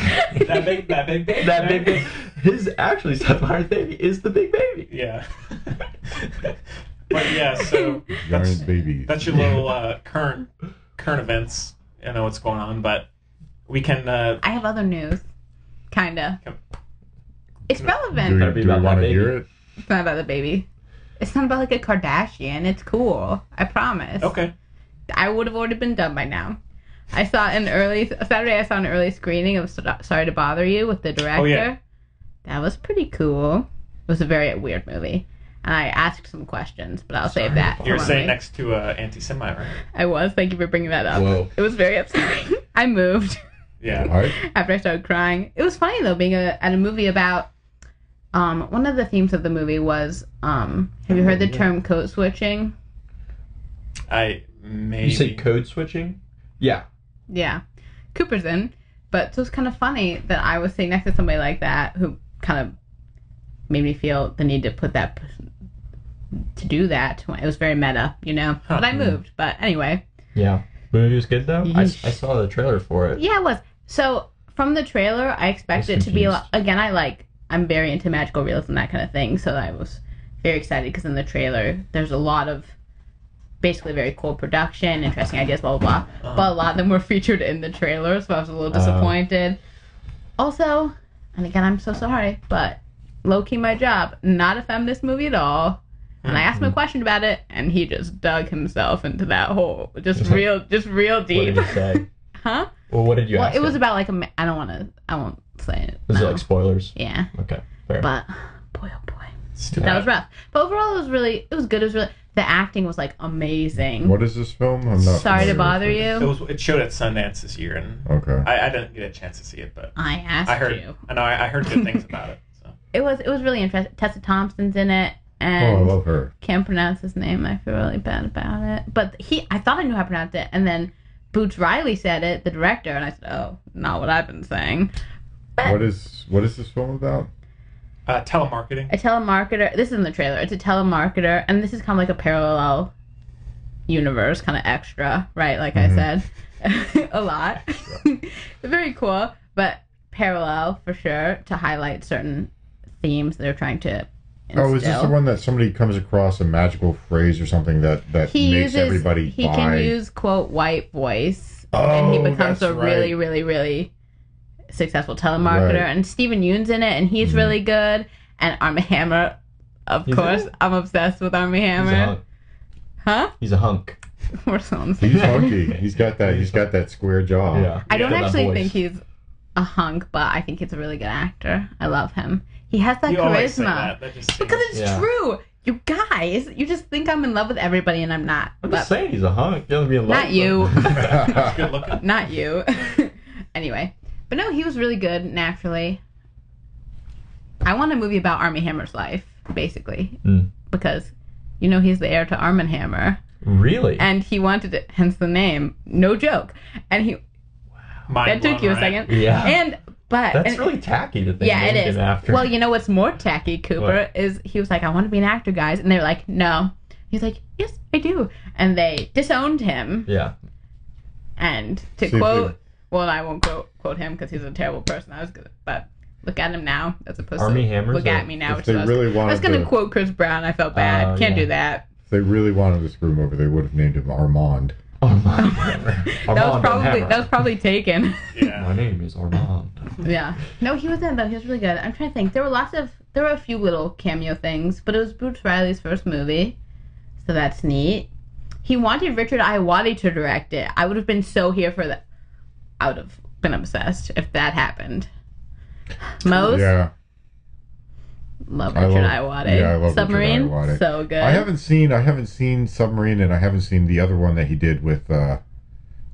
[SPEAKER 2] that big, that big baby.
[SPEAKER 4] That big baby. His actually Seth Meyers' baby is the big baby.
[SPEAKER 2] Yeah. but yeah, so
[SPEAKER 10] Darn baby.
[SPEAKER 2] that's your little uh, current current events. I know what's going on, but we can. Uh,
[SPEAKER 3] I have other news. Kinda. It's
[SPEAKER 10] Do
[SPEAKER 3] relevant.
[SPEAKER 10] we, do we want to hear it?
[SPEAKER 3] It's not about the baby. It's not about like a Kardashian. It's cool. I promise.
[SPEAKER 2] Okay.
[SPEAKER 3] I would have already been done by now. I saw an early Saturday. I saw an early screening of So- Sorry to Bother You with the director.
[SPEAKER 2] Oh, yeah.
[SPEAKER 3] That was pretty cool. It was a very weird movie, and I asked some questions, but I'll save that. for
[SPEAKER 2] You're
[SPEAKER 3] when
[SPEAKER 2] sitting
[SPEAKER 3] we-
[SPEAKER 2] next to uh, anti Semite, right?
[SPEAKER 3] I was. Thank you for bringing that up.
[SPEAKER 2] Whoa.
[SPEAKER 3] It was very upsetting. I moved
[SPEAKER 2] Yeah.
[SPEAKER 3] after I started crying. It was funny though, being a, at a movie about. Um, one of the themes of the movie was. Um, have you heard the
[SPEAKER 4] Oh, yeah.
[SPEAKER 3] term code switching?
[SPEAKER 2] I maybe.
[SPEAKER 4] You said code switching? Yeah.
[SPEAKER 3] Yeah, Cooper's in. But so it's kind of funny that I was sitting next to somebody like that who kind of made me feel the need to put that to do that. It was very meta, you know. But I moved. But anyway,
[SPEAKER 4] Yeah. The movie was good though. I, I saw the trailer for it.
[SPEAKER 3] yeah, it was. So from the trailer, I expected it to be like, again. I like I'm very into magical realism and that kind of thing, so I was very excited because in the trailer there's a lot of basically very cool production, interesting ideas, blah blah blah.
[SPEAKER 4] Uh-huh.
[SPEAKER 3] But a lot of them were featured in the trailer, so I was a little
[SPEAKER 15] Oh.
[SPEAKER 3] disappointed. also, and again, I'm so sorry, but low key my job, not a feminist movie at all. And I asked
[SPEAKER 4] Mm-hmm.
[SPEAKER 3] him a question about it, and he just dug himself into that hole, just real, just real deep,
[SPEAKER 4] What did you say?
[SPEAKER 3] huh?
[SPEAKER 4] Well, what did you
[SPEAKER 3] well,
[SPEAKER 4] ask?
[SPEAKER 3] it was
[SPEAKER 4] him?
[SPEAKER 3] about like a. ma- I don't want to. I won't say it.
[SPEAKER 4] Was it
[SPEAKER 3] now.
[SPEAKER 4] like spoilers?
[SPEAKER 3] Yeah.
[SPEAKER 4] Okay. Fair.
[SPEAKER 3] But boy, oh boy, that was rough. But overall, it was really. It was good. It was really. The acting was like amazing.
[SPEAKER 10] What is this film? I'm not.
[SPEAKER 3] Sorry to
[SPEAKER 10] familiar
[SPEAKER 3] bother
[SPEAKER 10] with
[SPEAKER 3] you.
[SPEAKER 2] It, was, it showed at Sundance this year, and
[SPEAKER 10] Okay.
[SPEAKER 2] I, I didn't get a chance to see it, but
[SPEAKER 3] I asked
[SPEAKER 2] I heard.
[SPEAKER 3] you.
[SPEAKER 2] I know. I, I heard good things about it.
[SPEAKER 3] It was. It was really interesting. Tessa Thompson's in it, and
[SPEAKER 2] Oh, I love her.
[SPEAKER 3] Can't pronounce his name. I feel really bad about it. But he. I thought I knew how to pronounce it, and then Boots Riley said it, the director, and I said, "Oh, not what I've been saying."
[SPEAKER 10] What is what is this film about?
[SPEAKER 2] Uh, telemarketing.
[SPEAKER 3] a telemarketer. This is in the trailer. It's a telemarketer, and this is kind of like a parallel universe, kind of extra, right? Like I
[SPEAKER 10] Mm-hmm.
[SPEAKER 3] said, a lot. Very cool, but parallel for sure to highlight certain themes they're trying to. Instill.
[SPEAKER 10] Oh, is this the one that somebody comes across a magical phrase or something that that
[SPEAKER 3] He
[SPEAKER 10] makes
[SPEAKER 3] uses.
[SPEAKER 10] everybody
[SPEAKER 3] he
[SPEAKER 10] buy?
[SPEAKER 3] can use quote white voice,
[SPEAKER 10] Oh,
[SPEAKER 3] and he becomes
[SPEAKER 10] that's
[SPEAKER 3] a really,
[SPEAKER 10] right.
[SPEAKER 3] really, really successful telemarketer.
[SPEAKER 10] Right. Mm-hmm.
[SPEAKER 3] And Stephen Yoon's in it, and he's really good. And Army Hammer, of
[SPEAKER 11] He's in
[SPEAKER 3] course,
[SPEAKER 11] it?
[SPEAKER 3] I'm obsessed with Army Hammer.
[SPEAKER 11] He's a hunk.
[SPEAKER 3] Huh?
[SPEAKER 11] He's a hunk.
[SPEAKER 3] Or something.
[SPEAKER 10] He's hunky. He's got that. He's got that square jaw.
[SPEAKER 11] Yeah.
[SPEAKER 3] I don't
[SPEAKER 10] Got Oh, that
[SPEAKER 3] actually think
[SPEAKER 10] voice.
[SPEAKER 3] he's a hunk, but I think he's a really good actor. I love him. He has that
[SPEAKER 2] You always say that.
[SPEAKER 3] charisma.
[SPEAKER 2] That just
[SPEAKER 3] Because it's
[SPEAKER 11] Yeah.
[SPEAKER 3] true. You guys, you just think I'm in love with everybody and I'm not.
[SPEAKER 11] I'm
[SPEAKER 3] but
[SPEAKER 11] just saying he's a hunk. Doesn't mean I love
[SPEAKER 3] Not
[SPEAKER 11] him.
[SPEAKER 3] you.
[SPEAKER 2] He's good looking.
[SPEAKER 3] not you. anyway. But no, he was really good naturally. I want a movie about Army Hammer's life, basically.
[SPEAKER 11] Mm.
[SPEAKER 3] Because you know he's the heir to Arm and Hammer.
[SPEAKER 11] Really?
[SPEAKER 3] And he wanted it, hence the name. No joke. And he that took you a second.
[SPEAKER 11] Yeah.
[SPEAKER 3] And but
[SPEAKER 11] That's
[SPEAKER 3] and-
[SPEAKER 11] really tacky that they
[SPEAKER 3] yeah,
[SPEAKER 11] named
[SPEAKER 3] it is.
[SPEAKER 11] him after.
[SPEAKER 3] Well, you know what's more tacky, Cooper,
[SPEAKER 11] What?
[SPEAKER 3] is he was like, I want to be an actor, guys, and they were like, No. He's like, Yes, I do, and they disowned him.
[SPEAKER 11] yeah.
[SPEAKER 3] And to
[SPEAKER 11] See,
[SPEAKER 3] quote,
[SPEAKER 11] if
[SPEAKER 3] well, I won't quote quote him because he's a terrible person. I was gonna, but look at him now as opposed
[SPEAKER 10] Army
[SPEAKER 3] to
[SPEAKER 10] Hammer's
[SPEAKER 3] look
[SPEAKER 10] a-
[SPEAKER 3] at me now.
[SPEAKER 10] If
[SPEAKER 3] Which
[SPEAKER 10] they
[SPEAKER 3] is what I was,
[SPEAKER 10] really
[SPEAKER 3] I was
[SPEAKER 10] wanted
[SPEAKER 3] gonna
[SPEAKER 10] to-
[SPEAKER 3] quote Chris Brown. I felt bad.
[SPEAKER 10] Oh,
[SPEAKER 3] Can't
[SPEAKER 10] yeah.
[SPEAKER 3] do that.
[SPEAKER 10] If they really wanted to screw him over, they would have named him Armand.
[SPEAKER 3] that was probably that was probably taken.
[SPEAKER 11] My name is Armand.
[SPEAKER 3] Yeah. No, he was in it, though. He was really good. I'm trying to think. There were lots of there were a few little cameo things, but it was Boots Riley's first movie, so that's neat. He wanted Richard Iwadi to direct it. I would have been so here for that. I would have been obsessed if that happened. Most
[SPEAKER 10] Yeah.
[SPEAKER 3] love
[SPEAKER 10] I
[SPEAKER 3] Richard
[SPEAKER 10] love-
[SPEAKER 3] Iwadi.
[SPEAKER 10] yeah, I love Richard
[SPEAKER 3] Submarine,
[SPEAKER 10] Iwade.
[SPEAKER 3] so good.
[SPEAKER 10] I haven't seen I haven't seen Submarine and I haven't seen the other one that he did with uh,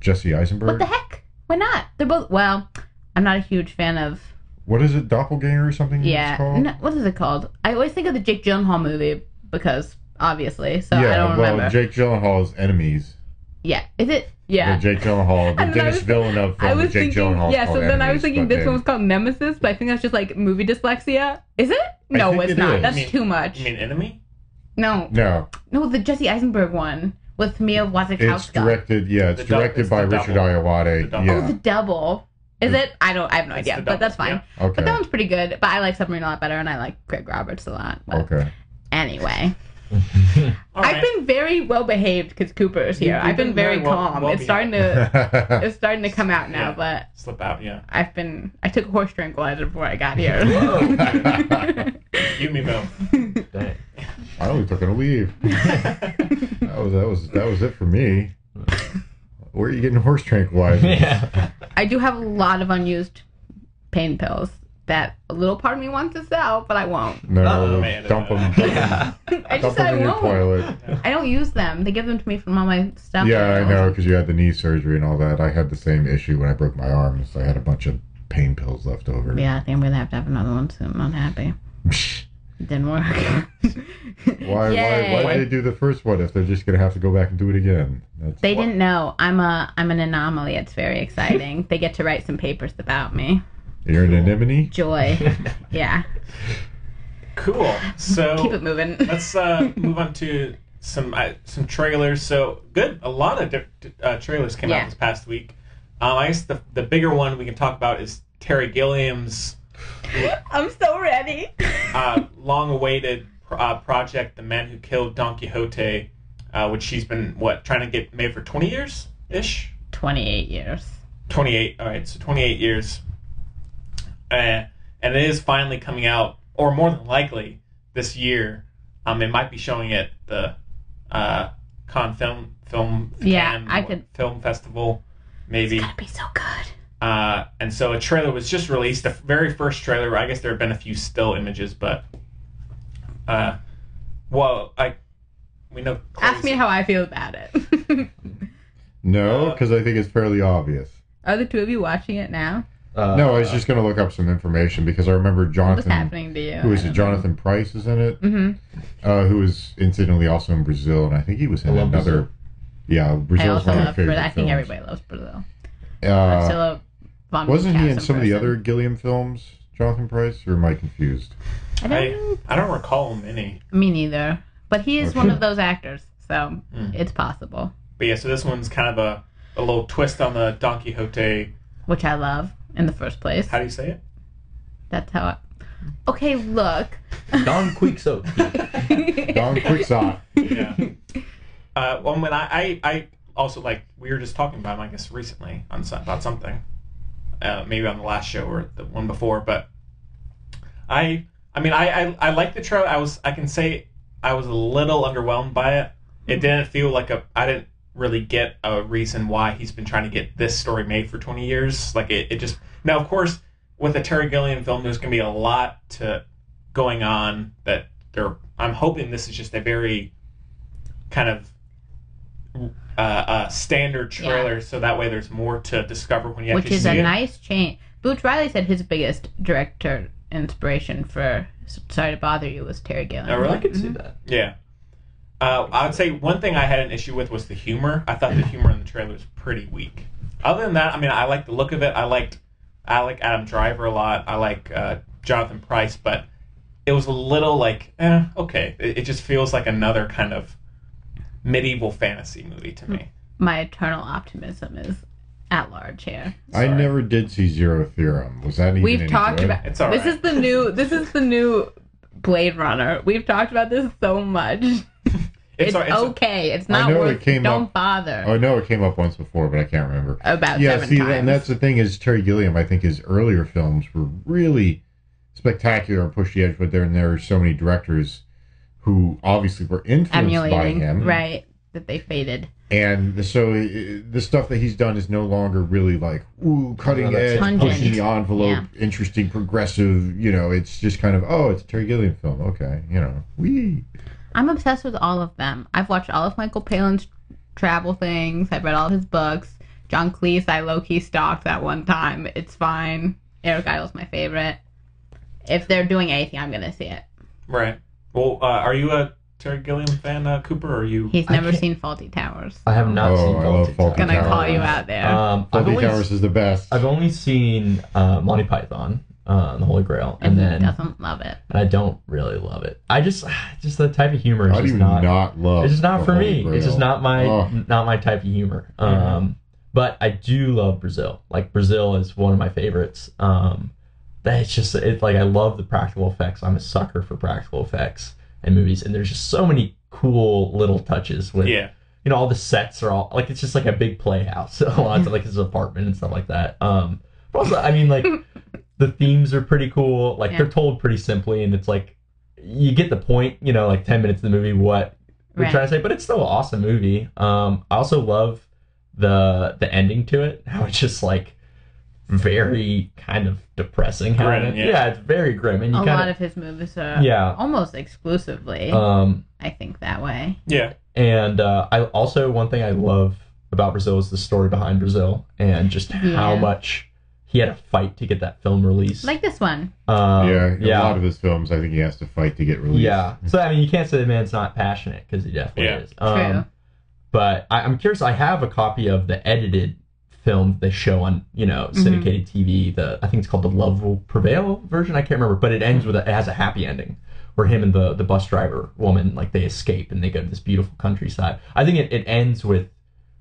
[SPEAKER 10] Jesse Eisenberg.
[SPEAKER 3] What the heck? Why not? They're both. Well, I'm not a huge fan of.
[SPEAKER 10] what is it, Doppelganger or something? Mm, it's
[SPEAKER 3] Yeah.
[SPEAKER 10] called?
[SPEAKER 3] No, what is it called? I always think of the Jake Gyllenhaal movie because obviously, so
[SPEAKER 10] yeah,
[SPEAKER 3] I don't
[SPEAKER 10] well,
[SPEAKER 3] remember.
[SPEAKER 10] Jake Gyllenhaal's enemies.
[SPEAKER 3] Yeah. Is it? Yeah.
[SPEAKER 10] The Jake Gyllenhaal, the
[SPEAKER 3] And then I
[SPEAKER 10] Dennis
[SPEAKER 3] was-
[SPEAKER 10] Villeneuve film.
[SPEAKER 3] I was
[SPEAKER 10] with Jake
[SPEAKER 3] thinking.
[SPEAKER 10] Gyllenhaal.
[SPEAKER 3] Yeah. So then I was thinking this one was called Nemesis, but I think that's just like movie dyslexia. Is it? No,
[SPEAKER 10] think
[SPEAKER 3] it's
[SPEAKER 10] it
[SPEAKER 3] not.
[SPEAKER 10] is.
[SPEAKER 3] That's
[SPEAKER 10] You mean-
[SPEAKER 3] too much.
[SPEAKER 2] You mean enemy?
[SPEAKER 3] No.
[SPEAKER 10] No,
[SPEAKER 3] No, the Jesse Eisenberg one with Mia
[SPEAKER 10] it's
[SPEAKER 3] Wasikowska.
[SPEAKER 10] directed. Yeah, it's
[SPEAKER 2] The dou-
[SPEAKER 10] directed
[SPEAKER 2] it's
[SPEAKER 10] by
[SPEAKER 2] the
[SPEAKER 10] Richard Iowade.
[SPEAKER 3] Oh, the
[SPEAKER 10] Yeah.
[SPEAKER 3] double. Is it? I don't. I have no
[SPEAKER 2] It's
[SPEAKER 3] idea.
[SPEAKER 2] the
[SPEAKER 3] But that's
[SPEAKER 2] double,
[SPEAKER 3] fine. But that
[SPEAKER 10] Okay.
[SPEAKER 3] one's pretty good. But I like Submarine a lot better, and I like Greg Roberts a lot. But
[SPEAKER 10] Okay.
[SPEAKER 3] anyway. I've been very well behaved because Cooper is here.
[SPEAKER 2] You- you've
[SPEAKER 3] I've been,
[SPEAKER 2] been
[SPEAKER 3] very,
[SPEAKER 2] very well-
[SPEAKER 3] calm.
[SPEAKER 2] well
[SPEAKER 3] it's starting
[SPEAKER 2] behaved.
[SPEAKER 3] to it's starting to come out now,
[SPEAKER 2] Yeah.
[SPEAKER 3] but
[SPEAKER 2] Slip out, yeah.
[SPEAKER 3] I've been I took a horse tranquilizer before I got here.
[SPEAKER 2] You me both.
[SPEAKER 11] Dang.
[SPEAKER 10] I only took a leave. that was Oh, that was that was it for me. Where are you getting horse tranquilizers?
[SPEAKER 3] I do have a lot of unused pain pills that a little part of me wants to sell, but I won't.
[SPEAKER 10] No,
[SPEAKER 2] Uh-oh. Man,
[SPEAKER 10] dump them. Yeah.
[SPEAKER 4] Uh,
[SPEAKER 3] I
[SPEAKER 10] Dump
[SPEAKER 3] Oh, just
[SPEAKER 10] them
[SPEAKER 3] I
[SPEAKER 10] in your
[SPEAKER 3] won't.
[SPEAKER 10] toilet.
[SPEAKER 3] I don't use them. They give them to me from all my stuff.
[SPEAKER 10] Yeah, I
[SPEAKER 3] that
[SPEAKER 10] know
[SPEAKER 3] don't-
[SPEAKER 10] because you had the knee surgery and all that. I had the same issue when I broke my arm. So I had a bunch of pain pills left over.
[SPEAKER 3] Yeah, I think I'm gonna have to have another one soon. I'm unhappy. It didn't work.
[SPEAKER 10] Why? Why? Why
[SPEAKER 3] Yay.
[SPEAKER 10] did they do the first one if they're just gonna have to go back and do it again? That's,
[SPEAKER 3] They didn't know I'm a I'm an anomaly. It's very exciting. they get to write some papers about me.
[SPEAKER 10] you're an anemone.
[SPEAKER 3] Joy. Yeah.
[SPEAKER 2] Cool. So
[SPEAKER 3] Keep it moving.
[SPEAKER 2] let's uh, move on to some uh, some trailers. So good, a lot of diff- uh, trailers came
[SPEAKER 3] Yeah.
[SPEAKER 2] out this past week. Um, I guess the the bigger one we can talk about is Terry Gilliam's
[SPEAKER 3] I'm so ready.
[SPEAKER 2] uh, long-awaited uh, project, The Man Who Killed Don Quixote, uh, which she's been what trying to get made for twenty years ish.
[SPEAKER 3] 28 years.
[SPEAKER 2] 28 all right so 28 years uh, and it is finally coming out or more than likely this year um, it might be showing at the uh, con film film
[SPEAKER 3] Yeah,
[SPEAKER 2] Cannes
[SPEAKER 3] I could-
[SPEAKER 2] film festival maybe it's
[SPEAKER 3] gonna be so good
[SPEAKER 2] uh, and so a trailer was just released the very first trailer i guess there have been a few still images but uh, well i we know
[SPEAKER 3] Ask me how I feel about it.
[SPEAKER 10] No, because I think it's fairly obvious.
[SPEAKER 3] Are the two of you watching it now?
[SPEAKER 10] no, I was just gonna look up some information because I remember Jonathan.
[SPEAKER 3] happening to you?
[SPEAKER 10] Who is
[SPEAKER 3] I
[SPEAKER 10] it?
[SPEAKER 3] don't
[SPEAKER 10] Jonathan Price is in it.
[SPEAKER 3] Mm-hmm.
[SPEAKER 10] Uh, who is incidentally also in Brazil, and I think he was in
[SPEAKER 11] love
[SPEAKER 10] another.
[SPEAKER 11] Brazil.
[SPEAKER 10] Yeah,
[SPEAKER 3] I
[SPEAKER 10] Brazil's
[SPEAKER 3] also
[SPEAKER 10] one of my
[SPEAKER 3] love Brazil.
[SPEAKER 10] favorite.
[SPEAKER 3] I think
[SPEAKER 10] films.
[SPEAKER 3] everybody loves Brazil.
[SPEAKER 10] Uh,
[SPEAKER 3] Priscilla von
[SPEAKER 10] wasn't he in
[SPEAKER 3] Picasso
[SPEAKER 10] some of the
[SPEAKER 3] person.
[SPEAKER 10] other Gilliam films? Jonathan Price, or am I confused?
[SPEAKER 3] I don't.
[SPEAKER 2] I don't recall many.
[SPEAKER 3] Me neither. But he
[SPEAKER 10] Oh,
[SPEAKER 3] is one
[SPEAKER 2] Okay.
[SPEAKER 3] of those actors, so
[SPEAKER 2] Mm.
[SPEAKER 3] it's possible,
[SPEAKER 2] But yeah, so this one's kind of a, a little twist on the Don Quixote.
[SPEAKER 3] which I love in the first place.
[SPEAKER 2] How do you say it?
[SPEAKER 3] That's how. I... Okay, look.
[SPEAKER 4] Don Quixote.
[SPEAKER 10] Don Quixote.
[SPEAKER 2] Yeah. Uh, well, when I, I, I also like we were just talking about him, I guess, recently on some- about something, uh, maybe on the last show or the one before. But I, I mean, I, I, I like the trailer. I was, I can say, I was a little underwhelmed by it. It
[SPEAKER 3] Mm-hmm.
[SPEAKER 2] didn't feel like a. I didn't really get a reason why he's been trying to get this story made for 20 years. Like it, it just. Now, of course, with a Terry Gilliam film, there's going to be a lot to going on that there. I'm hoping this is just a very kind of uh, uh, standard trailer, so that way there's more to discover when you
[SPEAKER 3] which
[SPEAKER 2] actually
[SPEAKER 3] is
[SPEAKER 2] see
[SPEAKER 3] a
[SPEAKER 2] it.
[SPEAKER 3] nice change. Boots Riley said his biggest director inspiration for Sorry to Bother You was Terry Gilliam.
[SPEAKER 2] Oh, really?
[SPEAKER 4] I could see that.
[SPEAKER 2] Yeah. Uh, I would say one thing I had an issue with was the humor. I thought the humor in the trailer was pretty weak. Other than that, I mean, I liked the look of it. I liked I like Adam Driver a lot. I like uh, Jonathan Price, but it was a little like, eh, okay. It, it just feels like another kind of medieval fantasy movie to me.
[SPEAKER 3] My eternal optimism is at large here.
[SPEAKER 10] I never did see Zero Theorem. Was that even
[SPEAKER 3] We've
[SPEAKER 10] any
[SPEAKER 3] talked
[SPEAKER 10] good?
[SPEAKER 3] about this is the new this is the new Blade Runner. We've talked about this so much. It's,
[SPEAKER 10] all- it's-
[SPEAKER 3] okay. it's
[SPEAKER 10] I
[SPEAKER 3] not
[SPEAKER 10] know
[SPEAKER 3] worth.
[SPEAKER 10] it came
[SPEAKER 3] don't
[SPEAKER 10] up-
[SPEAKER 3] bother.
[SPEAKER 10] Oh no, it came up once before, but I can't remember.
[SPEAKER 3] About
[SPEAKER 10] yeah,
[SPEAKER 3] seven
[SPEAKER 10] see,
[SPEAKER 3] times.
[SPEAKER 10] and that's the thing is Terry Gilliam. I think his earlier films were really spectacular and pushed the edge, but there and there are so many directors who obviously were influenced by
[SPEAKER 3] emulating
[SPEAKER 10] him,
[SPEAKER 3] right that they faded.
[SPEAKER 10] And the- so uh, the stuff that he's done is no longer really like ooh cutting
[SPEAKER 3] Yeah, that's
[SPEAKER 10] edge,
[SPEAKER 3] Pungent.
[SPEAKER 10] pushing the envelope, interesting, progressive. You know, it's just kind of oh, it's a Terry Gilliam film. Okay, you know, we
[SPEAKER 3] I'm obsessed with all of them. I've watched all of Michael Palin's travel things. I've read all of his books. John Cleese, I low key stalked that one time. It's fine. Eric Idle's my favorite. If they're doing anything, I'm gonna see it.
[SPEAKER 2] Right. Well, uh, are you a Terry Gilliam fan, uh, Cooper? Or are you?
[SPEAKER 3] He's never seen Faulty Towers.
[SPEAKER 4] I have not
[SPEAKER 10] Oh,
[SPEAKER 4] seen
[SPEAKER 10] I
[SPEAKER 4] Faulty
[SPEAKER 10] love Faulty
[SPEAKER 4] Towers.
[SPEAKER 3] Gonna call you Towers. out there.
[SPEAKER 4] Um, I've
[SPEAKER 10] Faulty
[SPEAKER 4] only-
[SPEAKER 10] Towers is the best.
[SPEAKER 4] I've only seen uh, Monty Python, uh, and the Holy Grail, and
[SPEAKER 3] Mm-hmm,
[SPEAKER 4] then
[SPEAKER 3] doesn't love it.
[SPEAKER 4] and I don't really love it. I just just the type of humor is
[SPEAKER 10] How do
[SPEAKER 4] just
[SPEAKER 10] you
[SPEAKER 4] not,
[SPEAKER 10] not love
[SPEAKER 4] It's just not
[SPEAKER 10] the
[SPEAKER 4] for me.
[SPEAKER 10] Holy
[SPEAKER 4] It's just
[SPEAKER 10] Grail?
[SPEAKER 4] not my
[SPEAKER 10] Ugh. Mm-hmm.
[SPEAKER 4] not my type of humor. Um, but I do love Brazil. Like Brazil is one of my favorites. Um, that it's just it like I love the practical effects. I'm a sucker for practical effects in movies, and there's just so many cool little touches with
[SPEAKER 2] Yeah.
[SPEAKER 4] you know all the sets are all like it's just like a big playhouse. A lot like his apartment and stuff like that. Um, but also I mean like the themes are pretty cool. Like
[SPEAKER 3] Yeah.
[SPEAKER 4] they're told pretty simply, and it's like you get the point. You know, like ten minutes of the movie, what we're
[SPEAKER 3] Right.
[SPEAKER 4] trying to say. But it's still an awesome movie. Um, I also love the the ending to it. How it's just like very kind of depressing. How
[SPEAKER 2] Grim,
[SPEAKER 4] it-
[SPEAKER 2] yeah.
[SPEAKER 4] yeah. it's very grim, and
[SPEAKER 3] A
[SPEAKER 4] you
[SPEAKER 3] lot
[SPEAKER 4] kind
[SPEAKER 3] of Oh, his movies are
[SPEAKER 4] Yeah.
[SPEAKER 3] almost exclusively.
[SPEAKER 4] of um
[SPEAKER 3] I think that way.
[SPEAKER 2] yeah.
[SPEAKER 4] And uh, I also one thing I love about Brazil is the story behind Brazil and just how
[SPEAKER 3] Yeah.
[SPEAKER 4] much he had a fight to get that film released.
[SPEAKER 3] Like this one.
[SPEAKER 4] Um,
[SPEAKER 10] yeah, a lot of his films, I think he has to fight to get released.
[SPEAKER 4] Yeah. So I mean, you can't say the man's not passionate because he definitely
[SPEAKER 10] Yeah.
[SPEAKER 4] is.
[SPEAKER 10] True.
[SPEAKER 4] Um, But I, I'm curious. I have a copy of the edited film they show on you know
[SPEAKER 3] Mm-hmm.
[SPEAKER 4] syndicated TV. The I think it's called the Love Will Prevail version. I can't remember, but it ends with a, it has a happy ending where him and the the bus driver woman like they escape and they go to this beautiful countryside. I think it, it ends with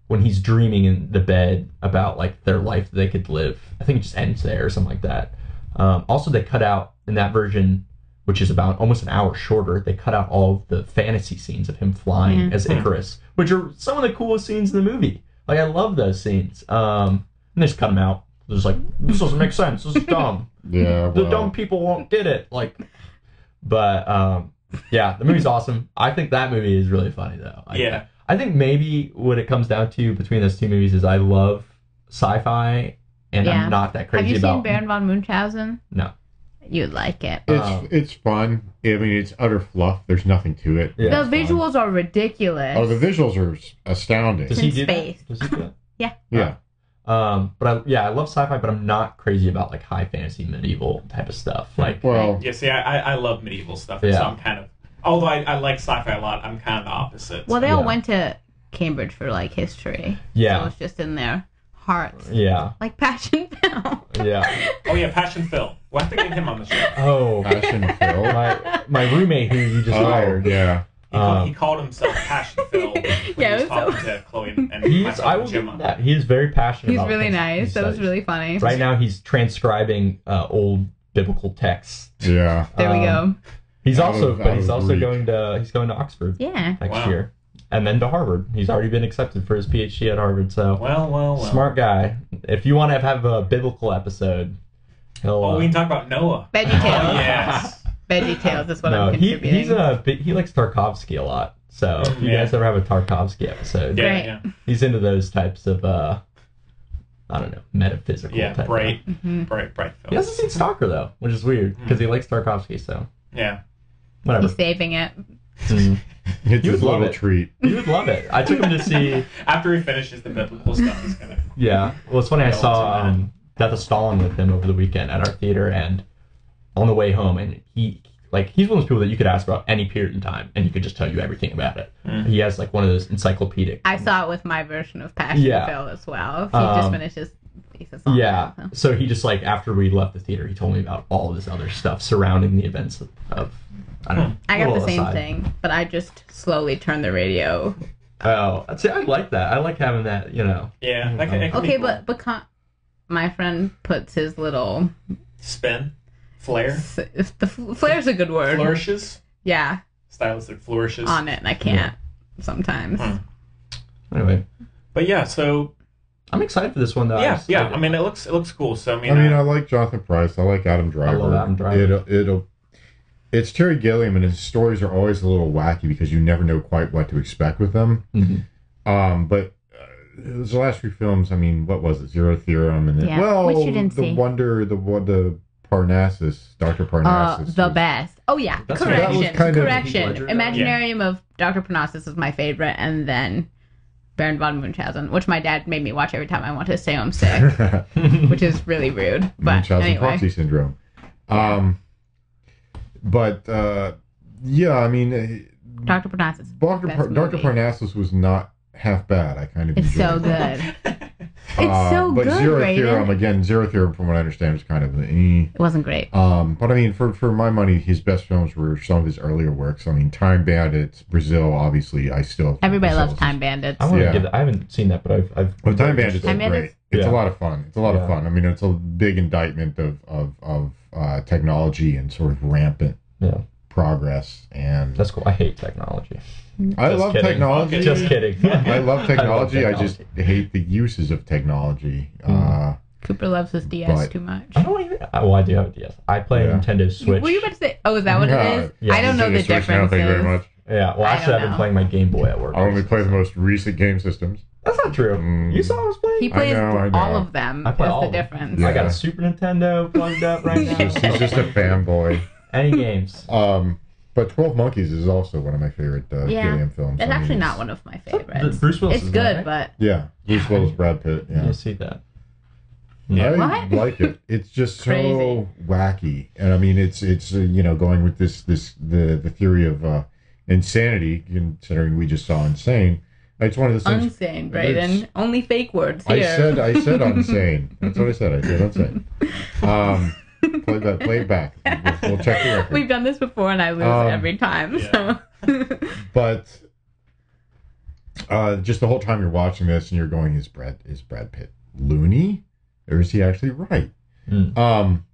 [SPEAKER 4] when he's dreaming in the bed about like their life that they could live. I think it just ends there or something like that. Um, also, they cut out in that version, which is about almost an hour shorter. They cut out all of the fantasy scenes of him flying
[SPEAKER 2] Yeah.
[SPEAKER 4] as Icarus, which are some of the coolest scenes in the movie. Like I love those scenes. Um, and they just cut them out. They're just like this doesn't make sense. This is dumb.
[SPEAKER 10] Yeah,
[SPEAKER 4] the dumb people won't did it. Like, but um, yeah, the movie's awesome. I think that movie is really funny though. I,
[SPEAKER 2] Yeah.
[SPEAKER 4] I think maybe what it comes down to between those two movies is I love sci-fi and
[SPEAKER 3] Yeah.
[SPEAKER 4] I'm not that crazy
[SPEAKER 3] Have you
[SPEAKER 4] about
[SPEAKER 3] seen Baron von Munchausen?
[SPEAKER 4] no.
[SPEAKER 3] You'd like it.
[SPEAKER 10] It's
[SPEAKER 4] Oh.
[SPEAKER 10] it's fun. I mean, it's utter fluff. There's nothing to it.
[SPEAKER 3] the visuals are ridiculous.
[SPEAKER 10] Oh, the visuals are s- astounding.
[SPEAKER 4] Does
[SPEAKER 3] in
[SPEAKER 4] he do that?
[SPEAKER 3] space.
[SPEAKER 4] Does he do that?
[SPEAKER 3] Yeah.
[SPEAKER 10] Yeah.
[SPEAKER 4] Um, but I, yeah, I love sci-fi, but I'm not crazy about like high fantasy medieval type of stuff. Like,
[SPEAKER 10] well,
[SPEAKER 2] Yeah. See, I, I I love medieval stuff, and
[SPEAKER 4] Yeah.
[SPEAKER 2] so I'm kind of. Although I, I like sci-fi a lot, I'm kind of the opposite.
[SPEAKER 3] Well, they all
[SPEAKER 2] Yeah.
[SPEAKER 3] went to Cambridge for like history.
[SPEAKER 4] Yeah.
[SPEAKER 3] So it's just in their parts.
[SPEAKER 4] Yeah.
[SPEAKER 3] Like Passion Film.
[SPEAKER 4] Yeah.
[SPEAKER 2] Oh yeah, Passion Phil. We'll have to get him on the show.
[SPEAKER 4] Oh.
[SPEAKER 10] Passion Phil.
[SPEAKER 4] My, my roommate who you just
[SPEAKER 10] Oh,
[SPEAKER 4] hired.
[SPEAKER 10] Yeah.
[SPEAKER 2] He,
[SPEAKER 4] Um,
[SPEAKER 2] called, he called himself Passion Phil when
[SPEAKER 3] Yeah,
[SPEAKER 2] he
[SPEAKER 3] it
[SPEAKER 2] was
[SPEAKER 3] was
[SPEAKER 2] talking to Chloe and, and
[SPEAKER 4] He's,
[SPEAKER 2] myself
[SPEAKER 4] I
[SPEAKER 2] and
[SPEAKER 4] will give
[SPEAKER 2] Gemma.
[SPEAKER 4] him that. He is very passionate
[SPEAKER 3] He's
[SPEAKER 4] about
[SPEAKER 3] really
[SPEAKER 4] things he
[SPEAKER 3] nice. That was
[SPEAKER 4] studies.
[SPEAKER 3] really funny.
[SPEAKER 4] Right now, he's transcribing uh, old biblical texts.
[SPEAKER 10] Yeah.
[SPEAKER 3] There we go.
[SPEAKER 4] He's
[SPEAKER 2] Oh,
[SPEAKER 10] Out
[SPEAKER 4] also,
[SPEAKER 10] of- out
[SPEAKER 4] but he's
[SPEAKER 10] of
[SPEAKER 4] also
[SPEAKER 10] Greek.
[SPEAKER 4] going to he's going to Oxford.
[SPEAKER 3] Yeah.
[SPEAKER 4] Next
[SPEAKER 2] Wow.
[SPEAKER 4] year, and then to Harvard. He's already been accepted for his PhD at Harvard. So
[SPEAKER 2] Well, well, well.
[SPEAKER 4] smart guy. If you want to have a biblical episode, he'll.
[SPEAKER 2] Oh,
[SPEAKER 4] uh,
[SPEAKER 2] we can talk about Noah.
[SPEAKER 3] Veggie
[SPEAKER 2] Oh,
[SPEAKER 3] Tales.
[SPEAKER 2] yes.
[SPEAKER 3] Veggie Tales is what
[SPEAKER 4] uh, no,
[SPEAKER 3] I'm
[SPEAKER 4] he,
[SPEAKER 3] contributing.
[SPEAKER 4] he's a bit- he likes Tarkovsky a lot. So if you
[SPEAKER 2] Yeah.
[SPEAKER 4] guys ever have a Tarkovsky episode,
[SPEAKER 2] Yeah,
[SPEAKER 3] Right.
[SPEAKER 2] yeah,
[SPEAKER 4] he's into those types of uh, I don't know, metaphysical.
[SPEAKER 2] yeah.
[SPEAKER 4] type
[SPEAKER 2] Bright,
[SPEAKER 3] Mm-hmm.
[SPEAKER 2] bright, bright
[SPEAKER 4] He
[SPEAKER 2] film.
[SPEAKER 4] hasn't seen Stalker though, which is weird because
[SPEAKER 2] Hmm.
[SPEAKER 4] he likes Tarkovsky. So
[SPEAKER 2] Yeah.
[SPEAKER 4] whatever.
[SPEAKER 3] He's saving it.
[SPEAKER 4] Mm.
[SPEAKER 10] It's
[SPEAKER 4] You
[SPEAKER 10] his
[SPEAKER 4] would love
[SPEAKER 10] little
[SPEAKER 4] it.
[SPEAKER 10] treat.
[SPEAKER 4] You would love it. I took him to see.
[SPEAKER 2] After he finishes the biblical stuff, he's gonna.
[SPEAKER 4] Yeah. Well, it's funny. I
[SPEAKER 2] Yeah,
[SPEAKER 4] saw
[SPEAKER 2] what's in
[SPEAKER 4] um, Death of Stalin with him over the weekend at our theater, and on the way home, and he like he's one of those people that you could ask about any period in time, and he could just tell you everything about it.
[SPEAKER 2] Hmm.
[SPEAKER 4] He has like one of those encyclopedic.
[SPEAKER 3] I saw it with my version of Passion
[SPEAKER 4] Yeah.
[SPEAKER 3] Phil as well. He just
[SPEAKER 4] Um,
[SPEAKER 3] finishes thesis on
[SPEAKER 4] yeah.
[SPEAKER 3] that.
[SPEAKER 4] So he just like after we left the theater, he told me about all this other stuff surrounding the events of. of I
[SPEAKER 2] Hmm.
[SPEAKER 4] don't know.
[SPEAKER 3] I got the
[SPEAKER 4] little
[SPEAKER 3] same
[SPEAKER 4] aside.
[SPEAKER 3] thing, but I just slowly turned the radio.
[SPEAKER 4] Oh, I'd say I like that. I like having that. You know.
[SPEAKER 2] Yeah. That can, it can be
[SPEAKER 3] Okay,
[SPEAKER 2] cool.
[SPEAKER 3] but but con- my friend puts his little
[SPEAKER 2] spin, flare,
[SPEAKER 3] s- if the fl- flare's a good word.
[SPEAKER 2] flourishes,
[SPEAKER 3] Yeah,
[SPEAKER 2] stylistic flourishes.
[SPEAKER 3] on it, and I can't sometimes.
[SPEAKER 2] Hmm.
[SPEAKER 4] Anyway,
[SPEAKER 2] But yeah, so
[SPEAKER 4] I'm excited for this one though.
[SPEAKER 2] yeah,
[SPEAKER 4] I'm
[SPEAKER 2] yeah.
[SPEAKER 4] excited.
[SPEAKER 2] I mean, it looks it looks cool. So I mean,
[SPEAKER 10] I mean, I
[SPEAKER 2] uh,
[SPEAKER 10] like Jonathan Price. I like Adam Driver.
[SPEAKER 4] love Adam Driver.
[SPEAKER 10] It'll, it'll, it's Terry Gilliam, and his stories are always a little wacky because you never know quite what to expect with them.
[SPEAKER 4] Mhm.
[SPEAKER 10] Um, but uh, it was the last few films. I mean, what was it? Zero Theorem, and then
[SPEAKER 3] Yeah,
[SPEAKER 10] well,
[SPEAKER 3] which you didn't
[SPEAKER 10] the
[SPEAKER 3] see.
[SPEAKER 10] Wonder, the what, the Parnassus, Doctor
[SPEAKER 3] Uh,
[SPEAKER 10] Parnassus.
[SPEAKER 3] the
[SPEAKER 10] was-
[SPEAKER 3] best. Oh yeah,
[SPEAKER 4] That's-
[SPEAKER 10] that was
[SPEAKER 3] correction,
[SPEAKER 10] kind of-
[SPEAKER 3] correction.
[SPEAKER 4] Ledger, though.
[SPEAKER 3] Imaginarium of Dr. Parnassus is my favorite, and then Baron von Munchausen, which my dad made me watch every time I want to stay home sick, which is really rude. But
[SPEAKER 10] Munchausen
[SPEAKER 3] anyway,
[SPEAKER 10] proxy syndrome. Um, but uh, yeah, I mean, uh,
[SPEAKER 3] Dr. Parnassus.
[SPEAKER 10] Dr.
[SPEAKER 3] best
[SPEAKER 10] Par- Dr.
[SPEAKER 3] movie.
[SPEAKER 10] Parnassus was not half bad. I kind of
[SPEAKER 3] It's
[SPEAKER 10] enjoyed
[SPEAKER 3] so
[SPEAKER 10] it.
[SPEAKER 3] good.
[SPEAKER 10] Uh,
[SPEAKER 3] It's so
[SPEAKER 10] but
[SPEAKER 3] good,
[SPEAKER 10] Zero
[SPEAKER 3] Raiden.
[SPEAKER 10] Theorem again. Zero Theorem, from what I understand, was kind of an.
[SPEAKER 3] It wasn't great.
[SPEAKER 10] Eh. Um, but I mean, for for my money, his best films were some of his earlier works. I mean, Time Bandits, Brazil, obviously. I still think
[SPEAKER 3] Everybody
[SPEAKER 10] Brazil
[SPEAKER 3] loves
[SPEAKER 10] is-
[SPEAKER 3] Time Bandits.
[SPEAKER 4] I want to
[SPEAKER 10] Yeah.
[SPEAKER 4] give. I haven't seen that, but I've. I've
[SPEAKER 10] Well, Time Bandits is
[SPEAKER 3] Time
[SPEAKER 10] great.
[SPEAKER 3] Bandits?
[SPEAKER 10] It's
[SPEAKER 4] Yeah.
[SPEAKER 10] a lot of fun. It's a lot
[SPEAKER 4] Yeah.
[SPEAKER 10] of fun. I mean, it's a big indictment of of of uh, technology and sort of rampant
[SPEAKER 4] Yeah,
[SPEAKER 10] progress. And
[SPEAKER 4] that's cool. I hate technology.
[SPEAKER 10] I
[SPEAKER 4] Just
[SPEAKER 10] love
[SPEAKER 4] kidding.
[SPEAKER 10] technology.
[SPEAKER 4] Just kidding.
[SPEAKER 10] I love technology. I, just hate the uses of technology.
[SPEAKER 3] Hmm.
[SPEAKER 10] Uh,
[SPEAKER 3] Cooper loves his DS
[SPEAKER 10] But-
[SPEAKER 3] too much.
[SPEAKER 4] I don't even. I- Well, I do have a DS. I play
[SPEAKER 10] Yeah.
[SPEAKER 4] Nintendo Switch.
[SPEAKER 3] Were you about to say? Oh, is that what
[SPEAKER 10] Yeah,
[SPEAKER 3] it is?
[SPEAKER 4] yeah,
[SPEAKER 3] I don't know the
[SPEAKER 10] Switch now,
[SPEAKER 3] differences.
[SPEAKER 10] thank you very much.
[SPEAKER 4] yeah. Well,
[SPEAKER 3] I
[SPEAKER 4] actually,
[SPEAKER 3] don't
[SPEAKER 4] I've been
[SPEAKER 3] know.
[SPEAKER 4] playing my Game Boy at work.
[SPEAKER 10] I only play the most recent game systems.
[SPEAKER 4] That's not true.
[SPEAKER 10] Mm.
[SPEAKER 4] You saw I was playing.
[SPEAKER 3] He plays
[SPEAKER 10] know, I know.
[SPEAKER 3] all of them.
[SPEAKER 4] I
[SPEAKER 3] Is
[SPEAKER 4] play all
[SPEAKER 3] the
[SPEAKER 4] of them.
[SPEAKER 3] difference?
[SPEAKER 10] Yeah.
[SPEAKER 4] I got a Super Nintendo plugged up right now.
[SPEAKER 10] He's just a fanboy.
[SPEAKER 4] Any games?
[SPEAKER 10] Um, but Twelve Monkeys is also one of my favorite uh,
[SPEAKER 3] Yeah.
[SPEAKER 10] Gilliam films.
[SPEAKER 3] It's
[SPEAKER 10] I mean,
[SPEAKER 3] actually
[SPEAKER 10] it's-
[SPEAKER 3] not one of my favorites.
[SPEAKER 4] Bruce Willis
[SPEAKER 3] It's
[SPEAKER 4] is in
[SPEAKER 3] good,
[SPEAKER 4] that,
[SPEAKER 3] but
[SPEAKER 10] Yeah, Bruce Willis, Brad Pitt. Yeah,
[SPEAKER 4] You see that?
[SPEAKER 10] I
[SPEAKER 3] What?
[SPEAKER 10] like it. It's just so
[SPEAKER 3] Crazy.
[SPEAKER 10] wacky, and I mean, it's it's uh, you know going with this this the the theory of uh, insanity. Considering we just saw Insane, it's one of those things.
[SPEAKER 3] unsane,
[SPEAKER 10] It's-
[SPEAKER 3] Brayden. Only fake words
[SPEAKER 10] I
[SPEAKER 3] here.
[SPEAKER 10] said I said unsane. That's what I said. I said unsane. Um, play that. Play it back. We'll, we'll check the record.
[SPEAKER 3] We've done this before, and I lose
[SPEAKER 10] Um,
[SPEAKER 3] every time. So
[SPEAKER 10] but uh, just the whole time you're watching this and you're going, is Brad is Brad Pitt loony, or is he actually right?
[SPEAKER 4] Mm.
[SPEAKER 10] Um,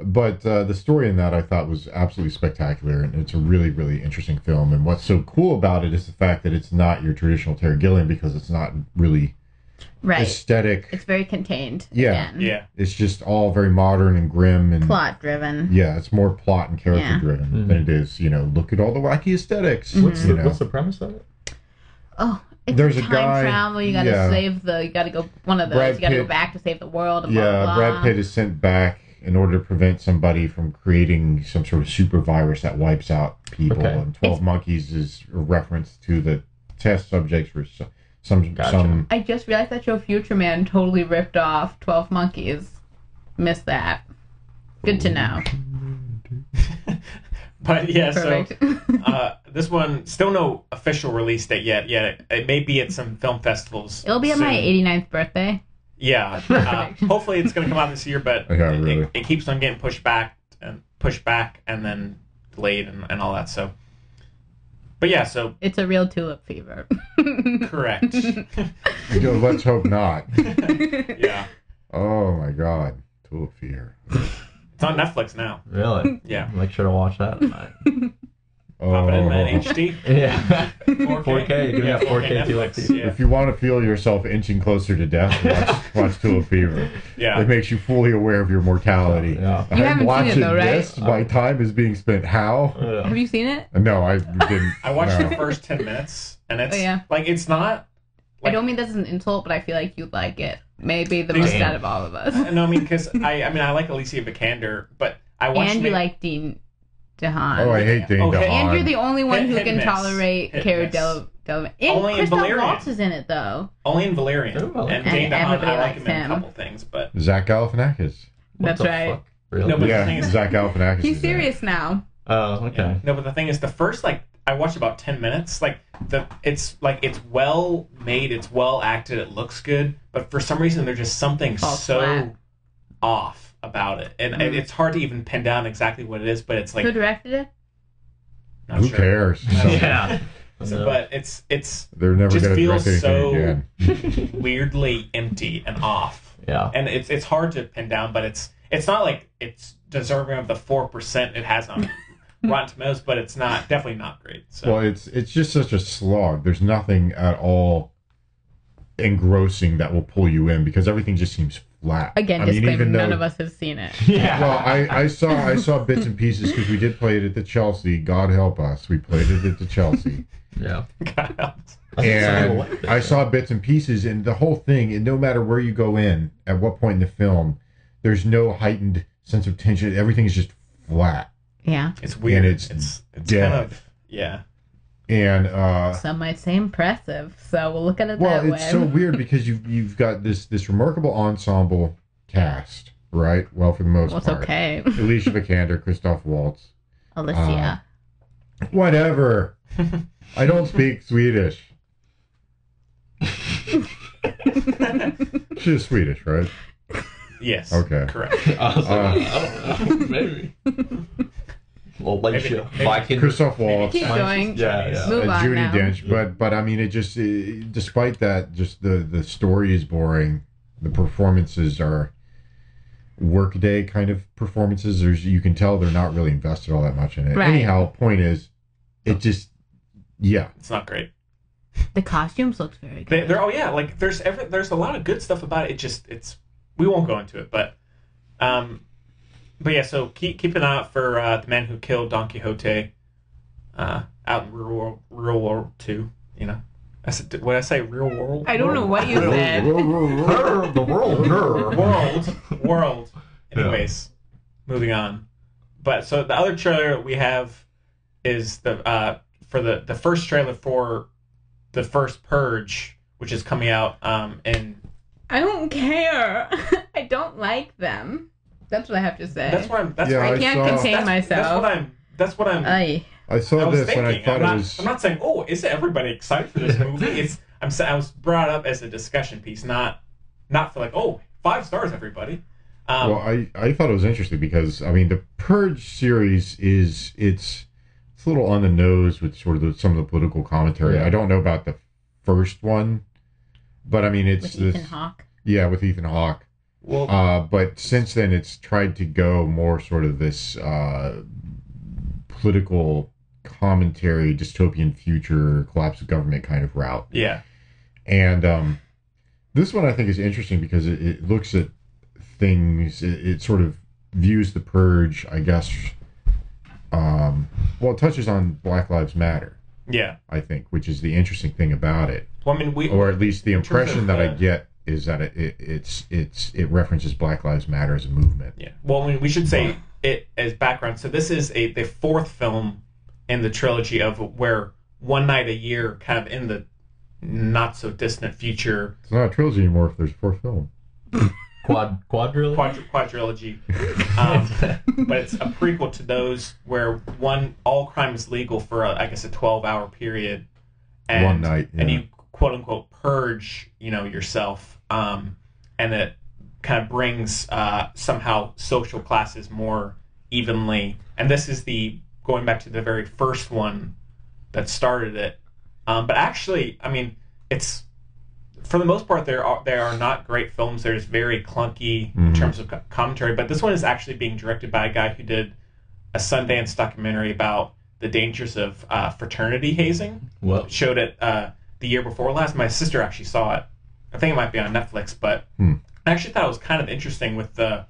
[SPEAKER 10] but uh, the story in that I thought was absolutely spectacular, and it's a really really interesting film. And what's so cool about it is the fact that it's not your traditional Terry Gilliam because it's not really
[SPEAKER 3] right,
[SPEAKER 10] aesthetic.
[SPEAKER 3] it's very contained.
[SPEAKER 10] Yeah.
[SPEAKER 3] again.
[SPEAKER 2] yeah,
[SPEAKER 10] It's just all very modern and grim and
[SPEAKER 3] plot driven.
[SPEAKER 10] Yeah, it's more plot and character
[SPEAKER 3] Yeah.
[SPEAKER 10] driven than it is. You know, look at all the wacky esthetics
[SPEAKER 4] What's
[SPEAKER 3] Mm-hmm.
[SPEAKER 10] you
[SPEAKER 4] the,
[SPEAKER 10] know.
[SPEAKER 4] what's the premise of it?
[SPEAKER 3] Oh, it's
[SPEAKER 10] There's a
[SPEAKER 3] time
[SPEAKER 10] guy-
[SPEAKER 3] travel. You gotta
[SPEAKER 10] yeah.
[SPEAKER 3] save the. You gotta go one of those.
[SPEAKER 10] Brad
[SPEAKER 3] you gotta
[SPEAKER 10] Pitt-
[SPEAKER 3] go back to save the world. and blah,
[SPEAKER 10] Yeah,
[SPEAKER 3] blah,
[SPEAKER 10] Brad Pitt is sent back in order to prevent somebody from creating some sort of super virus that wipes out people.
[SPEAKER 4] Okay.
[SPEAKER 10] And Twelve Monkeys is a reference to the test subjects for so- some
[SPEAKER 4] Gotcha.
[SPEAKER 10] some.
[SPEAKER 3] I just realized that your Future Man totally ripped off Twelve Monkeys. Missed that. Good to know.
[SPEAKER 2] but yeah. So
[SPEAKER 3] Perfect.
[SPEAKER 2] uh, this one still no official release date yet. Yet it, it may be at some film festivals.
[SPEAKER 3] It'll be at my
[SPEAKER 2] soon.
[SPEAKER 3] 89th birthday.
[SPEAKER 2] Yeah. Uh, hopefully it's going to come out this year, but
[SPEAKER 10] Yeah,
[SPEAKER 2] it-
[SPEAKER 10] really.
[SPEAKER 2] it, it keeps on getting pushed back and pushed back and then delayed and, and all that. So, but yeah, so
[SPEAKER 3] It's a real tulip fever.
[SPEAKER 2] correct.
[SPEAKER 10] You know, let's hope not.
[SPEAKER 2] yeah.
[SPEAKER 10] Oh my God, tulip fear.
[SPEAKER 2] It's on Netflix now.
[SPEAKER 11] Really?
[SPEAKER 2] Yeah.
[SPEAKER 11] Make sure to watch that. tonight.
[SPEAKER 10] Oh.
[SPEAKER 2] Pop it in that HD.
[SPEAKER 11] Yeah.
[SPEAKER 2] 4K.
[SPEAKER 11] 4K, you
[SPEAKER 2] Yeah,
[SPEAKER 11] got 4K
[SPEAKER 2] Netflix,
[SPEAKER 11] TLC.
[SPEAKER 2] yeah.
[SPEAKER 10] If you want to feel yourself inching closer to death, watch, watch Tulip Fever.
[SPEAKER 2] Yeah.
[SPEAKER 10] It makes you fully aware of your mortality.
[SPEAKER 11] You
[SPEAKER 10] I'm
[SPEAKER 3] haven't seen it,
[SPEAKER 10] watching
[SPEAKER 3] though, right?
[SPEAKER 10] this. My time is being spent how?
[SPEAKER 3] Have you seen it?
[SPEAKER 10] No, I didn't.
[SPEAKER 2] I watched
[SPEAKER 10] no.
[SPEAKER 2] the first 10 minutes and it's
[SPEAKER 3] Oh, yeah.
[SPEAKER 2] like, it's not.
[SPEAKER 3] I don't mean that as an insult, but I feel like you'd like it. Maybe the most out of all of us.
[SPEAKER 2] No, I mean, because I, I mean, I like Alicia Vikander, but I watched.
[SPEAKER 3] And you
[SPEAKER 2] ma-
[SPEAKER 3] like Dean DeHaan.
[SPEAKER 10] Oh, I hate Dane
[SPEAKER 2] Oh,
[SPEAKER 10] DeHaan.
[SPEAKER 2] And
[SPEAKER 3] And you're the only one
[SPEAKER 2] Hit-
[SPEAKER 3] who
[SPEAKER 2] hit
[SPEAKER 3] can
[SPEAKER 2] miss.
[SPEAKER 3] tolerate
[SPEAKER 2] Hit
[SPEAKER 3] Cara
[SPEAKER 2] miss.
[SPEAKER 3] Del Delevingne.
[SPEAKER 2] Only
[SPEAKER 3] And
[SPEAKER 2] in
[SPEAKER 3] Crystal
[SPEAKER 2] Valerian.
[SPEAKER 3] Waltz is in it though.
[SPEAKER 2] Only in Valerian. and Dane
[SPEAKER 3] And
[SPEAKER 2] DeHaan,
[SPEAKER 3] everybody
[SPEAKER 2] I like
[SPEAKER 3] likes
[SPEAKER 2] him in a
[SPEAKER 3] him.
[SPEAKER 2] couple things, but.
[SPEAKER 10] Zach Galifianakis.
[SPEAKER 3] That's right.
[SPEAKER 2] No, but the thing
[SPEAKER 10] yeah,
[SPEAKER 2] is,
[SPEAKER 10] Zach Galifianakis.
[SPEAKER 3] He's
[SPEAKER 10] is in it.
[SPEAKER 3] serious now.
[SPEAKER 11] Oh, okay.
[SPEAKER 2] No, but the thing is, the first like I watched about ten minutes. Like the it's like it's well made, it's well acted, it looks good, but for some reason there's just something
[SPEAKER 3] Falls
[SPEAKER 2] so
[SPEAKER 3] flat. Mm.
[SPEAKER 2] off about it, and it- it's hard to even pin down exactly what it is. But it's like
[SPEAKER 3] who directed it?
[SPEAKER 2] not
[SPEAKER 10] Who
[SPEAKER 2] sure.
[SPEAKER 10] cares?
[SPEAKER 2] Yeah. So, but it's it's
[SPEAKER 10] They're never
[SPEAKER 2] just
[SPEAKER 10] gonna
[SPEAKER 2] feels
[SPEAKER 10] direct
[SPEAKER 2] so
[SPEAKER 10] anything
[SPEAKER 2] weirdly empty and off.
[SPEAKER 11] Yeah.
[SPEAKER 2] and it's it's hard to pin down, but it's it's not like it's deserving of the four percent it has on Rotten Tomatoes, but it's not definitely not great. So
[SPEAKER 10] Well, it's it's just such a slog. There's nothing at all engrossing that will pull you in because everything just seems flat.
[SPEAKER 3] Again,
[SPEAKER 10] I mean,
[SPEAKER 3] disclaimer:
[SPEAKER 10] even though-
[SPEAKER 3] none of us have seen it.
[SPEAKER 10] Well, I, I saw I saw bits and pieces because we did play it at the Chelsea. God help us, we played it at the Chelsea.
[SPEAKER 11] Yeah.
[SPEAKER 10] and I saw bits and pieces, and the whole thing. And no matter where you go in, at what point in the film, there's no heightened sense of tension. Everything is just flat.
[SPEAKER 3] Yeah.
[SPEAKER 2] It's weird.
[SPEAKER 10] And it's,
[SPEAKER 2] it's, it's
[SPEAKER 10] dead.
[SPEAKER 2] kind of yeah.
[SPEAKER 10] and uh,
[SPEAKER 3] Some might say impressive, so we'll look at it
[SPEAKER 10] well
[SPEAKER 3] that
[SPEAKER 10] it's
[SPEAKER 3] way.
[SPEAKER 10] so weird because you've you've got this this remarkable ensemble cast right well for the most
[SPEAKER 3] Well, it's
[SPEAKER 10] part
[SPEAKER 3] okay.
[SPEAKER 10] alicia vikander christoph waltz
[SPEAKER 3] Alicia.
[SPEAKER 10] whatever i don't speak swedish she's swedish right
[SPEAKER 2] Yes.
[SPEAKER 10] okay
[SPEAKER 2] Correct.
[SPEAKER 11] I was like,
[SPEAKER 10] Uh,
[SPEAKER 11] I don't know, maybe. Well, like,
[SPEAKER 2] Maybe-
[SPEAKER 11] sure.
[SPEAKER 2] maybe-
[SPEAKER 11] Viking.
[SPEAKER 10] Christoph Waltz.
[SPEAKER 3] Keep going.
[SPEAKER 11] Yeah, yeah.
[SPEAKER 3] Move
[SPEAKER 10] uh,
[SPEAKER 3] on
[SPEAKER 10] Judy
[SPEAKER 3] now.
[SPEAKER 10] Dench, but but I mean, it just it, despite that, just the the story is boring. The performances are workday kind of performances. There's you can tell they're not really invested all that much in it.
[SPEAKER 3] Right.
[SPEAKER 10] Anyhow, point is, it just yeah.
[SPEAKER 2] It's not great.
[SPEAKER 3] The costumes looks very good.
[SPEAKER 2] They, they're oh yeah, like there's every there's a lot of good stuff about it. It just it's we won't go into it, but um, but yeah. So keep keep an eye out for uh, the man who killed Don Quixote, uh, out in real world real world two. You know, I said did- what did I say real world.
[SPEAKER 3] I don't know what you said.
[SPEAKER 11] the world.
[SPEAKER 2] world world anyways moving on but so the other trailer we have is the uh for the the first trailer for the first purge which is coming out um in
[SPEAKER 3] I don't care. I don't like them. That's what I have to say.
[SPEAKER 2] that's what i'm that's
[SPEAKER 10] Yeah,
[SPEAKER 2] what
[SPEAKER 3] I
[SPEAKER 10] I
[SPEAKER 2] I'm-
[SPEAKER 3] can't
[SPEAKER 10] saw-
[SPEAKER 3] contain
[SPEAKER 2] that's,
[SPEAKER 3] myself.
[SPEAKER 2] that's what i'm that's what i'm
[SPEAKER 3] Aye.
[SPEAKER 10] I
[SPEAKER 2] I
[SPEAKER 10] saw
[SPEAKER 2] was
[SPEAKER 10] this
[SPEAKER 2] thinking.
[SPEAKER 10] and I thought
[SPEAKER 2] am not,
[SPEAKER 10] it was
[SPEAKER 2] I'm not saying, oh, is everybody excited for this movie? It's I'm sa- I was brought up as a discussion piece, not not for like, oh, five stars, everybody. Um,
[SPEAKER 10] well. I I thought it was interesting because I mean the Purge series is it's it's a little on the nose with sort of the, some of the political commentary.
[SPEAKER 11] Yeah.
[SPEAKER 10] I don't know about the first one, but I mean it's
[SPEAKER 3] With
[SPEAKER 10] this
[SPEAKER 3] Ethan Hawke.
[SPEAKER 10] yeah with Ethan Hawke.
[SPEAKER 2] well,
[SPEAKER 10] Uh, but since then, it's tried to go more sort of this uh, political commentary, dystopian future, collapse of government kind of route.
[SPEAKER 2] yeah,
[SPEAKER 10] And um, this one I think is interesting because it, it looks at things, it, it sort of views the purge, I guess. Um, well, it touches on Black Lives Matter,
[SPEAKER 2] yeah.
[SPEAKER 10] I think, which is the interesting thing about it
[SPEAKER 2] Well, I mean, we
[SPEAKER 10] or at least the
[SPEAKER 2] terms of,
[SPEAKER 10] impression that I
[SPEAKER 2] uh,
[SPEAKER 10] get is that it, it it's it's it references Black Lives Matter as a movement.
[SPEAKER 2] Yeah. Well, I mean, we should say it as background. So this is a the fourth film in the trilogy of where one night a year, kind of in the not so distant future,
[SPEAKER 10] It's not a trilogy anymore if there's a fourth film.
[SPEAKER 11] Quad, quadrille?
[SPEAKER 2] quadri- quadrilogy, um, but it's a prequel to those where one all crime is legal for a, I guess a twelve hour period, and
[SPEAKER 10] One night,
[SPEAKER 2] and
[SPEAKER 10] yeah.
[SPEAKER 2] you quote unquote purge you know yourself, um, and it kind of brings uh, somehow social classes more evenly. And this is the going back to the very first one that started it. Um, but actually, I mean, it's for the most part there are they are not great films. They're just very clunky in
[SPEAKER 16] Mhm.
[SPEAKER 2] terms of co- commentary. But this one is actually being directed by a guy who did a Sundance documentary about the dangers of uh, fraternity hazing.
[SPEAKER 4] Whoa.
[SPEAKER 2] Showed it uh, the year before last. My sister actually saw it. I think it might be on Netflix, but
[SPEAKER 17] Hmm.
[SPEAKER 2] I actually thought it was kind of interesting with the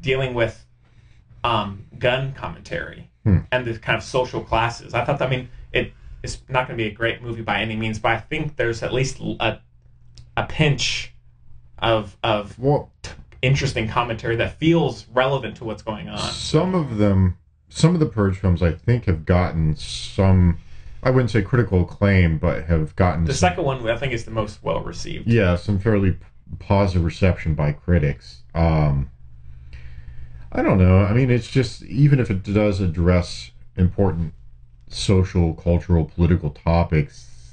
[SPEAKER 2] dealing with um, gun commentary
[SPEAKER 17] Hmm.
[SPEAKER 2] and the kind of social classes. I thought, that, I mean, it it's not going to be a great movie by any means, but I think there's at least l- a a pinch of of t- interesting commentary that feels relevant to what's going on.
[SPEAKER 10] Some of them, some of the Purge films, I think, have gotten some. I wouldn't say critical acclaim, but have gotten
[SPEAKER 2] The
[SPEAKER 10] some-
[SPEAKER 2] second one, I think, is the most well received.
[SPEAKER 10] yeah some fairly p- positive reception by critics. Um, I don't know. I mean, it's just even if it does address important social, cultural, political topics,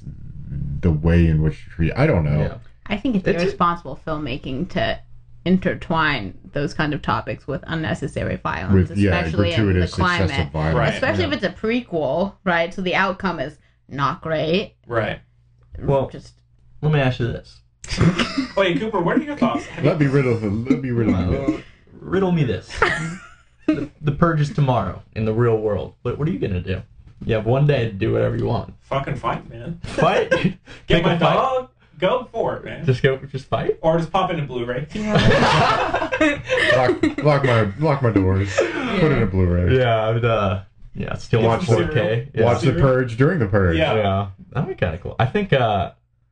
[SPEAKER 10] the way in which you treat. I don't know.
[SPEAKER 3] I think it's,
[SPEAKER 10] It's a-
[SPEAKER 3] irresponsible filmmaking to intertwine those kind of topics with unnecessary violence,
[SPEAKER 10] With- yeah,
[SPEAKER 3] especially in the
[SPEAKER 10] gratuitous, excessive
[SPEAKER 3] climate.
[SPEAKER 10] violence. Right,
[SPEAKER 3] Especially
[SPEAKER 10] yeah.
[SPEAKER 3] if it's a prequel, right? So the outcome is not great.
[SPEAKER 2] Right.
[SPEAKER 4] Well,
[SPEAKER 3] just
[SPEAKER 4] let me ask you this.
[SPEAKER 2] Wait, Cooper, what are your thoughts?
[SPEAKER 10] Let me riddle him. Let me riddle him.
[SPEAKER 4] riddle me this. the, the purge is tomorrow in the real world. But what are you gonna do? You have one day to do whatever you want.
[SPEAKER 2] Fucking fight, man.
[SPEAKER 4] Fight. Get
[SPEAKER 2] Get my dog. Go for it, man.
[SPEAKER 4] Just go. Just fight.
[SPEAKER 2] Or just pop into Blu-ray.
[SPEAKER 10] Lock, lock my lock my doors. Put in a Blu-ray.
[SPEAKER 4] Yeah, I would. Uh, yeah, still
[SPEAKER 10] Get
[SPEAKER 4] watch
[SPEAKER 10] some
[SPEAKER 4] 4K.
[SPEAKER 10] cereal. Watch The Purge during The Purge.
[SPEAKER 4] Oh, Yeah,
[SPEAKER 10] Yeah.
[SPEAKER 4] that'd be kind of cool. I think. Uh,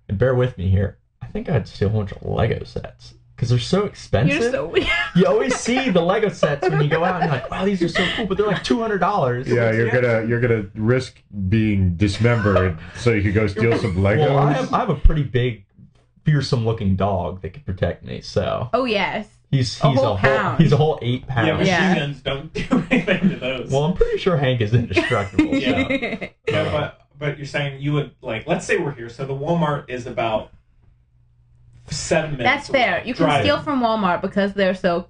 [SPEAKER 4] and bear with me here. I think I'd steal a bunch of Lego sets because they're so expensive.
[SPEAKER 3] You're so weird.
[SPEAKER 4] you always see the Lego sets when you go out and you're like, wow, these are so cool, but they're like two hundred dollars.
[SPEAKER 10] Yeah, you're gonna you're gonna risk being dismembered so you could go steal some Legos.
[SPEAKER 4] Well, I have, I have a pretty big, fearsome-looking dog that can protect me. So
[SPEAKER 3] Oh yes.
[SPEAKER 4] he's he's
[SPEAKER 3] A
[SPEAKER 4] a
[SPEAKER 3] whole
[SPEAKER 4] whole,
[SPEAKER 3] pound.
[SPEAKER 4] he's a whole eight pounds.
[SPEAKER 2] Yeah, machine
[SPEAKER 3] Yeah.
[SPEAKER 2] guns don't do anything to those.
[SPEAKER 4] Well, I'm pretty sure Hank is indestructible.
[SPEAKER 2] Yeah.
[SPEAKER 4] so.
[SPEAKER 2] No, but but you're saying you would like let's say we're here, so the Walmart is about seven minutes.
[SPEAKER 3] That's fair.
[SPEAKER 2] away.
[SPEAKER 3] You can
[SPEAKER 2] Driving.
[SPEAKER 3] steal from Walmart because they're so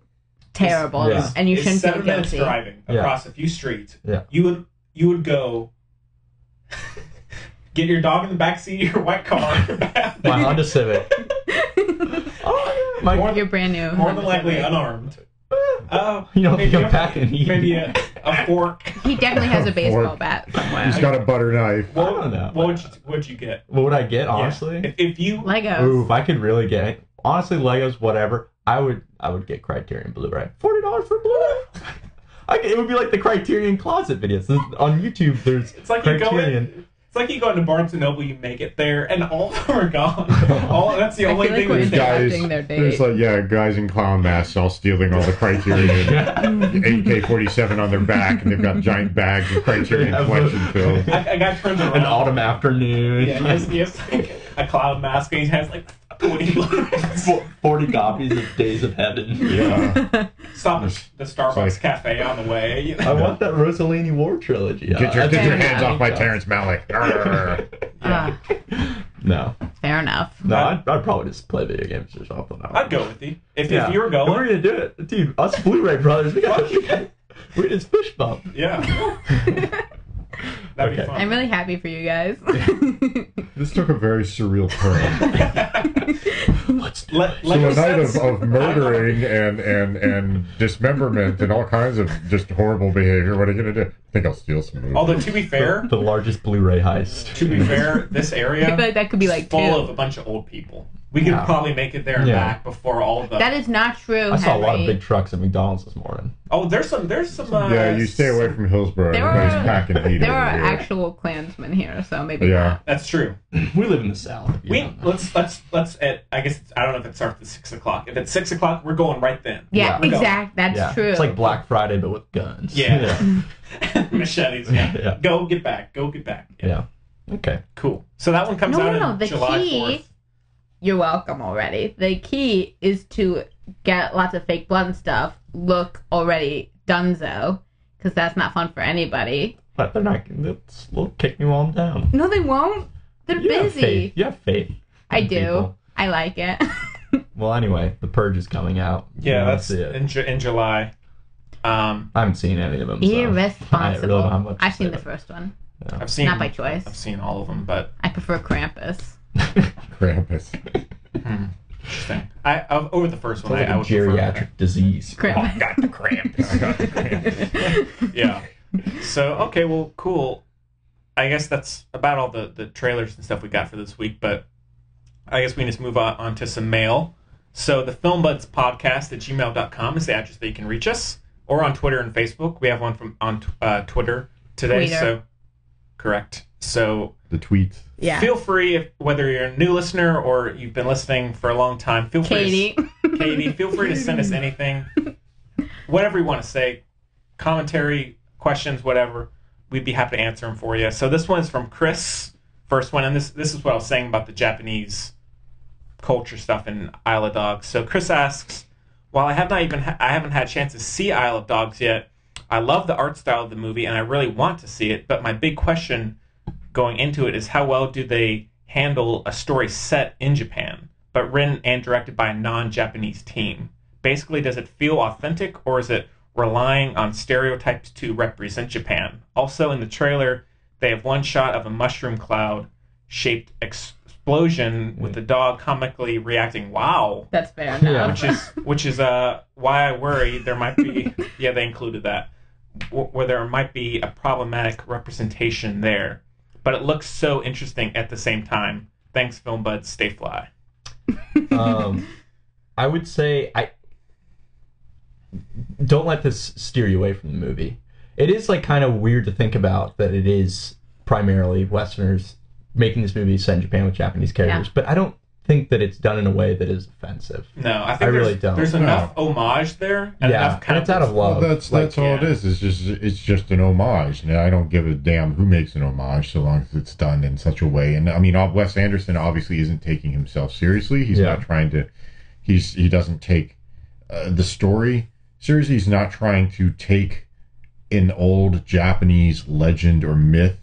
[SPEAKER 3] terrible
[SPEAKER 2] It's-
[SPEAKER 3] and you
[SPEAKER 2] it's
[SPEAKER 3] shouldn't feel
[SPEAKER 2] seven minutes
[SPEAKER 3] guilty.
[SPEAKER 2] driving
[SPEAKER 4] Yeah.
[SPEAKER 2] across a few streets.
[SPEAKER 4] Yeah.
[SPEAKER 2] You would you would go get your dog in the back seat of your white car.
[SPEAKER 4] My Honda Civic. Oh,
[SPEAKER 2] more,
[SPEAKER 3] You're brand new.
[SPEAKER 2] more than likely
[SPEAKER 3] Honda Civic.
[SPEAKER 2] unarmed. Oh,
[SPEAKER 4] You know,
[SPEAKER 2] maybe,
[SPEAKER 4] I'm
[SPEAKER 2] a,
[SPEAKER 4] packing.
[SPEAKER 2] maybe a, a fork.
[SPEAKER 3] He definitely has a baseball
[SPEAKER 10] Fork.
[SPEAKER 3] bat.
[SPEAKER 10] He's got a butter knife.
[SPEAKER 2] What,
[SPEAKER 4] don't know.
[SPEAKER 2] what would you, what'd you get?
[SPEAKER 4] What would I get,
[SPEAKER 2] Yeah.
[SPEAKER 4] honestly?
[SPEAKER 2] If, if you
[SPEAKER 3] Legos.
[SPEAKER 4] Ooh, if I could really get it. Honestly, Legos, whatever. I would I would get Criterion Blu-ray. Forty dollars for Blu-ray. I could- it would be like the Criterion closet videos This- on YouTube. There's
[SPEAKER 2] It's like you go
[SPEAKER 4] Criterion.
[SPEAKER 2] in, It's like you go into Barnes and Noble, you make it there, and all of them are gone. All that's the
[SPEAKER 3] I
[SPEAKER 2] only
[SPEAKER 3] feel like
[SPEAKER 2] thing.
[SPEAKER 3] we're
[SPEAKER 2] that's
[SPEAKER 10] There's
[SPEAKER 2] there.
[SPEAKER 10] guys,
[SPEAKER 3] interrupting their
[SPEAKER 10] there's
[SPEAKER 3] date.
[SPEAKER 10] like yeah, guys in clown masks all stealing all the Criterion AK-47 on their back, and they've got giant bags of Criterion
[SPEAKER 4] have
[SPEAKER 10] collection filled.
[SPEAKER 2] I, I got turned around.
[SPEAKER 4] An autumn afternoon.
[SPEAKER 2] Yeah, he has, he has like a cloud mask, and he has like twenty. Blu-rays.
[SPEAKER 4] Fo- Forty copies of Days of Heaven.
[SPEAKER 10] Yeah,
[SPEAKER 2] Stop at the Starbucks
[SPEAKER 10] Sorry.
[SPEAKER 2] cafe on the way. you know.
[SPEAKER 4] I want that Rosalini War trilogy.
[SPEAKER 10] get your
[SPEAKER 4] I-
[SPEAKER 10] get your
[SPEAKER 4] I-
[SPEAKER 10] hands
[SPEAKER 4] I-
[SPEAKER 10] off my Terrence Malick. Arrgh.
[SPEAKER 3] Ah,
[SPEAKER 4] No,
[SPEAKER 3] fair enough.
[SPEAKER 4] no, I'd, I'd probably just play video games or something. I don't
[SPEAKER 2] I'd go with you if,
[SPEAKER 4] Yeah.
[SPEAKER 2] if you were
[SPEAKER 4] And
[SPEAKER 2] going.
[SPEAKER 4] We're gonna do it, dude. Us Blu-ray brothers. We got. We, got, we just fish bump.
[SPEAKER 2] Yeah, that'd be
[SPEAKER 4] Okay.
[SPEAKER 2] fun.
[SPEAKER 3] I'm really happy for you guys.
[SPEAKER 10] This took a very surreal turn.
[SPEAKER 4] Let's do
[SPEAKER 2] Let,
[SPEAKER 10] So a
[SPEAKER 2] Lego
[SPEAKER 10] night of,
[SPEAKER 2] sets-
[SPEAKER 10] of murdering and, and, and dismemberment and all kinds of just horrible behavior. What are you gonna do? I think I'll steal some. Movies.
[SPEAKER 2] Although to be fair,
[SPEAKER 4] the largest Blu-ray heist.
[SPEAKER 2] to be fair, this area
[SPEAKER 3] I feel like that could be like
[SPEAKER 2] full
[SPEAKER 3] two.
[SPEAKER 2] of a bunch of old people. We could
[SPEAKER 4] Yeah.
[SPEAKER 2] probably make it there and
[SPEAKER 4] Yeah.
[SPEAKER 2] back before all the.
[SPEAKER 3] That is not true.
[SPEAKER 4] I saw a lot of
[SPEAKER 3] Henry.
[SPEAKER 4] big trucks at McDonald's this morning.
[SPEAKER 2] oh, there's some. There's some. Uh,
[SPEAKER 10] yeah, you stay away from Hillsborough.
[SPEAKER 3] There
[SPEAKER 10] Everybody's
[SPEAKER 3] are-
[SPEAKER 10] packing heat
[SPEAKER 3] There
[SPEAKER 10] over
[SPEAKER 3] are
[SPEAKER 10] here.
[SPEAKER 3] actual Klansmen here, so maybe
[SPEAKER 10] Yeah.
[SPEAKER 2] That's true.
[SPEAKER 4] We live in the South. you
[SPEAKER 2] We
[SPEAKER 4] know.
[SPEAKER 2] let's let's let's at I guess it's, I don't know if it starts at six o'clock. If it's six o'clock, we're going right then.
[SPEAKER 3] Yeah,
[SPEAKER 2] We're going.
[SPEAKER 3] exact. That's
[SPEAKER 4] Yeah,
[SPEAKER 3] true.
[SPEAKER 4] It's like Black Friday, but with guns.
[SPEAKER 2] Yeah.
[SPEAKER 4] yeah.
[SPEAKER 2] Machetes. Yeah.
[SPEAKER 4] Yeah.
[SPEAKER 2] Go get back. Go get back.
[SPEAKER 4] Yeah. Okay.
[SPEAKER 2] Cool. So that one comes
[SPEAKER 3] no,
[SPEAKER 2] out
[SPEAKER 3] no, no.
[SPEAKER 2] in
[SPEAKER 3] The
[SPEAKER 2] July
[SPEAKER 3] key. You're welcome already. The key is to get lots of fake blunt stuff. Look already donezo, because that's not fun for anybody.
[SPEAKER 4] But they're not. That's, they'll kick me while I'm down.
[SPEAKER 3] No, they won't. They're
[SPEAKER 4] You have
[SPEAKER 3] busy.
[SPEAKER 4] faith. You have faith.
[SPEAKER 3] I
[SPEAKER 4] in
[SPEAKER 3] do.
[SPEAKER 4] people.
[SPEAKER 3] I like it.
[SPEAKER 4] well, anyway, The Purge is coming out.
[SPEAKER 2] Yeah, that's
[SPEAKER 4] it.
[SPEAKER 2] in, Ju- in July. Um,
[SPEAKER 4] I haven't seen any of them. so I really
[SPEAKER 3] Irresponsible.
[SPEAKER 4] don't have much to
[SPEAKER 3] I've
[SPEAKER 4] say
[SPEAKER 3] seen the
[SPEAKER 4] about it.
[SPEAKER 3] first one.
[SPEAKER 4] Yeah.
[SPEAKER 2] I've seen
[SPEAKER 3] Not by choice.
[SPEAKER 2] I've seen all of them, but
[SPEAKER 3] I prefer Krampus.
[SPEAKER 10] Krampus.
[SPEAKER 2] hmm, interesting. I of, over the first one,
[SPEAKER 4] Sounds
[SPEAKER 2] I,
[SPEAKER 4] like
[SPEAKER 2] I
[SPEAKER 4] a
[SPEAKER 2] would
[SPEAKER 4] geriatric
[SPEAKER 2] prefer.
[SPEAKER 4] disease.
[SPEAKER 3] Krampus.
[SPEAKER 2] got the cramps. I got the cramps. yeah. So okay, well, cool. I guess that's about all the the trailers and stuff we got for this week. But I guess we can just move on, on to some mail. So the Film Buds podcast at gmail.com is the address that you can reach us, or on Twitter and Facebook. We have one from on uh, Twitter today.
[SPEAKER 3] Tweeter.
[SPEAKER 2] So correct. So
[SPEAKER 10] The tweet.
[SPEAKER 3] Yeah.
[SPEAKER 2] Feel free, if, whether you're a new listener or you've been listening for a long time, feel
[SPEAKER 3] Katie.
[SPEAKER 2] free. To, Katie, feel free to send us anything, whatever you want to say, commentary, questions, whatever. We'd be happy to answer them for you. So this one is from Chris, first one, and this this is what I was saying about the Japanese culture stuff in Isle of Dogs. So Chris asks, while I have not even ha- I haven't had a chance to see Isle of Dogs yet, I love the art style of the movie and I really want to see it. But my big question going into it is how well do they handle a story set in Japan, but written and directed by a non-Japanese team? Basically, does it feel authentic or is it relying on stereotypes to represent Japan? Also, in the trailer, they have one shot of a mushroom cloud shaped explosion with the dog comically reacting "Wow,"
[SPEAKER 3] That's fair enough.
[SPEAKER 2] which is which is uh why I worry there might be yeah they included that w- where there might be a problematic representation there, but it looks so interesting at the same time. Thanks, film buds. Stay fly.
[SPEAKER 4] um, I would say I don't let this steer you away from the movie. It is like kind of weird to think about that it is primarily Westerners making this movie set in Japan with Japanese characters, but I don't think that it's done in a way that is offensive.
[SPEAKER 2] No, I think
[SPEAKER 4] I
[SPEAKER 2] there's,
[SPEAKER 4] really don't.
[SPEAKER 2] There's enough homage there. And
[SPEAKER 4] Yeah,
[SPEAKER 2] enough kind
[SPEAKER 4] and it's out of love.
[SPEAKER 10] Well, that's
[SPEAKER 4] Like,
[SPEAKER 10] that's all it is. It's just it's just an homage, and I don't give a damn who makes an homage so long as it's done in such a way. And I mean, uh, Wes Anderson obviously isn't taking himself seriously. He's not trying to. He's he doesn't take uh, the story seriously. He's not trying to take an old Japanese legend or myth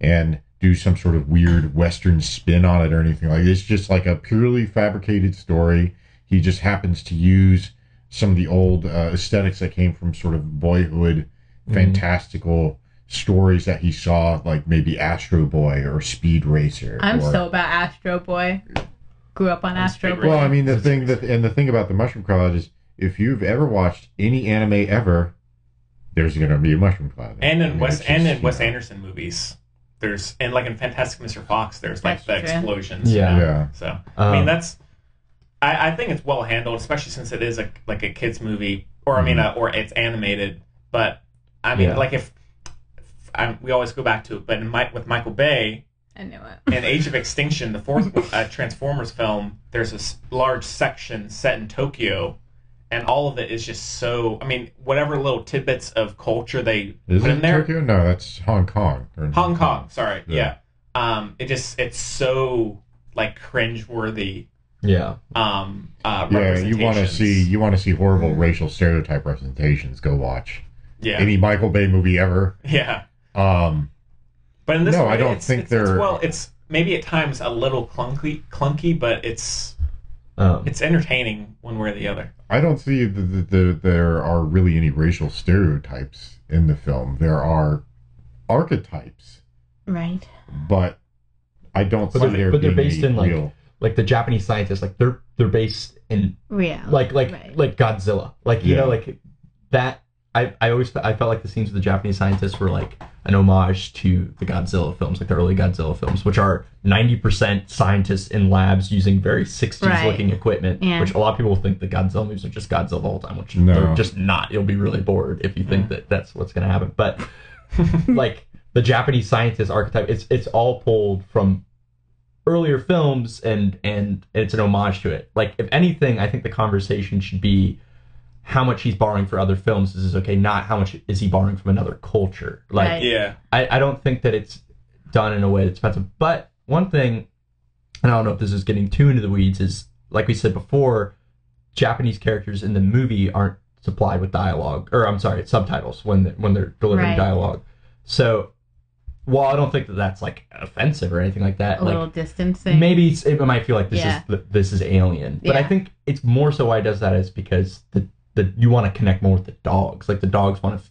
[SPEAKER 10] and do some sort of weird Western spin on it or anything like. It's just like a purely fabricated story. He just happens to use some of the old uh, aesthetics that came from sort of boyhood
[SPEAKER 2] Mm-hmm.
[SPEAKER 10] fantastical stories that he saw, like maybe Astro Boy or Speed Racer.
[SPEAKER 3] I'm
[SPEAKER 10] or,
[SPEAKER 3] so about Astro Boy. Grew up on Astro Boy.
[SPEAKER 10] well, I mean, the thing that and the thing about the mushroom cloud is, if you've ever watched any anime ever, there's going to be a mushroom cloud.
[SPEAKER 2] And
[SPEAKER 10] I
[SPEAKER 2] in
[SPEAKER 10] mean,
[SPEAKER 2] Wes
[SPEAKER 10] it's just,
[SPEAKER 2] and in
[SPEAKER 10] you
[SPEAKER 2] Wes
[SPEAKER 10] know.
[SPEAKER 2] Anderson movies, there's and like in Fantastic Mr. Fox, there's like the
[SPEAKER 3] That's true.
[SPEAKER 2] explosions. you
[SPEAKER 4] Yeah.
[SPEAKER 2] know?
[SPEAKER 4] Yeah.
[SPEAKER 2] So I mean
[SPEAKER 4] Um,
[SPEAKER 2] that's I, I think it's well handled, especially since it is a like a kids movie, or I mean,
[SPEAKER 10] Mm-hmm.
[SPEAKER 2] uh, or it's animated. But I mean,
[SPEAKER 4] Yeah.
[SPEAKER 2] like if, if I'm, we always go back to it, but in Mike with Michael Bay,
[SPEAKER 3] I knew it.
[SPEAKER 2] in Age of Extinction, the fourth uh, Transformers film, there's a s- large section set in Tokyo, and all of it is just so. I mean, whatever little tidbits of culture they
[SPEAKER 10] Is
[SPEAKER 2] put
[SPEAKER 10] it
[SPEAKER 2] in there,
[SPEAKER 10] Tokyo? No, that's Hong Kong. Or-
[SPEAKER 2] Hong Kong. Sorry,
[SPEAKER 10] Yeah.
[SPEAKER 2] yeah. Um, it just it's so like cringeworthy.
[SPEAKER 4] Yeah.
[SPEAKER 2] Um, uh,
[SPEAKER 10] Yeah, you want to
[SPEAKER 2] representations.
[SPEAKER 10] see you want to see horrible racial stereotype representations. Go watch
[SPEAKER 2] Yeah.
[SPEAKER 10] any Michael Bay movie ever.
[SPEAKER 2] Yeah.
[SPEAKER 10] Um,
[SPEAKER 2] But in this,
[SPEAKER 10] no,
[SPEAKER 2] way,
[SPEAKER 10] I don't
[SPEAKER 2] it's,
[SPEAKER 10] think
[SPEAKER 2] it's,
[SPEAKER 10] they're.
[SPEAKER 2] it's- well. It's maybe at times a little clunky, clunky, but it's
[SPEAKER 4] Um,
[SPEAKER 2] it's entertaining one way or the other.
[SPEAKER 10] I don't see that the, the, there are really any racial stereotypes in the film. There are archetypes,
[SPEAKER 3] Right.
[SPEAKER 10] but I
[SPEAKER 4] But
[SPEAKER 10] don't see
[SPEAKER 4] they're,
[SPEAKER 10] there
[SPEAKER 4] but they're
[SPEAKER 10] being
[SPEAKER 4] based
[SPEAKER 10] a
[SPEAKER 4] in like
[SPEAKER 10] real-
[SPEAKER 4] like the Japanese scientists, like they're they're based in
[SPEAKER 3] Yeah.
[SPEAKER 4] like like
[SPEAKER 3] right.
[SPEAKER 4] like Godzilla, like you
[SPEAKER 10] Yeah.
[SPEAKER 4] know, like that. I, I always fe- I felt like the scenes with the Japanese scientists were like an homage to the Godzilla films, like the early Godzilla films, which are ninety percent scientists in labs using very sixties
[SPEAKER 3] Right.
[SPEAKER 4] looking equipment,
[SPEAKER 3] Yeah.
[SPEAKER 4] which a lot of people think the Godzilla movies are just Godzilla the whole time, which
[SPEAKER 10] No.
[SPEAKER 4] they're just not. You'll be really bored if you think that that's what's going to happen. But like the Japanese scientist archetype, it's it's all pulled from earlier films and and it's an homage to it like if anything i think the conversation should be how much he's borrowing for other films is this okay not how much is he borrowing from another culture like
[SPEAKER 3] Right.
[SPEAKER 2] Yeah.
[SPEAKER 4] I, I don't think that it's done in a way that's offensive but one thing and i don't know if this is getting too into the weeds is like we said before japanese characters in the movie aren't supplied with dialogue or i'm sorry subtitles when they, when they're delivering
[SPEAKER 3] Right.
[SPEAKER 4] dialogue so Well, I don't think that that's like offensive or anything like that.
[SPEAKER 3] a
[SPEAKER 4] like,
[SPEAKER 3] little distancing.
[SPEAKER 4] Maybe it's, it might feel like this
[SPEAKER 3] Yeah.
[SPEAKER 4] is th- this is alien, but I
[SPEAKER 3] Yeah.
[SPEAKER 4] think it's more so why it does that is because the the you want to connect more with the dogs. Like the dogs want to, f-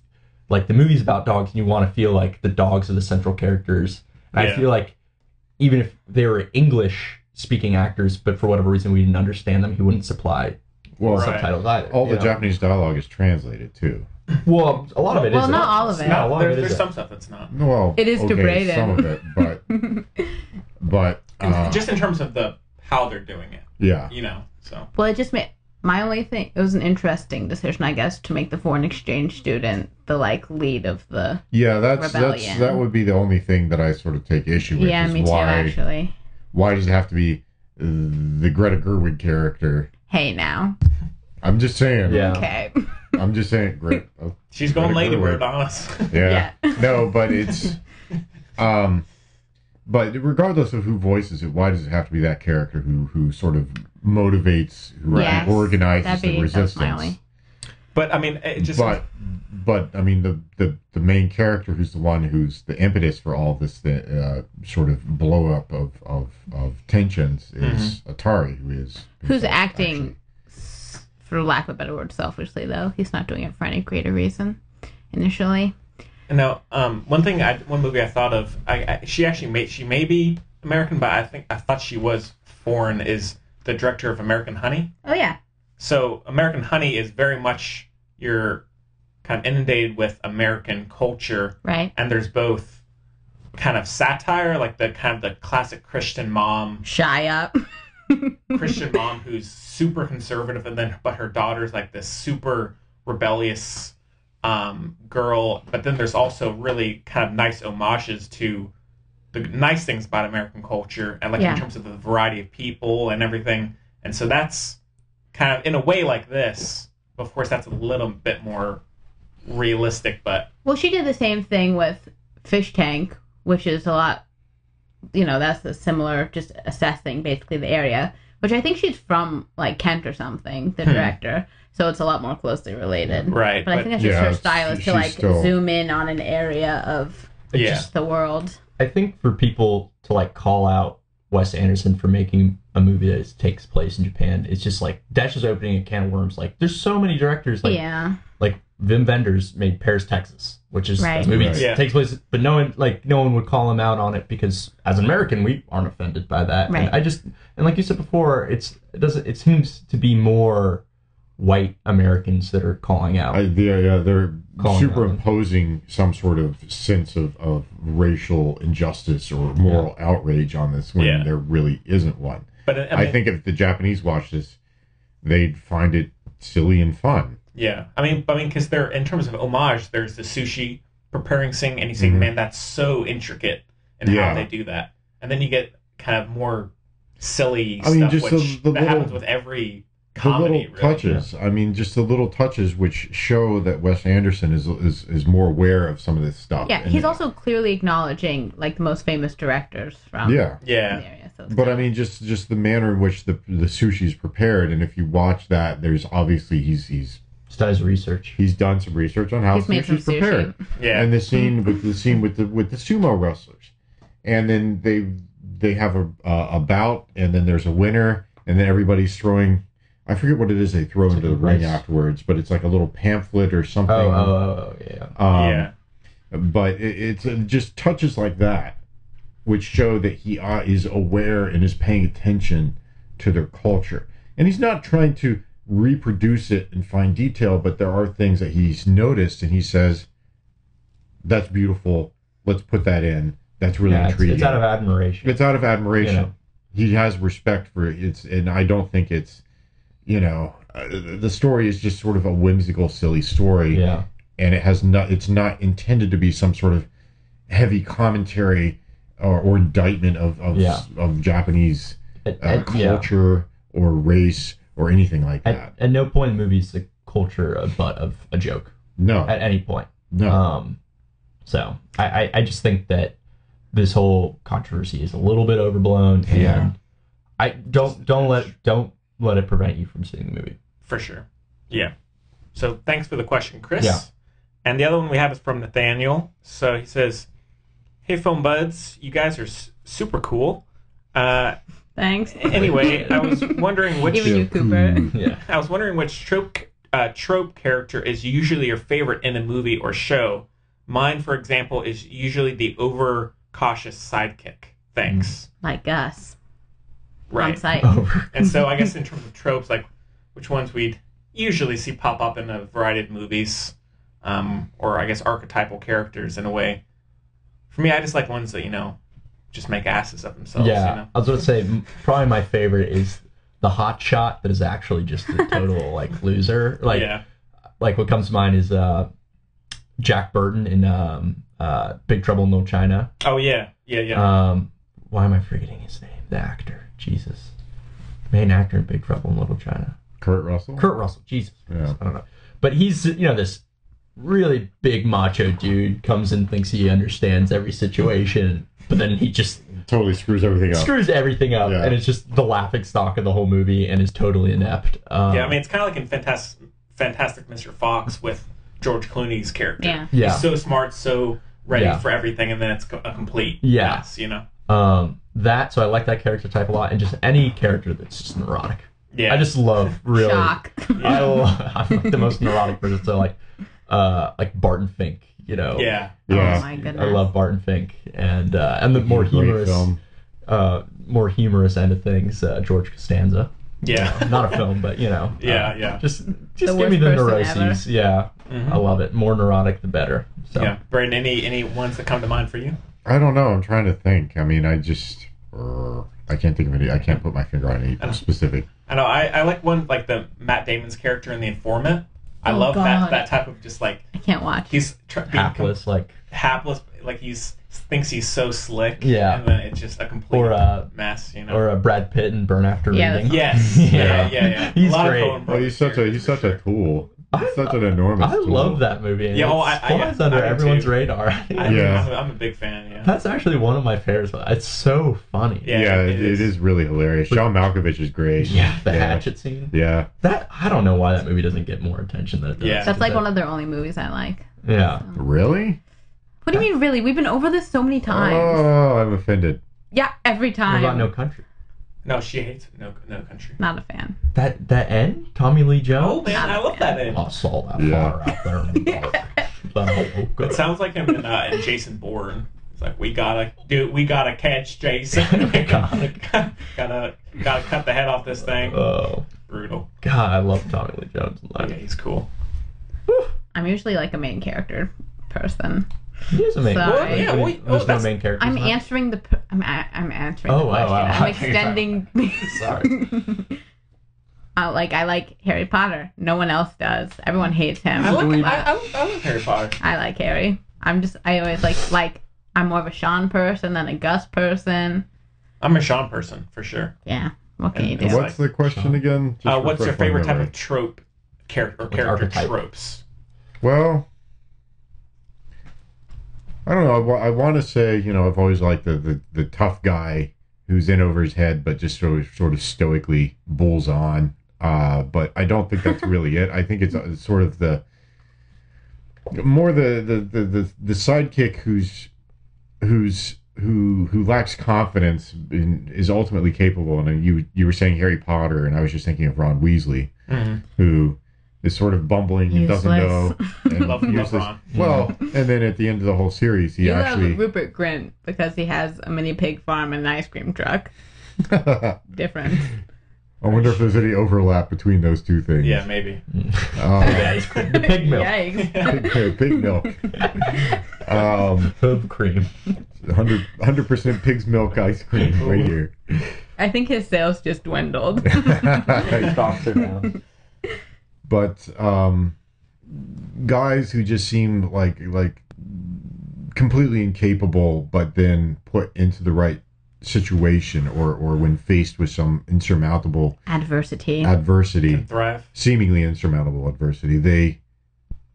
[SPEAKER 4] like the movie's about dogs, and you want to feel like the dogs are the central characters. And
[SPEAKER 2] Yeah.
[SPEAKER 4] I feel like even if they were English speaking actors, but for whatever reason we didn't understand them, he wouldn't supply
[SPEAKER 10] Well,
[SPEAKER 4] subtitles either.
[SPEAKER 10] all
[SPEAKER 4] you
[SPEAKER 10] the
[SPEAKER 4] know?
[SPEAKER 10] Japanese dialogue is translated too.
[SPEAKER 4] Well, a lot of it is.
[SPEAKER 3] Well, not all of it.
[SPEAKER 4] Not a lot
[SPEAKER 2] There-
[SPEAKER 4] of it
[SPEAKER 2] there's
[SPEAKER 4] is.
[SPEAKER 2] some stuff that's not.
[SPEAKER 10] Well,
[SPEAKER 3] It is
[SPEAKER 10] okay,
[SPEAKER 3] degrading.
[SPEAKER 10] Some of it, but but uh,
[SPEAKER 2] just in terms of the how they're doing it.
[SPEAKER 10] Yeah.
[SPEAKER 2] You know, so
[SPEAKER 3] Well, it just made my only thing. It was an interesting decision, I guess, to make the foreign exchange student the like lead of the.
[SPEAKER 10] yeah, that's that's
[SPEAKER 3] Rebellion.
[SPEAKER 10] that would be the only thing that I sort of take issue with.
[SPEAKER 3] yeah,
[SPEAKER 10] is
[SPEAKER 3] me too.
[SPEAKER 10] why,
[SPEAKER 3] Actually,
[SPEAKER 10] Why does it have to be uh, the Greta Gerwig character?
[SPEAKER 3] hey now.
[SPEAKER 10] I'm just saying.
[SPEAKER 3] Okay.
[SPEAKER 10] I'm just saying. Greta,
[SPEAKER 2] she's going
[SPEAKER 10] Greta Gerwig.
[SPEAKER 2] ladybird on us.
[SPEAKER 10] Yeah. no, but it's um but regardless of who voices it, why does it have to be that character who who sort of motivates who
[SPEAKER 2] Yes,
[SPEAKER 10] organizes
[SPEAKER 2] that'd be-
[SPEAKER 10] the
[SPEAKER 2] that's my
[SPEAKER 10] resistance?
[SPEAKER 2] only- But I mean, it just
[SPEAKER 10] But but I mean the, the the main character who's the one who's the impetus for all this uh, sort of blow up of of, of tensions is
[SPEAKER 2] Mm-hmm.
[SPEAKER 10] Atari who is
[SPEAKER 3] Who's acting, s for lack of a better word, selfishly though? He's not doing it for any greater reason, initially.
[SPEAKER 2] Now, um, one thing, I, one movie I thought of, I, I she actually may she may be American, but I think I thought she was foreign. Is the director of American Honey?
[SPEAKER 3] Oh yeah.
[SPEAKER 2] So American Honey is very much you're kind of inundated with American culture,
[SPEAKER 3] Right.
[SPEAKER 2] And there's both kind of satire, like the kind of the classic Christian mom,
[SPEAKER 3] Shy up.
[SPEAKER 2] Christian mom who's super conservative, and then but her daughter's like this super rebellious um, girl. But then there's also really kind of nice homages to the nice things about American culture, and like
[SPEAKER 3] Yeah.
[SPEAKER 2] in terms of the variety of people and everything. And so that's kind of in a way like this. Of course, that's a little bit more realistic, but
[SPEAKER 3] Well, she did the same thing with Fish Tank, which is a lot, you know, that's a similar, just assessing basically the area, which I think she's from like Kent or something, the
[SPEAKER 2] Hmm.
[SPEAKER 3] director. So it's a lot more closely related.
[SPEAKER 2] Right,
[SPEAKER 3] But, I
[SPEAKER 2] but-
[SPEAKER 3] think that's just
[SPEAKER 2] Yeah,
[SPEAKER 3] her
[SPEAKER 2] it's-
[SPEAKER 3] style is to
[SPEAKER 2] she's
[SPEAKER 3] like
[SPEAKER 2] still-
[SPEAKER 3] zoom in on an area of
[SPEAKER 4] Yeah.
[SPEAKER 3] just the world.
[SPEAKER 4] I think for people to like call out Wes Anderson for making a movie that is, takes place in Japan, it's just like that's just opening a can of worms. Like there's so many directors like
[SPEAKER 3] yeah.
[SPEAKER 4] like Vim Vendors made Paris, Texas, which is
[SPEAKER 3] Right.
[SPEAKER 4] a movie
[SPEAKER 3] Right.
[SPEAKER 4] that
[SPEAKER 2] Yeah.
[SPEAKER 4] takes place, but no one like no one would call him out on it because as an American we aren't offended by that.
[SPEAKER 3] Right.
[SPEAKER 4] And I just and like you said before, it's it doesn't it seems to be more white Americans that are calling out.
[SPEAKER 10] I, yeah, yeah, they're
[SPEAKER 4] Calling
[SPEAKER 10] superimposing some sort of sense of, of racial injustice or moral outrage on this when
[SPEAKER 2] Yeah.
[SPEAKER 10] there really isn't one.
[SPEAKER 2] But, I
[SPEAKER 10] I,
[SPEAKER 2] mean-
[SPEAKER 10] think if the Japanese watched this, they'd find it silly and fun.
[SPEAKER 2] Yeah, I mean, I mean, because they're in terms of homage, there's the sushi preparing scene, and you think,
[SPEAKER 10] Mhm.
[SPEAKER 2] man, that's so intricate in
[SPEAKER 10] Yeah.
[SPEAKER 2] how they do that, and then you get kind of more silly
[SPEAKER 10] I mean,
[SPEAKER 2] stuff,
[SPEAKER 10] just
[SPEAKER 2] which
[SPEAKER 10] the- the
[SPEAKER 2] that
[SPEAKER 10] little-
[SPEAKER 2] happens with every
[SPEAKER 10] The little
[SPEAKER 2] comedy. really.
[SPEAKER 10] touches. I mean, just the little touches which show that Wes Anderson is is, is more aware of some of this stuff.
[SPEAKER 3] Yeah.
[SPEAKER 10] And-
[SPEAKER 3] He's also clearly acknowledging like the most famous directors from
[SPEAKER 10] Yeah.
[SPEAKER 2] Yeah.
[SPEAKER 3] the area. So it's
[SPEAKER 10] But I mean, just just the manner in which the the sushi's prepared, and if you watch that, there's obviously he's he's
[SPEAKER 4] does research.
[SPEAKER 10] He's done some research on how
[SPEAKER 3] He's made
[SPEAKER 10] sushi's
[SPEAKER 3] some sushi.
[SPEAKER 10] prepared.
[SPEAKER 2] Yeah.
[SPEAKER 10] and the scene with the scene with the with the sumo wrestlers, and then they they have a uh, a bout, and then there's a winner, and then everybody's throwing. I forget what it is they throw into the ring
[SPEAKER 4] rice.
[SPEAKER 10] afterwards, but it's like a little pamphlet or something.
[SPEAKER 4] Oh, oh, oh, oh, yeah.
[SPEAKER 10] Um,
[SPEAKER 2] Yeah.
[SPEAKER 10] But it, it's it just touches like that, which show that he uh, is aware and is paying attention to their culture. And he's not trying to reproduce it in fine detail, but there are things that he's noticed and he says, that's beautiful. Let's put that in. That's really
[SPEAKER 4] Yeah, it's-
[SPEAKER 10] intriguing.
[SPEAKER 4] it's out of admiration.
[SPEAKER 10] It's out of admiration.
[SPEAKER 4] You know.
[SPEAKER 10] He has respect for it. It's, and I don't think it's, you know, uh, the story is just sort of a whimsical, silly story.
[SPEAKER 4] Yeah.
[SPEAKER 10] And it has not, it's not intended to be some sort of heavy commentary or, or indictment of, of,
[SPEAKER 4] Yeah.
[SPEAKER 10] of Japanese uh,
[SPEAKER 4] uh, yeah.
[SPEAKER 10] culture or race or anything like that.
[SPEAKER 4] At, at no point in the movie is the culture a butt of a joke.
[SPEAKER 10] No.
[SPEAKER 4] At any point.
[SPEAKER 10] No.
[SPEAKER 4] Um, so I, I, I just think that this whole controversy is a little bit overblown and
[SPEAKER 2] Yeah.
[SPEAKER 4] I don't don't let don't let it prevent you from seeing the movie.
[SPEAKER 2] for sure. Yeah. So thanks for the question, Chris.
[SPEAKER 4] Yeah.
[SPEAKER 2] And the other one we have is from Nathaniel. So he says, "Hey, phone buds, you guys are s- super cool." Uh,
[SPEAKER 3] Thanks.
[SPEAKER 2] anyway, I was wondering which
[SPEAKER 3] Even you, Cooper.
[SPEAKER 2] yeah. I was wondering which trope uh, trope character is usually your favorite in a movie or show. Mine, for example, is usually the overcautious sidekick. Thanks.
[SPEAKER 3] Like us.
[SPEAKER 2] Right.
[SPEAKER 3] On site.
[SPEAKER 4] Oh,
[SPEAKER 2] and so I guess in terms of tropes, like which ones we'd usually see pop up in a variety of movies, um, or I guess archetypal characters in a way. For me, I just like ones that you know just make asses of themselves.
[SPEAKER 4] yeah,
[SPEAKER 2] You know?
[SPEAKER 4] I was gonna say m- probably my favorite is the hot shot that is actually just the total like loser. Like,
[SPEAKER 2] Yeah.
[SPEAKER 4] like what comes to mind is uh, Jack Burton in um, uh, Big Trouble in Little China.
[SPEAKER 2] Oh yeah, yeah, yeah.
[SPEAKER 4] Um, why am I forgetting his name? The actor, Jesus, main actor in Big Trouble in Little China.
[SPEAKER 10] Kurt Russell.
[SPEAKER 4] Kurt Russell, Jesus, Christ, I don't know, but he's you know this really big macho dude comes and thinks he understands every situation, but then he just
[SPEAKER 10] totally screws everything up.
[SPEAKER 4] Screws everything up, and it's just the laughing stock of the whole movie, and is totally inept. Um,
[SPEAKER 2] yeah, I mean it's kind of like in Fantastic Fantastic Mr. Fox with George Clooney's character.
[SPEAKER 4] Yeah. Yeah.
[SPEAKER 2] He's so smart, so ready
[SPEAKER 4] Yeah.
[SPEAKER 2] for everything, and then it's co- a complete
[SPEAKER 4] Yeah.
[SPEAKER 2] mess. You know.
[SPEAKER 4] um, that. So I like that character type a lot, and just any character that's just neurotic.
[SPEAKER 2] Yeah.
[SPEAKER 4] I just love really.
[SPEAKER 2] Shock.
[SPEAKER 3] Oh
[SPEAKER 4] I love, I'm like the most neurotic person. So like, uh, like Barton Fink, you know.
[SPEAKER 2] Yeah.
[SPEAKER 4] I
[SPEAKER 2] Yeah.
[SPEAKER 4] was-
[SPEAKER 2] Oh my
[SPEAKER 4] I
[SPEAKER 2] goodness.
[SPEAKER 4] love Barton Fink, and uh, and the more
[SPEAKER 2] Great
[SPEAKER 4] humorous,
[SPEAKER 2] film.
[SPEAKER 4] uh, more humorous end of things. Uh, George Costanza.
[SPEAKER 2] Yeah.
[SPEAKER 4] You know, not a film, but you know.
[SPEAKER 2] Yeah,
[SPEAKER 4] uh,
[SPEAKER 2] yeah.
[SPEAKER 4] Just
[SPEAKER 2] The
[SPEAKER 4] just give
[SPEAKER 2] worst
[SPEAKER 4] me the
[SPEAKER 2] person
[SPEAKER 4] neuroses.
[SPEAKER 2] ever.
[SPEAKER 4] Yeah,
[SPEAKER 2] Mhm.
[SPEAKER 4] I love it. More neurotic, the better. So.
[SPEAKER 2] Yeah. Brayden, any any ones that come to mind for you?
[SPEAKER 10] I don't know. I'm trying to think. I mean, I just uh, I can't think of any. I can't put my finger on any
[SPEAKER 2] Uh.
[SPEAKER 10] specific.
[SPEAKER 2] I know I, I like one like the Matt Damon's character in The Informant. I
[SPEAKER 3] Oh,
[SPEAKER 2] love
[SPEAKER 3] God.
[SPEAKER 2] that that type of just like
[SPEAKER 3] I can't watch.
[SPEAKER 2] he's tr- being
[SPEAKER 4] hapless, like
[SPEAKER 2] hapless, like he's thinks he's so slick.
[SPEAKER 4] Yeah.
[SPEAKER 2] And then it's just a complete
[SPEAKER 4] or uh,
[SPEAKER 2] mess. You know.
[SPEAKER 4] or a Brad Pitt and Burn After
[SPEAKER 2] Yeah,
[SPEAKER 4] Reading.
[SPEAKER 2] that's- Yes. Yeah, yeah, yeah. A
[SPEAKER 4] He's
[SPEAKER 2] lot of
[SPEAKER 4] great.
[SPEAKER 2] Coen
[SPEAKER 10] Oh, he's such a he's such a tool. He's such an enormous.
[SPEAKER 4] I
[SPEAKER 10] tool.
[SPEAKER 4] love that movie. and
[SPEAKER 2] Yeah, oh,
[SPEAKER 4] it's
[SPEAKER 2] I- I-
[SPEAKER 4] flies
[SPEAKER 2] I
[SPEAKER 4] under
[SPEAKER 2] do
[SPEAKER 4] everyone's
[SPEAKER 2] too.
[SPEAKER 4] radar.
[SPEAKER 2] I,
[SPEAKER 10] Yeah.
[SPEAKER 2] I'm, a- I'm a big fan. Yeah.
[SPEAKER 4] That's actually one of my favorites. It's so funny.
[SPEAKER 10] Yeah, it, it is really hilarious. John Malkovich is great.
[SPEAKER 4] Yeah, the hatchet scene.
[SPEAKER 10] Yeah.
[SPEAKER 4] That I don't know why that movie doesn't get more attention than it does.
[SPEAKER 3] That's like one of their only movies I like.
[SPEAKER 4] Yeah.
[SPEAKER 10] Really?
[SPEAKER 3] What do you mean, really? We've been over this so many times.
[SPEAKER 10] Oh, I'm offended.
[SPEAKER 3] yeah, every time.
[SPEAKER 4] Country?
[SPEAKER 2] No, she hates No No Country.
[SPEAKER 3] Not a fan.
[SPEAKER 4] That that end, Tommy Lee Jones.
[SPEAKER 2] Oh man, I love that end.
[SPEAKER 4] I saw that far out there. in the dark.
[SPEAKER 2] It sounds like him and, uh, and Jason Bourne. It's like we gotta do, we gotta catch Jason. gotta, gotta, cut the head off this thing.
[SPEAKER 4] Oh,
[SPEAKER 2] brutal.
[SPEAKER 4] God, I love Tommy Lee Jones. Like,
[SPEAKER 2] he's cool.
[SPEAKER 3] I'm usually like a main character person.
[SPEAKER 4] He is a main.
[SPEAKER 3] Sorry.
[SPEAKER 4] character.
[SPEAKER 3] Yeah, well,
[SPEAKER 2] oh,
[SPEAKER 4] There's no main character.
[SPEAKER 3] I'm answering the. p- I'm, a- I'm answering
[SPEAKER 4] Oh,
[SPEAKER 3] the
[SPEAKER 4] wow,
[SPEAKER 3] question.
[SPEAKER 4] wow.
[SPEAKER 3] I'm
[SPEAKER 4] I thought you were
[SPEAKER 3] extending.
[SPEAKER 4] Sorry.
[SPEAKER 3] I like I like Harry Potter. No one else does. Everyone hates him.
[SPEAKER 2] I like, I, I, I love Harry Potter.
[SPEAKER 3] I like Harry. I'm just I always like like I'm more of a Sean person than a Gus person.
[SPEAKER 2] I'm a Sean person for sure.
[SPEAKER 3] Yeah. What can you
[SPEAKER 10] And
[SPEAKER 3] do?
[SPEAKER 10] what's the question again? Just
[SPEAKER 2] Uh, what's your
[SPEAKER 10] refresh my
[SPEAKER 2] favorite type
[SPEAKER 10] memory.
[SPEAKER 2] of trope, character or character tropes?
[SPEAKER 10] Well, I don't know. I, want to say, you know, I've always liked the, the, the tough guy who's in over his head, but just sort of, sort of stoically bulls on. Uh, but I don't think that's really it. I think it's uh, sort of the more the the, the, the, the sidekick who's who's who who lacks confidence and is ultimately capable. And you you were saying Harry Potter, and I was just thinking of Ron Weasley,
[SPEAKER 2] Mhm.
[SPEAKER 10] who is sort of bumbling and doesn't know.
[SPEAKER 3] Useless.
[SPEAKER 10] And
[SPEAKER 2] Love- love
[SPEAKER 10] useless.
[SPEAKER 2] Ron.
[SPEAKER 10] Well, and then at the end of the whole series, he
[SPEAKER 3] you
[SPEAKER 10] actually
[SPEAKER 3] love Rupert Grint because he has a mini pig farm and an ice cream truck. Different.
[SPEAKER 10] I wonder if there's any overlap between those two things.
[SPEAKER 2] Yeah, maybe.
[SPEAKER 10] Uh,
[SPEAKER 4] the pig milk.
[SPEAKER 3] Yikes.
[SPEAKER 10] pig, pig milk. Um,
[SPEAKER 4] Herb cream.
[SPEAKER 10] 100 percent pig's milk ice cream right here.
[SPEAKER 3] I think his sales just dwindled.
[SPEAKER 10] but um, guys who just seem like like completely incapable, but then put into the right situation, or or when faced with some insurmountable
[SPEAKER 3] Adversity.
[SPEAKER 10] adversity,
[SPEAKER 2] Can thrive.
[SPEAKER 10] seemingly insurmountable adversity, they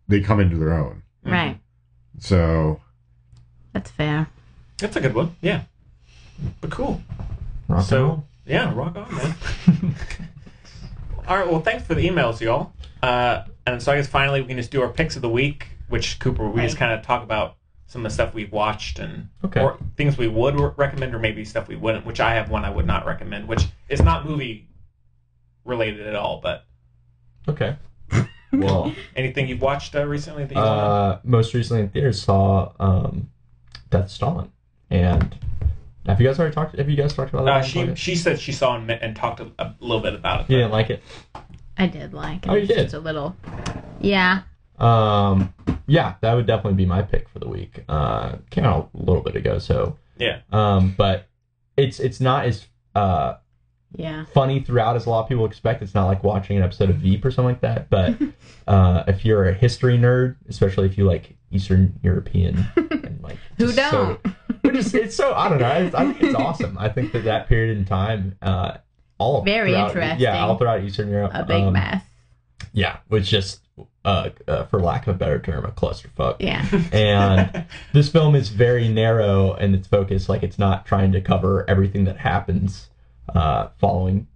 [SPEAKER 10] they come into their own.
[SPEAKER 3] Right.
[SPEAKER 10] So
[SPEAKER 3] That's fair.
[SPEAKER 2] That's a good one. Yeah. But cool.
[SPEAKER 4] Rock
[SPEAKER 2] so yeah, rock on, man. All right. Well, thanks for the emails, y'all. Uh, and so I guess finally we can just do our picks of the week, which Cooper we just kind of talk about some of the stuff we've watched and
[SPEAKER 4] Okay.
[SPEAKER 2] or things we would re- recommend or maybe stuff we wouldn't. Which I have one I would not recommend, which is not movie related at all, but
[SPEAKER 4] Okay. Well,
[SPEAKER 2] anything you've watched uh, recently that you want
[SPEAKER 4] uh, most recently in theaters saw um, Death's Dawn, and have you guys already talked? Have you guys talked about
[SPEAKER 2] to?
[SPEAKER 4] that?
[SPEAKER 2] Uh,
[SPEAKER 4] on
[SPEAKER 2] she
[SPEAKER 4] podcast?
[SPEAKER 2] she said she saw and, and talked a, a little bit about it.
[SPEAKER 4] you didn't like it.
[SPEAKER 3] I did like it.
[SPEAKER 4] Oh, you
[SPEAKER 3] It's
[SPEAKER 4] did?
[SPEAKER 3] Just a little. Yeah.
[SPEAKER 4] Um, yeah, that would definitely be my pick for the week. Uh, came out a little bit ago, so
[SPEAKER 2] Yeah.
[SPEAKER 4] Um, but it's it's not as uh
[SPEAKER 3] Yeah.
[SPEAKER 4] funny throughout as a lot of people expect. It's not like watching an episode of Veep or something like that. But uh, if you're a history nerd, especially if you like Eastern European,
[SPEAKER 3] Who
[SPEAKER 4] just
[SPEAKER 3] don't?
[SPEAKER 4] so- which is it's so I don't know. I, I think it's awesome. I think that that period in time, uh, all
[SPEAKER 3] Very
[SPEAKER 4] throughout-
[SPEAKER 3] interesting.
[SPEAKER 4] Yeah, all throughout Eastern Europe,
[SPEAKER 3] A big
[SPEAKER 4] um,
[SPEAKER 3] mess.
[SPEAKER 4] Yeah, was just uh, uh, for lack of a better term, a clusterfuck.
[SPEAKER 3] Yeah.
[SPEAKER 4] and this film is very narrow in its focus. Like it's not trying to cover everything that happens uh, following,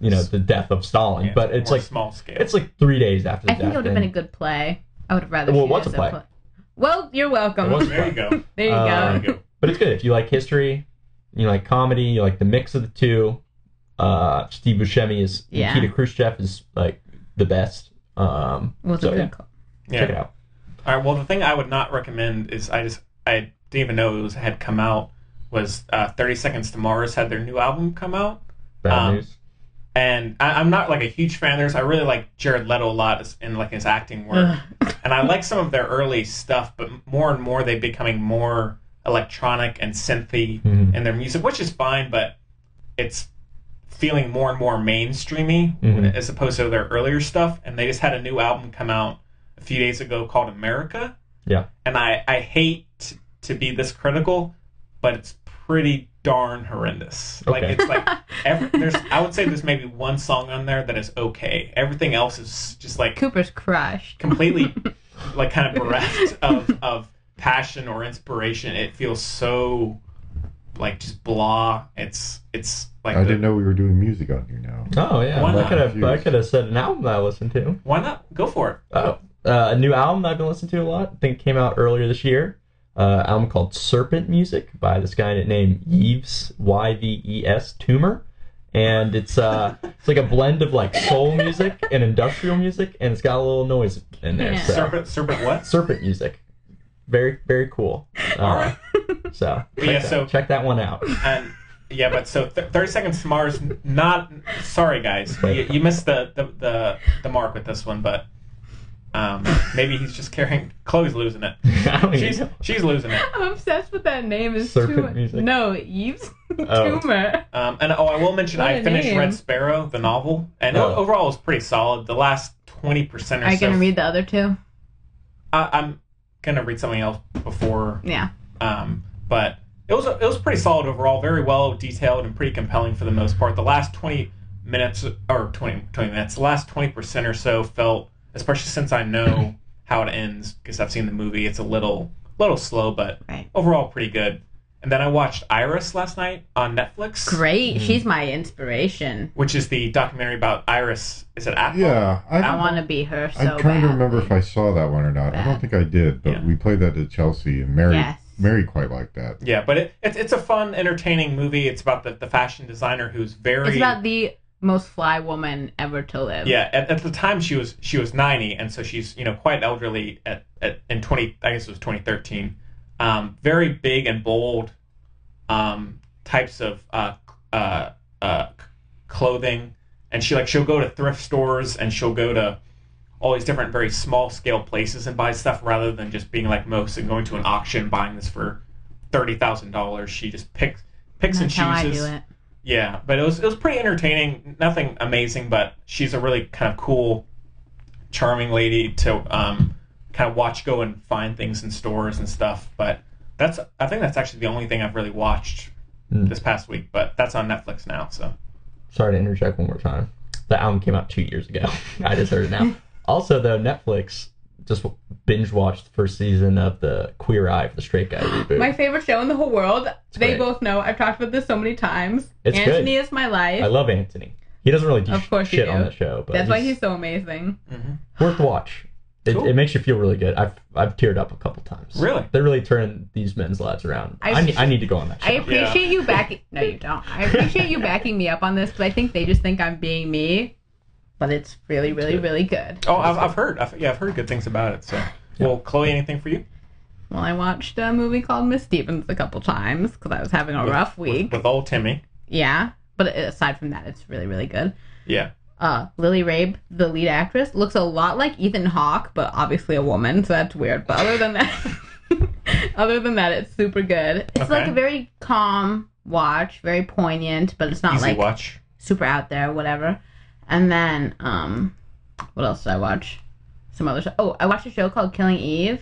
[SPEAKER 4] you know, the death of Stalin. but it's
[SPEAKER 2] more
[SPEAKER 4] like
[SPEAKER 2] small scale.
[SPEAKER 4] It's like three days after. The
[SPEAKER 3] I think it
[SPEAKER 4] death
[SPEAKER 3] would have been a
[SPEAKER 4] and-
[SPEAKER 3] good play. I would have rather.
[SPEAKER 4] Well, it
[SPEAKER 3] seen
[SPEAKER 4] was
[SPEAKER 3] as
[SPEAKER 4] a play.
[SPEAKER 3] Well, you're welcome.
[SPEAKER 4] It was a There you play. go.
[SPEAKER 3] there you
[SPEAKER 4] Um,
[SPEAKER 3] go.
[SPEAKER 4] But it's good if you like history, you like comedy, you like the mix of the two. Uh, Steve Buscemi is
[SPEAKER 3] Yeah.
[SPEAKER 4] Nikita Khrushchev is like the best. Um,
[SPEAKER 3] Was a
[SPEAKER 4] so,
[SPEAKER 3] good
[SPEAKER 4] yeah.
[SPEAKER 3] call.
[SPEAKER 4] Check it out.
[SPEAKER 2] All right. Well, the thing I would not recommend is I just I didn't even know it was had come out was uh, Thirty Seconds to Mars had their new album come out.
[SPEAKER 4] Bad
[SPEAKER 2] Um,
[SPEAKER 4] news.
[SPEAKER 2] And I, I'm not like a huge fan of theirs. I really like Jared Leto a lot as- in like his acting work,
[SPEAKER 3] Ugh.
[SPEAKER 2] and I like some of their early stuff. But more and more, they becoming more electronic and synthy
[SPEAKER 4] Mhm.
[SPEAKER 2] in their music, which is fine. But it's feeling more and more mainstreamy
[SPEAKER 4] Mhm.
[SPEAKER 2] as opposed to their earlier stuff. And they just had a new album come out a few days ago called America
[SPEAKER 4] Yeah.
[SPEAKER 2] and I, I hate to be this critical, but it's pretty darn horrendous. Like
[SPEAKER 4] Okay.
[SPEAKER 2] it's like every, there's I would say there's maybe one song on there that is okay. Everything else is just like
[SPEAKER 3] Cooper's crushed.
[SPEAKER 2] completely like kind of bereft of of passion or inspiration. It feels so like just blah. It's it's like
[SPEAKER 10] I
[SPEAKER 2] the-
[SPEAKER 10] didn't know we were doing music on here now.
[SPEAKER 4] Oh yeah,
[SPEAKER 2] Why
[SPEAKER 4] I
[SPEAKER 2] not?
[SPEAKER 4] could have I could have said an album that I listened to.
[SPEAKER 2] Why not? Go for it.
[SPEAKER 4] Oh, uh, a new album that I've been listening to a lot. I think it came out earlier this year. Uh, album called Serpent Music by this guy named Yves Y V E S Tumor, and it's uh it's like a blend of like soul music and industrial music, and it's got a little noise in there. So.
[SPEAKER 2] Serpent serpent what?
[SPEAKER 4] Serpent music, very very cool. Uh, So check,
[SPEAKER 2] Yeah,
[SPEAKER 4] that,
[SPEAKER 2] so-
[SPEAKER 4] check that one out.
[SPEAKER 2] and yeah, but so th- thirty seconds to Mars. n- Not sorry, guys, you, you missed the, the the the mark with this one, but um, maybe he's just carrying. Chloe's losing it.
[SPEAKER 4] I don't even
[SPEAKER 2] she's
[SPEAKER 4] know.
[SPEAKER 2] she's losing it.
[SPEAKER 3] I'm obsessed with that name. Is
[SPEAKER 2] Serpent
[SPEAKER 3] tumor.
[SPEAKER 2] music.
[SPEAKER 3] No, Eve's
[SPEAKER 2] Oh.
[SPEAKER 3] tumor.
[SPEAKER 2] Um, and oh, I will mention
[SPEAKER 3] What
[SPEAKER 2] I
[SPEAKER 3] a
[SPEAKER 2] finished
[SPEAKER 3] name.
[SPEAKER 2] Red Sparrow, the novel, and
[SPEAKER 4] Oh.
[SPEAKER 2] o- overall it was pretty solid. The last twenty percent or
[SPEAKER 3] Are you
[SPEAKER 2] so.
[SPEAKER 3] gonna read the other two?
[SPEAKER 2] I, I'm gonna read something else before.
[SPEAKER 3] Yeah.
[SPEAKER 2] Um, but it was it was pretty solid overall, very well detailed and pretty compelling for the most part. The last twenty minutes or 20, 20 minutes, the last twenty percent or so felt, especially since I know how it ends because I've seen the movie. It's a little little slow, but overall pretty good. And then I watched Iris last night on Netflix.
[SPEAKER 3] Great.
[SPEAKER 4] Mm-hmm.
[SPEAKER 3] She's my inspiration.
[SPEAKER 2] which is the documentary about Iris. Is it Apple?
[SPEAKER 10] Yeah,
[SPEAKER 3] I,
[SPEAKER 10] I-
[SPEAKER 3] want to be her so
[SPEAKER 10] I'm trying to
[SPEAKER 3] bad.
[SPEAKER 10] remember if I saw that one or not. I don't think I did, but we played that at Chelsea, and Mary
[SPEAKER 2] Yes.
[SPEAKER 10] Mary quite liked that.
[SPEAKER 2] Yeah, but it, it's it's a fun, entertaining movie. It's about the, the fashion designer who's very
[SPEAKER 3] It's about the most fly woman ever to live.
[SPEAKER 2] Yeah, at, at the time she was she was ninety, and so she's you know quite elderly at, at in twenty. I guess it was twenty thirteen. Um, very big and bold um, types of uh, uh, uh, c- clothing, and she like she'll go to thrift stores and she'll go to all these different very small scale places and buy stuff rather than just being like most and going to an auction buying this for thirty thousand dollars. She just picks picks and
[SPEAKER 3] That's how I
[SPEAKER 2] chooses.
[SPEAKER 3] do it.
[SPEAKER 2] Yeah, but it was it was pretty entertaining. Nothing amazing, but she's a really kind of cool, charming lady to um, kind of watch go and find things in stores and stuff. But that's I think that's actually the only thing I've really watched
[SPEAKER 4] Hmm.
[SPEAKER 2] this past week. But that's on Netflix now, so
[SPEAKER 4] Sorry to interject one more time. The album came out two years ago. I just heard it now. Also, though, Netflix just binge watched the first season of the Queer Eye for the Straight Guy reboot.
[SPEAKER 3] My favorite show in the whole world. they
[SPEAKER 4] great.
[SPEAKER 3] both know. I've talked about this so many times.
[SPEAKER 4] It's good.
[SPEAKER 3] Anthony is my life.
[SPEAKER 4] I love Anthony. He doesn't really do
[SPEAKER 3] Of course you
[SPEAKER 4] shit
[SPEAKER 3] do.
[SPEAKER 4] on the show, but
[SPEAKER 3] That's why
[SPEAKER 4] he's
[SPEAKER 3] he's so amazing.
[SPEAKER 4] worth watch.
[SPEAKER 11] It,
[SPEAKER 2] Cool.
[SPEAKER 11] it makes you feel really good. I've I've teared up a couple times.
[SPEAKER 2] Really?
[SPEAKER 11] They're really turning these men's lives around.
[SPEAKER 3] I
[SPEAKER 11] I, ne-
[SPEAKER 3] s-
[SPEAKER 11] I need to go on that.
[SPEAKER 3] I
[SPEAKER 11] show.
[SPEAKER 3] appreciate you backing. No, you don't. I appreciate you backing me up on this because I think they just think I'm being me, but it's really, really, really good.
[SPEAKER 2] Oh, I've, I've heard. I've, yeah, I've heard good things about it. So, well, Chloe, anything for you?
[SPEAKER 3] Well, I watched a movie called Miss Stevens a couple times because I was having a
[SPEAKER 2] With-
[SPEAKER 3] rough
[SPEAKER 2] with-
[SPEAKER 3] week.
[SPEAKER 2] with, old Timmy.
[SPEAKER 3] Yeah, but aside from that, it's really, really good.
[SPEAKER 2] Yeah.
[SPEAKER 3] Uh, Lily Rabe, the lead actress, looks a lot like Ethan Hawke, but obviously a woman, so that's weird. But other than that, other than that, it's super good. It's like
[SPEAKER 2] Okay.
[SPEAKER 3] a very calm watch, very poignant, but it's not
[SPEAKER 2] Easy
[SPEAKER 3] like
[SPEAKER 2] watch.
[SPEAKER 3] super out there, whatever. And then, um, what else did I watch? Some other show. Oh, I watched a show called Killing Eve.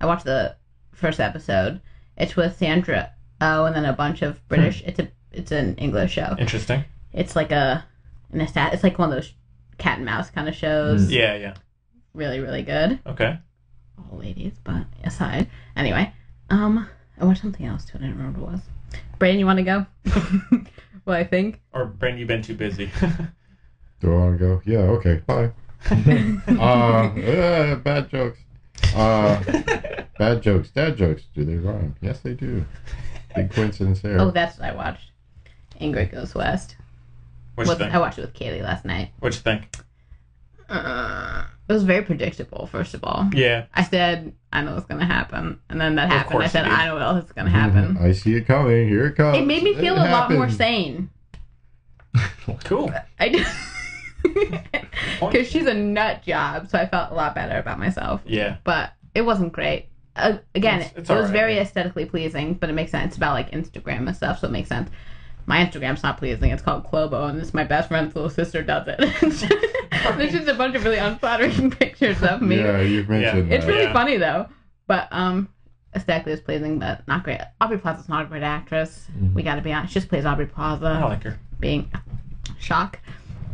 [SPEAKER 3] I watched the first episode. It's with Sandra Oh, and then a bunch of
[SPEAKER 2] Hmm.
[SPEAKER 3] British. It's a it's an English show.
[SPEAKER 2] Interesting.
[SPEAKER 3] It's like a an assassin. It's like one of those cat and mouse kind of shows.
[SPEAKER 10] Mm.
[SPEAKER 2] Yeah, yeah.
[SPEAKER 3] Really, really good.
[SPEAKER 2] Okay.
[SPEAKER 3] All ladies, but aside. Anyway, um, I watched something else too. and I don't remember what it was. Brayden, you want to go? well, I think.
[SPEAKER 2] Or Brent, you've been too busy.
[SPEAKER 10] Do I want to go? Yeah, okay, bye. uh, uh, bad jokes. Uh, bad jokes, dad jokes. Do they rhyme? Yes, they do. Big coincidence there.
[SPEAKER 3] Oh, that's what I watched. Ingrid Goes West.
[SPEAKER 2] What'd you
[SPEAKER 3] With-
[SPEAKER 2] think?
[SPEAKER 3] I watched it with Kaylee last night.
[SPEAKER 2] What'd you think?
[SPEAKER 3] Uh, it was very predictable, first of all.
[SPEAKER 2] Yeah.
[SPEAKER 3] I said, I know what's going to happen. And then that
[SPEAKER 10] Of
[SPEAKER 3] happened. I
[SPEAKER 10] course
[SPEAKER 3] said,
[SPEAKER 10] you did.
[SPEAKER 3] I know what else is going to happen.
[SPEAKER 10] Mm-hmm. I see it coming. Here it comes.
[SPEAKER 3] it made me feel a lot more
[SPEAKER 10] happened.
[SPEAKER 3] sane.
[SPEAKER 2] Cool.
[SPEAKER 3] I Because she's a nut job, so I felt a lot better about myself.
[SPEAKER 2] Yeah.
[SPEAKER 3] But it wasn't great. Uh, again,
[SPEAKER 2] It's- it's
[SPEAKER 3] it was
[SPEAKER 2] alright,
[SPEAKER 3] very aesthetically pleasing, but it makes sense. It's about like Instagram and stuff, so it makes sense. My Instagram's not pleasing. It's called Clobo, and it's my best friend's little sister does it. There's just a bunch of really unflattering pictures of me.
[SPEAKER 10] Yeah, you've mentioned that.
[SPEAKER 3] It's really
[SPEAKER 10] Yeah.
[SPEAKER 3] funny though, but um, aesthetically it's pleasing, but not great. Aubrey Plaza's not a great actress.
[SPEAKER 2] Mm-hmm.
[SPEAKER 3] We got to be honest. She just plays Aubrey Plaza.
[SPEAKER 2] I like her.
[SPEAKER 3] Being shock.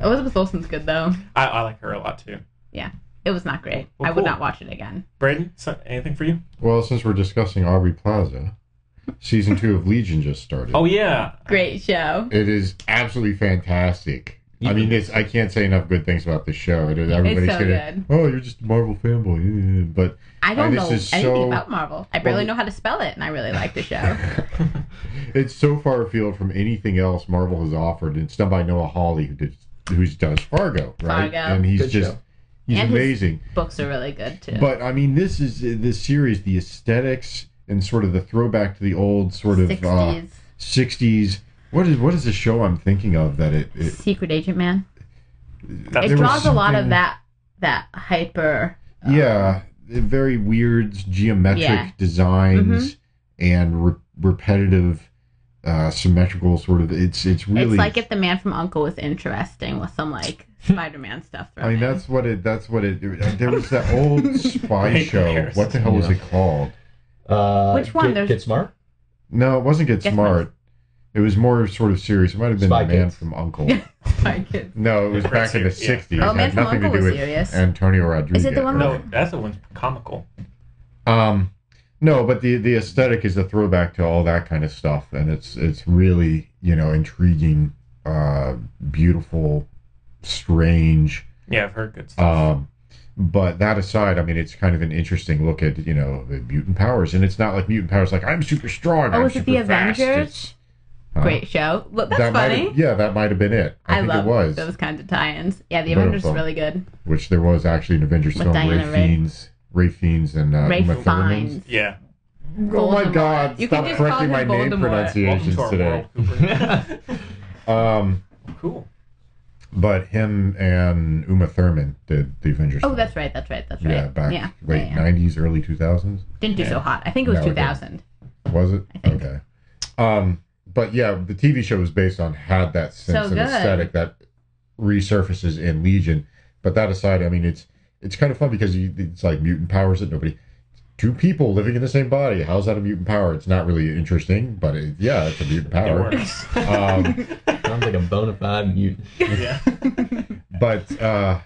[SPEAKER 3] Elizabeth Olsen's good though.
[SPEAKER 2] I, I like her a lot too.
[SPEAKER 3] Yeah, it was not great.
[SPEAKER 10] Oh,
[SPEAKER 2] Well,
[SPEAKER 3] I would
[SPEAKER 2] cool.
[SPEAKER 3] not watch it again.
[SPEAKER 2] Braden, so, anything for you?
[SPEAKER 10] Well, since we're discussing Aubrey Plaza, season two of Legion just started.
[SPEAKER 2] Oh yeah.
[SPEAKER 3] Great show.
[SPEAKER 10] It is absolutely fantastic. I mean, it's, I can't say enough good things about this show. It is, everybody's
[SPEAKER 3] so
[SPEAKER 10] gonna, oh, you're just a Marvel fanboy. yeah, But
[SPEAKER 3] I don't
[SPEAKER 10] this
[SPEAKER 3] know
[SPEAKER 10] is
[SPEAKER 3] anything
[SPEAKER 10] so,
[SPEAKER 3] about Marvel. I barely know how to spell it, and I really like the show.
[SPEAKER 10] It's so far afield from anything else Marvel has offered. It's done by Noah Hawley, who did, who's does Fargo, right?
[SPEAKER 3] Fargo.
[SPEAKER 10] And he's
[SPEAKER 3] Good
[SPEAKER 10] just
[SPEAKER 3] show.
[SPEAKER 10] he's
[SPEAKER 3] And his
[SPEAKER 10] amazing.
[SPEAKER 3] Books are really good too.
[SPEAKER 10] But I mean, this is this series, the aesthetics and sort of the throwback to the old sort of uh,
[SPEAKER 3] 60s.
[SPEAKER 10] 60s. What is what is the show I'm thinking of that it, it
[SPEAKER 3] Secret Agent Man.
[SPEAKER 10] That's-
[SPEAKER 3] it
[SPEAKER 10] there was
[SPEAKER 3] draws a lot of
[SPEAKER 10] something-
[SPEAKER 3] that that hyper.
[SPEAKER 10] yeah very weird geometric
[SPEAKER 3] Um, Yeah. Mm-hmm.
[SPEAKER 10] designs and re- repetitive uh, symmetrical sort of it's it's really
[SPEAKER 3] It's like if the man from Uncle was interesting with some like Spider-Man stuff.
[SPEAKER 10] I mean that's what it that's what it there was that old spy
[SPEAKER 11] Great
[SPEAKER 10] show what the hell was
[SPEAKER 11] Yeah.
[SPEAKER 10] it called
[SPEAKER 11] Uh,
[SPEAKER 3] Which one?
[SPEAKER 11] Get,
[SPEAKER 3] There's-
[SPEAKER 11] Get smart.
[SPEAKER 10] no it wasn't get
[SPEAKER 3] Get
[SPEAKER 10] smart it was more sort of serious it might have been
[SPEAKER 11] Spy
[SPEAKER 10] the man
[SPEAKER 11] Kids.
[SPEAKER 10] from Uncle
[SPEAKER 3] Spy Kids.
[SPEAKER 10] no it was back in the
[SPEAKER 2] Serious, yeah.
[SPEAKER 10] 60s
[SPEAKER 3] Oh,
[SPEAKER 10] It
[SPEAKER 3] Man
[SPEAKER 10] had
[SPEAKER 3] from
[SPEAKER 10] nothing to
[SPEAKER 3] Uncle
[SPEAKER 10] do
[SPEAKER 3] was
[SPEAKER 10] with
[SPEAKER 3] serious.
[SPEAKER 10] Antonio Rodriguez or
[SPEAKER 2] No, that's the one comical.
[SPEAKER 10] Um, no, but the the aesthetic is a throwback to all that kind of stuff, and it's it's really you know intriguing, uh, beautiful, strange.
[SPEAKER 2] Yeah, I've heard good stuff.
[SPEAKER 10] Um, but that aside, I mean, it's kind of an interesting look at you know the mutant powers, and it's not like mutant powers like I'm super strong.
[SPEAKER 3] Oh,
[SPEAKER 10] I'm
[SPEAKER 3] was it
[SPEAKER 10] super
[SPEAKER 3] the
[SPEAKER 10] fast."
[SPEAKER 3] Avengers?
[SPEAKER 10] Huh?
[SPEAKER 3] Great show. Look, that's
[SPEAKER 10] that might
[SPEAKER 3] funny.
[SPEAKER 10] have- yeah, that might have been it. I,
[SPEAKER 3] I,
[SPEAKER 10] think
[SPEAKER 3] love
[SPEAKER 10] it was,
[SPEAKER 3] those kinds of tie-ins. Yeah, the
[SPEAKER 10] But,
[SPEAKER 3] Avengers is
[SPEAKER 10] um,
[SPEAKER 3] really good.
[SPEAKER 10] which there was actually an Avengers
[SPEAKER 3] With
[SPEAKER 10] film,
[SPEAKER 3] Diana
[SPEAKER 10] Ray
[SPEAKER 3] Ray.
[SPEAKER 10] Fiends, Ray Fiends, and uh,
[SPEAKER 3] Ray
[SPEAKER 10] Uma Thurman's.
[SPEAKER 3] Fiennes.
[SPEAKER 2] Yeah.
[SPEAKER 10] Oh my
[SPEAKER 3] Voldemort.
[SPEAKER 10] God!
[SPEAKER 3] You can
[SPEAKER 10] stop
[SPEAKER 3] just call
[SPEAKER 10] correcting my
[SPEAKER 3] him
[SPEAKER 10] name
[SPEAKER 3] Voldemort.
[SPEAKER 10] pronunciations
[SPEAKER 2] Welcome to our
[SPEAKER 10] today.
[SPEAKER 2] world, Cooper.
[SPEAKER 10] Um,
[SPEAKER 2] cool.
[SPEAKER 10] but him and Uma Thurman did the Avengers.
[SPEAKER 3] Oh, that's right. That's right. That's right.
[SPEAKER 10] yeah, back
[SPEAKER 3] yeah.
[SPEAKER 10] late
[SPEAKER 3] yeah, yeah.
[SPEAKER 10] '90s, early 2000s.
[SPEAKER 3] Didn't do
[SPEAKER 10] Yeah.
[SPEAKER 3] so hot. I think it was
[SPEAKER 10] No, it didn't.
[SPEAKER 3] 2000.
[SPEAKER 10] Was it? Okay. Um, but yeah, the TV show was based on had that sense
[SPEAKER 3] So
[SPEAKER 10] of
[SPEAKER 3] good.
[SPEAKER 10] aesthetic that resurfaces in Legion. But that aside, I mean, it's it's kind of fun because you, it's like mutant powers that nobody. Two people living in the same body. How's that a mutant power? It's not really interesting, but it, yeah, it's a mutant power.
[SPEAKER 2] works.
[SPEAKER 10] Um,
[SPEAKER 11] Sounds like a bona fide mutant.
[SPEAKER 2] Yeah.
[SPEAKER 10] but uh,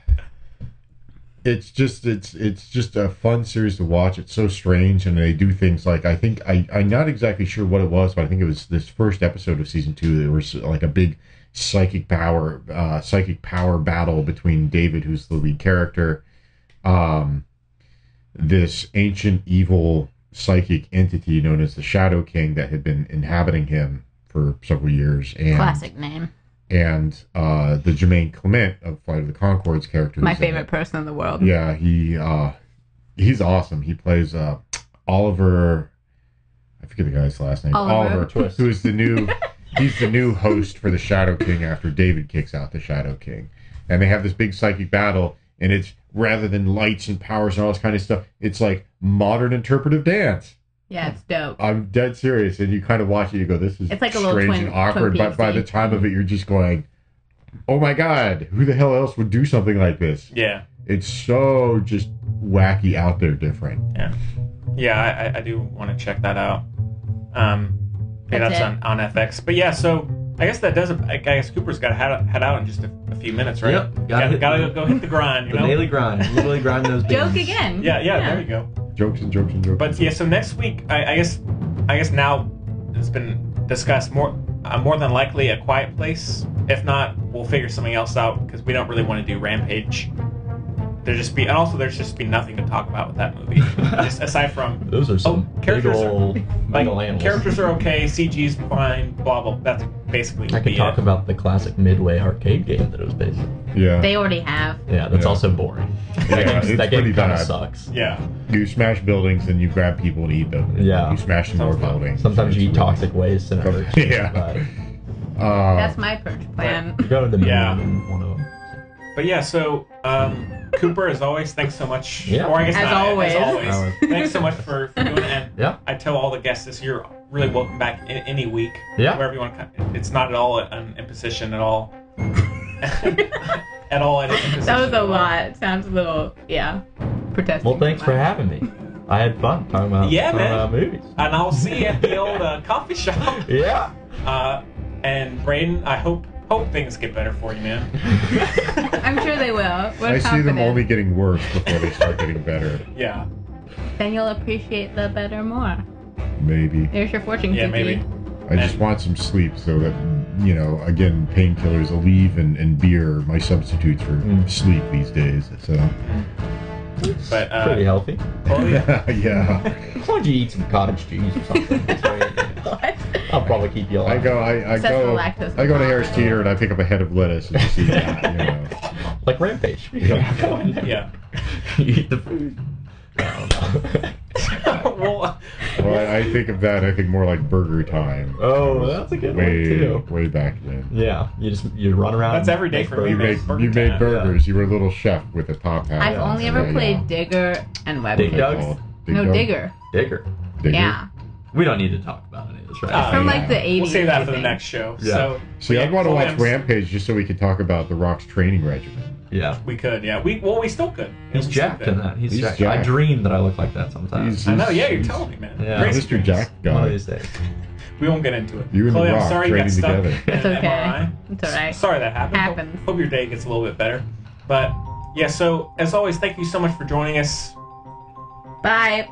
[SPEAKER 10] it's just it's it's just a fun series to watch. It's so strange, and they do things like I think I I'm not exactly sure what it was, but I think it was this first episode of season two. There was like a big psychic power uh, psychic power battle between David, who's the lead character, um, this ancient evil psychic entity known as the Shadow King that had been inhabiting him for several years. And
[SPEAKER 3] Classic name.
[SPEAKER 10] and uh, the Jermaine Clement of Flight of the Concords character.
[SPEAKER 3] My
[SPEAKER 10] was in
[SPEAKER 3] favorite
[SPEAKER 10] it.
[SPEAKER 3] person in the world.
[SPEAKER 10] Yeah, he uh, he's awesome. He plays uh, Oliver. I forget the guy's last name.
[SPEAKER 3] Oliver. Twist.
[SPEAKER 10] who is the new he's the new host for the Shadow King after David kicks out the Shadow King, and they have this big psychic battle. And it's rather than lights and powers and all this kind of stuff, it's like modern interpretive dance.
[SPEAKER 3] Yeah, it's dope.
[SPEAKER 10] I'm dead serious, and you kind of watch it. You go, "This is
[SPEAKER 3] It's like a little
[SPEAKER 10] strange
[SPEAKER 3] Twin-
[SPEAKER 10] and awkward."
[SPEAKER 3] Twin
[SPEAKER 10] But by the
[SPEAKER 3] Peaks-y.
[SPEAKER 10] time of it, you're just going, "Oh my god, who the hell else would do something like this?"
[SPEAKER 2] Yeah.
[SPEAKER 10] It's so just wacky out there, different.
[SPEAKER 2] Yeah, yeah, I, I- I do want to check that out. Um, yeah,
[SPEAKER 10] That's
[SPEAKER 2] that's,
[SPEAKER 10] it.
[SPEAKER 2] on, on FX. But yeah, so I guess that doesn't. I guess Cooper's got to head, head out in just a, a few minutes, right?
[SPEAKER 4] Yep, gotta
[SPEAKER 2] Gotta,
[SPEAKER 4] hit
[SPEAKER 2] gotta
[SPEAKER 4] the-
[SPEAKER 2] go hit the grind. You
[SPEAKER 4] The
[SPEAKER 2] know?
[SPEAKER 4] daily grind. Literally grind those
[SPEAKER 3] Joke
[SPEAKER 4] beans.
[SPEAKER 3] again.
[SPEAKER 2] Yeah, yeah, there you go.
[SPEAKER 10] Jokes and jokes and jokes.
[SPEAKER 2] But yeah, so next week, I, I guess, I guess now it's been discussed more, uh, more than likely a quiet place. If not, we'll figure something else out because we don't really want to do Rampage. There just be, and also there's just be nothing to talk about with that movie, just aside from
[SPEAKER 4] Those are some big
[SPEAKER 2] Oh, characters are-
[SPEAKER 4] ol'
[SPEAKER 2] like
[SPEAKER 4] mental animals.
[SPEAKER 2] characters are okay, CG's fine, blah blah. That's basically.
[SPEAKER 4] I could
[SPEAKER 2] the
[SPEAKER 4] talk
[SPEAKER 2] end.
[SPEAKER 4] about the classic Midway arcade game that it was based on.
[SPEAKER 10] Yeah.
[SPEAKER 3] They already have.
[SPEAKER 4] Yeah, that's
[SPEAKER 10] Yeah.
[SPEAKER 4] also boring.
[SPEAKER 10] Yeah,
[SPEAKER 4] that game,
[SPEAKER 10] it's
[SPEAKER 4] that game
[SPEAKER 10] pretty
[SPEAKER 4] kind of
[SPEAKER 10] bad.
[SPEAKER 4] sucks.
[SPEAKER 2] Yeah.
[SPEAKER 10] You smash buildings and you grab people and eat them.
[SPEAKER 4] Yeah.
[SPEAKER 10] You smash some more buildings.
[SPEAKER 4] Sometimes you eat toxic waste and it hurts.
[SPEAKER 10] Yeah. Uh,
[SPEAKER 3] That's my purge plan.
[SPEAKER 4] You go to the moon
[SPEAKER 2] Yeah.
[SPEAKER 4] in one of them.
[SPEAKER 2] But yeah, so um, Cooper, as always, thanks so much.
[SPEAKER 4] Yeah.
[SPEAKER 2] Or I guess
[SPEAKER 3] As
[SPEAKER 2] not,
[SPEAKER 3] always.
[SPEAKER 2] As always,
[SPEAKER 4] Always.
[SPEAKER 2] thanks so much for, for doing it. And
[SPEAKER 4] Yeah.
[SPEAKER 2] I tell all the guests this, you're really welcome back in, any week.
[SPEAKER 4] Yeah.
[SPEAKER 2] Wherever you want to come. It's not at all an imposition at all. at all an imposition.
[SPEAKER 3] That was
[SPEAKER 2] at
[SPEAKER 3] a
[SPEAKER 2] all.
[SPEAKER 3] lot. Sounds a little, yeah, protesting.
[SPEAKER 4] Well, thanks for
[SPEAKER 3] Wow.
[SPEAKER 4] having me. I had fun talking about,
[SPEAKER 2] Yeah,
[SPEAKER 4] talking
[SPEAKER 2] man.
[SPEAKER 4] about movies.
[SPEAKER 2] And I'll see you at the old uh, coffee shop.
[SPEAKER 4] Yeah.
[SPEAKER 2] Uh, and Braden, I hope hope things get better for you, man.
[SPEAKER 3] I'm sure they will. We're
[SPEAKER 10] I see them
[SPEAKER 3] confident.
[SPEAKER 10] only getting worse before they start getting better.
[SPEAKER 2] Yeah.
[SPEAKER 3] Then you'll appreciate the better more.
[SPEAKER 10] Maybe.
[SPEAKER 3] There's your fortune
[SPEAKER 2] Yeah,
[SPEAKER 3] cookie.
[SPEAKER 2] maybe.
[SPEAKER 10] I just want some sleep so that, you know, again, painkillers, Aleve and, and beer are my substitutes for
[SPEAKER 4] Mm.
[SPEAKER 10] sleep these days. So,
[SPEAKER 2] But uh,
[SPEAKER 4] Pretty healthy.
[SPEAKER 2] oh, yeah.
[SPEAKER 10] yeah.
[SPEAKER 4] As long as you eat some cottage cheese or something. that's all you need. I'll probably keep you
[SPEAKER 10] I
[SPEAKER 4] alive.
[SPEAKER 10] go, I, I
[SPEAKER 3] Except for
[SPEAKER 10] go,
[SPEAKER 3] lactose
[SPEAKER 10] I go to Harris Teeter and I pick up a head of lettuce and just eat that, you know.
[SPEAKER 4] Like Rampage.
[SPEAKER 10] Yeah.
[SPEAKER 4] Go in there.
[SPEAKER 2] yeah.
[SPEAKER 4] You eat the food. I don't know.
[SPEAKER 2] well,
[SPEAKER 10] Well, I, I think of that. I think more like Burger Time.
[SPEAKER 4] Oh, that's a good one,
[SPEAKER 10] way,
[SPEAKER 4] too.
[SPEAKER 10] Way back then.
[SPEAKER 4] Yeah, you just you run around.
[SPEAKER 2] That's
[SPEAKER 4] and
[SPEAKER 2] every day
[SPEAKER 4] make
[SPEAKER 2] for me,
[SPEAKER 10] You
[SPEAKER 4] burgers.
[SPEAKER 10] made
[SPEAKER 2] Burger
[SPEAKER 10] you
[SPEAKER 2] Time.
[SPEAKER 10] made burgers. You were a little chef with a top hat.
[SPEAKER 3] I've
[SPEAKER 4] Yeah,
[SPEAKER 3] only
[SPEAKER 10] so
[SPEAKER 3] ever
[SPEAKER 10] there you
[SPEAKER 3] played
[SPEAKER 10] go.
[SPEAKER 3] Digger and Web.
[SPEAKER 4] Dig Dug?
[SPEAKER 10] Dog. Dig
[SPEAKER 3] No
[SPEAKER 10] dog.
[SPEAKER 3] Digger.
[SPEAKER 4] Digger.
[SPEAKER 10] Digger.
[SPEAKER 3] Yeah.
[SPEAKER 4] We don't need to talk about any of this, right?
[SPEAKER 2] Uh,
[SPEAKER 3] From like the
[SPEAKER 10] yeah.
[SPEAKER 3] 80s.
[SPEAKER 2] We'll save that
[SPEAKER 3] I
[SPEAKER 2] for the
[SPEAKER 3] think.
[SPEAKER 2] next show.
[SPEAKER 4] Yeah.
[SPEAKER 2] So,
[SPEAKER 10] See,
[SPEAKER 2] yeah,
[SPEAKER 10] I'd want to
[SPEAKER 2] so
[SPEAKER 10] watch
[SPEAKER 2] I'm-
[SPEAKER 10] Rampage just so we could talk about the Rock's training regimen.
[SPEAKER 4] yeah.
[SPEAKER 2] We could, yeah. We well, we still could.
[SPEAKER 4] He's
[SPEAKER 2] We still
[SPEAKER 4] jacked
[SPEAKER 2] could.
[SPEAKER 4] in that. He's,
[SPEAKER 10] He's
[SPEAKER 4] jacked. I
[SPEAKER 10] jacked.
[SPEAKER 4] dream that I look like that sometimes.
[SPEAKER 10] He's-
[SPEAKER 2] I know. Yeah, you're
[SPEAKER 10] He's-
[SPEAKER 2] telling me, man.
[SPEAKER 4] Yeah.
[SPEAKER 2] Great
[SPEAKER 10] Mr.
[SPEAKER 2] experience.
[SPEAKER 10] Jack
[SPEAKER 4] One of
[SPEAKER 10] guy.
[SPEAKER 4] these days.
[SPEAKER 2] We won't get into it.
[SPEAKER 10] You and The
[SPEAKER 2] Chloe,
[SPEAKER 10] Rock
[SPEAKER 2] I'm sorry you got
[SPEAKER 10] training
[SPEAKER 2] stuck
[SPEAKER 10] together.
[SPEAKER 2] in
[SPEAKER 3] It's
[SPEAKER 2] an
[SPEAKER 3] okay.
[SPEAKER 2] MRI.
[SPEAKER 3] It's all right.
[SPEAKER 2] Sorry that happened. Hope-
[SPEAKER 3] Happens.
[SPEAKER 2] Hope, your day gets a little bit better. But yeah, so as always, thank you so much for joining us.
[SPEAKER 3] Bye.